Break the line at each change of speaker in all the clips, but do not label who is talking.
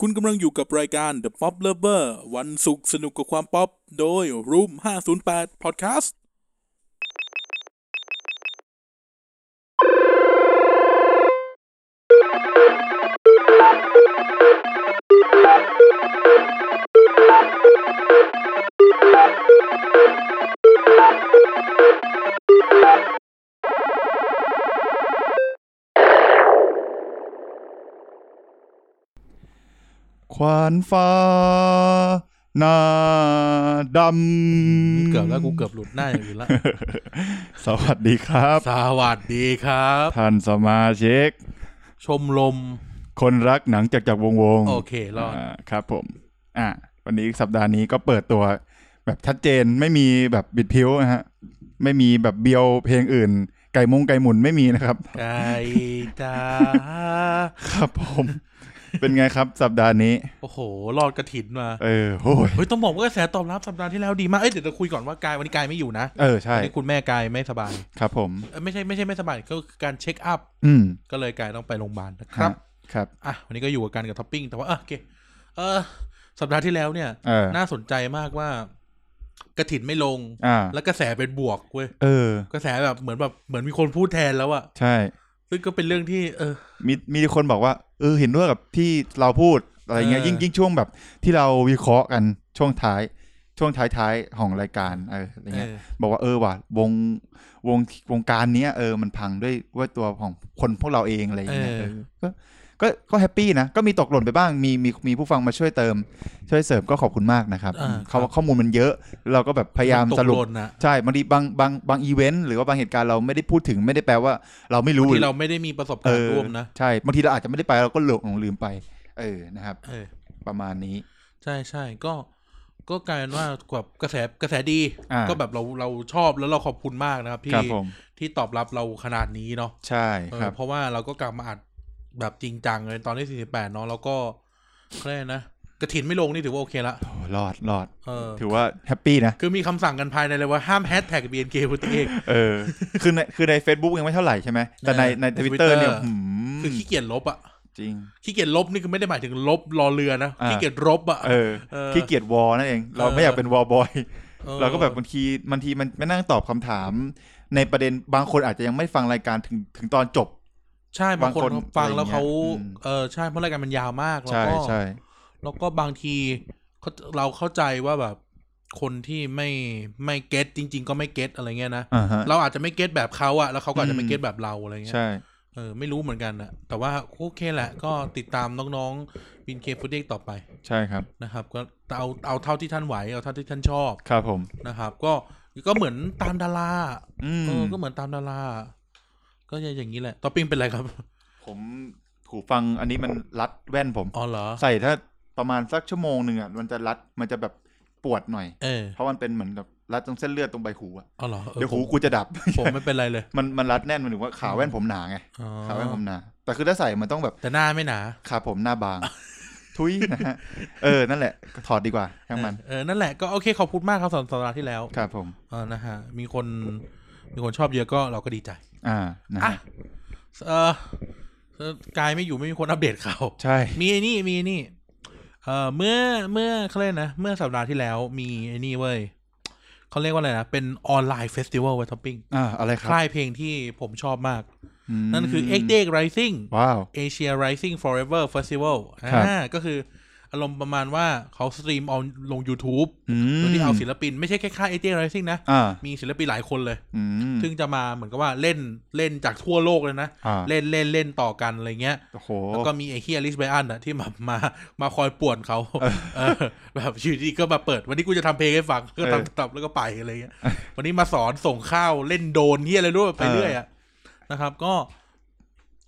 คุณกำลังอยู่กับรายการ The Pop Lover วันศุกร์สนุกกับความป๊อป โดย Room 508 Podcast
ควานฟ้าหน้าดำ
เกือบแล้วกูเกือบหลุดหน้าอย่างอื่นละ
สวัสดีครับ
สวัสดีครับ
ท่านสมาชิก
ชมลม
คนรักหนังจากรจักรวงศ์วงศ์
โอเครอด
อ่าครับผม อ่ะ วันนี้สัปดาห์นี้ก็เปิดตัว แบบชัดเจนไม่มีแบบบิดพิ้วนะฮะ ไม่มีแบบเบียวเพลงอื่น ไก่มงไก่หมุนไม่มีนะครับ
ไก่จ้า
ครับผม เป็นไงครับสัปดาห์นี้
โอ้โห รอดกระถินมา
เออโอ้ย
เฮ้ย ต้องบอกว่ากระแสตอบรับสัปดาห์ที่แล้วดีมาก เอ้ย เดี๋ยวจะคุยก่อนว่ากายวันนี้กายไม่อยู่นะ
เออใช่
วันนี้คุณแม่กายไม่สบาย
ครับผม
เอ้ยไม่ใช่ไม่ใช่ไม่สบายก็คือการเช็คอัพ
อืม
ก็เลยกายต้องไปโรงพยาบาลนะครับ
ฮะครับ
อ่ะ วันนี้ก็อยู่กับการกับท็อปปิ้ง แต่ว่าอ่ะโอเค เออ สัปดาห์ที่แล้วเนี่ย
เออ
น่าสนใจมากว่ากระถินไม่ลง
อ่า
แล้วกระแสเป็นบวกเว้ย
เออ
กระแสแบบเหมือนแบบเหมือนมีคนพูดแทนแล้วอะ
ใช่
ซึ่งก็เป็นเรื่องที่ เออ
มีมีคนบอกว่าเออเห็นด้วยกับที่เราพูดอะไรเงี้ย
เออ
ยิ่งยิ่งช่วงแบบ ที่เราวิเคราะห์กันช่วงท้าย ช่วงท้ายท้ายๆของรายการเอออะไร
เอ
เงี้ย
อ
บอกว่าเออว่ะวงวงวงการเนี้ยเออมันพังด้วยด้วยตัวของคนพวกเราเองอะไรเงี้ยเออก็ก็ก็แฮปปี้นะ ก็มีตกหล่นไปบ้างมีมีมีผู้ฟังมาช่วยเติม ช่วยเสริมก็ขอบคุณมากนะครับ
อ่าครับ
เขาข้อมูลมันเยอะ เราก็แบบพยายาม
ตก
สรุป
หล่นนะ
ใช่บางทีบางบางบางอีเวนต์หรือว่าบางเหตุการณ์เราไม่ได้พูดถึงไม่ได้แปลว่า เราไม่รู้หรือ
ที่เราไม่ได้มีประสบการณ์ร่วมนะ
ใช่บางทีเราอาจจะไม่ได้ไปเราก็หลงลืมไป เออนะครับ
เออ
ประมาณนี้
ใช่ใช่ก็ก็กลายเป็นว่ากว่ากระแสกระแสดี
อ่า
ก็แบบเราเราชอบแล้วเราขอบคุณมากนะครับ
ครั
ที่
บผม
ที่ตอบรับเราขนาดนี้เนาะ
ใช่
เออ
ครับ
เพราะว่าเราก็กลับมาอัดแบบจริงจังเลยตอนที่สี่สิบแปดเนาะแล้วก็แค่นะกระถินไม่ลงนี่ถือว่าโอเคละ
โอ้รอดรอด
เออ
ถือว่าแฮปปี้นะ
คือมีคำสั่งกันภายในเลยว่าห้ามแฮชแท็ก BNK พุทธเอก
เออ คือในคือใน Facebook ยังไม่เท่าไหร่ใช่ไหม แต่ใน
เออ
ในทวิตเตอ
Twitter
ร์เนี่ยหืม
คือขี้เกียจลบอะ
จริง
ขี้เกียจลบนี่คือไม่ได้หมายถึงลบรอเรือนะ
อ่า
ขี้เกียจรบอ่ะ
เออ
เออ
ขี้เกียจวอลนั่นเอง เรา
เออ
ไม่อยากเป็นวอลบอย
ออ
เราก็แบบบางทีบางทีมันมานั่งตอบคำถาม ในประเด็นบางคนอาจจะยังไม่ฟังรายการถึงถึงตอนจบ
ใช่บางคนเขา
บางคน
ฟังแล้วเขา
อะไรเงี้ยอืม
เออใช่เพราะรายการมันยาวมากแล้ว
ใช่
ก็
ใช่
แล้วก็บางทีเขาเราเข้าใจว่าแบบ คนที่ไม่ไม่เก็ตจริง ๆ ก็ไม่เก็ตอะไรเงี้ยนะ
อ่าฮะ
เราอาจจะไม่เก็ตแบบเขาอะแล้วเขาก็อาจ
อื
จะ
ม
ไม่เก็ตแบบเราอะไรเงี้ย
ใช่
เออไม่รู้เหมือนกันอะแต่ว่าโอเคแหละ ก็ติดตามน้องๆบินเคฟุตเด็กต่อไป
ใช่ครับ
นะครับ ก็เอาเอาเท่าที่ท่านไหวเอาเท่าที่ท่านชอบ
ครับผม
นะครับ ก็ก็เหมือนตามดารา
อืม
เออ ก็เหมือนตามดารา ก็จะอย่างนี้แหละ ต่อปิ้งเป็นไรครับ
ผมหูฟังอันนี้มันรัดแว่นผม
อ๋อเหรอ
ใส่ถ้าประมาณสักชั่วโมงหนึ่งอ่ะมันจะรัดมันจะแบบปวดหน่อย
เออ
เพราะมันเป็นเหมือนกับรัดตรงเส้นเลือดตรงใบหูอ่ะ
อ๋อเหรอออ
เดี๋ยว
ผ
หู
ม
กูจะดับ
ผมไม่เป็นไรเลย
มันมันรัดแน่นมันถึงว่าขาแว่นผมหนาไง
อ๋อ
ขาแว่นผมหนา แต่คือถ้าใส่มันต้องแบบ
แต่หน้าไม่หนา
ขาผมหน้าบาง ทุยนะฮะเออนั่นแหละถอดดีกว่าช่างมัน
เออเออ นั่นแหละ ก็โอเค ขอบคุณมากครับสำหรับสัปดาห์ที่แล้ว
ครับผม
เออนะฮะ มีคน มีคนชอบเยอะก็เราก็ดีใจ
อ่านะ
อ่ะ
ฮะ
เออเออกายไม่อยู่ไม่มีคนอัปเดตข่าว
ใช่
มีไอ้นี่ มีไอ้นี่ เออเมื่อ เมื่อเขาเรียกนะ เมื่อสัปดาห์ที่แล้ว มีไอ้นี่เว้ยเขาเรียกว่าอะไรนะ เป็นออนไลน์เฟสติวัลเวทท็อปปิ้ง
อ่าอะไรครับ
ค่ายเพลงที่ผมชอบมาก
ม
นั่นคือ X Day Rising
ว้าว
Asia Rising Forever Festival
ครั
อ่า
บ
ก็คืออารมณ์ประมาณว่าเขาสตรีมเอาลง YouTube
อืม
โดยที่เอาศิลปิน ไม่ใช่แค่ค่าย Asia Rising นะ
อ่า
มีศิลปินหลายคนเลย
อืม
ซึ่งจะมาเหมือนกับว่าเล่นเล่นจากทั่วโลกเลยนะ
อ่า
เล่นเล่นเล่นต่อกันอะไรเงี้ย
โอ้โห
แล้วก็มีไอ้เฮียลิสไบ อันอะที่มามามาคอยป่วนเขาเออแบบอยู่ดีก็มาเปิด วันนี้กูจะทำเพลงให้ฟังก็
เออ
ทำตับแล้วก็ไปอะไร เงี้ย วันนี้มาสอนส่งข้าวเล่นโดนเฮียอะไรด้วยไป
เออ
เรื่อยอะนะครับ ก็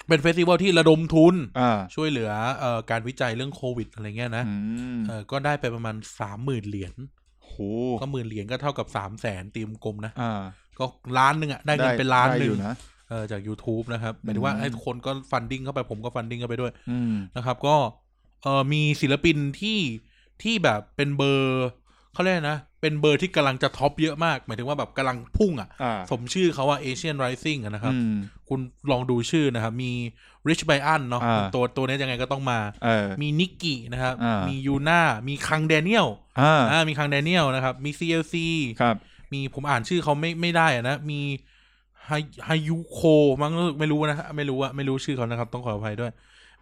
เป็นเฟสติวัลที่ระดมทุน
อ่า
ช่วยเหลือเอ่อการวิจัยเรื่องโควิดอะไรเงี้ยนะ
อืม
เออก็ได้ไปประมาณสามหมื่นเหรียญ
โห
ก็หมื่นเหรียญก็เท่ากับสามแสนตีมกลมนะ
อ่า
ก็ล้านหนึ่งอะได้เงินเป็นล้านห
ได้
นึ่
อง ยู่นะ
เออจาก YouTube นะครับหมายถึงว่า
อืม
ให้คนก็ฟันดิ้งเข้าไปผมก็ฟันดิ้งเข้าไปด้วย
อืม
นะครับ ก็เออมีศิลปินที่ที่แบบเป็นเบอร์เขาเรียกนะ เป็นเบอร์ที่กำลังจะท็อปเยอะมาก หมายถึงว่าแบบกำลังพุ่งอะ
อ่า
สมชื่อเขาว่า Asian Rising อะนะครับ
อืม
คุณลองดูชื่อนะครับ มี Rich Brian เนาะ
อ่า
ตัวตัวนี้ยังไงก็ต้องมา
เออ
มีนิกกี้นะครับ
อ่า
มี
มี
ยูน่ามีคังแดเนียล
อ่า
อ่ามีคังแดเนียลนะครับ มี CLC
ครับ
มีผมอ่านชื่อเขาไม่ไม่ได้อะนะ มีฮาฮายุโคมั้งรู้สึกไม่รู้นะ ไม่รู้อะไม่รู้ชื่อเขานะครับ ต้องขออภัยด้วย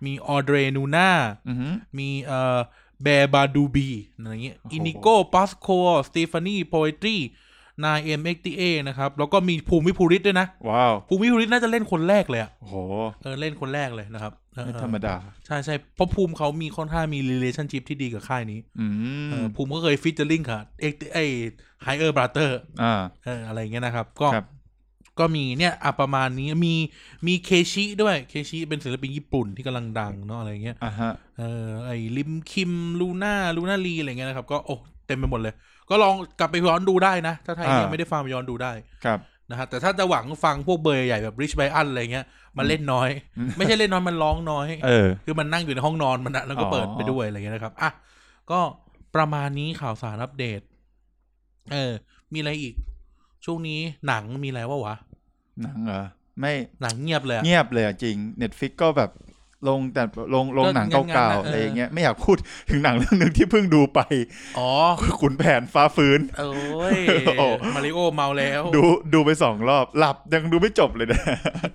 มีออเดรนูน่า
อือหือ
มีเอ่อเบบาดูบีอะไรเงี้ย
โอ้โห
อินิโกปาสโคสตีฟานีโพเอตรีนายเอ็มเอ็กตีเอนะครับ แล้วก็มีภูมิภูริศด้วยนะ
ว้าว
ภูมิภูริศน่าจะเล่นคนแรกเลยอะ
โอ้โห
เออเล่นคนแรกเลยนะครับเออ
ไม่ธรรมดา
ใช่ใช่เพราะภูมิเขามีค่อนข้างมี relationship ที่ดีกับค่ายนี้
อื
เออ
ม
ภูมิก็เคยฟิชเจอริงค่ะเอ็กตีเอไฮเออร์บราเตอร์
อ่า
เอออะไรเงี้ยนะครับ ก็
ครับ
ก็มีเนี่ยอ่ะประมาณนี้มีมีเคชิด้วยเคชิเป็นศิลปินญี่ปุ่นที่กำลังดังเนาะอะไรเงี้ย
อ่าฮะ
เออไอลิมคิมลูน่าลูน่าลีอะไรเงี้ยนะครับ ก็โอ้เต็มไปหมดเลย ก็ลองกลับไปย้อนดูได้นะ ถ้าใคร
อ่ายั
ยังไม่ได้ฟังไปย้อนดูได้
ครับ
นะฮะแต่ถ้าจะหวังฟังพวกเบอร์ใหญ่แบบริชไบอันอะไรเงี้ย มันเล่นน้อย ไม่ใช่เล่นน้อย มันร้องน้อย
เออ
คือมันนั่งอยู่ในห้องนอนมันอะแล้วก็
อ๋อ
เปิดไปด้วยอะไรเงี้ยนะครับอ่ะก็ประมาณนี้ข่าวสารอัปเดต เออ มีอะไรอีก ช่วงนี้หนังมีอะไรวะวะ
หนังเหรอไม่
หนังเงียบเลยอะ
เงียบเลยอ่ะจริง Netflix ก็แบบลงแต่ลงลงหนัง
ก็งั้นๆนะ
เก่าๆ
เอออ
อะไรอย่างเงี้ยไม่อยากพูดถึงหนังเรื่องหนึ่งที่เพิ่งดูไป
อ๋อ
ขุนแผนฟ้าฟื้น
โอ้ย
โอ้
มาริโอเมาแล้ว
ดูดูไปสองรอบ หลับยังดูไม่จบเลยนะ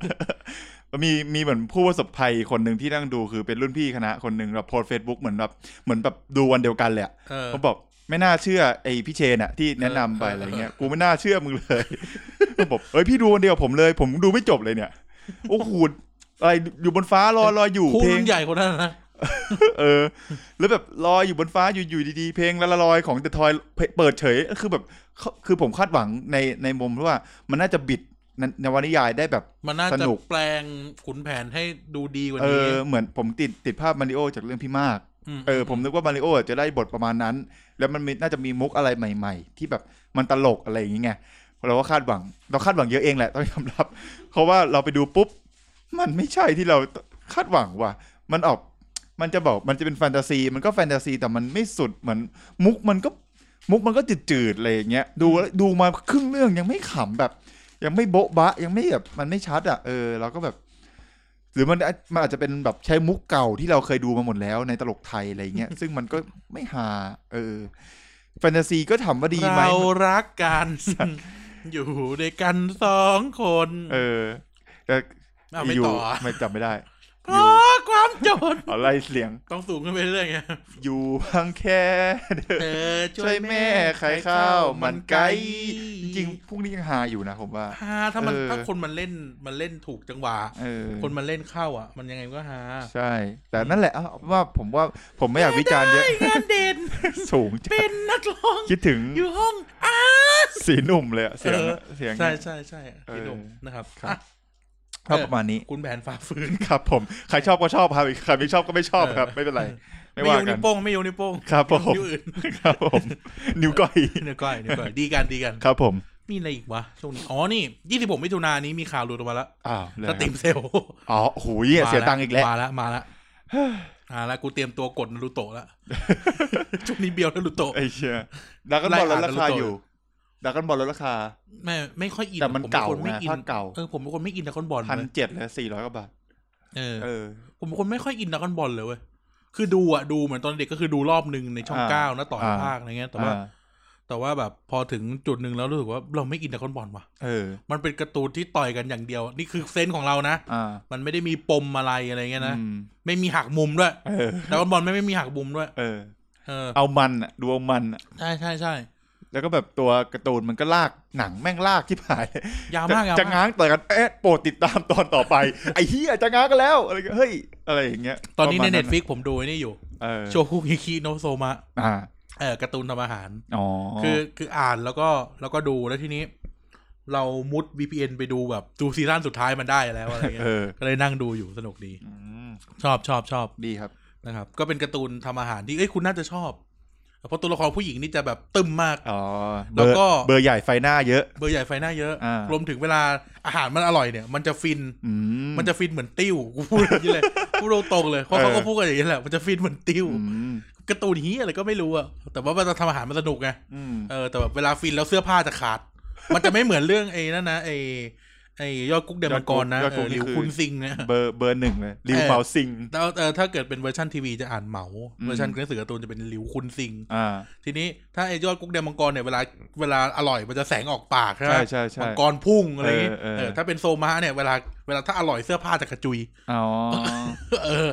มีมีเหมือนผู้ประสบภัยคนหนึ่งที่นั่งดูคือเป็นรุ่นพี่คณะคนหนึ่งแบบโพสเฟซบุ๊กเหมือนแบบเหมือนแบบดูวันเดียวกันเลยอะ
เออ
เขาบอกไม่น่าเชื่อไอพี่เชนอะที่แนะนำไป
เออเออ
อะไรเงี้ยกูไม่น่าเชื่อมึงเลย เขาบอกเอ้ยพี่ดูวันเดียวกับผมเลย ผมดูไม่จบเลยเนี่ย โอ้โหอะไรอยู่บนฟ้ารอรออยู่
คู่
เพล
รุ่
ง
นใหญ่คนนั้นนะ
เออ แล้วแบบลอยอยู่บนฟ้าอยู่อยู่ดีๆ เพลงละละลอยของเดอะทอยเปิดเฉยคือแบบเขาคือผมคาดหวังในในมุมที่ว่ามันน่าจะบิดในนวนิยายได้แบบ
มันน่า
ส
จะ
นุก
แปลงขุนแผนให้ดูดีกว่า
เอ
นี้
อเหมือนผมติดติดภาพมาริโอจากเรื่องพี่มาก
ม
เออผมนึกว่ามาริโอจะได้บทประมาณนั้น แล้วมันมีน่าจะมีมุกอะไรใหม่ ๆ ที่แบบมันตลกอะไรอย่างเงี้ยเราก็คาดหวัง เราคาดหวังเยอะเองแหละต้องยอมรับเพราะว่าเราไปดูปุ๊บ มันไม่ใช่ที่เราคาดหวังว่ะ มันออก มันจะบอก มันจะเป็นแฟนตาซี มันก็แฟนตาซี แต่มันไม่สุดเหมือน มุกมันก็ มุกมันก็จืดๆอะไรอย่างเงี้ย ดูแล้วดูมาครึ่งเรื่องยังไม่ขำแบบ ยังไม่โบ๊ะบะ ยังไม่แบบ มันไม่ชัดอ่ะ เออ เราก็แบบ หรือมันมันอาจจะเป็นแบบใช้มุกเก่าที่เราเคยดูมาหมดแล้วในตลกไทยอะไรอย่างเงี้ย ซึ่งมันก็ไม่หา เออ แฟนตาซีก็ถามว่าดีไหม
เรารักกัน อยู่ด้วยกันสองคน
เออแต่
เอาไม่
ยู่
ต่ออ่ะ
ไม่จำไม่ได้
เพราะความจน
อะไรเสียง
ต้องสูงขึ้นไปเรื่อยไง
อยู่บางแค
เออ
ช่วยแม่ขายข้าว มันไกลจริงๆพรุ่งนี้ยังหาอยู่นะผมว่า
ฮาถ้ามัน
เออ
ถ้าคนมันเล่นมันเล่นถูกจังหวะ
เออ
คนมันเล่นเข้าอ่ะ มันยังไงก็ฮา
ใช่ แต่นั่นแหละเอาเป็นว่าผมว่าผมไม่อยากวิจารณ์เยอะ
ไอ้ งานเด่น
สูงจัง
เป็นนักร้อง
คิดถึง
อยู่ห้องอา
สีหนุ่มเลยอะเสียงอะเสียง
ใช่ใช่ใช่พี่หนุ่ม
เออ
นะครับ
ครับ
อ่ะ
ก็ประมาณนี้
คุณแผนฝ่าฝืน
ครับผมใครชอบก็ชอบครับใครไม่ชอบก็ไม่ชอบครับ ไม่เป็นไร ไม่
ไม่
ว่า
โยง
กั
นิ้
น
วโป้งไม่โยงนิ้วโป้ง
ครับผม
นิ้วอื่น
ครับผม นิ้วก้อย
นิ้วก้อยนิ้วก้อยดีกันดีกัน
ครับผม
มีอะไรอีกวะช่วงนี้ อ๋อ นี่ยี่สิบมิถุนายนนี้มีข่าวหลุดออกมาแล้ว
อ้าวเลย
สติมเซลล์
อ๋อโหยเสียตังค์อีกแล้ว
มาแล้วมาแล้วอ่าแล้วกูเตรียมตัวกดนารูโตะแล้ว ช่วงนี้เบียวนารูโตะ
ไอ้เชี่ยดักกันบอลลดราคา
ไล่อ่าน
อยู่ดักกันบอลลดราคา
ไม่ไม่ค่อยอิน
แต่มัน
ผป็
เก่า
คไม่
นะ
อิ
ภาคเก่า
เออผมเป็นคนไม่อินดากอนบอล
พัน
เลย
เจ็ดเลยสี่ร้อยกว่าบาท
เออ
เออ
ผมเป็นคนไม่ค่อยอินดากอนบอลเลยเว้ยคือดูอ่ะดูเหมือนตอนเด็กก็คือดูรอบหนึ่งในช่อง
อ่า
เก้านะต่ออา ภาคอะไรเงี้ยแต่ว่า
อ่
แต่ว่าแบบพอถึงจุดหนึ่งแล้วรู้สึกว่าเราไม่อินดากอนบอลว่ะ
เออ
มันเป็นการ์ตูนที่ต่อยกันอย่างเดียว นี่คือเซนส์ของเรานะ
อ่า
มันไม่ได้มีปมอะไรอะไรเงี้ยนะ
อืม
ไม่มีหักมุมด้วย
เออ
ดราก้อนบอลไม่ไม่มีหักมุมด้วย
เออ
เออ
เอามันอะดูเอามันอะ
ใช่ใช่ใช่
แล้วก็แบบตัวการ์ตูนมันก็ลากหนังแม่งลากที่ผ่าน
ยาวมากยาว
จะ
มาก
ง้างต่อกันเอ๊ะโปรดติดตามตอนต่อไป ไอ้เฮียจะง้างกันแล้วอะไรเงี้ยเฮ้ยอะไรอย่างเงี้ย
ตอนนี้
ป
ใน
ระมาณ
เน็ตฟิกผมดูไอ้นี่อยู่
เออ
โชคุฮิคิโนโซมะ
อ่า
เออการ์ตูนทำอาหาร
อ๋อ
คือคืออ่านแล้วก็แล้วก็ดูแล้วทีนี้ เรามุด VPN ไปดูแบบดูซีซั่นสุดท้ายมันได้แล้วอะไรเงี้
เอย อ
ก็เลยนั่งดูอยู่สนุกดี
อืม
ชอบชอบชอบ
ดีครับ
นะครับก็เป็นการ์ตูนทำอาหารที่เอ้ยคุณน่าจะชอบ เพราะตัวละครผู้หญิงนี่จะแบบตึมมาก
อ๋อเบ
แล้
อ
ว
ร์
ก็
เบอร์ใหญ่ไฟหน้าเยอะ
เบอร์ใหญ่ไฟหน้าเยอะ
อ่าร
รวมถึงเวลาอาหารมันอร่อยเนี่ย มันจะฟิน
อืม
มันจะฟินเหมือนติ้ว กูพูดอย่างนี้เลย พูดตรงๆเลยเพราะ
เออ
เขาก็พูดกันอย่างนี้แหละมันจะฟินเหมือนติ้ว
อืม
การ์ตูนเฮียอะไรก็ไม่รู้อะแต่ว่ามันจะทำอาหารมันสนุกไง
อืม
เออแต่แบบเวลาฟินแล้วเสื้อผ้าจะขาด มันจะไม่เหมือนเรื่องไอ้นั่นนะไอ้ ไอ้ยอดกุ๊กเดนมังกรนะ
ยอดกุ๊ก
เออหลิ
นี่
ว
คือ
คุณซิงเนี่ย
เบอร์เบอร์หนึ่งเลยริว
เออ
เปาซิง
แล้วเออถ้าเกิดเป็นเวอร์ชันทีวีจะอ่านเหมา
อืม
เวอร์ชันหนังสือการ์ตูนจะเป็นหลิวคุณซิง
อ่า
ทีนี้ถ้าไอ้ยอดกุ๊กเดนมังกรเนี่ยเวลาเวลาอร่อยมันจะแสงออกปากใช่ไหม
ใช่ใช่ใช่
มังกรพุ่งอะไรอย่างงี้
เออเออ
เออถ้าเป็นโซมาเนี่ยเวลาเวลาถ้าอร่อยเสื้อผ้าจะกระจุย
อ๋อ
เออ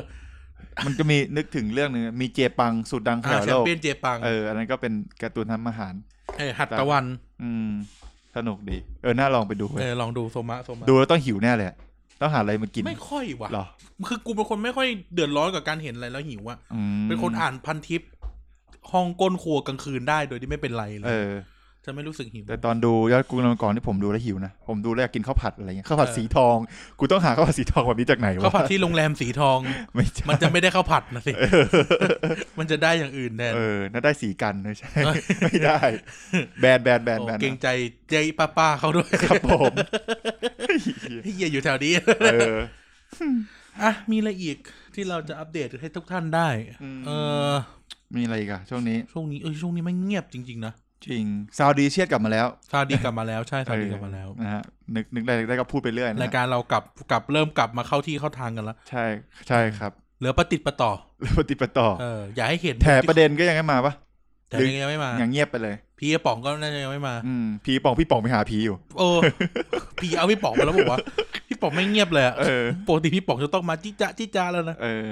มันก็มีนึกถึงเรื่องหนึ่งมีเจปังสุดดังแถ
อ่าว แช
โล
ม
ก
เปี้ยนเจปัง
เอออันนั้นก็เป็นการ์ตูนทำอาหาร
เออหัตตะวัน
อืม สนุกดี เออ น่าลองไปดูเว้ย
เออลองดูโซมะโซมะ
ดูแล้วต้องหิวแน่เลยอะต้องหาอะไรมากิน
ไม่ค่อยว่ะ
เหรอ
คือกูเป็นคนไม่ค่อยเดือดร้อนกับการเห็นอะไรแล้วหิวอะ
อืม
เป็นคนอ่านพันทิปห้องก้นครัวกลางคืนได้โดยที่ไม่เป็นไรเล
เอย อ
จะไม่รู้สึกหิว
แต่ตอนดูยอดกรุงมังกรที่ผมดูแล้วหิวนะ ผมดูแล้วอยากกินข้าวผัดอะไรเงี้ยข้าวผัด
เออ
สีทอง กูต้องหาข้าวผัดสีทองแบบนี้จากไหนวะ
ข้าวผัดที่โรงแรมสีท อง
ไม่ใช่
มันจะไม่ได้ข้าวผัดนะสิ มันจะได้อย่างอื่นแทน
เออน่าได้สีกันไม่ใช่
เออ
ไม่ได้ แบนแบนแบน
โอ้
แบน
เกรงใจเจ๊ป้าป้าเขาด้วย
ครับผม
ที่เหี้ยอยู่แถวนี้
เออ
อ่ะ มีอะไรอีกที่เราจะอัปเดตให้ทุกท่านได้
อืม
เออ
มีอะไรอีกอะช่วงนี้
ช่วงนี้เออช่วงนี้ไม่งเงียบจริง ๆ นะ
จริงซาวดีเชียดกลับมาแล้ว
ซาดีกลับมาแล้วใช่ซาดีกลับมาแล้ว
เออนะฮะนึกนึกได้นึกได้ก็พูดไปเรื่อยนะฮะ
รายการเรากลับกลับเริ่มกลับมาเข้าที่เข้าทางกันแล้ว
ใช่ใช่ครับ
เหลือประติดประต่อ
แล้วปฏิปต่อ
เอออย่าให้เห็น
แถประเด็นก็ยังไม่มาปะ
แต่
หรือ
ยังไม่มา
ยังเงียบไปเลย
พี่ป๋องก็น่าจะยังไม่มา
อืมผีป่องพี่ป่องไปหาผีอยู่
โอ้ พี่เอาพี่ป๋องมาแล้วบอกว่า พี่ป๋องไม่เงียบเลยอะ
เออ
ปกติพี่ป๋องจะต้องมาจี้จ้าจี้จ้าแล้วนะ
เออ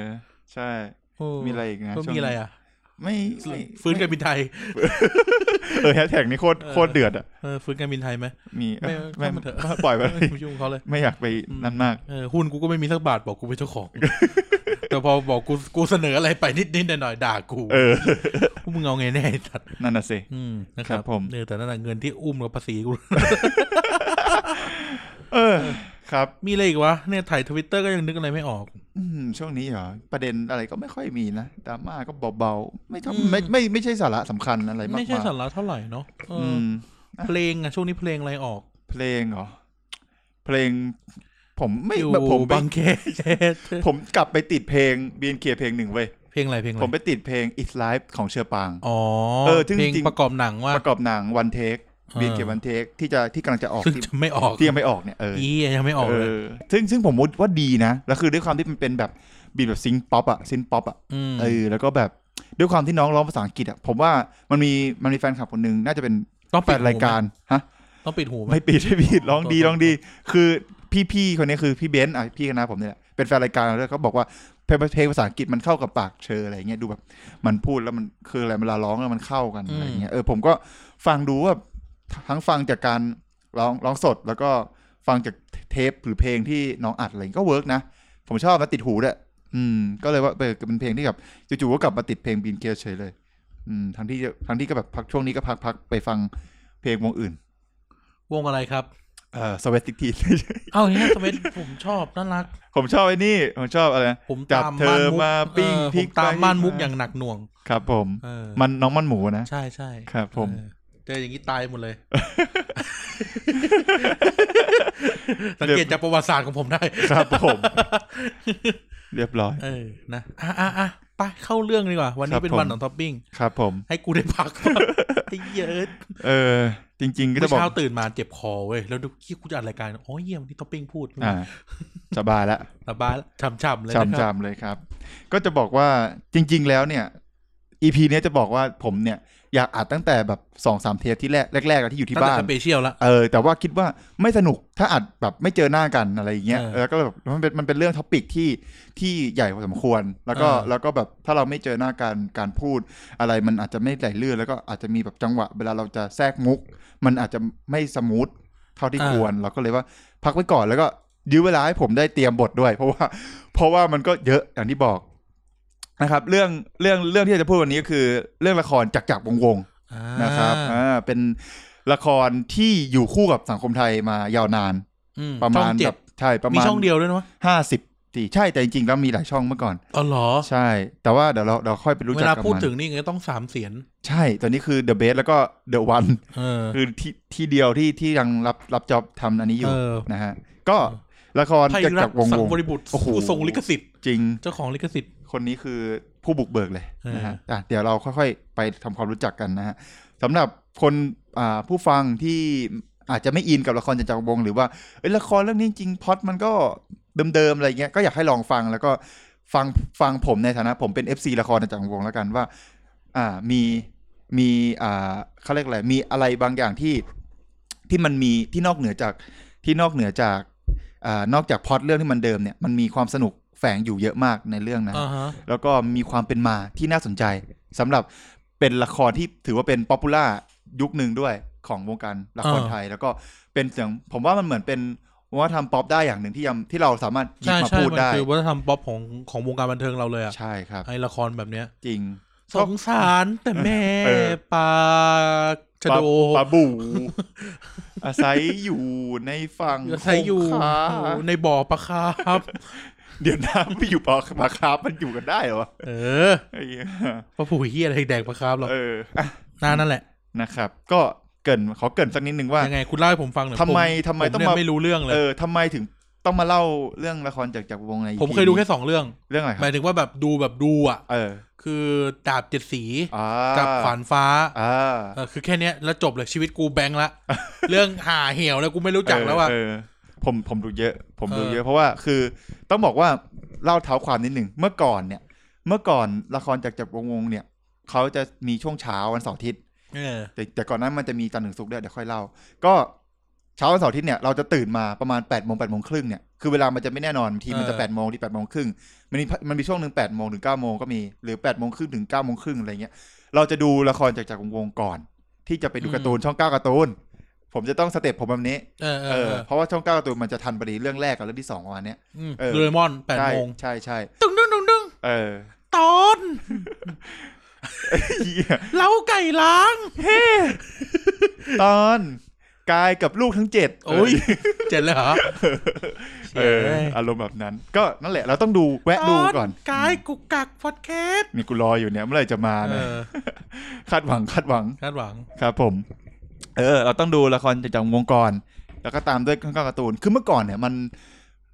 ใช่
โอ้
มีอะไรอีกนะ
ก็
ช่วง
มี
นี้
อะไรอ่ะ
ไม่ไม่
ฟื้นการบินไทย
เออแฮชแท็กนี่โคตร
เออ
โคตรเดือดอ่ะ
เออฟื้นการบินไทยไหม
มี
ไม่
ไม่
เข้ามาเถอะ
ปล่อยไปเลย
ไม่ยุ่งกับเขาเลย
ไม่อยากไป
อืม
นั่นมาก
เออหุ้นกูก็ไม่มีสักบาทบอกกูเป็นเจ้า ของ แต่พอบอกกูกูเสนออะไรไปนิดนิดหน่อยหน่อยๆด่ากู
เออ
พวกมึงเอาไงแน่ไอ้สัตว์
นั่นน่ะสิ
อืมนะครับ
ครับผม
เออแต่นั่นแหะเงินที่อุ้มกับภาษีกู
เออ ครับ
มีอะไรอีกวะเนี่ยถ่ายทวิตเตอร์ก็ยังนึกอะไรไม่ออก
อืมช่วงนี้เหรอ ประเด็นอะไรก็ไม่ค่อยมีนะดราม่าก็เบาๆ ไม่
อืม
ทำไม่ไม่ไม่ใช่สาระสำคัญอะไรมาก
ไม่ใช่
มาย
สาระเท่าไหร่เนาะเออ
อื
อ
ม
เพลงอะช่วงนี้เพลงอะไรออก
เพลงเหรอ เพลง ผมไม่
อยู่
ผมไป
บางแค
ผมกลับไปติดเพลง b n k เพลงหนึ่งเว้ย
เพลงอะไรเพลงอะ
ผม
ไร
ไปติดเพลง It's Life ของเชอปาง
อ๋อ
เออจริงๆ
เพลงประกอบหนังว่า
ประกอบหนังวันเทค
อ่า
บีเกวันเทคที่จะที่กำลังจะออก
ซึ่ง
ที่
จะไม่ออก
ที่ยังไม่ออกเนี่ยเออ
อียังไม่ออก
เอ
เลย
อซึ่งซึ่งผมว่าดีนะ แล้วคือด้วยความที่มันเป็นแบบบีทแบบซิงป๊อปอะซินป๊อปอะ
ม
เออแล้วก็แบบด้วยความที่น้องร้องภาษาอังกฤษอะผมว่ามันมีมันมีแฟนคลับคนหนึ่งน่าจะเป็น
ต้อง
แฟ
ปิด
น
หูไหม
รายการฮะ
ต้องปิดหูไหม
ไม่ปิดไม่ ปิดร้องดี
โทษ
ร้องดี คือพี่พี่คนนี้คือพี่เบนซ์อ่ะพี่คณะผมเนี่ยแหละเป็นแฟนรายการแล้วเขาบอกว่าเพลงเพลงภาษาอังกฤษมันเข้ากับปากเชออะไรเงี้ยดูแบบมันพูดแล้วมันคืออะไรเวลาร้องแล้วมันเข้ากันอะไรเงี้ยเออผมก็ฟังดูว่าทั้งฟังจากการร้องร้องสดแล้วก็ฟังจากเทปหรือเพลงที่น้องอัดอะไรก็เวิร์กนะ ผมชอบนะติดหูด้วยอืม ก็เลยว่าเออเป็นเพลงที่แบบจู่ๆก็กลับมาติดเพลงบีนเกียเฉยเลย อืมทั้งที่ทั้งที่ก็แบบพักช่วงนี้ก็พักพักไปฟังเพลงวงอื่น
วงอะไรครับ
เอ่อสเวสติกที
เอาอย่างนี้สเวตผมชอบน่ารัก
ผมชอบไอ้นี่ ผมชอบอะไรนะ
ผม
จับ
ตาม
เธอมาปิ้ง
เออ
พริก
ผมตาม
ไป
ม่านมุก
มา
อย่างหนักหน่วง
ครับผม
เออ
มันน้องมันหมูนะ
ใช่ใช่
ครับผม
เออเจออย่างนี้ตายหมดเลย สังเกตจากประวัติศาสตร์ของผมได้
ครับผม เรียบร้อย
เออ นะ อ่ะอ่ะอ่ะไปเข้าเรื่องดีกว่า วัน
ครั
นี้
บ
เป็นวัน
ผม
ของท็อปปิ้ง
ครับผม
ให้กูได้พัก ก่อน ไอ้เหี้ยเอะ
เออ จริง ๆ ก็
เมื่
จะ
อ
บอก
เช้าตื่นมาเจ็บคอเว้ย แล้วดูขี้กูจะอัดรายการ อ๋อเยี่ยมที่ท็อปปิ้งพูด
อ่า สบายละ
ระบายช่ำๆเลยนะครับ
จำๆเลยครับ ก็จะบอกว่าจริง ๆ แล้วเนี่ย EP เนี้ยจะบอกว่าผมเนี่ย อยากอัดตั้งแต่แบบสองสามเทปที่แรกแรกๆอะที่อยู่ที่
ตั้งแต่
บ้าน
สเปเชียลละ
เออ แต่ว่าคิดว่าไม่สนุกถ้าอัดแบบไม่เจอหน้ากันอะไรอย่างเงี้ย
เออ
แล้วก็แบบมันเป็นมันเป็นเรื่องท็อปิกที่ที่ใหญ่พอสมควร แล้วก็
เออ
แล้วก็แบบถ้าเราไม่เจอหน้ากันการพูดอะไรมันอาจจะไม่ไหลลื่นแล้วก็อาจจะมีแบบจังหวะ เวลาเราจะแทรกมุก มันอาจจะไม่สมูทเท่าที่ควร เราก็เลยว่าพักไว้ก่อนแล้วก็ยื้อเวลาให้ผมได้เตรียมบทด้วย เพราะว่าเพราะว่ามันก็เยอะอย่างที่บอกนะครับ เรื่องเรื่องเรื่องที่จะพูดวันนี้ก็คือ เรื่องละครจักรจักรวงศ์วงศ์
อ่า
นะครับ อ่า เป็นละครที่อยู่คู่กับสังคมไทยมายาวนาน
อื
ประมาณ
ช่องเจ็
แบ
ด
บใช่ประ
มี
มาณ
ช่องเดียวด้วยนะวะ
ห้าสิบสี่ใช่แต่จริงๆแล้วมีหลายช่องเมื่อก่อน
อ๋อเหรอ
ใช่ แต่ว่าเดี๋ยวเราเราค่อยไปรู้
เว
จัก
ลา
กับ
พูด
มัน
ถึงนี่ไงต้องสามเสียน
ใช่ ตอนนี้คือ The Best แล้วก็ The One
เออ
คือที่ที่เดียวที่ที่ยังรับรับจ็อบทำอันนี้อยู่
เออ
นะฮะ ก็ละคร
ไพ
จาก
รั
จั
ต
กรวงศ์
สัง
วงศ์
บริบุตร
โอ้โห
ผู้ทรงลิขสิทธิ์
จริง
เจ้าของลิขสิทธิ์
คนนี้คือผู้บุกเบิกเลย
เออ
นะฮะอ่ะเดี๋ยวเราค่อยๆ ไปทำความรู้จักกันนะฮะสำหรับคนอ่าผู้ฟังที่ อาจจะไม่อินกับละครจากจักรวงศ์หรือว่าเอ้ยละครเรื่องนี้จริงพล็อดมันก็เดิมๆอะไรเงี้ยก็อยากให้ลองฟังแล้วก็ฟังฟังผมในฐานะผมเป็น FC ละครจากจักรวงศ์แล้วกันว่า อ่ามีมีอ่าเขาเรียกอะไรมีอะไรบางอย่างที่ที่มันมีที่นอกเหนือจากที่นอกเหนือจากอ่านอกจากพล็อดเรื่องที่มันเดิมเนี่ยมันมีความสนุกแฝงอยู่เยอะมากในเรื่องนะ
อ่าฮะ
แล้วก็มีความเป็นมาที่น่าสนใจสำหรับเป็นละครที่ถือว่าเป็นป๊อปปูล่ายุคหนึ่งด้วยของวงการละคร
อ่า
ไทย แล้วก็เป็นเสียงผมว่ามันเหมือนเป็นวัฒนธรรมป๊อปได้อย่างหนึ่งที่ยังที่เราสามารถหยิบ
ใช่
มา
ใช่
พูด
มัน
ได้
คือวัฒนธรรมป๊อปของของวงการบันเทิงเราเลยอะ
ใช่ครับ
ไอละครแบบเนี้ย
จริง
สงสารแต่แม่
เออ
ปลาชะโด
ปลาบู อาศัยอยู่ในฝั่ง
อาศัยอยู่
คงคา
อยู่ในบ่อปลาครับ
เดี๋ยวน้ำไปอยู่ปลาปลาคาร์ฟมันอยู่กันได้เหรอวะ
เออ
ไอ้เหี้ย
ปลาผูเฮียอะไรแดกปลาครับหรอก
เอออ่ะ
นานั่นแหละ
นะครับ ก็เกรินขอเกรินสักนิดนึงว่า
ยังไงคุณเล่าให้ผมฟังหน่อย
ทำไม
ผ
ทำไม
ผ
ต้อง
เนี่ย
มา
ไม่รู้เรื่องเลย
เออทำไมถึงต้องมาเล่าเรื่องละครจากจากวงใน EP
ผมเคยดูแค่สองเรื่อง
เรื่องอะไรค
หมา
รับ
ยถึงว่าแบบดูแบบดูอ่ะ
เออ
คือดาบเจ็ดสี
อ่า
กับขวานฟ้า
อ่า
เออคือแค่เนี้ยแล้วจบเลยชีวิตกูแบงค์ละ เรื่องหาเหี่ยวแล้วกูไม่รู้จักแล้วอ่ะ
เออเออผมผมดูเยอะ ผมดู
เออ
เยอะเพราะว่าคือต้องบอกว่าเล่าเท้าความนิดหนึ่งเมื่อก่อนเนี่ย เมื่อก่อนละครจากจากวงวงเนี่ยเขาจะมีช่วงเช้าวันเสาร์อาทิตย์
เออ
แต่แต่ก่อนนั้นมันจะมีจันทร์ถึงศุกร์ด้วยเดี๋ยวค่อยเล่า ก็เช้าวันเสาร์อาทิตย์เนี่ยเราจะตื่นมาประมาณ8ปดโมงแปดโมงครึ่งเนี่ยคือเวลามันจะไม่แน่นอนบางทีมันจะ
เออ
8ปดโมงที่แปดโมงครึ่งมันมีมันมีช่วงหนึ่ง8ปดโมงถึง9ก้าโมงก็มีหรือ8ปดโมงครึ่งถึง9ก้าโมงครึ่งอะไรเงี้ยเราจะดูละครจากจากวงศ์ก่อน ที่จะไปดูการ์ตูนช่องเก้าการ์ตูนผมจะต้องสเต็ปผมแบบนี้
เออเอ
เอ
อ
อ
เออ
เพราะว่าช่องเก้าการ์ตูนมันจะทันพอดีเรื่องแรกกับเรื่องที่สองประมาณเนี้ย
อืม
เออ
โดเรมอนแปด
ใช่
โมง
ใช่ใช่
ตึงดึงดึงดึง
เอ อ
ตอน
เหี้ย
เล้าไก่ล้าง
ตอนกายกับลูกทั้งเจ็ด
โอ้ยเจ็ดเลยเหรอ
เอออารมณ์แบบนั้น ก็นั่นแหละเราต้องดูแวะดูก่อน
กายกุกกักพอดแคสต์
นี่กูรออยู่เนี่ยเมื่อไหร่จะมา
เอ
เนี่ย
อ
คาดหวังคาดหวัง
คาดหวัง
ครับผม เออ เราต้องดูละครจากวงกรแล้วก็ตามด้วยข้างๆการ์ตูนคือเมื่อก่อนเนี่ยมัน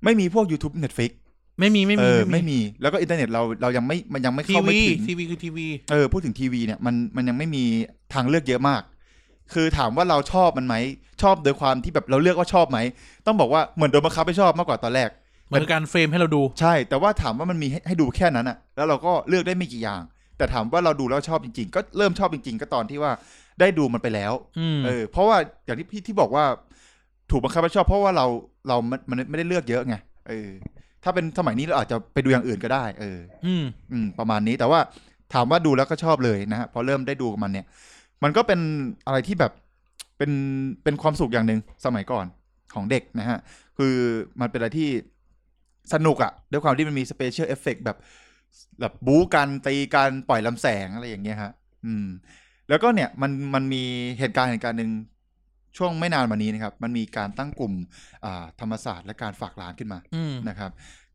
ไม่มีพวก YouTube Netflix
ไม่มีไม่
เอ
มี
อไม่มีแล้วก็อินเทอร์เน็ตเราเรายังไม่มันยังไม่
ที
เข้าไม่
วี
ถึง
ทีวีคือทีวี
เออพูดถึงทีวีเนี่ยมันมันยังไม่มีทางเลือกเยอะมาก คือถามว่าเราชอบมันไหมชอบโดยความที่แบบเราเลือกว่าชอบไหมต้องบอกว่าเหมือนโดนบังคับให้ชอบมากกว่าตอนแรก
เหมือนการเฟรมให้เราดู
ใช่ แต่ว่าถามว่ามันมีให้ให้ดูแค่นั้นอะแล้วเราก็เลือกได้ไม่กี่อย่าง แต่ถามว่าเราดูแล้วชอบจริง ๆ ก็เริ่มชอบจริง ๆ ก็ตอนที่ว่าได้ดูมันไปแล้ว
อืม
เออ เพราะว่าอย่างที่พี่ที่บอกว่า ถูกบังคับให้ชอบเพราะว่าเราเรามันมันไม่ได้เลือกเยอะไง เออ ถ้าเป็นสมัยนี้เราอาจจะไปดูอย่างอื่นก็ได้ เออ
อืม
อืม ประมาณนี้ แต่ว่าถามว่าดูแล้วก็ชอบเลยนะฮะ พอเริ่มได้ดูกับมันเนี่ย มันก็เป็นอะไรที่แบบ เป็น เป็นความสุขอย่างหนึ่งสมัยก่อนของเด็กนะฮะ คือมันเป็นอะไรที่สนุกอะด้วยความที่มันมีสเปเชียลเอฟเฟกแบบแบบบู๊กันตีกันปล่อยลำแสงอะไรอย่างเงี้ยฮะ อืม แล้วก็เนี่ยมันมันมีเหตุการณ์เหตุการณ์หนึ่งช่วงไม่นานมานี้นะครับ มันมีการตั้งกลุ่มอ่าธรรมศาสตร์และการฝากร้านขึ้นมา
อืม
นะครับ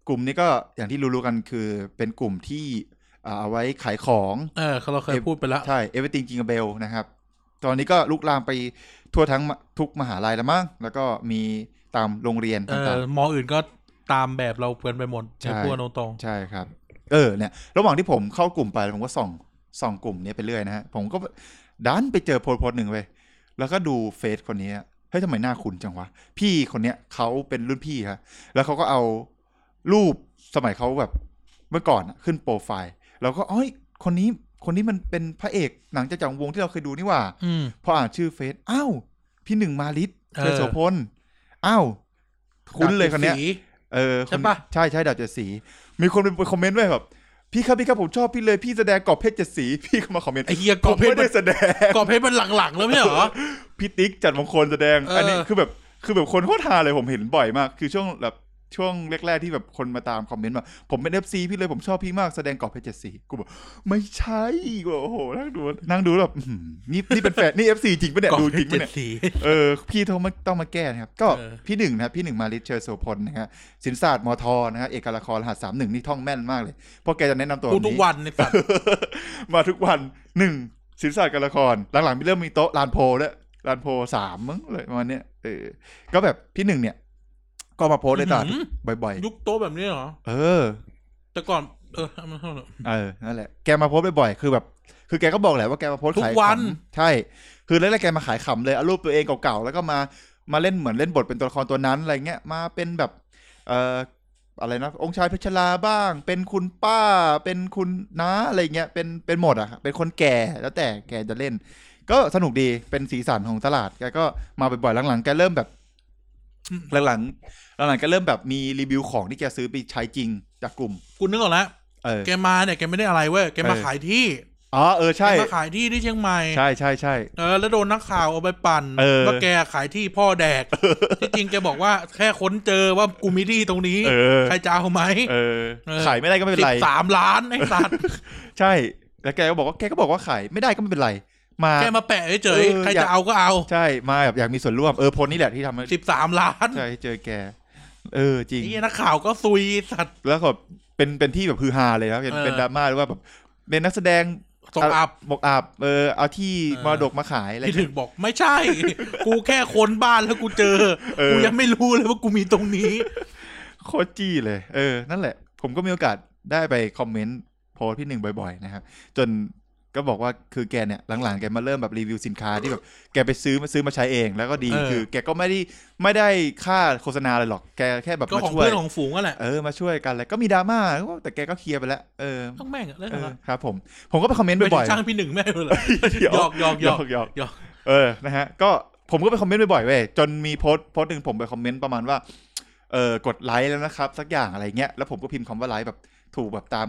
กลุ่มนี้ก็อย่างที่รู้ๆกันคือเป็นกลุ่มที่อ่าเอาไว้ขายของ
เออเราเคยพูดไปแล้ว
ใช่ everything jingle bell นะครับ ตอนนี้ก็ลุกลามไปทั่วทั้งมทุกมหาลัยแล้วมั้งแล้วก็มีตามโรงเรียน
เออ
ต่าง
มออื่นก็ตามแบบเราเกินไปหมด
ใช่
จะพูดกันตรง
ๆใช่ครับ เออเนี่ยระหว่างที่ผมเข้ากลุ่มไปผมก็ส่องส่องกลุ่มเนี้ยไปเรื่อยนะฮะ ผมก็ดันไปเจอโพสต์โพสต์หนึ่งไปแล้วก็ดูเฟซคนนี้อะเฮ้ยทำไมหน้าคุ้นจังวะ พี่คนเนี้ยเขาเป็นรุ่นพี่ฮะ แล้วเขาก็เอารูปสมัยเขาแบบเมื่อก่อนอะขึ้นโปรไฟล์แล้วก็เอ้ยคนนี้คนนี้มันเป็นพระเอกหนังจากจักรวงศ์ที่เราเคยดูนี่หว่า
ๆอืม
พออ่านชื่อเฟซอ้าวพี่หนึ่งมาลิศ
เออ
เชยโสพลอ้าวคุ้นเลยคนเนี้ย
สี
เออคน
ใช่ปะ
ใช่ใช่ดาบเจ็ดสี มีคนไปคอมเมนต์ไว้แบบ พี่ครับพี่ครับผมชอบพี่เลยพี่แสดงกรอบเพชรเจ็ดสี พี่ก็มาคอมเมนต์
ไอเฮียก
ก
ร
ร
อ
อ
บบ เพ
เพ
ช
ช
ร
ร
มั
ได้
น
แสดง
กรอบเพชรมันหลังๆแล้วไม่ใช่เหรอ
พี่ติ๊กจัดมงคลแสดง
เอออั
อันนี้คือแบบคือแบบคนโคตรฮาเลยผมเห็นบ่อยมาก คือช่วงแบบช่วงแรกๆที่แบบคนมาตามคอมเมนต์ว่าผมเป็นเอฟซีพี่เลยผมชอบพี่มากแสดงกรอบเพชรเจ็ดสีกูบอกไม่ใช่กูบอกโอ้โหนั่งดูนั่งดูแล้วแบบอื้อหือนี่นี่เป็นแฟนนี่เอฟซีจริงปะเนี่ย
กรอบ
ดู
เพ
จ
ชรง
ริ
เจ็
ปะเนี่ย
ดสี
เออพี่ต้องมาต้องมาแก้นะครับ ก็
เออ
พี่หนึ่งนะครับพี่หนึ่งมาลิศเชอร์โสพลนะฮะสินศาสตร์มอทอนะฮะเอกละครรหัสสามหนึ่งนี่ท่องแม่นมากเลยเพราะแกจะแนะนำตัว
พูด
แบ
ทุ
บ
ก
นี้
วันในสัตว์
มาทุกวันหนึ่งสินศาสตร์การละคร หลังๆมีเริ่มมีโต๊ะลานโพลแล้วยลานโพลสามมั้งเลยประมาณเนี้ยเออก็แบบพี่หนึ่งเนี่ย ก็มาโพสต์ในตลาด
อื้อหื
บ่อย
ยุคโต๊ะแบบนี้เหรอ
ๆ เออ
แต่ก่อนเออเอามันเท่าไหร่
เออ นั่นแหละ แกมาโพสต์บ่อยๆ คือแบบ คือแกก็บอกแหละว่าแกมาโพสต์
ทุก
ขาย
วัน
ขำใช่ คือแรกๆแกมาขายขำเลย เอารูปตัวเองเก่าๆ แล้วก็มา มาเล่นเหมือนเล่นบทเป็นตัวละครตัวนั้นอะไรเงี้ยมาเป็นแบบเอ่ออะไรนะองค์ชายเพชรลาบ้าง เป็นคุณป้าเป็นคุณน้าอะไรเงี้ยเป็นเป็นหมดอะเป็นคนแก่แล้วแต่แกจะเล่น ก็สนุกดีเป็นสีสันของตลาดแกก็มาบ่อยๆหลังๆแกเริ่มแบบ หลังๆหลังๆแกเริ่มแบบมีรีวิวของที่แกซื้อไปใช้จริงจากกลุ่ม
กูนึกออกแล้ว
เออ
แกมาเนี่ยแกไม่ได้อะไรเว้ยแกมา
เออ
ขายที่
อ๋อเออ
แก
ใช่
มาขายที่ที่เชียงใหม่
ใช่ใช่ใช่
เออแล้วโดนนักข่าวเอาไปปั่น
เออ
ว่าแกขายที่พ่อแดก ที่จริงแกบอกว่าแค่ค้นเจอว่ากูมีที่ตรงนี้
เออ
ใครจะเอาไหม
เออ
เออ
ขายไม่ได้ก็ไม่เป็
สิ
นไร
บสามล้านไอ้สัตว์
ใช่ แล้วแกก็บอกว่าแกก็บอกว่าขายไม่ได้ก็ไม่เป็นไร มา
แค่มาแปะเฉย
เออ
ๆใคร
อยาก
จะเอาก็เอา
ใช่มาแบบอยากมีส่วนร่วมเออพลนี่แหละที่ทำให้
สิบสามล้าน
ใช่เจอแก เออจริง
นี่นักข่าวก็ซุยสัตว์
แล้วก็เป็นเป็นที่แบบฮือฮาเลยนะเป็น
เออ
เป็นดราม่าหรือว่าแบบเป็นนักแสดง
ตกอับ
บกอับเออเอาที่
เออ
มรดกมาขายอะไร
ที่ถึงบอกไม่ ใช่ กูแค่ค้นบ้านแล้วกูเจอ
เออ
กูยังไม่รู้เลยว่ากูมีตรงนี้
โคตรจี้เลย เออ นั่นแหละ ผมก็มีโอกาสได้ไปคอมเมนต์โพสต์พี่หนึ่งบ่อยๆ นะครับ จนก็บอกว่าคือแกเนี่ย หลังๆ แกมาเริ่มแบบรีวิวสินค้าที่แบบ แกไปซื้อมาซื้อมาใช้เอง แล้วก็ดี
เออ
คือแกก็ไม่ได้ไม่ได้ค่าโฆษณาอะไรหรอก แกแค่แบบ
ก็
มา
ของ
ช่วย
เพื่อนของฝูงนั่นแหละ
เออ มาช่วยกันอะไรก็มีดราม่าแต่แกก็เคลียร์ไปแล้ว เออ
ต้องแม่งอะเรื่อง
เอ
อะไร
อครับผม ผมก็ไปคอมเมนต์
ไม่
บ่
ถึ
อย
ง
ๆ
ช่างพี่หนึ่งแม่งเลยเหรอ
เดี๋ว
หยอกหยอกหยอก
หยอก
หยอก
เออนะฮะก็ผมก็ไปคอมเมนต์บ่อยๆเว้ยจนมีโพสต์โพสต์หนึ่งผมไปคอมเมนต์ประมาณว่าเออกดไลค์แล้วนะครับ สักอย่างอะไรเงี้ยแล้วผมก็พิมพ์คำว่าไลค์แบบถูกแบบตาม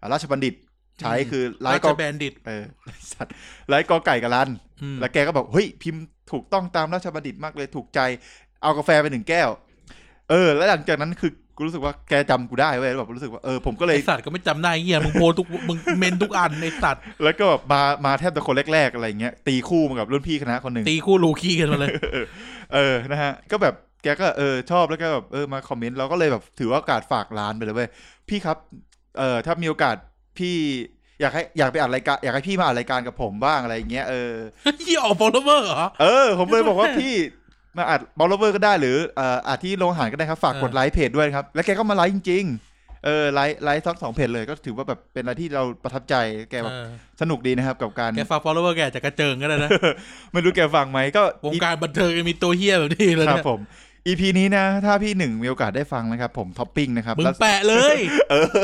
อ่าราชบัณฑิต ใช้คือไล
รา
ค์ก
ช
อ
แบนดิต
เออ สัตว์ไลค์กอไก่กับรัน
อืม
แล้วแกก็บอกเฮ้ยพิมพ์ถูกต้องตามราชบัณฑิตมากเลยถูกใจเอากาแฟไปหนึ่งแก้ว เออ แล้วหลังจากนั้นคือกูรู้สึกว่าแกจำกูได้เว้ยแล้วแบบรู้สึกว่าเออผมก็เลย
ไอสัตว์ก็ไม่จำได้เหี้ยมึงโพสทุกมึงเมนทุกอันไอสัตว์
แล้วก็แบบมามาแทบแต่คนแรกๆอะไรเงี้ยตีคู่มากับรุ่นพี่คณะคนหนึ่ง
ตีคู่ลูคีกันมาเลย
เออ นะฮะ ก็แบบแกก็เออชอบแล้วก็แบบเออมาคอมเมนต์เราก็เลยแบบถือว่าโอกาสฝากร้านไปเลยเว้ยพี่ครับ เออถ้ามีโอกาสพี่อยากให้อยากไปอัดรายการอยากให้พี่มาอัดรายการกับผมบ้างอะไรอย่างเงี้ยเออ
เหี้ยออกฟอลโลเวอร์เหรอ
เออ ผมเลยบอกว่าพี่มาอัดบอลโลเวอร์ก็ได้หรือเอ่ออัดที่โรงอาหารก็ได้ครับ ฝาก
เออ
กดไลค์เพจด้วยนะครับ แล้วแกก็มาไลค์จริง ๆ เออไลค์ไลค์ทั้งสองเพจเลยก็ถือว่าแบบเป็นอะไรที่เราประทับใจแกแบบ
เออ
สนุกดีนะครับกับการ
แกฝากฟอลโลเวอร์แกอาจจะกระเจิงก็ได้ นะ
ไม่รู้แกฟังไหมก็
วงการบันเทิงยังมีตัวเหี้ยแบบนี้เลย
ครั
เนี่
บ
ย
ผม EP นี้นะ ถ้าพี่หนึ่งมีโอกาสได้ฟังนะครับ ผมท็อปปิ้งนะครับ
มึง
รัฐ
แปะเลย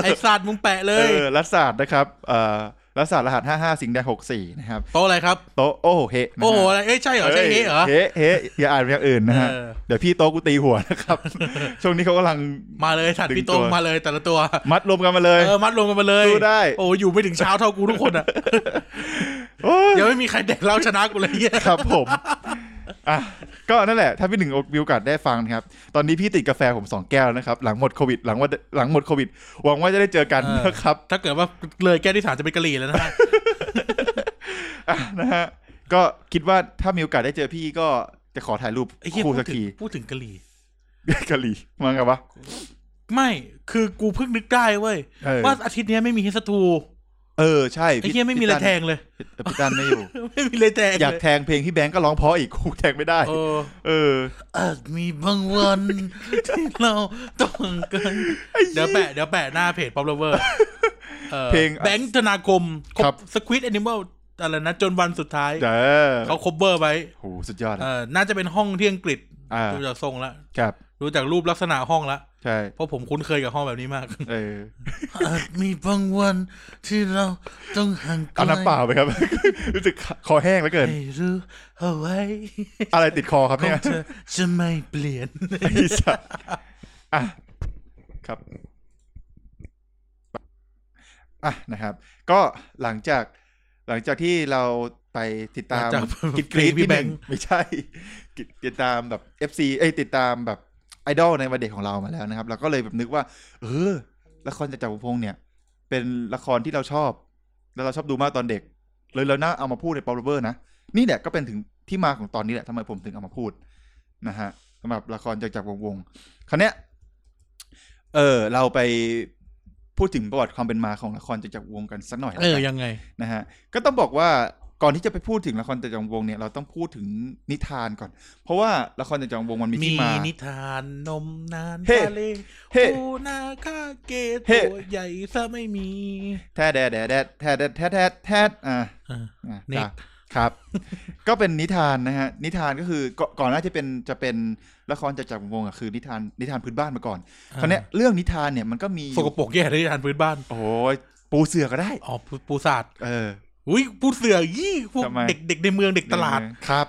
ไอสัตว์มึงแปะเล
เอย อรัฐศาสตร์นะครับเอ่อรัฐศาสตร์รหัส 55 สิงห์แดง64 นะครับ
โตะอะไรครับ
โต๊ะโอ้โหเฮะนะฮะ
โอ้โหอะไรเอ้ยใช่เหรอใช่เฮ้เหรอ
เฮะเฮะอย่าอ่านอย่างอื่นนะฮะ
เออ
เดี๋ยวพี่โต๊ะกูตีหัว นะครับ ช่วงนี้เขากำลัง
มาเลยสัตว์
ดึง
พี่โต
ตัว
มาเลยแต่ละตัว
มัดรวมกันมาเลย
เออมัดรวมกันมาเลย
สู้ได้
โอ้อยู่ไม่ถึงเช้าเท่ากูทุกคนอ่ะ
โอ้ย
ยังไม่มีใครแดกเหล้าชนะกูเลยเหี้ ย
ครับผมอ่ะก็นั่นแหละ ถ้าพี่หนึ่งมีโอกาสได้ฟังนะครับ ตอนนี้พี่ติดกาแฟผมสองแก้วนะครับ หลังหมดโควิด หลังว่าหลังหมดโควิดหวังว่าจะได้เจอกันนะครับ
ถ้าเกิดว่าเลยแก้วที่สามจะเป็นกะหรี่ แล้วนะ
อ่ะนะฮะก็คิดว่าถ้ามีโอกาสได้เจอพี่ก็จะขอถ่ายรูป
ไอ้เหี้ย
คู่
พู
สั
ด
ก
ถึง
ที
พูดถึงกะหรี่
กะหรี่มาไงวะ
ไม่คือกูเพิ่งนึกได้เว้ย
เออ
ว่าอาทิตย์เนี้ยไม่มีฮิสตู
เออใช่
ไอ้เหี้ยไม่มีอะไรแทงเลย
พี่ตันไม่อยู่
ไม่มีอะไรแทง
อยาก
เลย
แทงเพลงที่แบงก์ก็ร้องเพราะอีกกูแทงไม่ได้
เออ
เออ
อาจมีบางวันที่เราต้องกันเดี๋ยวแปะเดี๋ยวแปะหน้าเพจ Pop Lover เออ
เพลง
แบงค์ธนาคม
ครับ
สควิตแอนิมอลอะไรนะ จนวันสุดท้าย
เด้อ
เขาคบเบอร์ไว้
โหสุดยอด
เอ
อะ
อน่าจะเป็นห้องที่อังกฤษ
อ่า
ดูจากทรงละ
ครับ
ดูจากรูปลักษณะห้องละ
ใช่
เพราะผมคุ้นเคยกับห้องแบบนี้มาก
เออ
อาจมีบางวันที่เราต้องห่างไกล
เอาน้ำเปล่าไปครับ รู้สึกคอแห้งแล้วเกิน
ให้รู้เอาไว้
อะไรติดคอครับ
ขอ
เนี่
ง
ย
เธอจะไม่เปลี่ยน
ไอ้สัสอ่ะครับอ่ะนะครับ ก็หลังจากหลังจากที่เราไปติดตาม
หลังจาก
กิจกรีด
พี่
พี่
แบ
แบ
ง
ง
ค์
ไม่ใช่กิจติดตามแบบ FC เอ้ยติดตามแบบไอดอลในวัยเด็กของเรามาแล้วนะครับเราก็เลยแบบนึกว่า เออ ละครจากจักรพงศ์เนี่ย เป็นละครที่เราชอบ แล้วเราชอบดูมากตอนเด็ก เลยเราน่าเอามาพูดในปอลเบอร์นะ นี่แหละก็เป็นถึงที่มาของตอนนี้แหละทำไมผมถึงเอามาพูดนะฮะสำหรับละครจากจากรวงศ์วงศ์คราวเนี้ยเออ เราไปพูดถึงประวัติความเป็นมาของละครจากจากรวงศ์กันสักหน่อย
เออ
แล้วกัน
ยังไง
นะฮะก็ต้องบอกว่าก่อนที่จะไปพูดถึงละครจากจากรวงศ์เนี่ยเราต้องพูดถึงนิทานก่อน เพราะว่าละครจากจากรวงศ์มันมี
มี
ที่มา
นิทานนมนาน
เฮ้
ทะเล
เฮ้
ปูนาคาเกต
เฮ้
ตัวใหญ่ซะไม่มี
แท้แดดแดดแท้แดดแท้แดดแท้อ่า
เออ
อ่ะ
นิก
จ้ะ ครับ ก็เป็นนิทานนะฮะ นิทานก็คือก่อนก่อนหน้าที่เป็นจะเป็นละครจากจักรวงศ์อะคือนิทานนิทานพื้นบ้านมาก่อนคราวเนี้ยเรื่องนิทานเนี่ยมันก็มี
สกปรกแย่ที่ทานพื้นบ้าน
โอ้โหปูเสือก็ได้
อ๋อปูปูศาสตร์
เออ
อุ้ยปูเสือยี่พวก
ทำไม
เด็กเด็กในเมืองเด็กตลาด
ครับ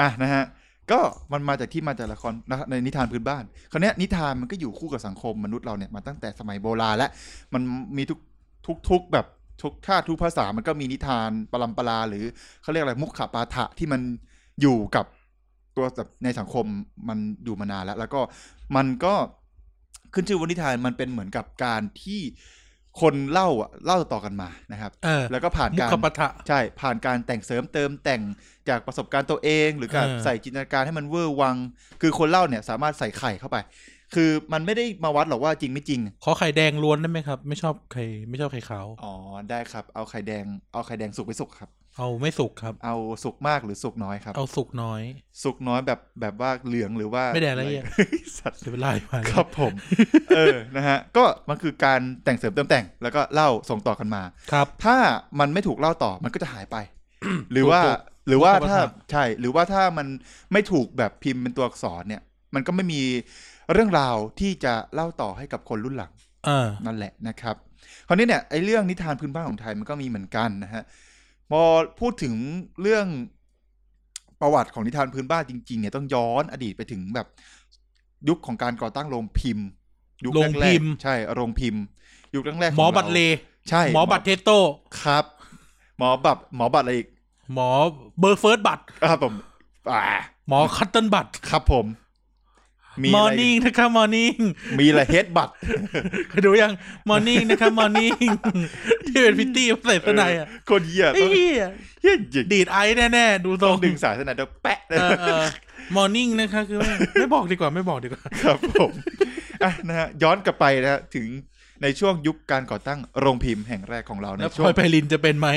อ่ะนะฮะ ก็มันมาจากที่มาจากละครนะในนิทานพื้นบ้าน คราวเนี้ยนิทานมันก็อยู่คู่กับสังคมมนุษย์เราเนี่ยมาตั้งแต่สมัยโบราณและ มันมีทุกทุกทุกแบบทุกชาติทุกภาษามันก็มีนิทานปรัมปราหรือเขาเรียกอะไรมุขขปาฐะที่มันอยู่กับตัวแบบในสังคมมันอยู่มานานแล้ว แล้วก็มันก็ขึ้นชื่อว่านิทานมันเป็นเหมือนกับการที่คนเล่าอะเล่าต่อกันมานะครับ
เออ
แล้วก็ผ่าน
มุ
การ
ขปะทะ
ใช่ ผ่านการแต่งเสริมเติมแต่งจากประสบการณ์ตัวเอง หรือการ
เออ
ใส่จินตนาการให้มันเวอร์วัง คือคนเล่าเนี่ยสามารถใส่ไข่เข้าไป คือมันไม่ได้มาวัดหรอกว่าจริงไม่จริง
ขอไข่แดงล้วนได้ไหมครับ ไม่ชอบไข่ไม่ชอบไข่ขาว
อ๋อ ได้ครับ เอาไข่แดง เอาไข่แดงสุกไปสุกครับ
เอาไม่สุกครับ
เอาสุกมากหรือสุกน้อยครับ
เอาสุกน้อย
สุกน้อยแบบแบบว่าเหลืองหรือว่า
ไม่แดงละเอียด
สัตว์
จะเป็นไล่ไป
ครับผม เออ นะฮะ ก็มันคือการแต่งเสริมเติมแต่ง แล้วก็เล่าส่งต่อกันมา
ครับ
ถ้ามันไม่ถูกเล่าต่อมันก็จะหายไป หรือว่า
ถูก
หรือว่า
ถูก
ถ้า
ครับ
ใช่ หรือว่าถ้ามันไม่ถูกแบบพิมพ์เป็นตัวอักษรเนี่ย มันก็ไม่มีเรื่องราวที่จะเล่าต่อให้กับคนรุ่นหลัง
เออ
นั่นแหละนะครับคราวนี้เนี่ยไอ้เรื่องนิทานพื้นบ้านของไทยมันก็มีเหมือนกันนะฮะพอพูดถึงเรื่องประวัติของนิทานพื้นบ้านจริงๆเนี่ยต้องย้อนอดีตไปถึงแบบยุคของการก่อตั้งโรงพิมพ์ ยุค
โรง
แร
พิ
ก
มพ์
ๆใช่โรงพิมพ์ ยุคแรกๆขง
หมอบัตร
รา
เล
ใช่
หมอบัตรเทสโต
ครับ หมอบัตรหมอบัตรอะไรอีก
หมอเบอร์เฟิร์สบัตร
ครับผมอ่า
หมอคัตเติลบัตร
ครับผม มี
มอ
อะ
ร์
ไร
นิ่งนะครับมอร์นิ่ง
มีอะไรเฮดบัต
เคยดูยังมอร์นิ่งนะครับมอร์นิ่งที่เป็นพิตตี้ใส่เสื้อในอ่ะ
คนเหี้ย
ไอ้
ต้อง
เหี้ย
เหี้ยจริง
ดีดไอซ์แน่ๆดูทรง
ดึงสายเสนอเดี๋ยวแปะเลย
มอร์นิ่งนะคะคือไม่ไม่บอกดีกว่าไม่บอกดีกว่า
ครับผมอ่ะนะฮะย้อนกลับไปนะฮะถึงในช่วงยุคการก่อตั้งโรงพิมพ์แห่งแรกของเราใน
แล้วพ
ช่ว
ลอง ยไพลินจะเป็นไหม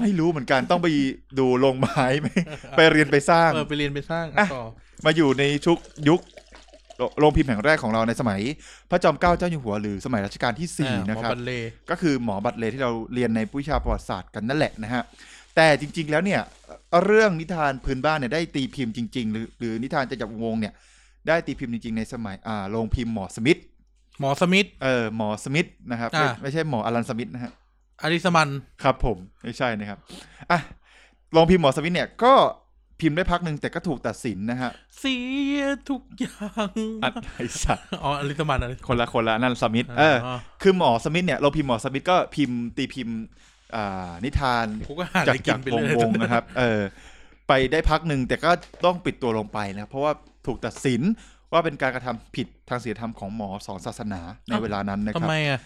ไม่รู้เหมือนกันต้องไปดูโรงไม้ไหมไปเรียนไปสร้าง
เออไปเรียนไปสร้าง
อ่ะ
ต่อ
มาอยู่ในชุกยุคโรโรงพิมพ์แห่งแรกของเราในสมัย พระจอมเกล้าเจ้าอยู่หัวหรือสมัยรัชกาลที่สี่
อ่าหม
นะ
อ
ครับ
บัลเล่
ก็คือหมอบัตรเลที่เราเรียนในวิชาประวัติศาสตร์กันนั่นแหละนะฮะ แต่จริง ๆ แล้วเนี่ยเรื่องนิทานพื้นบ้านเนี่ยได้ตีพิมพ์จริง ๆ หรือหรือนิทานจะจับวงศ์เนี่ย ได้ตีพิมพ์จริง ๆ ในสมัยอ่าโรงพิมพ์หมอสมิธ
หมอสมิธ
เออหมอสมิธนะครับไม่
อ่า
ไม่ใช่หมออลันสมิธนะฮะ
อาริสมัน
ครับผมไม่ใช่นะครับอ่ะโรงพิมพ์หมอสมิธเนี่ยก็พิมพ์ได้พักหนึ่งแต่ก็ถูกตัดสินนะฮะ
เสียทุกอย่าง
อัดไอสัตว์
อ๋ออาริสมันอาริส
คนละคนละนั่นสมิธเออคือหมอสมิธเนี่ยโรงพิมพ์หมอสมิธก็พิมพ์ตีพิมพ์อ่านิทาน
กูก็หาอะ
จาก
ไรกิ
จาก
นไป
ว
เรื่
ง
อยว
งๆนะครับ เออ ไปได้พักหนึ่งแต่ก็ต้องปิดตัวลงไปนะ เพราะว่าถูกตัดสินว่าเป็นการกระทำผิดทางศีลธรรมของหมอสองศาสนาในเวลานั้นนะค
ทำ
รับ
ไมอ่ะ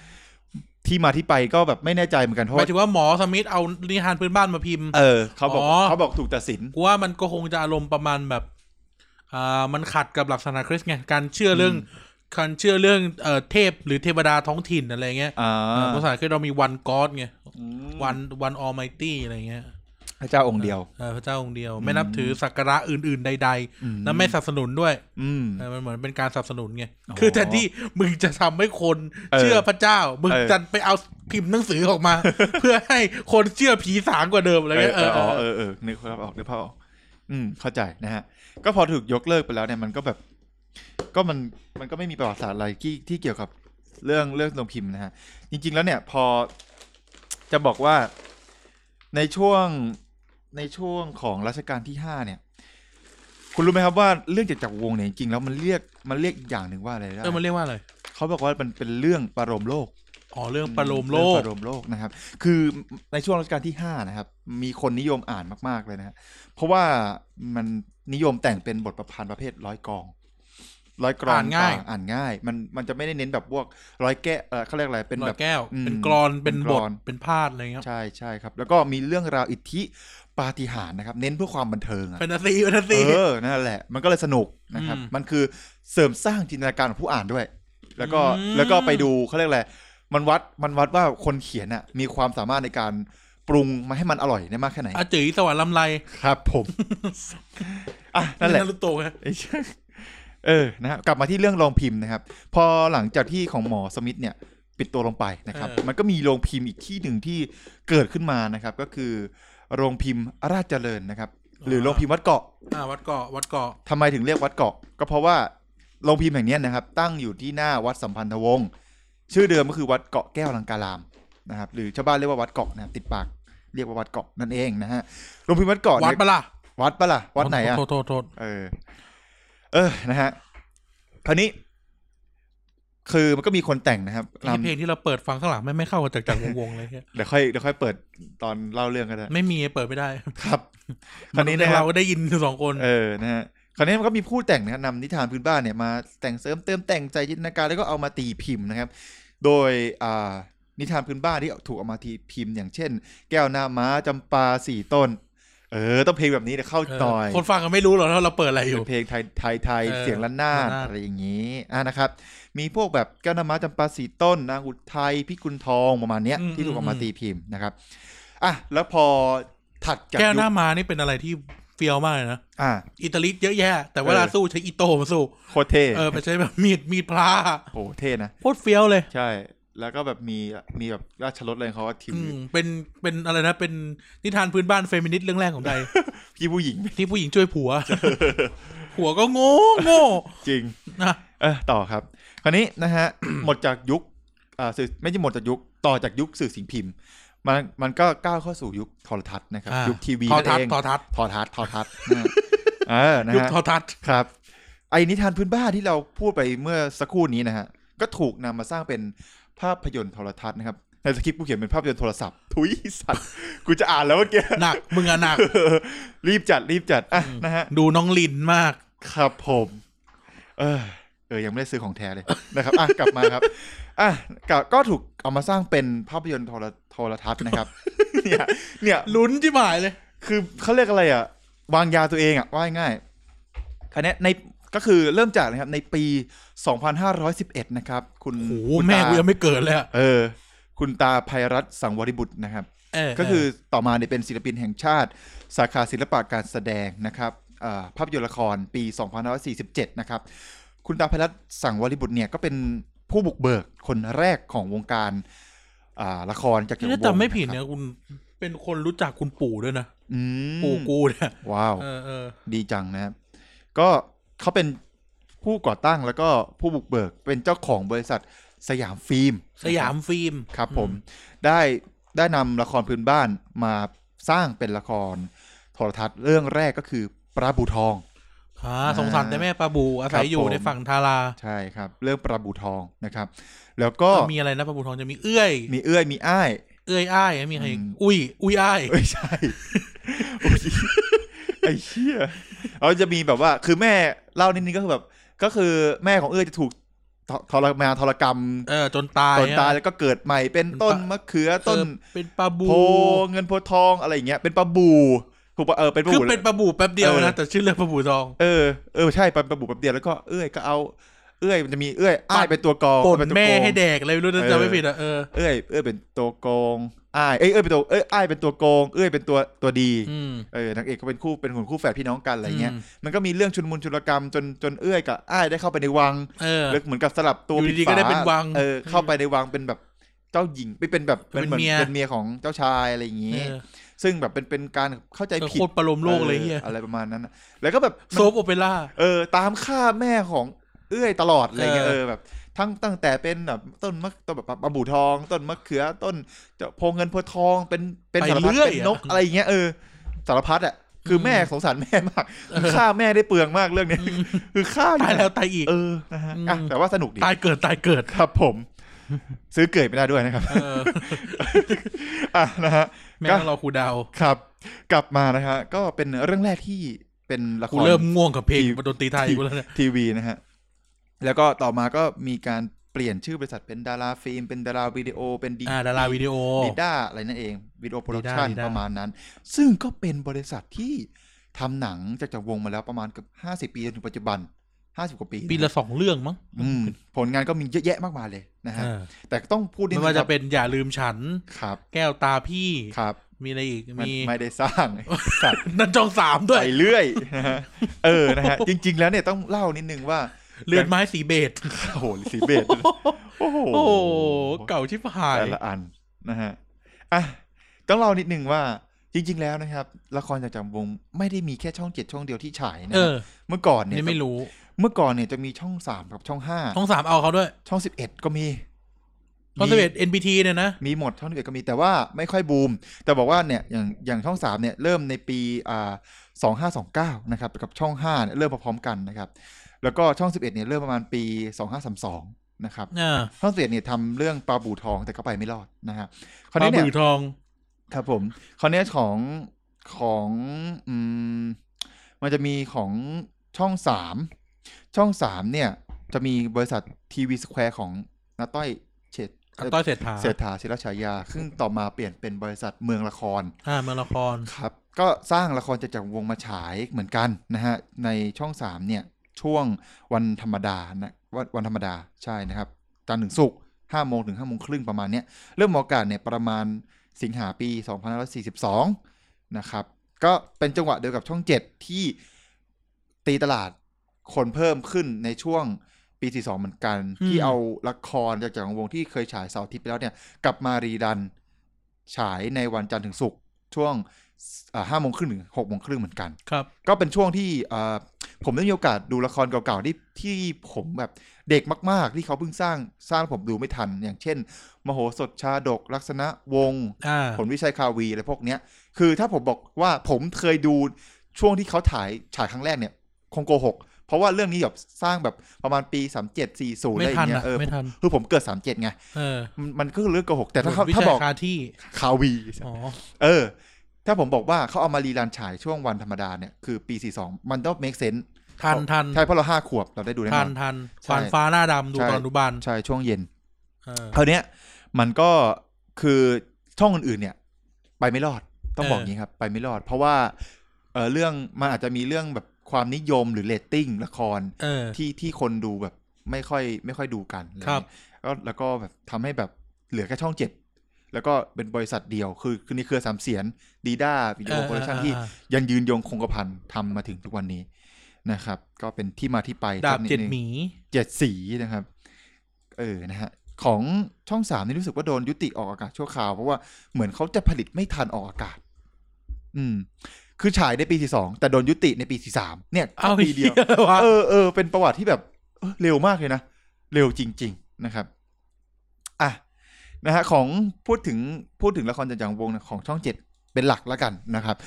ที่มาที่ไปก็แบบไม่แน่ใจเหมือนกันเพ
ห
ราะ
มาย
ว่า
ถึงว่าหมอสมิธเอานิทานพื้นบ้านมาพิมพ์
เออเขาบอก
อ๋อ
เขาบอกถูกตัดสิน
กูว่ามันก็คงจะอารมณ์ประมาณแบบอ่ามันขัดกับหลักศาสนาคริสต์ไงการเชื่อเรื่องการเชื่อเรื่องเอ่อเทพหรือเทวดาท้องถิ่นอะไรเงี้ย
อ่า
ภาษาคริสต์เรามีวันก็อดไง
อืม
วันวันออ m i ตี้ อะไรเงี้ย
พระเจ้าองค์เดียว
เออพระเจ้าองค์เดียว ไม่นับถือสักการะอื่น ๆ ใด ๆ และไม่สนับสนุนด้วย
อืม
เออมันเหมือนเป็นการสนับสนุนไง
อ๋อ
คือแทนที่มึงจะทำให้คน
เออ
เชื่อพระเจ้า มึง
เออ
จะไปเอาพิมพ์หนังสือออกมา เพื่อให้คนเชื่อผีสางกว่าเดิมอะไร
เออ
เงี้ย
เอ
เออ
ออ๋อ
เอ
เอ
อ
อเออนึกภาพออกนึกภาพออกอืม เข้าใจนะฮะ ก็พอถูกยกเลิกไปแล้วเนี่ยมันก็แบบ ก็มันมันก็ไม่มีประวัติศาสตร์อะไรที่ที่เกี่ยวกับเรื่องเรื่องโรงพิมพ์นะฮะ จริง ๆ แล้วเนี่ย พอจะบอกว่าในช่วงในช่วงของรัชกาลที่ห้าเนี่ย คุณรู้ไหมครับว่าเรื่องจากจักรวงศ์เนี่ยจริงๆแล้วมันเรียกมันเรียกอีกอย่างหนึ่งว่าอะไรได้
เออมันเรียกว่าอะไร
เขาบอกว่ามันเป็นเรื่องประโลมโลก
อ๋อ เรื่องประโลมโลก
เรื่องประโลมโลกนะครับ คือในช่วงรัชกาลที่ห้านะครับ มีคนนิยมอ่านมาก ๆ เลยนะฮะเพราะว่ามันนิยมแต่งเป็นบทประพันธ์ประเภทร้อยกลองร้อยกลอง
อ่านง่าย
ต่อ่านง่าย มันมันจะไม่ได้เน้นแบบพวกร้อยแก้เอ่อเขาเรียกอะไรเป็น
รอ
แบ
ย
บ
แก้ว
อืม
เป็นกรอน เป็น
เป็นก
บ
ล
ท
อน
เป็นพาดอะไรเงี้ย
ใช่ใช่ครับ แล้วก็มีเรื่องราวอิทธิปาฏิหาริย์นะครับ เน้นเพื่อความบันเทิงอะ
แฟนตาซีแฟนตา
เอ
ซี
อ นั่นแหละ มันก็เลยสนุกนะครับ
อืม
มันคือเสริมสร้างจินตนาการของผู้อ่านด้วย แล้วก็
อืม
แล้วก็ไปดูเขาเรียกอะไรมันวัดมันวัดว่าคนเขียนน่ะมีความสามารถในการปรุงมาให้มันอร่อยได้มากแค่ไหน
อาจุ๋ยสวรรค์ลำไร
ครับผมอ่ะนั่นแหละ
นารุโตะไง
ไอ้เหี้ยเออ นะฮะ กลับมาที่เรื่องโรงพิมพ์นะครับ พอหลังจากที่ของหมอสมิธเนี่ย ปิดตัวลงไปนะครับ มันก็มีโรงพิมพ์อีกที่หนึ่งที่เกิดขึ้นมานะครับ ก็คือ โรงพิมพ์ราชเจริญนะครับ หรือโรงพิมพ์วัดเกาะ
อ่าวัดเกาะวัดเกาะ
ทำไมถึงเรียกวัดเกาะ ก็เพราะว่าโรงพิมพ์แห่งเนี้ยนะครับ ตั้งอยู่ที่หน้าวัดสัมพันธวงศ์ชื่อเดิมก็คือวัดเกาะแก้วลังการามนะครับ หรือชาวบ้านเรียกว่าวัดเกาะนะครับติดปากเรียกว่าวัดเกาะนั่นเองนะฮะโรงพิมพ์วัดเกาะ
วัด
เนี่ย
ปะล่ะ
วัดปะล่ะวัดไหนอ่ะ
โทษโทษโทษ
เออ เออนะฮะคราวนี้ คือมันก็มีคนแต่งนะครับ
ไอ้เพลง
นำ
ที่เราเปิดฟังข้างหลังไม่ไม่เข้ากับจากจากวงๆเลยเนี่ย
เดี๋ยวค่อยเดี๋ยวค่อยเปิดตอนเล่าเรื่องก็ได้
ไม่มีเปิดไม่ได้
ครับคราวนี้
มั
นะครั
เรา
บ
ก็ได้ยินสองคน
เออ นะฮะ คราวนี้มันก็มีผู้แต่งนะครับนำนิทานพื้นบ้านเนี่ยมาแต่งเสริมเติมแต่งใจจินตนาการแล้วก็เอามาตีพิมพ์นะครับ โดยอ่านิทานพื้นบ้านที่ถูกเอามาตีพิมพ์ อย่างเช่น แก้วหน้าม้าจำปาสี่ต้น เออ ต้องเพลงแบบนี้เดี๋ยวเข้า
เออ
ต่อย
คนฟังก็ไม่รู้หรอกว่าเราเปิดอะไรอยู่
เป็นเพลงไทยไทยไทย
เออ
เสียงล้านนาด
ล้านนาด
อะไรอย่างนี้อ่ะนะครับ มีพวกแบบแก้วหน้าม้าจำปาสี่ต้นนางอุทัยพิกุลทองประมาณเนี้ยที่ถูกเอามาตีพิมพ์นะครับอ่ะแล้วพอถัดจาก
แก้วหน้า
ยุค
มานี่เป็นอะไรที่เฟี้ยวมากเลยนะ
อ่ะ
อิตาลีเยอะแยะ แต่เวลา
เออ
สู้ใช้อิโต้มาสู้
โคตรเท่
เออไปใช้แบบมีดมีดพลา
โอ้เท่นะ
โคตรเฟี้ยวเลย
ใช่ แล้วก็แบบมีมีแบบราชรถอะไรของเขาว่าทิว
อืมเป็นเป็นอะไรนะ เป็นนิทานพื้นบ้านเฟมินิสต์เรื่องแรกของไท ย
พี่ผู้หญิง
ที่ผู้หญิงช่วย ผัว ผัวก็โง่โง่
จริง
นะ
เออต่อครับ คราวนี้นะฮะ หมดจากยุคอ่าสื่อไม่ใช่หมดจากยุคต่อจากยุคสื่อสิ่งพิมพ์ มันมันก็ก้าวเข้าสู่ยุคโทรทัศน์นะครับ
อ่ะ
ยุคทีวี
ทอ
นั่น
ทัศ
เอง
น์ทอทัศน์
ทอทัศน์ทอ ทัศน์นะฮะเออนะ
ยุค
ฮะ
ทอทัศน์
ครับ ไอ้นิทานพื้นบ้านที่เราพูดไปเมื่อสักครู่นี้นะฮะ ก็ถูกนำมาสร้างเป็นภาพยนตร์โทรทัศน์นะครับในสคริปต์กูเขียนเป็นภาพยนตร์โทรศัพท์ทุยสัตว์กูจะอ่านแล้วเมื่อกี้
หนักมึงอะหนัก
รีบจัดรีบจัดอ่ะ
อืม
นะฮะ
ดูน้องลินมาก
ครับผม เออ เออ ยังไม่ได้ซื้อของแท้เลย นะครับ อ่ะ กลับมาครับ อ่ะก็ก็ถูกเอามาสร้างเป็นภาพยนตร์โทรโทรทัศน์นะครับ เนี่ย เนี่ย
ลุ้นที่หมายเลย
คือเขาเรียกอะไรอ่ะ วางยาตัวเองอ่ะ ว่าง่ายๆคันนี้ยใน ก็คือเริ่มจากนะครับ ในปี 2511 นะครับ คุณ
โอ้โห
คุณ
แม่
ตา
กูยังไม่เกิดเลยอะ
เออ คุณตาภัยรัตน์สังวริบุตรนะครับ
เ
ก็คือต่อมาเนี่ยเป็นศิลปินแห่งชาติ สาขาศิลปะการแสดงนะครับอ่าภาพยนตร์ละครปี 2547 นะครับ คุณตาพรัตน์สั่งวริบุตรเนี่ย ก็เป็นผู้บุกเบิกคนแรกของวงการอ่าละครจากเกี่ยว
ถ้า
กับ
จำไม่ผิด
วง
เนี่ย
นะ
คุณเป็นคนรู้จักคุณปู่ด้วยนะ
อื
ปู่
ม
กูเนี่ย
ว้าว
เออเออ
ดีจังนะครับ ก็เขาเป็นผู้ก่อตั้งแล้วก็ผู้บุกเบิกเป็นเจ้าของบริษัทสยามฟิล์ม
สยามฟิล์ม
ครับผมได้ได้นำละครพื้นบ้านมาสร้างเป็นละครโทรทัศน์เรื่องแรกก็คือปลาบูทอง
อ่าสงสารแต่แม่ปลาบูอาศัยอยู่
ครับผม
ในฝั่งทารา
ใช่ครับ เรื่องปลาบูทองนะครับ แล้วก็
จะมีอะไรนะปลาบูทองจะมีเอื้อย
มีเอื้อยมีอ้าย
เอื้อยอ้ายแล้วมีใครอีก
อืม
อุ้ย อุ้ยอ้าย
ไม่ใช่โอ้ยไอ้เชี่ยเราจะมีแบบว่าคือแม่เล่านิดนึงก็คือแบบ ก็คือแม่ของเอื้อยจะถูกททรมานทรกรรม
เออจนตาย
ต้นตาย
อะ
แล้วก็เกิดใหม่เป็นต้น
เป็นปะ
มะเขือ
เออ
ต้น
เป็นปลาบู
โพเงินโพทองอะไรอย่างเงี้ยเป็นปลาบูถูกปะเออเป็นปลา
คือ
บู
เป็นปลาบูแป๊บเดียว
เออ
นะ แต่ชื่อเรื่องปลาบูทอง
เออเออใช่เป็นปลาบูแป๊บเดียวแล้วก็เอื้อยก็เอา เอื้อยมันจะมีเอื้อยอ้าย
ปะ
เป็นตัวกอง
ป่น
เป็นตัว
แม่
โกง
ให้แดกเลยไม่รู้นะ
เออ
จำไม่ผิดอ่ะเออ
เอื้อยเอื้อยเป็นตัวโกงอ้ายเอ้ยเอื้อยเป็นตัวเอ้ยอ้ายเป็นตัวโกง เอื้อยเป็นตัวตัวดี
อืม
เออนางเอกก็เป็นคู่เป็นคนคู่แฝดพี่น้องกันอะไรเงี้ย
ม
มันก็มีเรื่องชุนมุนชุลกรรมจนจนเอื้อยกับอ้ายได้เข้าไปในวัง
เออ
แล้วเหมือนกับสลับตัว
อยู่ดีๆ
ผิ
ก็ได้
ฝา
เป็นวัง
เออเข้าไปในวังเป็นแบบเจ้าหญิงไปเป็นแบบ
เป็น
หมือ
เมีย
เป็นเมียของเจ้าชายอะไรอย่างงี้
เออ
ซึ่งแบบเป็นเป็นการเข้าใจผิ
โค
ด
ตรประโลมโลกเลยเฮีย
อออะไรประมาณนั้นน่ะแล้วก็แบบมัน
โซฟโอเปร่า
เออตามฆ่าแม่ของเอื้อยตลอดอะไรเงี้ย
เอ
เอ
อ
อแบบทั้งตั้งแต่เป็นแบบต้นมะต้นแบบปะบูทอง ต้นมะเขือต้นเจ้าโพงเงินโพทองเป็นเป็น
ไป
สารพัด
เรื่อย
เป็นนกอะไรเงี้ยเออสารพัดอ่ะคือแม่สงสารแม่มาก
เออ
ฆ่าแม่ได้เปลืองมากเรื่องเนี้ยคือฆ่าอ
ตายแล้วตายอีก
เออนะฮะอ่ะ
อืม
แต่ว่าสนุกดี
ตายเกิดตายเกิด
ครับผม ซื้อเกิดไม่ได้ด้วยนะครับ
เออ
อ่ะนะฮะ
แม่
ก็
ต้องรอครูดาว
ครับ กลับมานะฮะก็เป็นเรื่องแรกที่เป็นละค
กู
ร
เริ่มง่วงกับเพลง
ที
ดนตรีไทยกูแล้วเนี่ย
ทีวีนะฮะ แล้วก็ต่อมาก็มีการเปลี่ยนชื่อบริษัทเป็นดาราฟิล์ม เป็นดาราวิดีโอ เป็นดี
อ่าดาราวิดีโอ
ดีด้าอะไรนั่นเองวิดีโอโปรดักชัน
Dida
ประมาณนั้น ซึ่งก็เป็นบริษัทที่ทำหนังจากจากวงมาแล้วประมาณเกับห้าสิบ50 ปีจนถึงปัจจุบันห้าสิบกว่าปี
ปีละสองเรื่องมั้ง
อืมผลงานก็มีเยอะแยะมากมายเลยนะฮะ
เออ
แต่ก็ต้องพูดนิด
ไม่
นึ
ว่าง
ค
จะ
รับ
เป็นอย่าลืมฉัน
ครับ
แก้วตาพี่
ครับ
มีอะไรอีก
มัน
มี
ไม่ได้สร้างสัตว์
นั่นจองสามด้วย
ไปเรื่อย นะฮะเออนะฮะจริง ๆ แล้วเนี่ยต้องเล่านิดนึงว่า
เลือนไม้สีเบจ
โอ้โหสีเบจโอ้โห
โอ้โหเก่าชิบหาย
แต่ละอันนะฮะอ่ะต้องเล่านิดนึงว่า จริง ๆ แล้วนะครับ ละครจากจักรวงศ์ไม่ได้มีแค่ช่องเจ็ดช่องเดียวที่ฉายนะ
เอ
ครับ
อ
เมื่อก่อนเนี่ย
นี่ไม่รู้
เมื่อก่อนเนี่ยจะมีช่องสามกับช่องห้า
ช่องสามเอาเขาด้วย
ช่องสิบเอ็ดก็มี
ช่องสิบเอ็ด NBT เนี่ยนะ
มีหมดช่องสิบเอ็ดก็มีแต่ว่าไม่ค่อยบูม แต่บอกว่าเนี่ยอย่างอย่างช่องสามเนี่ยเริ่มในปีอ่าสองห้าสองเก้านะครับกับช่องห้าเนี่ยเริ่มมาพร้อมกันนะครับ แล้วก็ช่องสิบเอ็ดเนี่ยเริ่มประมาณปีสองห้าสามสองนะครับ
อ่า
ช่องสิบเอ็ดเนี่ยทำเรื่องปลาบู่ทองแต่ก็ไปไม่รอดนะฮะค
ป
ราว
ลา
นี้เนี่ย
บือทอง
ครับผมคราวเนี้ยของของอืมมันจะมีของช่องสามช่องสามเนี่ย จะมีบริษัททีวีสแควร์ของนาต้อยเฉด
ต้อยเศรษฐา
เศรษฐาศิลฉายา ซึ่งต่อมาเปลี่ยนเป็นบริษัทเมืองละคร
อ่าเมืองละคร
ครับ ก็สร้างละครจากจักรวงศ์มาฉายเหมือนกันนะฮะ ในช่องสามเนี่ย ช่วงวันธรรมดานะวันวันธรรมดาใช่นะครับ จันทร์ถึงศุกร์ห้าโมงถึงห้าโมงครึ่งประมาณเนี้ย เริ่มออกอากาศเนี่ยประมาณสิงหาปี 2542 นะครับ ก็เป็นจังหวะเดียวกับช่อง 7 ที่ตีตลาดคนเพิ่มขึ้นในช่วงปี 42 เหมือนกัน
อืม
ที่เอาละครจากจากวงที่เคยฉายเสาร์อาทิตย์ไปแล้วเนี่ย กลับมารีดันฉายในวันจันทร์ถึงศุกร์ช่วงห้าโมงครึ่งถึงหกโมงครึ่งเหมือนกัน
ครับ
ก็เป็นช่วงที่เอ่อผมได้มีโอกาสดูละครเก่าๆที่ที่ผมแบบเด็กมาก ๆ ที่เขาเพิ่งสร้างสร้างแล้วผมดูไม่ทัน อย่างเช่น มโหสถชาดกลักษณะวงศ์
อ่า
ผลวิชัยคาวีอะไรพวกเนี้ย คือถ้าผมบอกว่าผมเคยดูช่วงที่เขาถ่ายฉายครั้งแรกเนี่ย คงโกหก เพราะว่าเรื่องนี้แบบสร้างแบบประมาณปี 37 40อะ
ไม่
ไรอย่า
ทัน
งเงี้
นะ
ยเออ
ไม่ทัน
คือผมเกิด 37 ไง
เออ
มันมันก็คือเรื่องโกหก แต่ถ้าเขา
วิ
ถ้า
ชา
บอก
คาที่
คาวี
อ๋อ
เออ ถ้าผมบอกว่าเขาเอามารีรันฉายช่วงวันธรรมดาเนี่ย คือปี 42 มันต้อง make sense
ทันทัน
ใช่เพราะเราห้าขวบเราได้ดูแน่น
ทั
อน น
ทัน
ใช่
ฟานฟ้าหน้าดำดู
ใช่
ตอนอนุบาล
ใช่ ช่วงเย็น
เออ
คราวเนี้ยมันก็คือช่องอื่นๆเนี่ย ไปไม่รอดต้องบอก
เออ
อ
อ
ย่างนี้ครับ ไปไม่รอด เพราะว่าเออเรื่องมันอาจจะมีเรื่องแบบความนิยมหรือเรตติ้งละคร
เออ
ที่ที่คนดูแบบไม่ค่อยไม่ค่อยดูกันอะไ
ครับ
เงี้ยแล้วแล้วก็แบบทำให้แบบเหลือแค่ช่องเจ็ดแล้วก็เป็นบริษัทเดียวคือคือในเครือสามเสียนดีด้าวิดีโอโปรดักชั่นที่
อ่า
ยังยืนยงคงกระพันทำมาถึงทุกวันนี้นะครับ ก็เป็นที่มาที่ไป
ดาบเจ็ดหมี
เจ็ดสีนะครับ เออนะฮะของช่องสามนี่รู้สึกว่าโดนยุติออกอากาศชั่วคราว เพราะว่าเหมือนเขาจะผลิตไม่ทันออกอากาศ อืม คือฉายในปีสี่สองแต่โดนยุติในปีสี่สามเนี่ย
เอา
ปีเดียว
เหี้วะ
เออเออเป็นประวัติที่แบบเออเร็วมากเลยนะ เร็วจริง ๆนะครับ อ่ะนะฮะของพูดถึงพูดถึงละครจันจังวงนะของช่องเจ็ดเป็นหลักแล้วกันนะครับ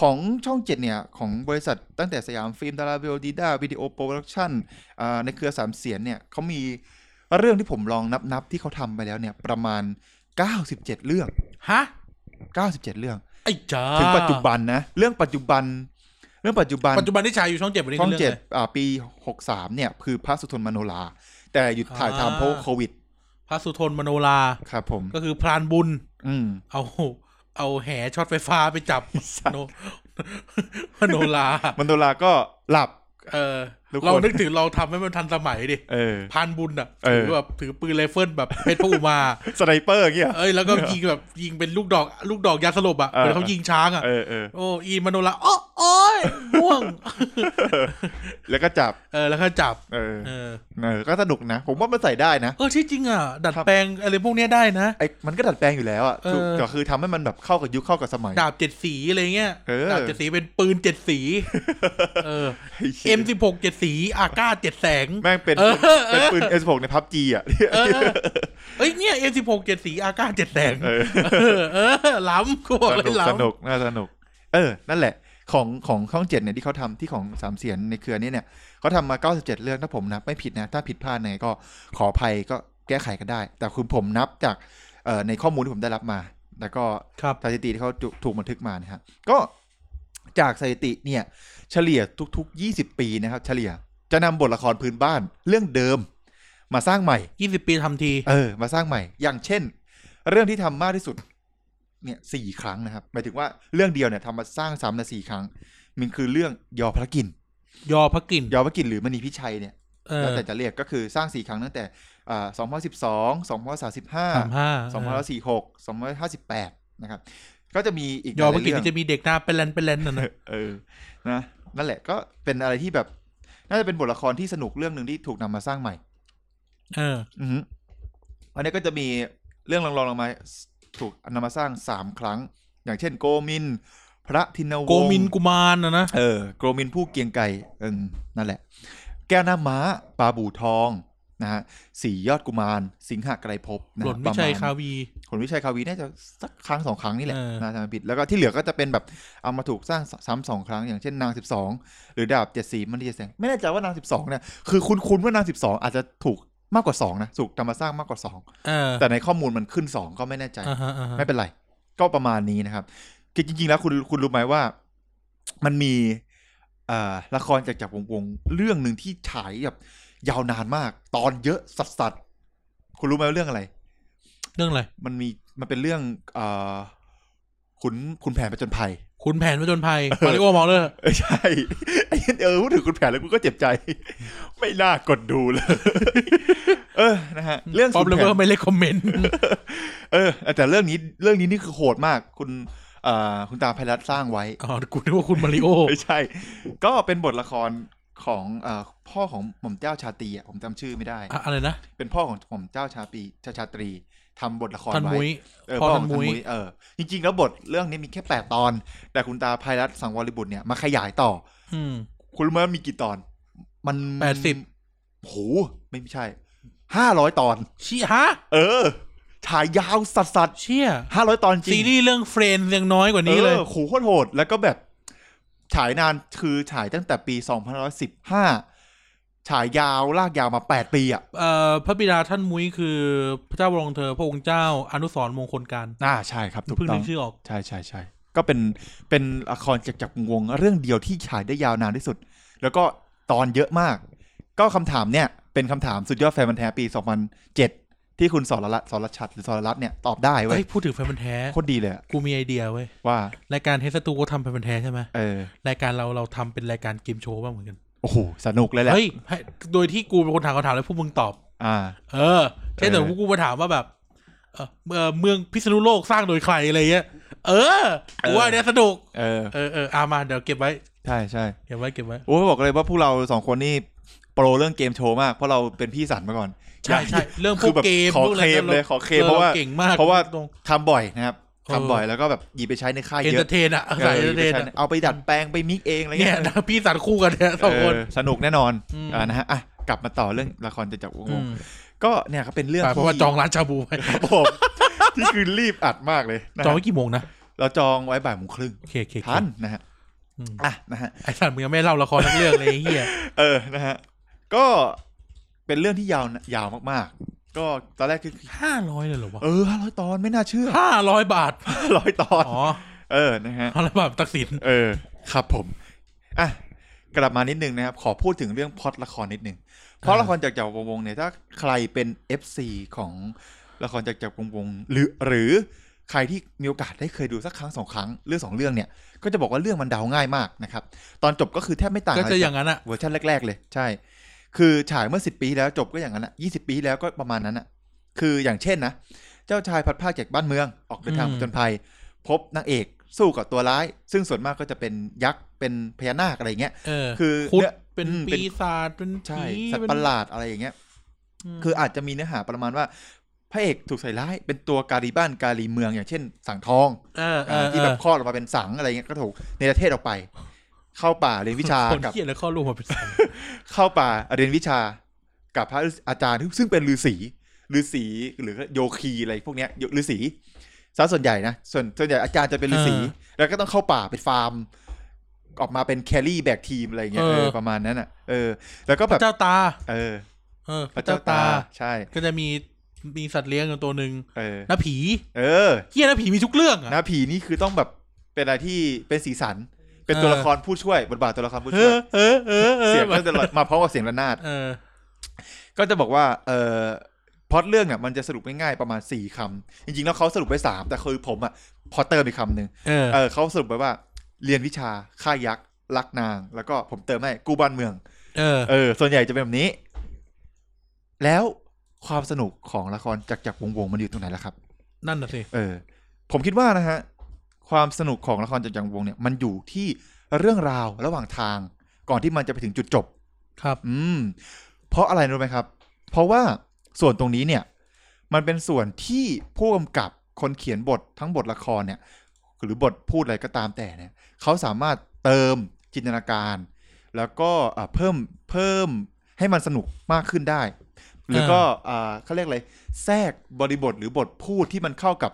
ของช่องเจ็ดเนี่ย ของบริษัทตั้งแต่สยามฟิล์มดาราวิโอดีด้าวิดีโอโปรดักชั่นอ่าในเครือสามเสียนเนี่ยเขามีเรื่องที่ผมลองนับนับๆที่เขาทำไปแล้วเนี่ย ประมาณ 97 เรื่อง
ฮะ
97 เรื่อง
ไอ้จ้า
ถึงปัจจุบันนะ เรื่องปัจจุบัน เรื่องปัจจุบัน
ปัจจุบันที่ฉายอยู่ช่องเจ็ดวันนี้
ช่อง
คื
เจ็ด
รื่ะไร
อ่าปีหกสามเนี่ย คือพระสุทนมโนรา แต่หยุดถ่าย
อ่า
ทำเพราะโควิด
พระสุทนมโนรา
ครับผม
ก็คือพรานบุญ
อืม
เอา เอาแหช็อตไฟฟ้าไปจับ
สัตว์
โนมโนราม
โนราก็หลับ
เออ
ทุกคน
เรานึกถึงเราทำให้มันทันสมัยดิ
เออ
พรานบุญอ่ะ
เออ
ถือแบบถือปืนไรเฟิลแบบเพชรพระอุมา
สไนเปอร์อย่างเงี้ย
เอ้ยแล้วก็ยิงแบบยิงเป็นลูกดอก ลูกดอกยาสลบอ่ะ
เออ
เหมือนเขายิงช้างอ่ะ
เออเออ
โอ้อีมโนราอ้อโอ้ยม่วง
แล้วก็จับ
เออแล้วก็จับ
เออ
เออ
เออ ก็สนุกนะ ผมว่ามันใส่ได้นะ
เออที่จริงอ่ะ ดัด
ครับ
แปล งอะไรพวกเนี้ยได้นะ
ไอ้มันก็ดัดแปลงอยู่แล้วอ่ะ
เออ
คือแต่คือทำให้มันแบบเข้ากับยุคเข้ากับสมัย
ดาบเจ็ดสีอะไรเงี้ย
เออ
ดาบเจ็ดสีเป็นปืนเจ็ด สี เออ
ไอ้เหี้
เอ็
ย
มสิบหกเจ็ดสีอาก้าเจ็ดแสง
แม่งเป็น
เออ
เป็นปืนเอสกในพับจีอ่ะ
เออเอ้ยเนี่ยเอ็มสิบหกเจ็ดสีอาก้าเจ็ดแส ง
เออ
เออเออล้ำกูบอก
ส
เล
นุ
ย
กสนุ
ล้ำ
กน่าสนุก เออ นั่นแหละ ของของช่องเจ็ดเนี่ยที่เขาทำที่ของสามเสียนในเครือนี้เนี่ยเขาทำมา 97 เรื่องถ้าผมนับไม่ผิดนะ ถ้าผิดพลาดยังไงก็ขออภัยก็แก้ไขกันได้ แต่คือผมนับจากเอ่อในข้อมูลที่ผมได้รับมา แล้วก็
ครับ
สถิติที่เขาจุถูกบันทึกมานะฮะก็จากสถิติเนี่ยเฉลี่ยทุกๆ 20 ปีนะครับ เฉลี่ยจะนำบทละครพื้นบ้านเรื่องเดิม มาสร้างใหม่
ยี่สิบปีทำที
เออ มาสร้างใหม่ อย่างเช่น เรื่องที่ทำมากที่สุด เนี่ยสี่ครั้งนะครับ หมายถึงว่าเรื่องเดียวเนี่ยทำมาสร้างซ้ำนะสี่ครั้ง มันคือเรื่องยอพระกิน
ยอพระกลิ่น
ยอพระกินหรือมณีพิชัยเนี่ย
เออ
แล้วแต่จะเรียกก็คือสร้างสี่ครั้งตั้งแต่อ่าสองพันสิบสองสองพันสามสิบห้า
สามห้า
สองพันสี่หกสองพันห้าสิบแปดนะครับ ก็จะมีอีก
ยอพระกลิ่น
หายๆ
ที่
เรื่
จะมีเด็กหน้าเป็นแลนเป็นแลนน่ะนะ
องเออ นะ นั่นแหละก็เป็นอะไรที่แบบ น่าจะเป็นบทละครที่สนุกเรื่องหนึ่งที่ถูกนำมาสร้างใหม่
เออ
อือฮึอันนี้ก็จะมีเรื่องรองๆลงมาถูกนำมาสร้างสามครั้ง อย่างเช่นโกมิน พระทินวงศ์
โกมินกุมารนะนะ
เออโกมินผู้เกรียงไก่เออนั่นแหละ แก้วหน้าม้าปลาบู่ทองนะฮะสี่ยอดกุมาร สิงหไกรภพนะ
หล่
ฮะ
น
ป
วิ
ระ
ชัย
มาณ
คาวี
ผลวิชัยคาวีน่าจะสักครั้งสองครั้งนี่แหละ
เออ
นะจำไม่ผิดแล้วก็ที่เหลือก็จะเป็นแบบเอามาถูกสร้างซ้ำสองครั้งอย่างเช่นนางสิบสองหรือดาบเจ็ดสีมันดีเจ็ดแสงไม่แน่ใจว่านางสิบสองเนี่ยคือคุณคุณว่านางสิบสองอาจจะถูกมากกว่าสองนะถูกทำมาสร้างมากกว่าสอง
เออ
แต่ในข้อมูลมันขึ้นสองก็ไม่แน่ใจ
อ่าฮะอ่าฮะ
ไม่เป็นไร ก็ประมาณนี้นะครับคือจริง ๆ แล้วคุณคุณรู้ไหมว่า มันมีเอ่อละครจากจากวงวงเรื่องหนึ่งที่ฉายแบบยาวนานมาก ตอนเยอะสัสสัคุณรู้ไหมว่าเรื่องอะไร
เรื่องอะไร
มันมีมันเป็นเรื่องเอ่อขุนขุนแผนประจนภัย
คุณแผนผจญภัยมาริโอมอลเลอร์
เออใช่ ไอ้เหี้ยเออพูดถึงขุนแผนแล้วกูก็เจ็บ ใจ ไม่น่ากดดูเลย เออนะฮะเรื่อง
ป๊อป
ขุน
เล
แผ
เวอน ร์ไม่เล็กคอมเมนต์
เออแต่เรื่องนี้เรื่องนี้นี่คือโหดมาก คุณเอ่อคุณตาไพรัตสร้างไว้
อ๋อกูนึกว่าคุณมาริโอ
ไม่ใช่ ก็เป็นบทละครของเอ่อพ่อของหม่อมเจ้าชาตรีอ่ะผมจำชื่อไม่ได้
อะอะไรนะ
เป็นพ่อของหม่อมเจ้าชาปีชาชาตรีทำบทละคร
ทัน
ไว้
มุ้ย
เออ
พ่
พ่
อ
อ
ท่า
ท่าน น
มุ้
มุ้
ย
ยเออจริง ๆ แล้วบทเรื่องนี้มีแค่แปดตอน แต่คุณตาภัยรัตน์สังวรบุตรเนี่ยมาขยายต่อ
อืม
คุณรู้ไหมว่ามีกี่ตอน มัน
80
โหไม่ใช่ห้าร้อยตอน
เชี่ยฮะ
เออฉายยาวสัสสัส
เชี่ย
ห้าร้อยตอนจริง
ซีรีส์เรื่องเฟรนด์ยังน้อยกว่านี้เลย
ออโหโคตรโหด แล้วก็แบบ ฉายนานคือฉายตั้งแต่ปีสองพันร้อยสิบห้าฉายยาวลากยาวมาแปดปีอ่ะ
เอ่อพระบิดาท่านมุ้ยคือพระเจ้าบรองเธอ พระองค์เจ้าอนุสรณ์มงคลการ
อ่าใช่ครับถูก
เพิ่ง
ต้
นึ
อง
กชื่อออก
ใช่ใช่ใช่ก็เป็นเป็นละครจากจากวงศ์เรื่องเดียวที่ฉายได้ยาวนานที่สุด แล้วก็ตอนเยอะมาก ก็คำถามเนี่ย เป็นคำถามสุดยอดแฟนบันธุ์แท้ปี 2007 ที่คุณสรละสรชัดหรือสรรัตน์เนี่ย ตอบได้เว้
เฮ้
ย
ย พูดถึงแฟนพันธุ์แท้
โคตรดีเลยอะ
กูมีไอเดียเว้ย
ว่า
รายการเทสตูก็ทำแฟนพันธุ์แท้ใช่ไหม
เออ
รายการเราเราทำเป็นรายการเกมโชว์บ้างเหมือนกัน
โอ้โห สนุกเลยแหละ
เฮ้ยให้โดยที่กูเป็นคนถามคำถามแล้วพวกมึงตอบ
อ่า
เออเช่น
เออ
เดี๋ยวพวกกูมาถามว่าแบบ เอ่อเอ่อเมืองพิษณุโลกสร้างโดยใครอะไรเงี้ย เออกูว่าเนี่ยสนุก
เออ
เออเออเอามาเดี๋ยวเก็บไว้
ใช่ใช่
เก็บไว้เก็บไว้
โอ้ยบอกเลยว่าพวกเราสองคนนี่โปรเรื่องเกมโชว์มาก เพราะเราเป็นพี่สันมาก่อน
ใช่ใช่เรื่องพ
คื
วก
อแบบ
เกม
ขอ
พวกะ
เค
ไร
ลมเลยขอเคลมเพราะว่า
เก่งมาก
เพราะว่า
ตรง
ทำบ่อยนะครับ
เออ
ทำบ่อยแล้วก็แบบหยิบไปใช้ในค่าย
เอน
เย
เต
อะ
อร์เทนอะ
เอ
สาย
อ
เอนเตอร์เทน
ใช่
อะ
เอาไปดัดแปลงไปมิกเองอะไร
เนี่
เงี้
ย
ย
นะพี่สันคู่กันเนี่ยสองคน
เออสนุกแน่นอน
อืม
อ่านะฮะอ่ะกลับมาต่อเรื่องละครจะจับวง
อืม
ก็เนี่ยครับเป็นเรื่อง
แต่เพราะว่าจอง
ที่
ร้านชาบูไว้
ครับผม ที่คือรีบอัดมากเลยนะ
จอง
ฮะ
ไว้กี่โมงนะ
เราจองไว้บ่ายโมงครึ่ง
โอเคโอเคโอเค
ทันนะฮะ
อืม
อ่ะนะฮะ
ไอ้สันมึงยังไม่เล่าละครทั้งเรื่องเลยไอ้เฮีย
เออนะฮะก็เป็นเรื่องที่ยาวยาวมากๆ ก็ตอนแรกคือ
ห้าร้อยเลยเหรอวะ
เออห้าร้อยตอนไม่น่าเชื่อ
ห้าร้อยบาท
ร้อยตอน
อ๋อ
เออนะฮะ
ห้าร้อยบาทตักสิน
เออ ครับผม อ่ะ กลับมานิดนึงนะครับ ขอพูดถึงเรื่องพล็อดละครนิดนึงเพราะละครจากจักรวงศ์เนี่ย ถ้าใครเป็น FC ของละครจากจักรวงศ์หรือหรือใครที่มีโอกาสได้เคยดูสักครั้งสองครั้งเรื่องสองเรื่องเนี่ย ก็จะบอกว่าเรื่องมันเดาง่ายมากนะครับ ตอนจบก็คือแทบไม่ต่าง
ก็
อะไร
จะอ
จา
ย่างนั้นอะ
กเวอร์ชันแรก ๆ เลย ใช่ คือฉายเมื่อสิบปีที่แล้วจบก็อย่างนั้นอะยี่สิบปีที่แล้วก็ประมาณนั้นอะคืออย่างเช่นนะ เจ้าชายพัดภาคจากบ้านเมืองออกเดินทางผจญภัย พบนางเอกสู้กับตัวร้าย ซึ่งส่วนมากก็จะเป็นยักษ์เป็นพญานาคอะไรอย่างเงี้ย
เออ
คือ
คุด
เนี่ย
เป็น
อืม
ปี
เป็น
ศาจเป็น
ใช่
ผี
สัต
เป็น
ว์ประหลาดอะไรอย่างเงี้ย
ม
คืออาจจะมีเนื้อหาประมาณว่าพระเอกถูกใส่ร้ายเป็นตัวการีบ้านการีเมืองอย่างเช่น สังทอง
เออเอ
อ่า
อ
ที่แบบคลอดออกมาเป็นสังอะไรเงี้ยก็ถูกในประเทศออกไป เข้าป่าเรียนวิชา
คน
กับ
เขียนแล้วข้อรูปมาเป็นสัน
เข้าป่าเรียนวิชา กับพระอาจารย์ ซึ่งเป็นฤาษีฤาษีหรือโยคีอะไรพวกเนี้ยฤาษีซะส่วนใหญ่นะส่วนส่วนใหญ่อาจารย์จะเป็นฤาษีแล้วก็ต้องเข้าป่าไปฟาร์ม ออกมาเป็นแครี่แบกทีมอะไรเงี้ยเออประมาณนั้นอ่ะเออ แล้วก็
พ
แบ
ระ
บ
เจ้าตา
เออ
เออ พ
พระ
ระ
เจ้า
เจ้า
ตา
ตา
ใช่
ก็จะมีมีสัตว์เลี้ยงอยู่ตัวหนึ่ง
เออ
นะผี
เออ
เฮียนะผีมีทุกเรื่องอะ
นะผีนี่คือต้องแบบเป็นอะไรที่เป็นสีสัน เป็น
เออ
ตัวละครผู้ช่วยบทบาทตัวละครผู้
เอ
ช่วย
อเออเออเออ
เสียงก็จะมาพร้อมกับเสียงระนาด
เออ
ก็จะบอกว่าเออพล็อดเรื่องเนี่ยมันจะสรุปง่ายๆประมาณ4คำจริงๆแล้วเขาสรุปไว้สามแต่คือผมอ่ะพอเติมอีกคำหนึ่ง
เออ
เออเขาสรุปไว้ว่าเรียนวิชาฆ่ายักษ์รักนาง แล้วก็ผมเติมให้กูบ้านเมือง
เออ
เออ ส่วนใหญ่จะเป็นแบบนี้ แล้วความสนุกของละครจากจากรวงศ์มันอยู่ตรงไหนล่ะครับ
นั่นน่ะสิ
เออผมคิดว่านะฮะ ความสนุกของละครจักรจังวงเนี่ย มันอยู่ที่เรื่องราวระหว่างทาง ก่อนที่มันจะไปถึงจุดจบ
ครับ
อืม เพราะอะไรรู้ไหมครับ เพราะว่าส่วนตรงนี้เนี่ย มันเป็นส่วนที่ผู้กำกับคนเขียนบททั้งบทละครเนี่ย หรือบทพูดอะไรก็ตามแต่เนี่ยเขาสามารถเติมจินตนาการ แล้วก็อ่ะเพิ่มเพิ่มให้มันสนุกมากขึ้นได้ หรือก็อ่าเขาเรียกอะไรแทรกบริบทหรือบทพูดที่มันเข้ากับ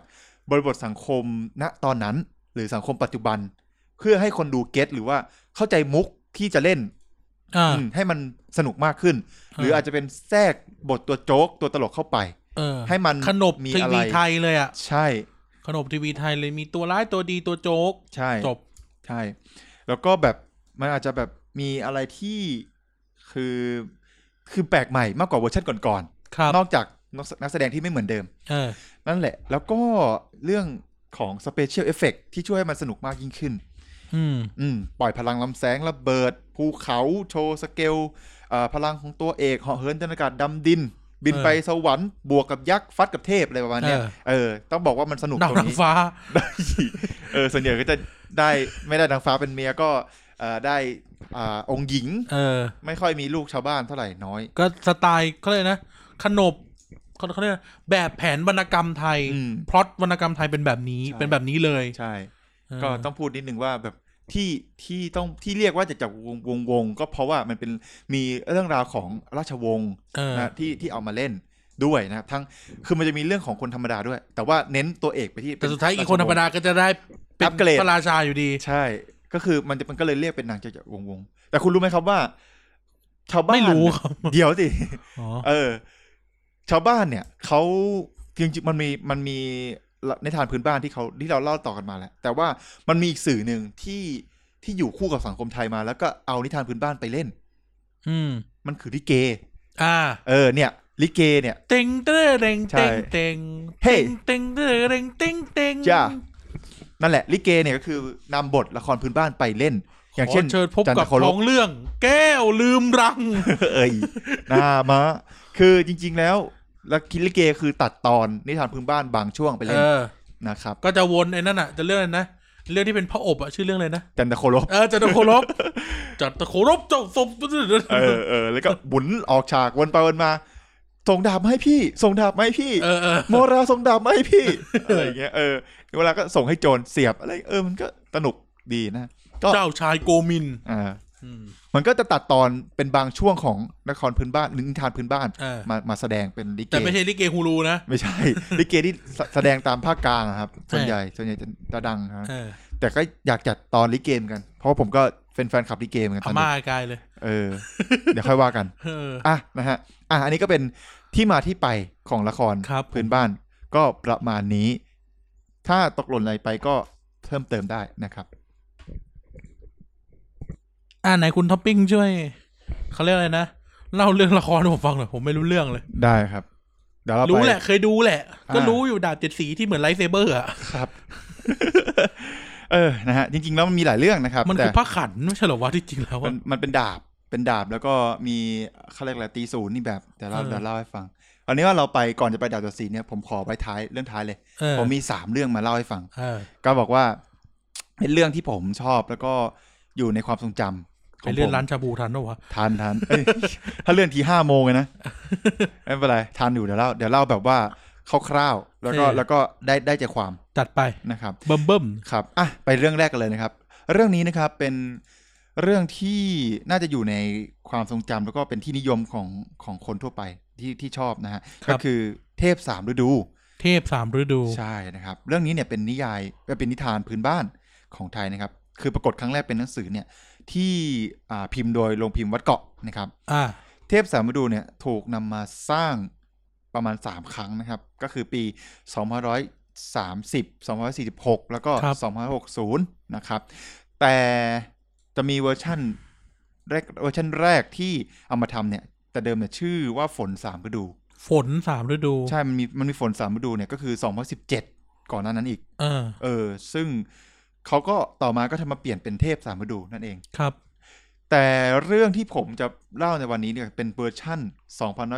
บริบทสังคมณตอนนั้น หรือสังคมปัจจุบัน เพื่อให้คนดูเก็ตหรือว่าเข้าใจมุกที่จะเล่น
อ่า
อืมให้มันสนุกมากขึ้น
อ่า
หรืออาจจะเป็นแทรกบทตัวโจ๊กตัวตลกเข้าไป
เออ
ให้มัน
ขนบ
มี
ที
อะไร
วีไทยเลยอ่ะ
ใช่
ขนบทีวีไทยเลยมีตัวร้ายตัวดีตัวโจ๊ก
ใช่
จบ
ใช่ แล้วก็แบบมันอาจจะแบบมีอะไรที่คือคือแปลกใหม่มากกว่าเวอร์ชันก่อน
ครับ
ๆนอกจากนักแสดงที่ไม่เหมือนเดิม
เออ
นั่นแหละ แล้วก็เรื่องของสเปเชียลเอฟเฟกที่ช่วยให้มันสนุกมากยิ่งขึ้น
อืม
อืมปล่อยพลังลำแสงระเบิด ภูเขาโชว์สเกลอ่าพลังของตัวเอกเหาะเหินจนอากาศดำดิน บิน
เออ
ไปสวรรค์บวกกับยักษ์ฟัดกับเทพอะไรประมาณเนี้ย
เออ
เออ ต้องบอกว่ามันสนุก
ดาว
ตรง
นาง
นี้
ฟ้า
เออส่วนใหญ่ก็จะได้ไม่ได้นางฟ้าเป็นเมียก็เอ่อได้อ่าองค์หญิง
เออ
ไม่ค่อยมีลูกชาวบ้านเท่าไหร่น้อย
ก็สไตล์เขาเลยกนะ ขนบเขาเขาเรียกนะแบบแผนวรรณกรรมไทย
อืม
พล็อตวรรณกรรมไทยเป็นแบบนี้
ใช่
เป็นแบบนี้เลย
ใช่
เออ
ก็ต้องพูดนิดนึงว่าแบบที่ที่ต้องที่เรียกว่าจากจากวงวงวง ก็เพราะว่ามันเป็นมีเรื่องราวของราชวงศ์
เออ
นะที่ที่เอามาเล่นด้วยนะครับทั้งคือมันจะมีเรื่องของคนธรรมดาด้วย แต่ว่าเน้นตัวเอกไปที่
แต่สุดท้าย
เป็
อีกคนธรรมดา
ช
ก็จะได้เป็น
อัปเกรด
พระราชาอยู่ดี
วงศ์ใช่ ก็คือมันจะมันก็เลยเรียกเป็นนางจากวงศ์วงศ์แต่คุณรู้ไหมครับว่า ชาวบ้าน
ไม่รู้ครับ
เนี่ยเดี๋ยวสิ
อ๋อ
เออ ชาวบ้านเนี่ยเขาจริงๆมันมีมันมีในทานพื้นบ้านที่เขาที่เราเล่าต่อกันมาแหละแต่ว่ามันมีอีกสื่อหนึ่งที่ที่อยู่คู่กับสังคมไทยมา แล้วก็เอานิทานพื้นบ้านไปเล่น
อืม
มันคือลิเก
อ่า
เออเนี่ยลิเกเนี่ย
เต็งเต้เต็ง
ใช่
เต็งเต็ง
เฮ้ย
เต็งเต้เต็งเต็งเต็ง
จ้า นั่นแหละลิเกเนี่ยก็คือนำบทละครพื้นบ้านไปเล่น อย่าง
ขอ
เช่น
เชิญพบ
จัน
กั
ท
บ
โคล
ท้
ก
องเรื่อง แก้วลืมรัง
เอ้ยหน้ามะคือจริง ๆ แล้วละครลิเกคือตัดตอนนิทานพื้นบ้านบางช่วงไป
เอ
เล่น
อ
นะครับ
ก็จะวนไอ้นั่นอ่ะ จะเรื่องอะไรนะ เรื่องที่เป็นพระอบอ่ะ ชื่อเรื่องอะไรนะ
จันทโคลก
เออจัตตะโครบ จัตตะโครบเจ้าศพ
เออเออแล้วก็บุนออกฉากวนไปวนมา ส่งดาบมาให้พี่ ส่งดาบมาให้พี่
เออเออ
โมราส่งดาบมาให้พี่อะไรอย่างเงี้ยเออเวลาก็ส่งให้โจรเสียบอะไรเออมันก็สนุกดีนะ ก็
เจ้าชายโกมิน
อ่า
อืม
มันก็จะตัดตอนเป็นบางช่วงของนครพื้นบ้านหรือนิทานพื้นบ้าน
เออ
มามาแสดงเป็นลิเก
แต่ไม่ใช่ลิเกฮูรูนะ
ไม่ใช่ ลิเกที่แสแสดงตามภาคกลางอะครับ ส่วน
เออ
ใหญ่ส่วนใหญ่จะจะดังนะ
เออ
แต่ก็อยากจัดตอนลิเกเหมอนกัน เพราะว่าผมก็เป็นแฟนคลับลิเกเหมือนกัน
พ
ตอน
ม่า
นี้
กายเลย
เออ เดี๋ยวค่อยว่ากัน
เออ
อ่ะนะฮะ อ่ะอันนี้ก็เป็นที่มาที่ไปของละคร
ครับ
พื้นบ้านก็ประมาณนี้ ถ้าตกหล่นอะไรไปก็เพิ่มเติมได้นะครับ
อ่าไหนคุณท็อปปิ้งช่วยเขาเรียกอะไรนะเล่าเรื่องละครให้ผมฟังหน่อยผมไม่รู้เรื่องเลย
ได้ครับ เดี๋ยวเราไป
รู้แหละเคยดูแหละ ก็
อ่า
รู้อยู่ดาบเจ็ดสีที่เหมือนไลท์เซเบอร์อ่ะ
ครับ เออนะฮะจริงๆแล้วมันมีหลายเรื่องนะครับ
มัน
แต่
คือพระขันไม่ใช่เหรอวะที่จริงแล้ว
มั
อะ
นมันเป็นดาบ เป็นดาบแล้วก็มีเขาเรียกอะไรตีศูนย์นี่แบบแต่เรา
เออ
เดี๋ยวเล่าให้ฟังอันนี้ว่าเราไปก่อนจะไปดาบตัวสีเนี่ยผมขอไว้ท้ายเรื่องท้ายเลย
เออ
ผมมีสามเรื่องมาเล่าให้ฟัง
เออ
ก็บอกว่า เป็นเรื่องที่ผมชอบแล้วก็อยู่ในความทรงจำข
ไป
อง
เลื่อ
ผ
น
ม
ร้านชาบูทันปะวะ
ทันทันเอ้ย ถ้าเลื่อนทีห้าโมงเลยนะ ไม่เป็นไรทันอยู่เดี๋ยวเล่าเดี๋ยวเล่าแบบว่าคร่าวๆแล้วก็แล้วก็ได้ได้ใจความ
จัดไป
นะครับ
เบิ่มเบิ่ม
ครับ อ่ะ ไปเรื่องแรกกันเลยนะครับ เรื่องนี้นะครับเป็นเรื่องที่น่าจะอยู่ในความทรงจำแล้วก็เป็นที่นิยมของของคนทั่วไปที่ที่ชอบนะฮะ ก็คือเทพสามฤดู
เทพสามฤดู
ใช่นะครับ เรื่องนี้เนี่ยเป็นนิยายเอ่อเป็นนิทานพื้นบ้านของไทยนะครับ คือปรากฏครั้งแรกเป็นหนังสือเนี่ยที่อ่าพิมพ์โดยโรงพิมพ์วัดเกาะนะครับ
อ่า
เทพสามฤดูเนี่ยถูกนำมาสร้างประมาณ 3 ครั้งนะครับ ก็คือปี2530 2546 แล้วก็
ครับ
2560 นะครับ แต่จะมีเวอร์ชั่นแรกเวอร์ชันแรกที่เอามาทำเนี่ย แต่เดิมเนี่ยชื่อว่าฝนสามฤดู
ฝนสามฤดู
ใช่ มันมีมันมีฝนสามฤดูเนี่ยก็คือ 2017 ก่อนหน้านั้นอีก
เออ
เออ ซึ่งเขาก็ต่อมาก็ทำมาเปลี่ยนเป็นเทพสามฤดูนั่นเอง
ครับ
แต่เรื่องที่ผมจะเล่าในวันนี้เนี่ยเป็นเวอร์ชั่น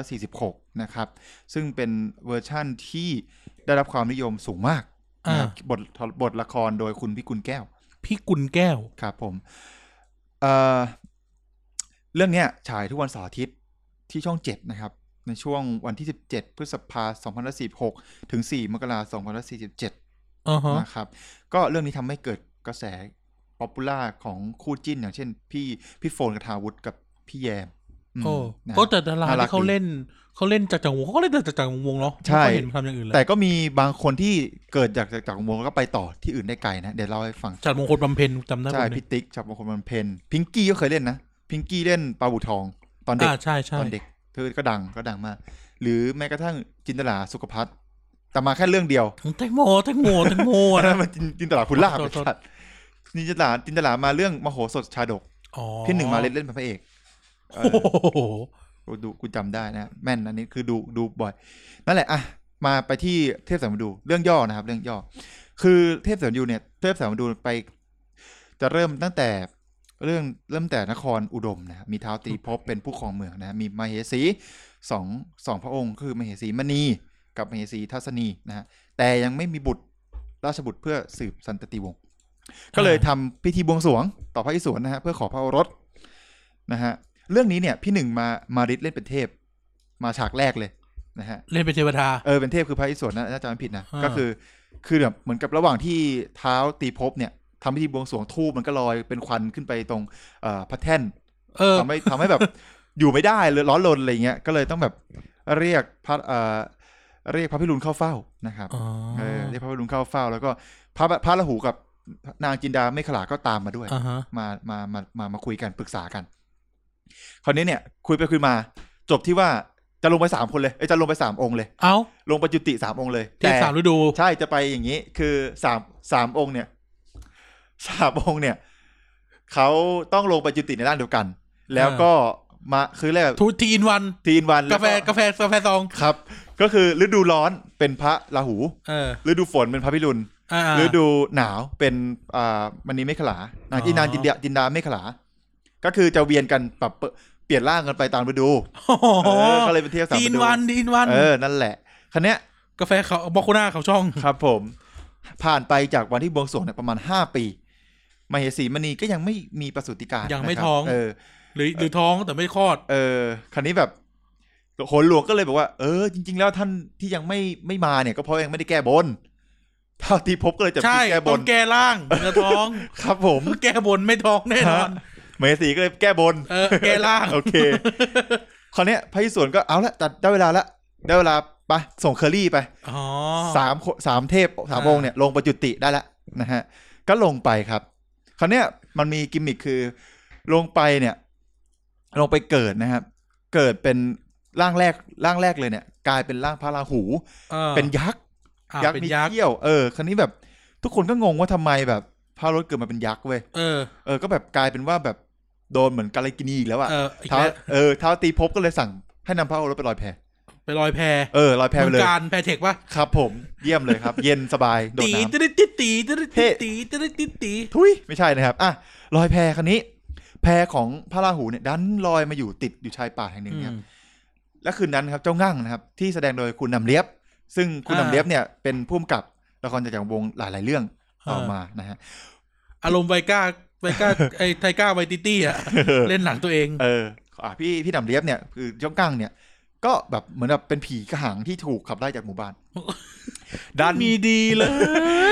2146 นะครับ ซึ่งเป็นเวอร์ชั่นที่ได้รับความนิยมสูงมาก
อ่า
นะครับบทบทละครโดยคุณพิกุลแก้ว
พี่กุลแก้ว
ครับผมเอ่อเรื่องเนี้ยฉายทุกวันเสาร์อาทิตย์ที่ช่อง 7 นะครับ ในช่วงวันที่ 17 พฤษภาคม 2546 ถึง 4 มกราคม 2547
อ่าฮะ
นะครับ ก็เรื่องนี้ทำให้เกิดกระแสป๊อปปูล่าของคู่จิ้น อย่างเช่น พี่พี่โฟนกับทาวุฒกับพี่แยมม
โอ้
นะ
ก็แต่ดารา
น่ารัก
ที่เขา
ดี
เล่นเขาเล่นจากจังวงเขาก็เล่นจากจังวงเนาะ
ใช่
ไม่ค่อยเห็นทำอย่างอื่นเลย
แต่ก็มีบางคนที่เกิดจากจากจากวงแล้วก็ไปต่อที่อื่นได้ไกลนะ เดี๋ยวเล่าให้ฟัง
จัดมงคลบำเพ็ญจำได้
ใช่
คนหนึ
พี่
ง
ติ๊กจับบางคนมันเพนพิงกี้ก็เคยเล่นนะ พิงกี้เล่นปลาบูทองตอนเด็ก
อ่าใช่ใช่
ตอนเด็กเธอก็ดังก็ดังมาก หรือแม้กระทั่งจินตลาสุขภัทรแต่มาแค่เรื่องเดียว
แตงโมแตงโมแตงโม
อั
อะ
นนั้
นะ
น มันจินจินตลาคุณลาบ
โทษโทษ
ไอ้สัตว์จินตลาจินตลามาเรื่องมโหสถชาดก
อ๋อ
พี่หนึ่งมาเล่นเล่นเป็นพระเอก
โ
เอ
อ้
อ
โห
กูดูกูจำได้นะ แม่นอันนี้คือดูดูบ่อย นั่นแหละอ่ะมาไปที่เทพสามดูเรื่องย่อนะครับ เรื่องย่อ คือเทพสามดูเนี่ยเทพสามดูไป จะเริ่มตั้งแต่เรื่องเริ่มแต่นครอุดมนะครับมีเท้าวตรีภพเป็นผู้ครองเมืองนะ มีมเหสีสองสองพระองค์ คือมเหสีมณีกับมเหสีทัศนีนะฮะแต่ยังไม่มีบุตรราชบุตรเพื่อสืบสันตติวงศ์ก็เลยทำพิธีบวงสรวงต่อพระอิศวรนะฮะเพื่อขอพระโอรสนะฮะเรื่องนี้เนี่ยพี่หนึ่งมามาริดเล่นเป็นเทพ มาฉากแรกเลยนะฮะ
เล่นเป็นเทวดา
เออเป็นเทพคือพระอิศวรนะถ้าจำไม่ผิดนะ
อ่า
ก็คือคือแบบเหมือนกับระหว่างที่เท้าตีภพเนี่ยทำพิธีบวงสรวงทูบมันก็ลอยเป็นควันขึ้นไปตรงเอ่อพระแท่น
เออ
ทำให้ทำให้แบบ อยู่ไม่ได้เลยร้อนรนอะไรเงี้ยก็เลยต้องแบบเรียกพระเอ่อเรียกพระพิรุณเข้าเฝ้านะครับ
อ๋อ
เออเรียกพระพิรุณเข้าเฝ้า แล้วก็พระพระราหูกับนางจินดาไม่ขลาก็ตามมาด้วย
อ่าฮะ
มามา มา มา มาคุยกันปรึกษากัน คราวนี้เนี่ย คุยไปคุยมา จบที่ว่าจะลงไปสามคนเลยเอ้ยจะลงไปสามองค์เลย
เอ้า
ลงไปจุติสามองค์เลย
เทพสามฤดู
ใช่จะไปอย่างนี้ คือสามสามองค์เนี่ย สามองค์เนี่ยเขาต้องลงไปจุติในร่างเดียวกัน แล้วก็มาคือเรียก
ทูทีอินวัน
ทีนวัน
กาแฟกาแฟกาแฟซอง
ครับ ก็คือฤดูร้อนเป็นพระราหู
เออ
ฤดูฝนเป็นพระพิรุณ
อ่า
ฤดูหนาวเป็นอ่ามณีเมฆลานาที่นาง
อ๋อ
จินดาจินดาเมฆลาก็คือจะเวียนกันปรับเปลี่ยนร่างกันไปตามฤดู
โอ้โห
เออก็เลยเป็นเทพสาม
ที
ฤ
อิน
ดู
วันทีอินวัน
เออนั่นแหละคันเนี้ย
กาแฟเขาบอกคุณหน้าเขาช่อง
ครับผม ผ่านไปจากวันที่บวงสรวงเนี่ยประมาณ 5 ปี มเหสีมณีก็ยังไม่มีประสูติการ
ยังไม่
นะครับ
ท้อง
เออ
หรือหรือท้องแต่ไม่คลอด
เออคันนี้แบบโหนหลวงก็เลยบอกว่า เออ จริง ๆ แล้วท่านที่ยังไม่ไม่มาเนี่ยก็เพราะยังไม่ได้แก้บนเท่าที่พบก็เลยจะ
ใช่
พิธีแก้บ
ต้อน งแก้ร่างเนื้อท้อง
ครับผม
แก้บนไม่ท้องแน่นอน
มเหสีก็เลยแก้บน
เออแก้ร่าง
โอเค คราวเนี้ยพระอิศวรก็เอาละจัดได้เวลาละได้เวลาไปส่งเคอรี่ไป
อ๋อ
สามคนสามเทพสาม
อ่า
องค์เนี่ยลงประจุติได้แล้วนะฮะ ก็ลงไปครับ คราวเนี้ยมันมีกิมมิคคือ ลงไปเนี่ย ลงไปเกิดนะครับ เกิดเป็นร่างแรกร่างแรกเลยเนี่ย กลายเป็นร่างพระราหู
ออ
เป็นยักษ์
อ่ะ
ยักษ์
เป็น
มี
ยักษ์
เขี้ยวเออคราวนี้แบบ ทุกคนก็งงว่าทำไมแบบพระรถเกิดมาเป็นยักษ์เว้ย
เออ
เออก็แบบกลายเป็นว่าแบบโดนเหมือนกาลกินีอีกแล้วอะ
เอออีก
เท้า
แล้ว
เออเท้าตีภพก็เลยสั่งให้นำพระโอรสไปลอยแพ
ไปลอยแพ
เออลอยแพไปเลย
การแพเทคปะ
ครับ ผมเยี่ยมเลยครับ เย็นสบายโดด
ตี
น้ำ
ตีตีตีตี
เท่
ตีตีตีตีตี
ทุยไม่ใช่นะครับ อ่ะลอยแพคันนี้ แพของพระราหูเนี่ยดันลอยมาอยู่ติดอยู่ชายป่าแห่งหนึ่ง
อื
เนี่ย
ม
และคืนนั้นครับเจ้างั่งนะครับ ที่แสดงโดยคุณนำเลียบ ซึ่งคุ
อ่าน
ณำเลียบเนี่ยเป็นผู้กำกับละครจากจักรวงศ์หลาย ๆ เรื่องต่ออา มานะฮะ
อารมณ์ไวก้าไวก้าไอไทก้าไวติตี้อ่ะเล่นหนังตัวเอง
เอออ่ะพี่พี่นำเลียบเนี่ยคือเจ้างั่งเนี่ย ก็แบบเหมือนแบบเป็นผีกระหังที่ถูกขับไล่จากหมู่บ้าน ดัน
มีดีเล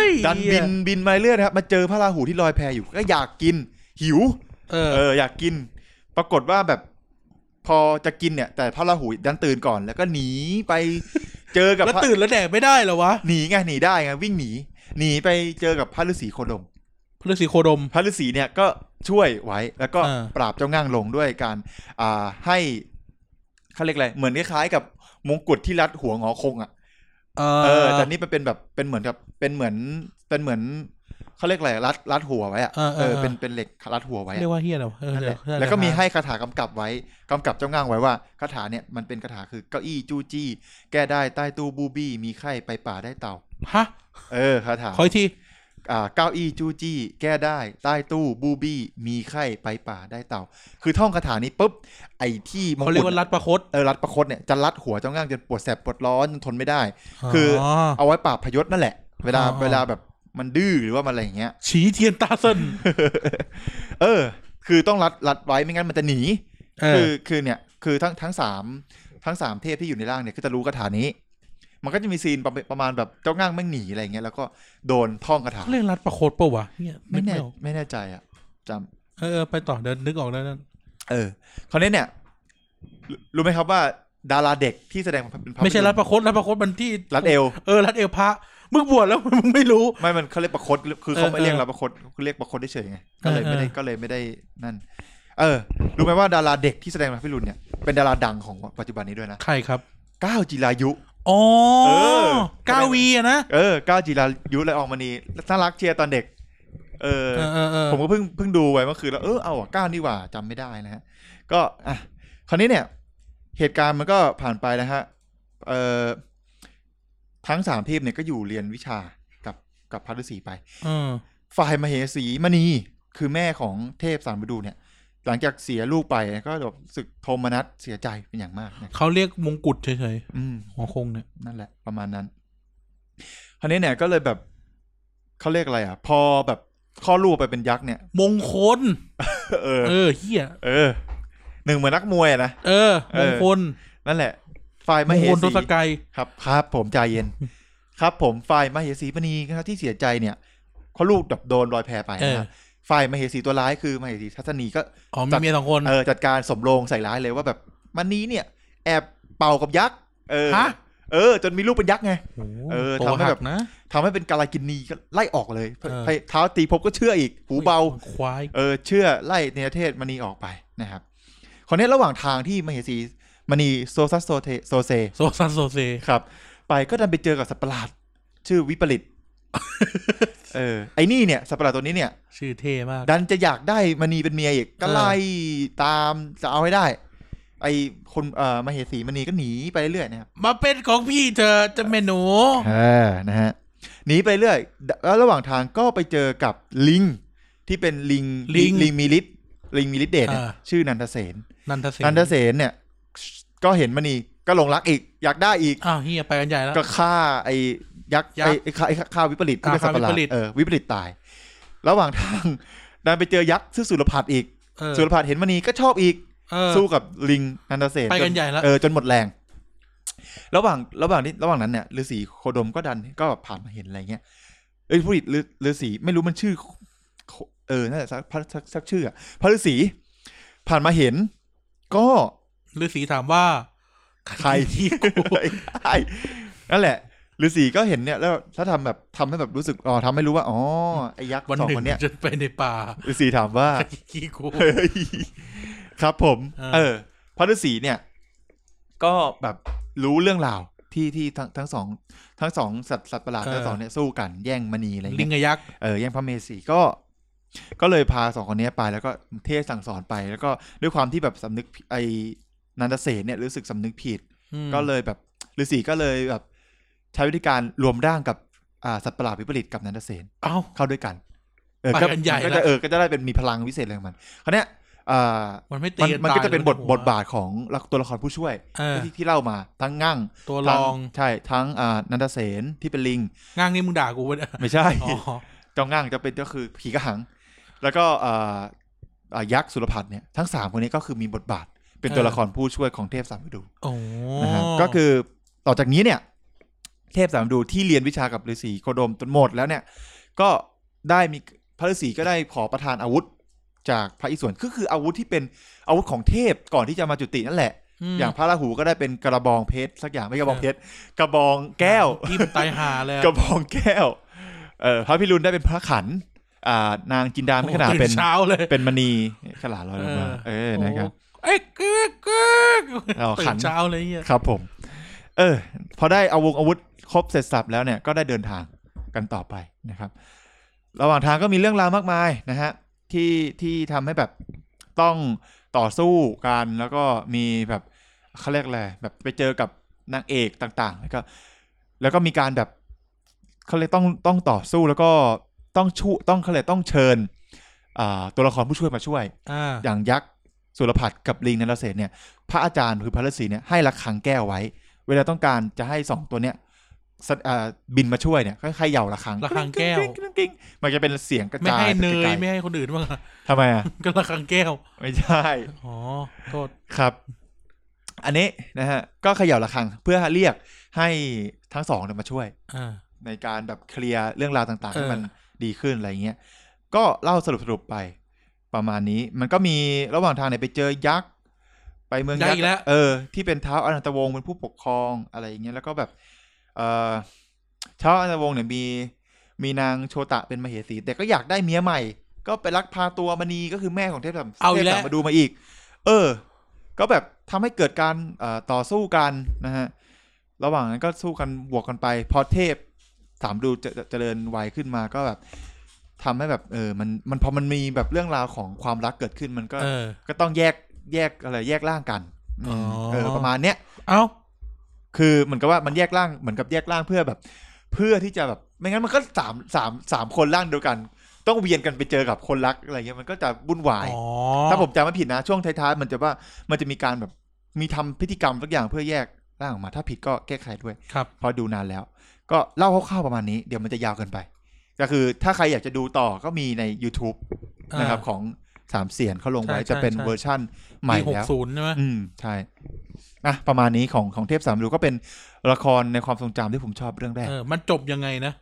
ย
ดันบินบินมาเรื่อยนะครับมาเจอพระราหูที่ลอยแพอยู่ก็อยากกินหิว
เออ
เอออยากกิน ปรากฏว่าแบบพอจะกินเนี่ย แต่พระราหูดันตื่นก่อน แล้วก็หนีไป เจอกับ
แล้ว
พระ
ตื่นแล้วแดกไม่ได้เหรอวะ
หนีไงหนีได้ไงวิ่งหนีหนีไปเจอกับพระฤาษีโคดม
พระฤาษีโคดม
พระฤาษีเนี่ยก็ช่วยไว้ แล้วก็
อ่า
ปราบเจ้าง่างลงด้วยการอ่าให้เขาเรียกอะไรเหมือนคล้ายๆกับมงกุฎที่รัดหัวงอคงอ่ะ
เอ
เออแต่นี่มันเป็นแบบเป็นเหมือนกับเป็นเหมือนเป็นเหมือนเขาเรียกอะไรรัดรัดหัวไว้อ่ะ
เออเอ
เอ
อ
อ
เออ
เป็นเป็นเหล็กรัดหัวไว้อะ
เรียกว่าเฮียอะไรวะเออ
นั่นแหละ
เดี๋ย
แล้วก็มีให้คาถากำกับไว้กำกับเจ้าง่างไว้ว่าคาถาเนี่ยมันเป็นคาถาคือเก้าอี้จู้จี้ แก้ได้ใต้ตู้บูบี้มีไข้ไปป่าได้เต่า
ฮะ
เออคาถา
ขออีกที
อ่าเก้าอี้จู้จี้ แก้ได้ใต้ตู้บูบี้มีไข้ไปป่าได้เต่า คือท่องคาถานี้ปุ๊บไอ้ที่มง
เขาเรียก
กุฎ
ว่ารัดประคต
เออรัดประคตเนี่ยจะรัดหัวเจ้าง่างจนปวดแสบปวดร้อนจนทนไม่ได้ คือ เอาไว้ปราบพยศนั่นแหละ เวลาเวลาแบบมันดื้อหรือว่ามันอะไรอย่างเงี้ย
ฉีเทียนตาเส้น
เออ คือต้องรัดรัดไว้ไม่งั้นมันจะหนี
เอ
คือ
อ
คือเนี่ยคือทั้งทั้งสามทั้งสามเทพที่อยู่ในร่างเนี่ยคือจะรู้คาถานี้ มันก็จะมีซีนประมาณประมาณแบบเจ้าง่างแม่งหนีอะไรอย่างเงี้ยแล้วก็โดนท่องคาถา
เขาเรียกรัดประโคตรเปล่าวะเนี่ยนึ
ไม่
ก
แน่
ไม่ออก
ไม่แน่ใจอ่ะจำ
เออเออไปต่อเดินนึกออกแล้วนั่น
เออคราวนี้เนี่ยรูรู้ไหมครับว่าดาราเด็กที่แสดงเป็นภาพยนต
ไม่ใช่รัดประโคตรรัดประโคตรมันที่
รัดเอว
เออรัดเอวพระมึงบวชแล้ว มึงไม่รู้
ไม่มันเขาเรียกประคดคือ
เออ
เขาไม่เรียก
เออ
เราประคดเขาเรียกประคดเฉยๆไงก็เลย
เออ
ไม่ได้
เออ
ก็เลยไม่ได้นั่น เออ รู้ไหมว่าดาราเด็กที่แสดงเป็นภาพยนตร์เนี่ยเป็นดาราดังของปัจจุบันนี้ด้วยนะ
ใครครับ
ก้าวจิรายุ
อ๋อ
เออ
กาวีอะนะ
เออก้าวจิรายุและอองมณีน่ารักเชียร์ตอนเด็ก เออ
เออเออเออ
ผมก็เพิ่งเพิ่งดูไว้เมื่อคืนแล้วเออเอาอ่ะก้าวนี่หว่าจำไม่ได้นะฮะก็อ่ะคราวนี้เนี่ย เหตุการณ์มันก็ผ่านไปนะฮะเอ่อทั้งสามเทพเนี่ยก็อยู่เรียนวิชากับกับพระฤาษีไป
เออ
ฝ่ายมเหสีมณีคือแม่ของเทพสามฤดูเนี่ย หลังจากเสียลูกไปก็แบบรู้สึกโทมนัสเสียใจเป็นอย่างมากนะ
เขาเรียกมงกุฎเฉย
อืม
ๆหัวคงเนี่ย
นั่นแหละประมาณนั้น คราวนี้เนี่ยก็เลยแบบเขาเรียกอะไรอ่ะ พอแบบข้อดลูกไปเป็นยักษ์เนี่ย
มงคล
เออ
เออเฮีย
เออหนึ่งเหมือนนักมวยอะนะ
เออมงคล
นั่นแหละ ฝ่ายม
มง
เห
คลท
สี
ศกัย
ครับ ครับ ผมใจเย็น ครับ ผมฝ่ายมเหสีมณีครับที่เสียใจเนี่ยเขาลูกดับโดนรอยแผลไป
เออ
นะครับฝ่ายมเหสีตัวร้ายคือมเหสีทัศนีก็
อ๋อมีเมียสองคน
เออจัดการสมโรงใส่ร้ายเลยว่าแบบมันนี้เนี่ย แอบเป่ากับยักษ์เออ
ฮะ
เออ จนมีลูกเป็นยักษ์ไง
โโห
เออ
ตัว
ทำให้
หั
แบบ
กนะ
ทำให้เป็นกาลกินนีก็ไล่ออกเลย
เออ
ให้เท้าตีภพก็เชื่ออีกหูเบา
ควาย
เออเชื่อไล่เนรเทศมณีออกไปนะครับคราวนี้ระหว่างทางที่มเหสีมณีโซซัสโซเทโซเซ
โซซันโซเซ
ครับ ไปก็ดันไปเจอกับสัตว์ประหลาด ชื่อวิปริต เออไอ้นี่เนี่ยสัตว์ประหลาดตัวนี้เนี่ย
ชื่อเท่มาก
ดันจะอยากได้มณีเป็นเมียอีกก็
เออ
ไล่ตามจะเอาให้ได้ ไอ้คนเอ่อมเหสีมณีก็หนีไปเรื่อยๆนะครับ
มาเป็นของพี่เธอจะเมหนู
เออนะฮะหนีไปเรื่อยแล้วระหว่างทางก็ไปเจอกับลิงที่เป็นลิง
ลิง
ลิงมีฤทธิ์ลิงมีฤทธิ์เดชเนี่ย
อ่า
ชื่อนันทเสน
นันทเสน
นันทเสนเนี่ย ก็เห็นมณีก็หลงรักอีก อยากได้อีก
อ้าวเฮียไปกันใหญ่แล้ว
ก็ฆ่าไอ้ยักษ์
ยักษ์
ไอ้ไอ้ฆ่าไอ้ฆ่าวิปริตที่เป็นสัตว์ประหลาด
อ่าฆ่าวิปริต
เออวิปริตตาย ระหว่างทาง ดันไปเจอยักษ์ชื่อสุรพัฒน์อีก
เออ
สุรพัฒน์เห็นมณีก็ชอบอีก
เออ
สู้กับลิงนันทเสน
ไปกัน
จ
ใหญ่ละ
เออจนหมดแรง ระหว่างระหว่างนี้ระหว่างนั้นเนี่ยฤาษีโคดมก็ดันก็แบบผ่านมาเห็นอะไรเงี้ยเอ้ยผู้ฤฤฤาษีไม่รู้มันชื่อโคเออน่าจะสักสักสักสักชื่ออะพระฤาษีผ่านมาเห็น ก็
ฤาษีถามว่า
ใครที่กูใช่นั่นแหละฤาษีก็เห็นเนี่ยแล้วถ้าทำแบบทำให้แบบรู้สึกอ๋อทำให้รู้ว่าอ๋อไอ้ยักษ์
วันห
สอง
นึ่ง
คนเนี้ย
จะไปในป่า
ฤาษีถามว่า
ใครขี้กู
เฮ้ยครับผม
เออ
เออพระฤาษีเนี่ย ก็แบบรู้เรื่องราวที่ที่ทั้งทั้งสองทั้งสองสัตว์สัตว์ประหลาดทั้งสองเนี่ยสู้กันแย่งมณีอะไร
ลิงกั
เงี้ย
บยักษ์
เออแย่งพระเมสีก็ ก็เลยพาสองคนเนี้ยไปแล้วก็เทศสั่งสอนไป แล้วก็ด้วยความที่แบบสำนึกผิดไอ้นันทเสนเนี่ยรู้สึกสำนึกผิด
อืม
ก็เลยแบบฤาษีก็เลยแบบใช้วิธีการรวมร่างกับอ่าสัตว์ประหลาดวิปริตกับนันทเสน
เอ้า
เข้าด้วยกัน เออ
ไป
ก็
กันใหญ่
ก็
ละ
จะเออก็จะได้เป็นมีพลังวิเศษอะไรของมันคราวเนี้ยอ่า
มันไม่ตี
มันมันก็
ตาย
จะเป็นบท
ลย
บทบาทของละตัวละครผู้ช่วย
เออ
ที่ที่เล่ามาทั้งง่าง
ตัวร
ทั้
อง
ใช่ทั้งอ่านันทเสนที่เป็นลิง
ง้างนี่มึงด่ากูวะเนี่ย
ไม่ใช่
อ๋อ
เจ้าง่างจะเป็นก็คือผีกระหัง แล้วก็อ่าอ่ายักษ์สุรพัฒน์เนี่ยทั้งสามคนนี้ก็คือมีบทบาท เป็นตัวละครผู้ช่วยของเทพสามฤดู
โอ้โห
นะฮะก็คือต่อจากนี้เนี่ย เทพสามดูที่เรียนวิชากับฤาษีโคดมจนหมดแล้วเนี่ย ก็ได้มีพระฤาษีก็ได้ขอประทานอาวุธ จากพระอิศวรก็คืออาวุธที่เป็นอาวุธของเทพก่อนที่จะมาจุตินั่นแหละ
ม
อย่างพระราหูก็ได้เป็นกระบองเพชรสักอย่างไม่กระบองเพชรกระบองแก้ว
ทิ่มตายหาเลยอะ
กระบองแก้วเออพระพิรุณได้เป็นพระขันอ่านางจินดาไม่ขนาดเป็น
โอ้โหตื่เช้าเลย
เป็นมณีขลาดลอยลงมาเออนะครับ
โอ้โหเอ๊ะกึ๊กกึ๊ก
เอาขั
ตื่
น
นเช้าเลยเฮีย
ครับผม เออ พอได้อาวงอาวุธครบเสร็จสับแล้วเนี่ยก็ได้เดินทางกันต่อไปนะครับ ระหว่างทางก็มีเรื่องราวมากมายนะฮะที่ที่ทำให้แบบต้องต่อสู้กันแล้วก็มีแบบเขาเรียกอะไรแบบไปเจอกับนางเอกต่างๆ แล้วก็ แล้วก็มีการแบบเขาเรียกต้องต้องต่อสู้แล้วก็ต้องชูต้องเขาเรียกต้องเชิญอ่าตัวละครผู้ช่วยมาช่วย
อ่า
อย่างยักษ์สุรพัฒน์กับลิงนันทเสนเนี่ยพระอาจารย์คือพระฤาษีเนี่ยให้ระฆังแก้วไว้ เวลาต้องการจะให้สองตัวเนี่ยสะอ่าบินมาช่วยเนี่ยก็ให้เขย่าระฆัง
ระฆังแก้ว
กริ๊งกริ๊งกริ๊งกริ๊งมันจะเป็นเสียงกระ
ไม่
จาย
ให้เน
ป
ย
ไกลๆ
ไม่ให้คนอื่นบ้างอะ
ทำไมอ่ะ
ก็ระคังแก้ว
ไม่ใช่
อ๋อ โทษ
ครับ อันนี้นะฮะก็เขย่าระฆังเพื่อเรียกให้ทั้งสองเนี่ยมาช่วย
อ่า
ในการแบบเคลียร์เรื่องราวต่างๆให้มัน
เออ
ดีขึ้นอะไรเงี้ย ก็เล่าสรุปสรุปๆไป ประมาณนี้มันก็มีระหว่างทางเนี่ยไปเจอยักษ์ไปเมือง
ได้
ยัก
อี
ษ์
กแล้ว
เออ ที่เป็นเท้าอนันตวงศ์เป็นผู้ปกครองอะไรอย่างเงี้ยแล้วก็แบบเออเท้าอนันตวงศ์เนี่ยมีมีนางโชตะเป็นมเหสี แต่ก็อยากได้เมียใหม่ ก็ไปลักพาตัวมณีก็คือแม่ของเทพสาม
เอาอีก
เทพ
แล้ว
สามมาดูมาอีก เออ ก็แบบทำให้เกิดการเอ่อต่อสู้กันนะฮะ ระหว่างนั้นก็สู้กันบวกกันไป พอเทพสามดูเจเจริญวัยขึ้นมาก็แบบทำให้แบบเออมันมันพอมันมีแบบเรื่องราวของความรักเกิดขึ้นมันก็
เออ
ก็ต้องแยกแยกอะไรแยกร่างกันอืม
อ๋อ
เออประมาณเนี้ย
เอ้า
คือเหมือนกับว่ามันแยกร่างเหมือนกับแยกร่างเพื่อแบบ เพื่อที่จะแบบไม่งั้นมันก็สามสามสามคนร่างเดียวกัน ต้องเวียนกันไปเจอกับคนรักอะไรเงี้ยมันก็จะวุ่นวาย
อ๋อ
ถ้าผมจำไม่ผิดนะช่วงท้ายๆมันจะว่ามันจะมีการแบบมีทำพิธีกรรมสักอย่างเพื่อแยกร่างออกมา ถ้าผิดก็แก้ไขด้วย
ครับ
เพราะดูนานแล้ว ก็เล่าคร่าวๆประมาณนี้เดี๋ยวมันจะยาวเกินไป ก็คือถ้าใครอยากจะดูต่อก็มีใน YouTube นะครับของสามเสียนเขาลงไว้
ใช่ใช่
จะเป็น
ใช่
เวอร์ชั่นใหม่
ปีหก
แล้ว
ศูนย์ใช่ไหม
อืม ใช่อ่ะประมาณนี้ของของเทพสามดูก็เป็นละครในความทรงจำที่ผมชอบเรื่องแรก
เออ มันจบยังไงนะ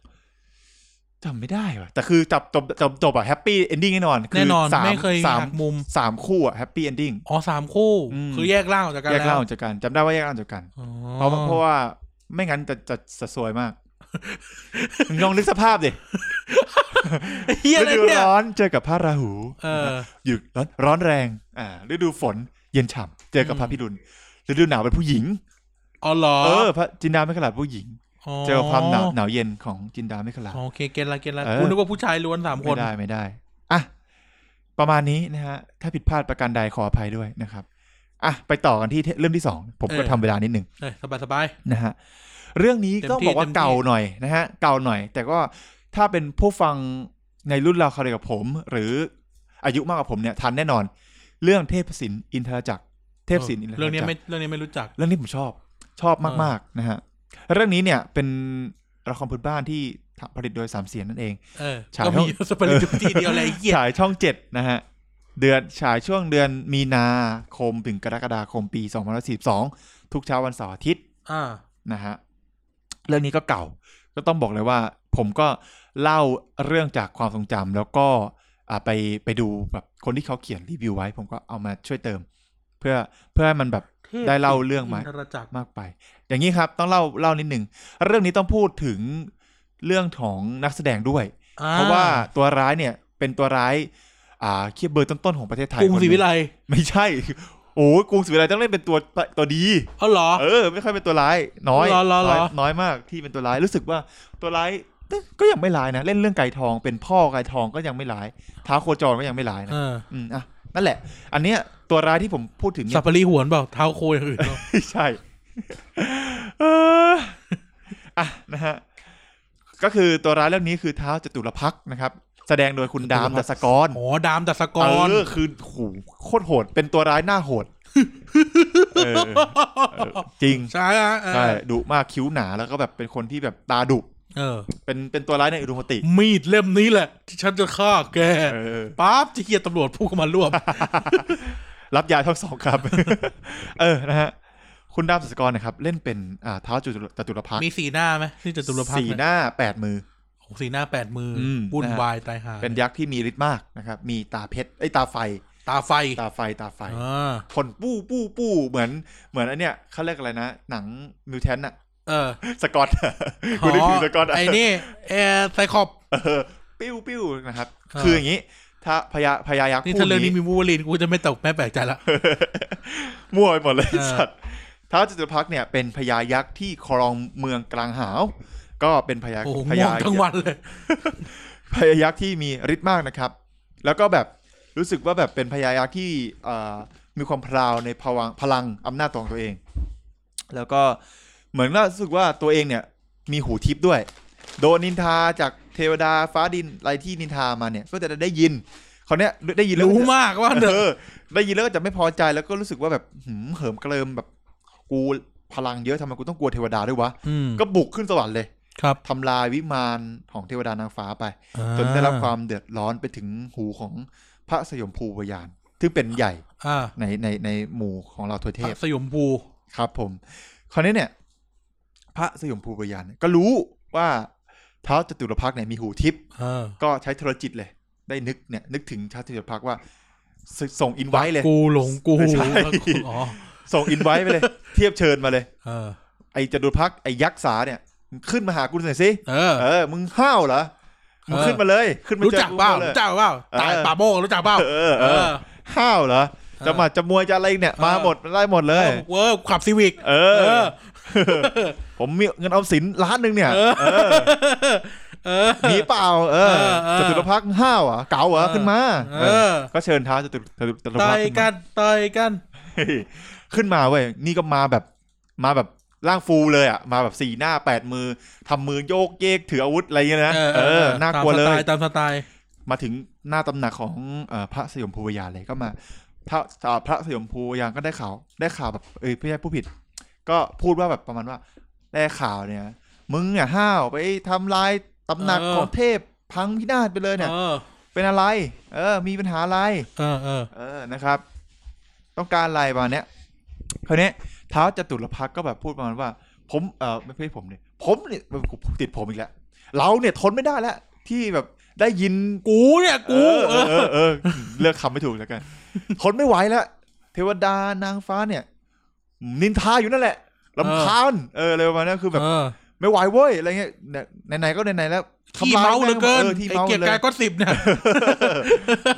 จำไม่ได้ว่ะแต่คือจับจบจบจบอะแฮปปี้เอนดิ้งแน่นอนคื
แน่นอน
สาม
ไม่เคย
สาม
หักมุม
สามคู่อะแฮปปี้เอนดิ้ง
อ๋อสามคู่
อืม
คือแยกร่างออกจากกัน
แยก
แล้
ร่าง
ว
ออกจากกันจำได้ว่าแยกร่างออกจากกัน
อ๋อ
เพราะว่าเพราะว่าไม่งั้นจะจะจะซวยมาก มึงลองนึกสภาพดิ
เฮีย
ฤ
อะไร
ดู
เนี่ย
ร้อนเจอกับพระราหู
เออ
หยุดร้อนร้อนแรง อ่าฤดูฝนเย็นฉ่ำเจอกับพระพิรุณฤดูหนาวเป็นผู้หญิง
อ๋อเหรอ
เออ พระจินดาไม่ขลาดผู้หญิง เจอความหนาวหนาวเย็นของจินดาไม่ขลาด
อ๋อโอเคเกณฑ์ละเกณฑ์ละ
เออ
คุณนึกว่าผู้ชายล้วนสามค
ไม่
น
ได้ไม่ได้อ่ะประมาณนี้นะฮะ ถ้าผิดพลาดประการใดขออภัยด้วยนะครับอ่ะไปต่อกันที่เรื่องที่สองผมก็
เออ
ทำเวลานิดนึง
เออสบายสบาย
นะฮะเรื่องนี้
เต็ม
ต้อง
ที่
บอกว่า
เต็มที่
เก่าหน่อยนะฮะเก่าหน่อย แต่ก็ถ้าเป็นผู้ฟังในรุ่นเราวคราวเดียวกับผม หรืออายุมากกว่าผมเนี่ยทันแน่นอน เรื่องเทพศิลป์อินทรจักรเทพศิลป์อินทรจักร
เรื่องเนี้ยไม่เรื่องเนี้ยไม่รู้จัก
เรื่องนี้ผมชอบชอบ
เออ
มากๆนะฮะเรื่องนี้เนี่ยเป็นละครพื้นบ้านที่ผลิตโดยสามเสียนนั่นเอง
เออ
ฉาย
ก็มี
เท่า
สปาริจุตีเดียวอะไรไอ้เหี้ย
ฉายช่องเจ็ดนะฮะเดือนฉายช่วงเดือนมีนาคมถึงกรกฎาคมปี2542ทุกเช้าวันเสาร์อาทิตย์
อ่า
นะฮะเรื่องนี้ก็เก่า ก็ต้องบอกเลยว่า ผมก็เล่าเรื่องจากความทรงจำแล้วก็อ่าไปไปดูแบบคนที่เขาเขียนรีวิวไว้ ผมก็เอามาช่วยเติม เพื่อเพื่อให้มันแบบ ได้เล่าเรื่องไหม
นทรจักร
มากไป อย่างนี้ครับต้องเล่าเล่านิดหนึ่งเรื่องนี้ต้องพูดถึงเรื่องของนักแสดงด้วย
อ่
เพราะว่าตัวร้ายเนี่ยเป็นตัวร้ายอ่าเคียบเบอร์ต้นๆของประเทศไทย
กรุง
คนห
ศรี
นึ่
วิไล
ไม่ใช่โอ้ยกรุงศรีวิไลต้องเล่นเป็นตัวตัวดี
อ๋อเหรอ
เออไม่ค่อยเป็นตัวร้ายน้อย
เหรอเหรอเหรอ
น้อยน้อยมากที่เป็นตัวร้ายรู้สึกว่าตัวร้ายเอ๊ะก็ยังไม่ร้ายนะ เล่นเรื่องไก่ทองเป็นพ่อไก่ทองก็ยังไม่ร้ายท้าวโคจรก็ยังไม่ร้ายนะ
เออ
อืมอ่ะนั่นแหละ อันเนี้ยตัวร้ายที่ผมพูดถึง
สั
เนี่ย
ปปะรีหวนเปล่าเท้าโคอย่างอื่นเปล่า
ไม่ใช่ เอออ่ะนะฮะก็คือตัวร้ายเรื่องนี้คือท้าวจตุรพักษ์นะครับ แสดงโดยคุณดามดัสกร
อ๋อดามดัสกร
เออคือโหโคตรโหด เป็นตัวร้ายหน้าโหดเออเออจริง
ใช่ฮะเออ
ใช่ดุมากคิ้วหนาแล้วก็แบบเป็นคนที่แบบตาดุ
เออ
เป็นเป็นตัวร้ายในอุดมคติ
มีดเล่มนี้แหละ ที่ฉันจะฆ่าแก
เออ
ปั๊บจะเฮียตำรวจพุ่งเข้ามารวบ
รับยาทั้งสองครับ เออนะฮะคุณดามสัสกรนะครับเล่นเป็นอ่าเท้าวจุลจตุรพักษ์
มีสีหน้าไหมนี่จะตุลพัก
สี
ษ์
ห
เนี่ย
น้าแปดมือ
โอ้โหสีหน้าแปดมืออ
ม
วุ่น
นะฮะ
วายตายหา
เป็นยักษ์ที่มีฤทธิ์มากนะครับ มีตาเพชรไอ้ยตาไฟ
ตาไฟ
ตาไฟตาไฟ
อ่า
พ่นปู้ปู้ปู้เหมือนเหมือนอันเนี้ยเขาเรียกอะไรนะ หนังมิวแทนอะ
เออ
สกอต คุณนึกถึงสกอตะ
ไอ้นี่เออไซคอป
เออปิ้วปิ้วนะครับ
อ่า
คืออย่างนี้ ถ้าพญาพญายักษ์
นี่
คู่
ถ้าเรื่อง
นี้
นี้มีบูวาลินกูจะไม่ตกไม่แปลกใจละ
มั่วไปหมดเลย
เออ
สัตว์ท้าวจตุรพักษ์เนี่ยเป็นพญายักษ์ที่ครองเมืองกลางหาว ก็เป็นพญา
โอ้โห
พ
ง่ว
ญาง
ทั้งวันเลย
พญายักษ์ที่มีฤทธิ์มากนะครับ แล้วก็แบบรู้สึกว่าแบบเป็นพญายักษ์ที่เอ่อมีความพราวในพวังพลังอำนาจตัวของตัวเอง แล้วก็เหมือนว่ารู้สึกว่าตัวเองเนี่ยมีหูทิพย์ด้วย โดนนินทาจากเทวดาฟ้าดินอะไรที่นินทามาเนี่ยก็จะได้ยินเขาวเนี้ยได้ยินแล้ว
รู้
ก็จะ
มากว่าเน
เอ
อะ
อได้ยินแล้วก็จะไม่พอใจแล้วก็รู้สึกว่าแบบหืมเหิมเกริมแบบกูพลังเยอะทำไมกูต้องกลัวเทวดาด้วยวะ
อืม
ก็บุกขึ้นสวรรค์เลย
ครับ
ทำลายวิมานของเทวดานางฟ้าไป จนได้รับความเดือดร้อนไปถึงหูของพระสยมภูวายาน จ ซึ่งเป็นใหญ่
อ่า
ในในในหมู่ของเราทั่วเทพ
สยมภู
ครับผม คราวนี้เนี่ย พระสยมภูปยานเนี่ยก็รู้ว่าเท้าวจตุรพักษ์เนี่ยมีหูทิพย์
เออ
ก็ใช้โทรจิตเลย ได้นึกเนี่ย นึกถึงชาติจตุรพักษ์ว่าสส่งอินไว้เลย
กูหลงกู
ไม่ใช่
อ๋อ
ส่งอินไว้ไปเลย เทียบเชิญมาเลย
เออ
ไอ้จตุรพักษ์ไอ้ยักษ์สาเนี่ยมึงขึ้นมาหากูหน่อยสิ
เออ
เออ มึงห้าวเหรอ มึง
เออ
ขึ้นมาเลย ขึ้นมา
รู้
เจอ
จักเปล่า
เลย
รู้จักเปล่าตาย
เออ
ป่าโมกรู้จักเปล่า
เออ เออ ห้าวเหรอ จะมาจะมวยจะอะไรเนี่ย มาหมดได้หมดเล
เอย อเออขับซีวิก
เอ
เอ
อ
อ
ผมมีเงินออมสินล้านหนึ่งเนี่ย
เออ
เออ
เออ
มีเปล่า เออ
เออเออ
จตุรพักษ์ห้าวเหรอ่ะเก๋าเหรอ่ะ
เออ
ขึ้นมา
เอ
เออ
อ
ก็เชิญท้าจตุรจตุจตุร
ต่
พั
อก ย
ษ์
กันต่อยกัน
ขึ้นมาขึ้นมาเว้ยนี่ก็มาแบบมาแบบร่างฟูเลยอ่ะมาแบบสี่หน้าแปดมือทำมือโยกเยกถืออาวุธอะไรอย่างเงี้ยนะเออน่ากลัวเลย
ตามสไตล์
มาถึงหน้าตำหนักของเอ่อพระสยมภูวยาเลยก็มาพระอ่าพระสยมภูวยาก็ได้ข่าวได้ข่าวแบบเอ้ยไม่ใช่ผู้ผิด ก็พูดว่าแบบประมาณว่าได้ข่าวเนี่ย มึงเนี่ยห้าวไปทำลายตำหนัก
เออ
ของเทพพังพินาศไปเลยเนี่ย
เออ
เป็นอะไร เออ มีปัญหาอะไร
เออเออ
เออนะครับ ต้องการอะไรประมาณเนี้ยคราวเนี้ยเท้าวจตุรพักษ์ก็แบบพูดประมาณว่า ผมเออไม่ใช่ผมเนี่ยผมเนี่ยติดผมอีกแล้วเราเนี่ยทนไม่ได้แล้วที่แบบได้ยิน
กูเนี่ยกู
เอ
เออ
อเออเออเออเลือกคำไม่ถูกแล้วกัน ทนไม่ไหวแล้ว เทวดานางฟ้าเนี่ย นินทาอยู่นั่นแหละลำคาญเอออะไรประมาณนั้นคือแบบ
เออ
ไม่ไหวเว้ยอะไรเงี้ยเนี่ยไหนๆก็ไหนๆแล้ว
ขี้
ทำร้ย
เมาเหลือเกิน
อที่
ไอ้
เมา
เกียร
เล
ติกาย
ย
ก็สิบเนี่ย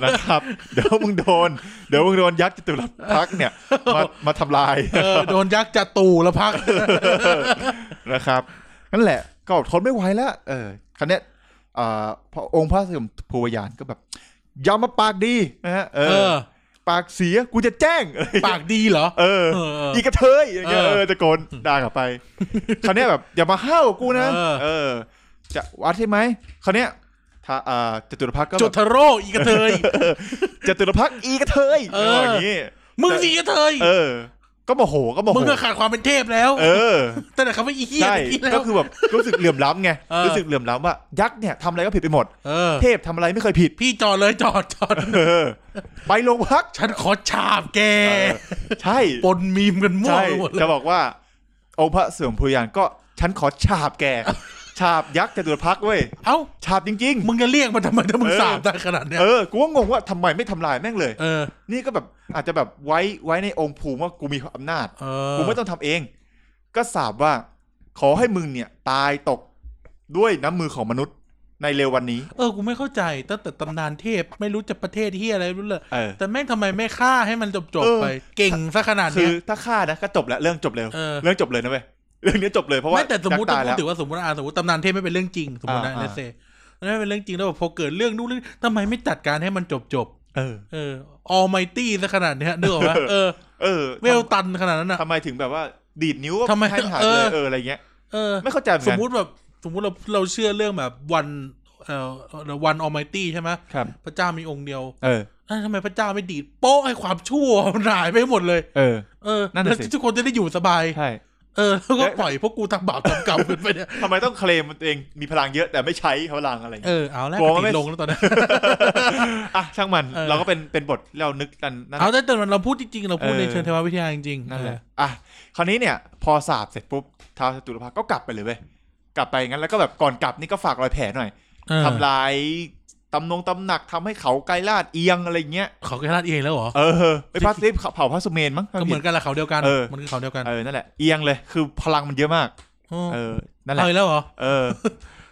นะครับ เดี๋ยวมึงโดน เดี๋ยวมึงโดนยักษ์จตุรพักษ์เนี่ย มามาทำลาย
เออโดนยักษ์จะตูแล้วพัก
นะครับนั่นแหละก็ทนไม่ไหวแล้ว เออคันนี้ยอ่าพระองค์พระสยามภูวยานก็แบบอย่ามาปากดีนะฮะเอ
เอ
อ
อ
ปากเสียกูจะแจ้ง
ปากดีเหรอ
เออ
เออเอออี
อีกระเทยอย่างเงี้ย
เออ
เออตะโกนด่ากลับไป คราวเนี้ยแบบอย่ามาห้าวกูนะ
เออ
เออ จะวัดใช่ไหมคราวเนี้ยถ้าอ่าจตุรพักษ์ก็
จุ
แบ
ด
บ
ทะโร่อีกระเทย
จตุรพักษ์อีกระเทย
เออ
ย่างงี้
มึงสีกระเทย
เออ ก็โมโหก็โมโห
มึงก็ขาดความเป็นเทพแล้ว
เออ
แต่ไหนคำว่าอีเหี้ย
ใช่
อีกแล้
ก็
ว
คือแบบรู้สึกเหลื่อมล้ำไง
เออ
รู้สึกเหลื่อมล้ำว่ายักษ์เนี่ยทำอะไรก็ผิดไปหมด
เออ
เทพทำอะไรไม่เคยผิด
พี่จอดเลยจอดจอด
เออไปโรงพัก
ฉันขอฉาบแก
ใช่
ปนมีมกันมั่ว
ใช่
ไปหมดเลย
จะบอกว่า องค์พระเสื่อมภูยานก็ฉันขอฉาบ แกฉาบยักษ์จตุรพักษ์เว้ย
เอ้า
ฉาบจริง
มึงจะเรียกมันทำไมถ้ามึง
เออ
สาบได้ขนาดเนี้
ๆ
ย
เออ กูก็งงว่าทำไมไม่ทำลายแม่งเลย
เออ
นี่ก็แบบอาจจะแบบไว้ไว้ในองค์ภูมิว่ากูมีอำนาจ
เออ
กูไม่ต้องทำเอง ก็สาบว่า ขอให้มึงเนี่ย ตายตกด้วยน้ำมือของมนุษย์ในเร็ววันนี้
เออกูไม่เข้าใจตั้งแต่ตำนานเทพไม่รู้จะประเทศเฮียอะไรไม่รู้เลย
เออ
แต่แม่งทำไมไม่ฆ่าให้มันจบจบ
เออ
ไป เก่งซะขนาด
คื
เนี้
อย ถ้าฆ่านะก็จบแล้วเรื่องจบเร็ว
เออ
เรื่องจบเลยนะเว้ยเรื่องนี้จบเลยเพราะว่า
ไม่แต่สมมติ
ยักษ์
ถ้าพูด
ตายแล้ว
ถึงว่าสมมติอ่าสมมติตำนานเทพไม่เป็นเรื่องจริงสมมตินะ
อ่า
เน
อ่า
เซไม่เป็นเรื่องจริงแล้วแบบพอเกิดเรื่องนู้นเรื่องนี้ทำไมไม่จัดการให้มันจบจบ
เออ
เออออไมตี้ซะขนาดเนี้ยนึกออกไหมเออ
เออ
เวลตันขนาดนั้นอ่ะ
ทำไมถึงแบบว่า ดีดนิ้ว
ทำไม
ให้หาย
เอ
เล
อ
ยเอออะไรเงี้ย
เออ
ไม่เข้าใจเหมือน
สม
กัน
มุติแบบสมมุติเราเราเชื่อเรื่องแบบวันเอ่อวันออไมตี้ใช่ไหม
ครับ
พระเจ้ามีองค์เดียว
เออ
เอ้ยทำไมพระเจ้าไม่ดีดโป๊ะให้ความชั่วมันหายไปหมดเลย
เออ
เออ
นั่นน่ะ
แล้ว
สิ
ทุกคนจะได้อยู่สบาย
ใช่
เออ แล้วก็
เอ๊ะ
ปล่อยพวกกูทำบาปทำกรรมกันไปเนี่ย
ทำไมต้องเคลมว่าตัวเองมีพลังเยอะแต่ไม่ใช้พลังอะไรเงี้ย
เออเอาแล้ว
กลัวว่าไม่
ติดลงแล้วต อนนี้
อ่ะช่างมัน
เออ
เราก็เป็นเป็นบทที่เรานึกกันนั่น
เอาแต่แต่มันเราพูดจริงๆเราพูด
เออ
ในเชิงเทววิทยาจริงๆ
นั่นแหละ
เออ
อ่ะคราวนี้เนี่ย พอสาบเสร็จปุ๊บท้าวจตุรพักษ์ก็กลับไปเลยเว้ยกลับไปงั้นแล้วก็แบบก่อนกลับนี่ก็ฝากรอยแผลหน่อย
เออ
ทำลายตำนงตำหนักทำให้เขาไกลลาดเอียงอะไรเงี้ย
เขาแค่ลาดเองแล้วเหรอ
เออไอ้พระสิเผาพระสุเมนมั้ง
ก็เหมือนกันแหละเขาเดียวกัน
เออ
มันคือเขาเดียวกัน
เออนั่นแหละเอียงเลยคือพลังมันเยอะมาก
เออ
เออนั่นแหละ
เอาอีกแล้วเหรอ
เออ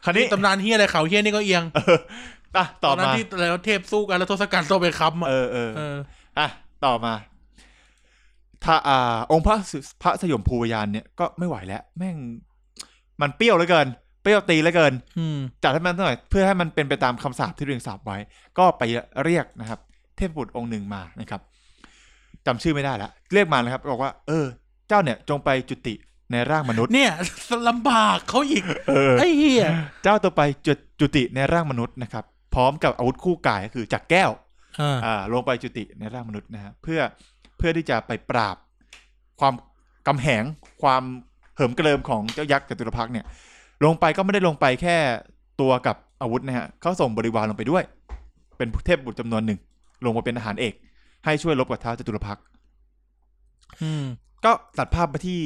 คราวนี้
นี่ตำนานเฮียอะไรเขาเฮียนี่ก็เอียง
อ่ะต่อ
ตนนั้น
มา
ที่อะไรวะเทพสู้กันแล้วทศกัณฐ์ต้องไปค้ำอะ
เออเออ
เออ
อ่ะต่อมาถ้าอ่า องค์พระสุพระสยมภูวยานเนี่ยก็ไม่ไหวแล้ว แม่ง มันเปรี้ยวเหลือเกิน เปรี้ยวตีเหลือเกิน
อืม
จัดให้มันหน่อย เพื่อให้มันเป็นไปตามคำสาปที่เรียงสาปไว้ ก็ไปเรียกนะครับ เทพบุตรองค์หนึ่งมานะครับจำชื่อไม่ได้ละเรียกมานะครับบอกว่า เออ เจ้าเนี่ยจงไปจุติในร่างมนุษย์
เนี่ย ลำบากเขาอีก
เออ
ไอ้เฮีย
เจ้าตัวไปจุจุติในร่างมนุษย์นะครับ พร้อมกับอาวุธคู่กายก็คือจักรแก้ว
เออ
อ่าลงไปจุติในร่างมนุษย์นะฮะเพื่อเพื่อที่จะไปปราบ ความกำแหง ความเหิมเกริมของเจ้ายักษ์จตุรพักษ์เนี่ย ลงไปก็ไม่ได้ลงไปแค่ตัวกับอาวุธนะฮะเขาส่งบริวารลงไปด้วย เป็นเทพบุตรจำนวนหนึ่ง ลงมาเป็นอาหารเอก ให้ช่วยลบกับเท้าจตุรพักษ์
อืม
ก็ตัดภาพไปที่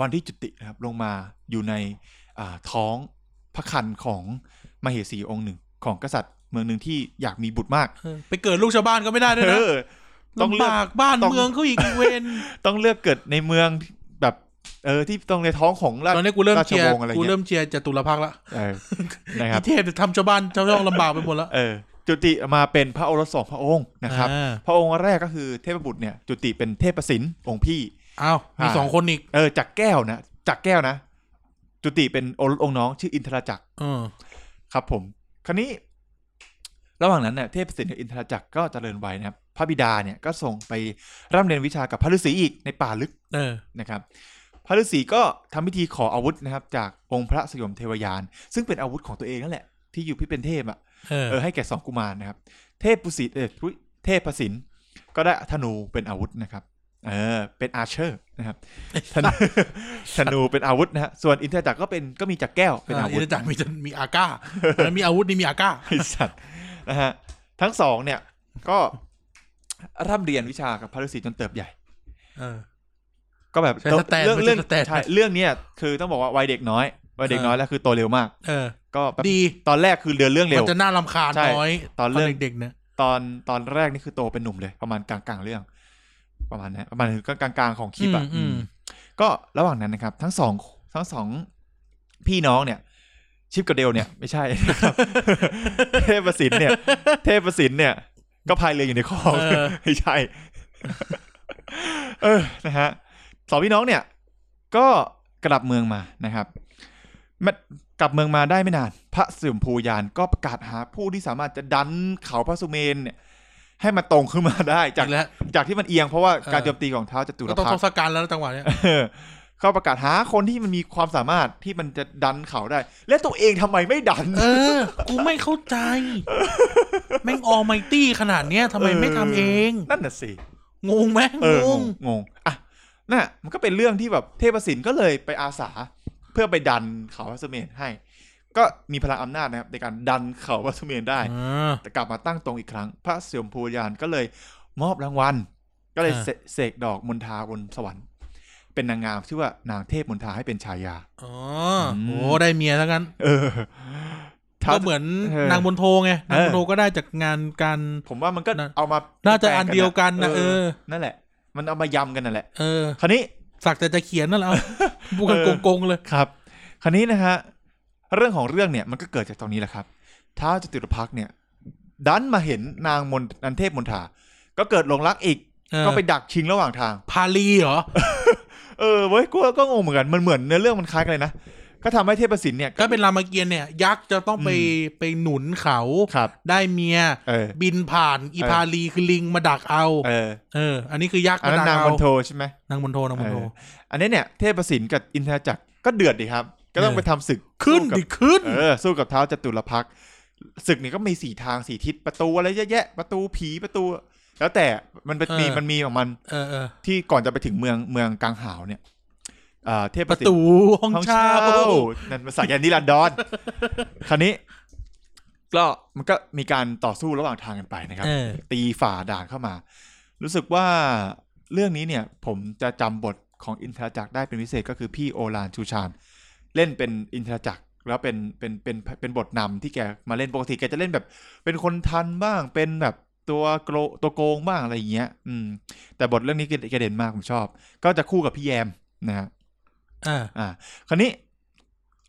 วันที่จุตินะครับ ลงมาอยู่ในอ่าท้องพระคันของมเหสีองค์หนึ่ง ของกษัตริย์เมืองหนึ่งที่อยากมีบุตรมาก
เออไปเกิดลูกชาวบ้านก็ไม่ได้ด้วย
เอ
นะ
อต้องเลือบ
ลำาก กบ้าน
ต้อง
เมืองเขาอีกอีเวน
ต้องเลือกเกิดในเมืองแบบเออที่ตรงในท้องของราช
ตอนนี้กูเริ่มเชียร์
ราชวงศ์อะไรเงี้ย
กูเริ่มเชียร์จตุรพักษ์ละ
เออนะ ค
อี
รับ
เทพทำชาวบ้านชาวช่องลำบากไปหมดแล้ว
เออจุติมาเป็นพระโอรสสองพระองค์นะครับ
อ่า
พระองค์แรกก็คือเทพบุตรเนี่ย จุติเป็นเทพสินองค์พี่
อ้าวมี
อ่า
สองคนอีก
เออจากแก้วนะจากแก้วนะ จุติเป็นโอรสองค์น้องชื่ออินทราจักร
เออ
ครับผม คราวนี้ ระหว่างนั้นเนี่ยเทพสินกับอินทราจักรก็เจริญไว้นะครับ พระบิดาเนี่ยก็ส่งไปร่ำเรียนวิชากับพระฤาษีอีกในป่าลึก
เออ
นะครับ พระฤาษีก็ทำพิธีขออาวุธนะครับ จากองค์พระสยามเทวายาน ซึ่งเป็นอาวุธของตัวเองนั่นแหละที่อยู่พี่เป็นเทพอ่ะ
เออ
เออให้แก่สองกุมารนะครับ เทพปุสิเอออุ๊ยเทพประสินก็ได้ธนูเป็นอาวุธนะครับ เออ เป็นอาร์เชอร์นะครับธ นูธนูเป็นอาวุธนะฮะส่วนอินทรจักรก็เป็นก็มีจักรแก้วเป็นอาวุธ
นจักรมีมีอาก้าอันนั้นมีอาวุธนี่มีอาก้า
ไอ้สัตว์นะฮะทั้งสองเนี่ยก็ร่ำเรียนวิชากับพระฤาษีจนเติบใหญ่
เออ
ก็แบบ
ใช้สแตน
เรื่อง
ไม่ใช่
เรื่อง
สแตน
ใช่เรื่องเนี้ยคือต้องบอกว่าวัยเด็กน้อยวัยเด็ก
เออ
น้อยแล้วคือโตเร็วมาก
เออ
ก็แบบ
ดี
ตอนแรกคือเดินเรื่องเร็
มั
ว
นจะน่ารำคาญ
ใช่
น้อย
ตอนเริ่ม
เด็กๆเนี่ย
ตอนตอนแรกนี่คือโตเป็นหนุ่มเลย ประมาณกลางกลางๆเรื่อง ประมาณนี้ประมาณคือกลางกลางๆของคลิปอ่ะ
อืม
อืมก็ระหว่างนั้นนะครับ ทั้งสองทั้งสองพี่น้องเนี่ย ชิปกับเดลเนี่ย ไม่ใช่นะครับ เทพประสินเนี่ย เทพประสินเนี่ย ก็พายเรืออยู่ในคลอง
เออ
ไม่ใช่ เออนะฮะสองพี่น้องเนี่ย ก็กลับเมืองมานะครับมันกลับเมืองมาได้ไม่นาน พระสิมภูยานก็ประกาศหาผู้ที่สามารถจะดันเขาพระสุเมนเนี่ย ให้มันตรงขึ้นมาได้
จา
จาก
กแล้ว
จากที่มันเอียงเพราะว่า
เออ
การโจมตีของเท้าจตุร
ก็ต้อง
พั
ท
ก
ศ
ษ์
กัณฐ์แล้วนะจังหวะเนี้ย
เออ เขาประกาศหาคนที่มันมีความสามารถที่มันจะดันเขาได้ และตัวเองทำไมไม่ดัน
เออ กูไม่เข้าใจ แม่งออไมตี้ขนาดเนี้ยทำไมไม่ทำเอง
นั่นน่ะสิ
งงไหม
เอองง
ง
งงงอ่ะน่ะมันก็เป็นเรื่องที่แบบเทพสินก็เลยไปอาสาเพื่อไปดันเขาพระสุเมนให้ ก็มีพลังอำนาจนะครับในการดันเขาพระสุเมนได้
เออ
แต่กลับมาตั้งตรงอีกครั้ง พระเสี่ยมภูยานก็เลยมอบรางวัล ก็เลย
อ่า
เสเสกดอกมณฑาบนสวรรค์ เป็นนางงามชื่อว่านางเทพมณฑาให้เป็นฉายา
อ๋อ
อืม
โอ้ได้เมียทั้งนั้น
เออท้า
ก็เหมือน
เออน
างบนโทไง นาง
เอบ อ
นโทก็ได้จากงานการ
ผมว่ามันก็
น่ะ
เอามา
น่าจะอันเดียวกันนะเออ
นั่นแหละ มันเอามายำกันนั่นแหละ
เออ
คราวนี้
สักแต่จะเขียน นั่นแหละพูดกัน
เออ
โกงๆเลย
ครับ คราวนี้นะฮะ เรื่องของเรื่องเนี่ยมันก็เกิดจากตรงนี้แหละครับท้าวจตุรพักษ์เนี่ย ดันมาเห็นนางมนนันเทพมนทา ก็เกิดหลงรักอีก
เออ
ก็ไปดักชิงระหว่างทาง
พาลีเหรอ
เออเว้ยกูก็งงเหมือนกันมันเหมือนเนื้อเรื่องมันคล้ายกันเลยนะ ก็ทำให้เทพสินเนี่ย
ก็เป็นรามเกียรติ์เนี่ย ยักษ์จะต้องไป
อื
ไปหนุนเขา
ครับ
ได้เมีย
เออ
บินผ่านอี
เออ
พาลีคือลิงมาดักเอา
เออ
เออ อันนี้คือยักษ์
อัน
มา
นั้น
ดัก
นาง
เอา
มนโทใช่ไหม
นางบนโทนางบนโท
เออ อันนี้เนี่ยเทพสินกับอินทราจักรก็เดือดดีครับ ก็ต้อง
เออ
ไปทำศึก
ขึ้น
สู้กับ
ดิขึ้น
เออสู้กับเท้าวจตุรพักษ์ศึกเนี่ยก็มีสี่ทางสี่ทิศประตูอะไรเยอะแยะประตูผีประตู แล้วแต่มันเป็น
เออ
มีมันมีของมัน
เออเออ
ที่ก่อนจะไปถึงเมืองเมืองกังหาวเนี่ยเอ่อเท
ป
พประ ระสิทธิ์
ตูห้อง
ห้อง
เช่า
เช่านั่นภาษายันนิรันด ร คราวนี้ ก็มันก็มีการต่อสู้ระหว่างทางกันไปนะครับ
เออ
ตีฝ่าด่านเข้ามา รู้สึกว่าเรื่องนี้เนี่ย ผมจะจำบทของอินทราจักรได้เป็นพิเศษก็คือพี่โอลานชูชานเล่นเป็นอินทราจักรแล้วเป็นเป็นเป็นเป็นบทนำที่แกมาเล่นปกติแกจะเล่นแบบ เป็นคนทันบ้างเป็นแบบตัวโกรตัวโกงบ้างอะไรอย่างเงี้ย อืม แต่บทเรื่องนี้แกแกเด่นมากผมชอบ ก็จะคู่กับพี่แยมนะฮะ
เออ
อ่าคราวนี้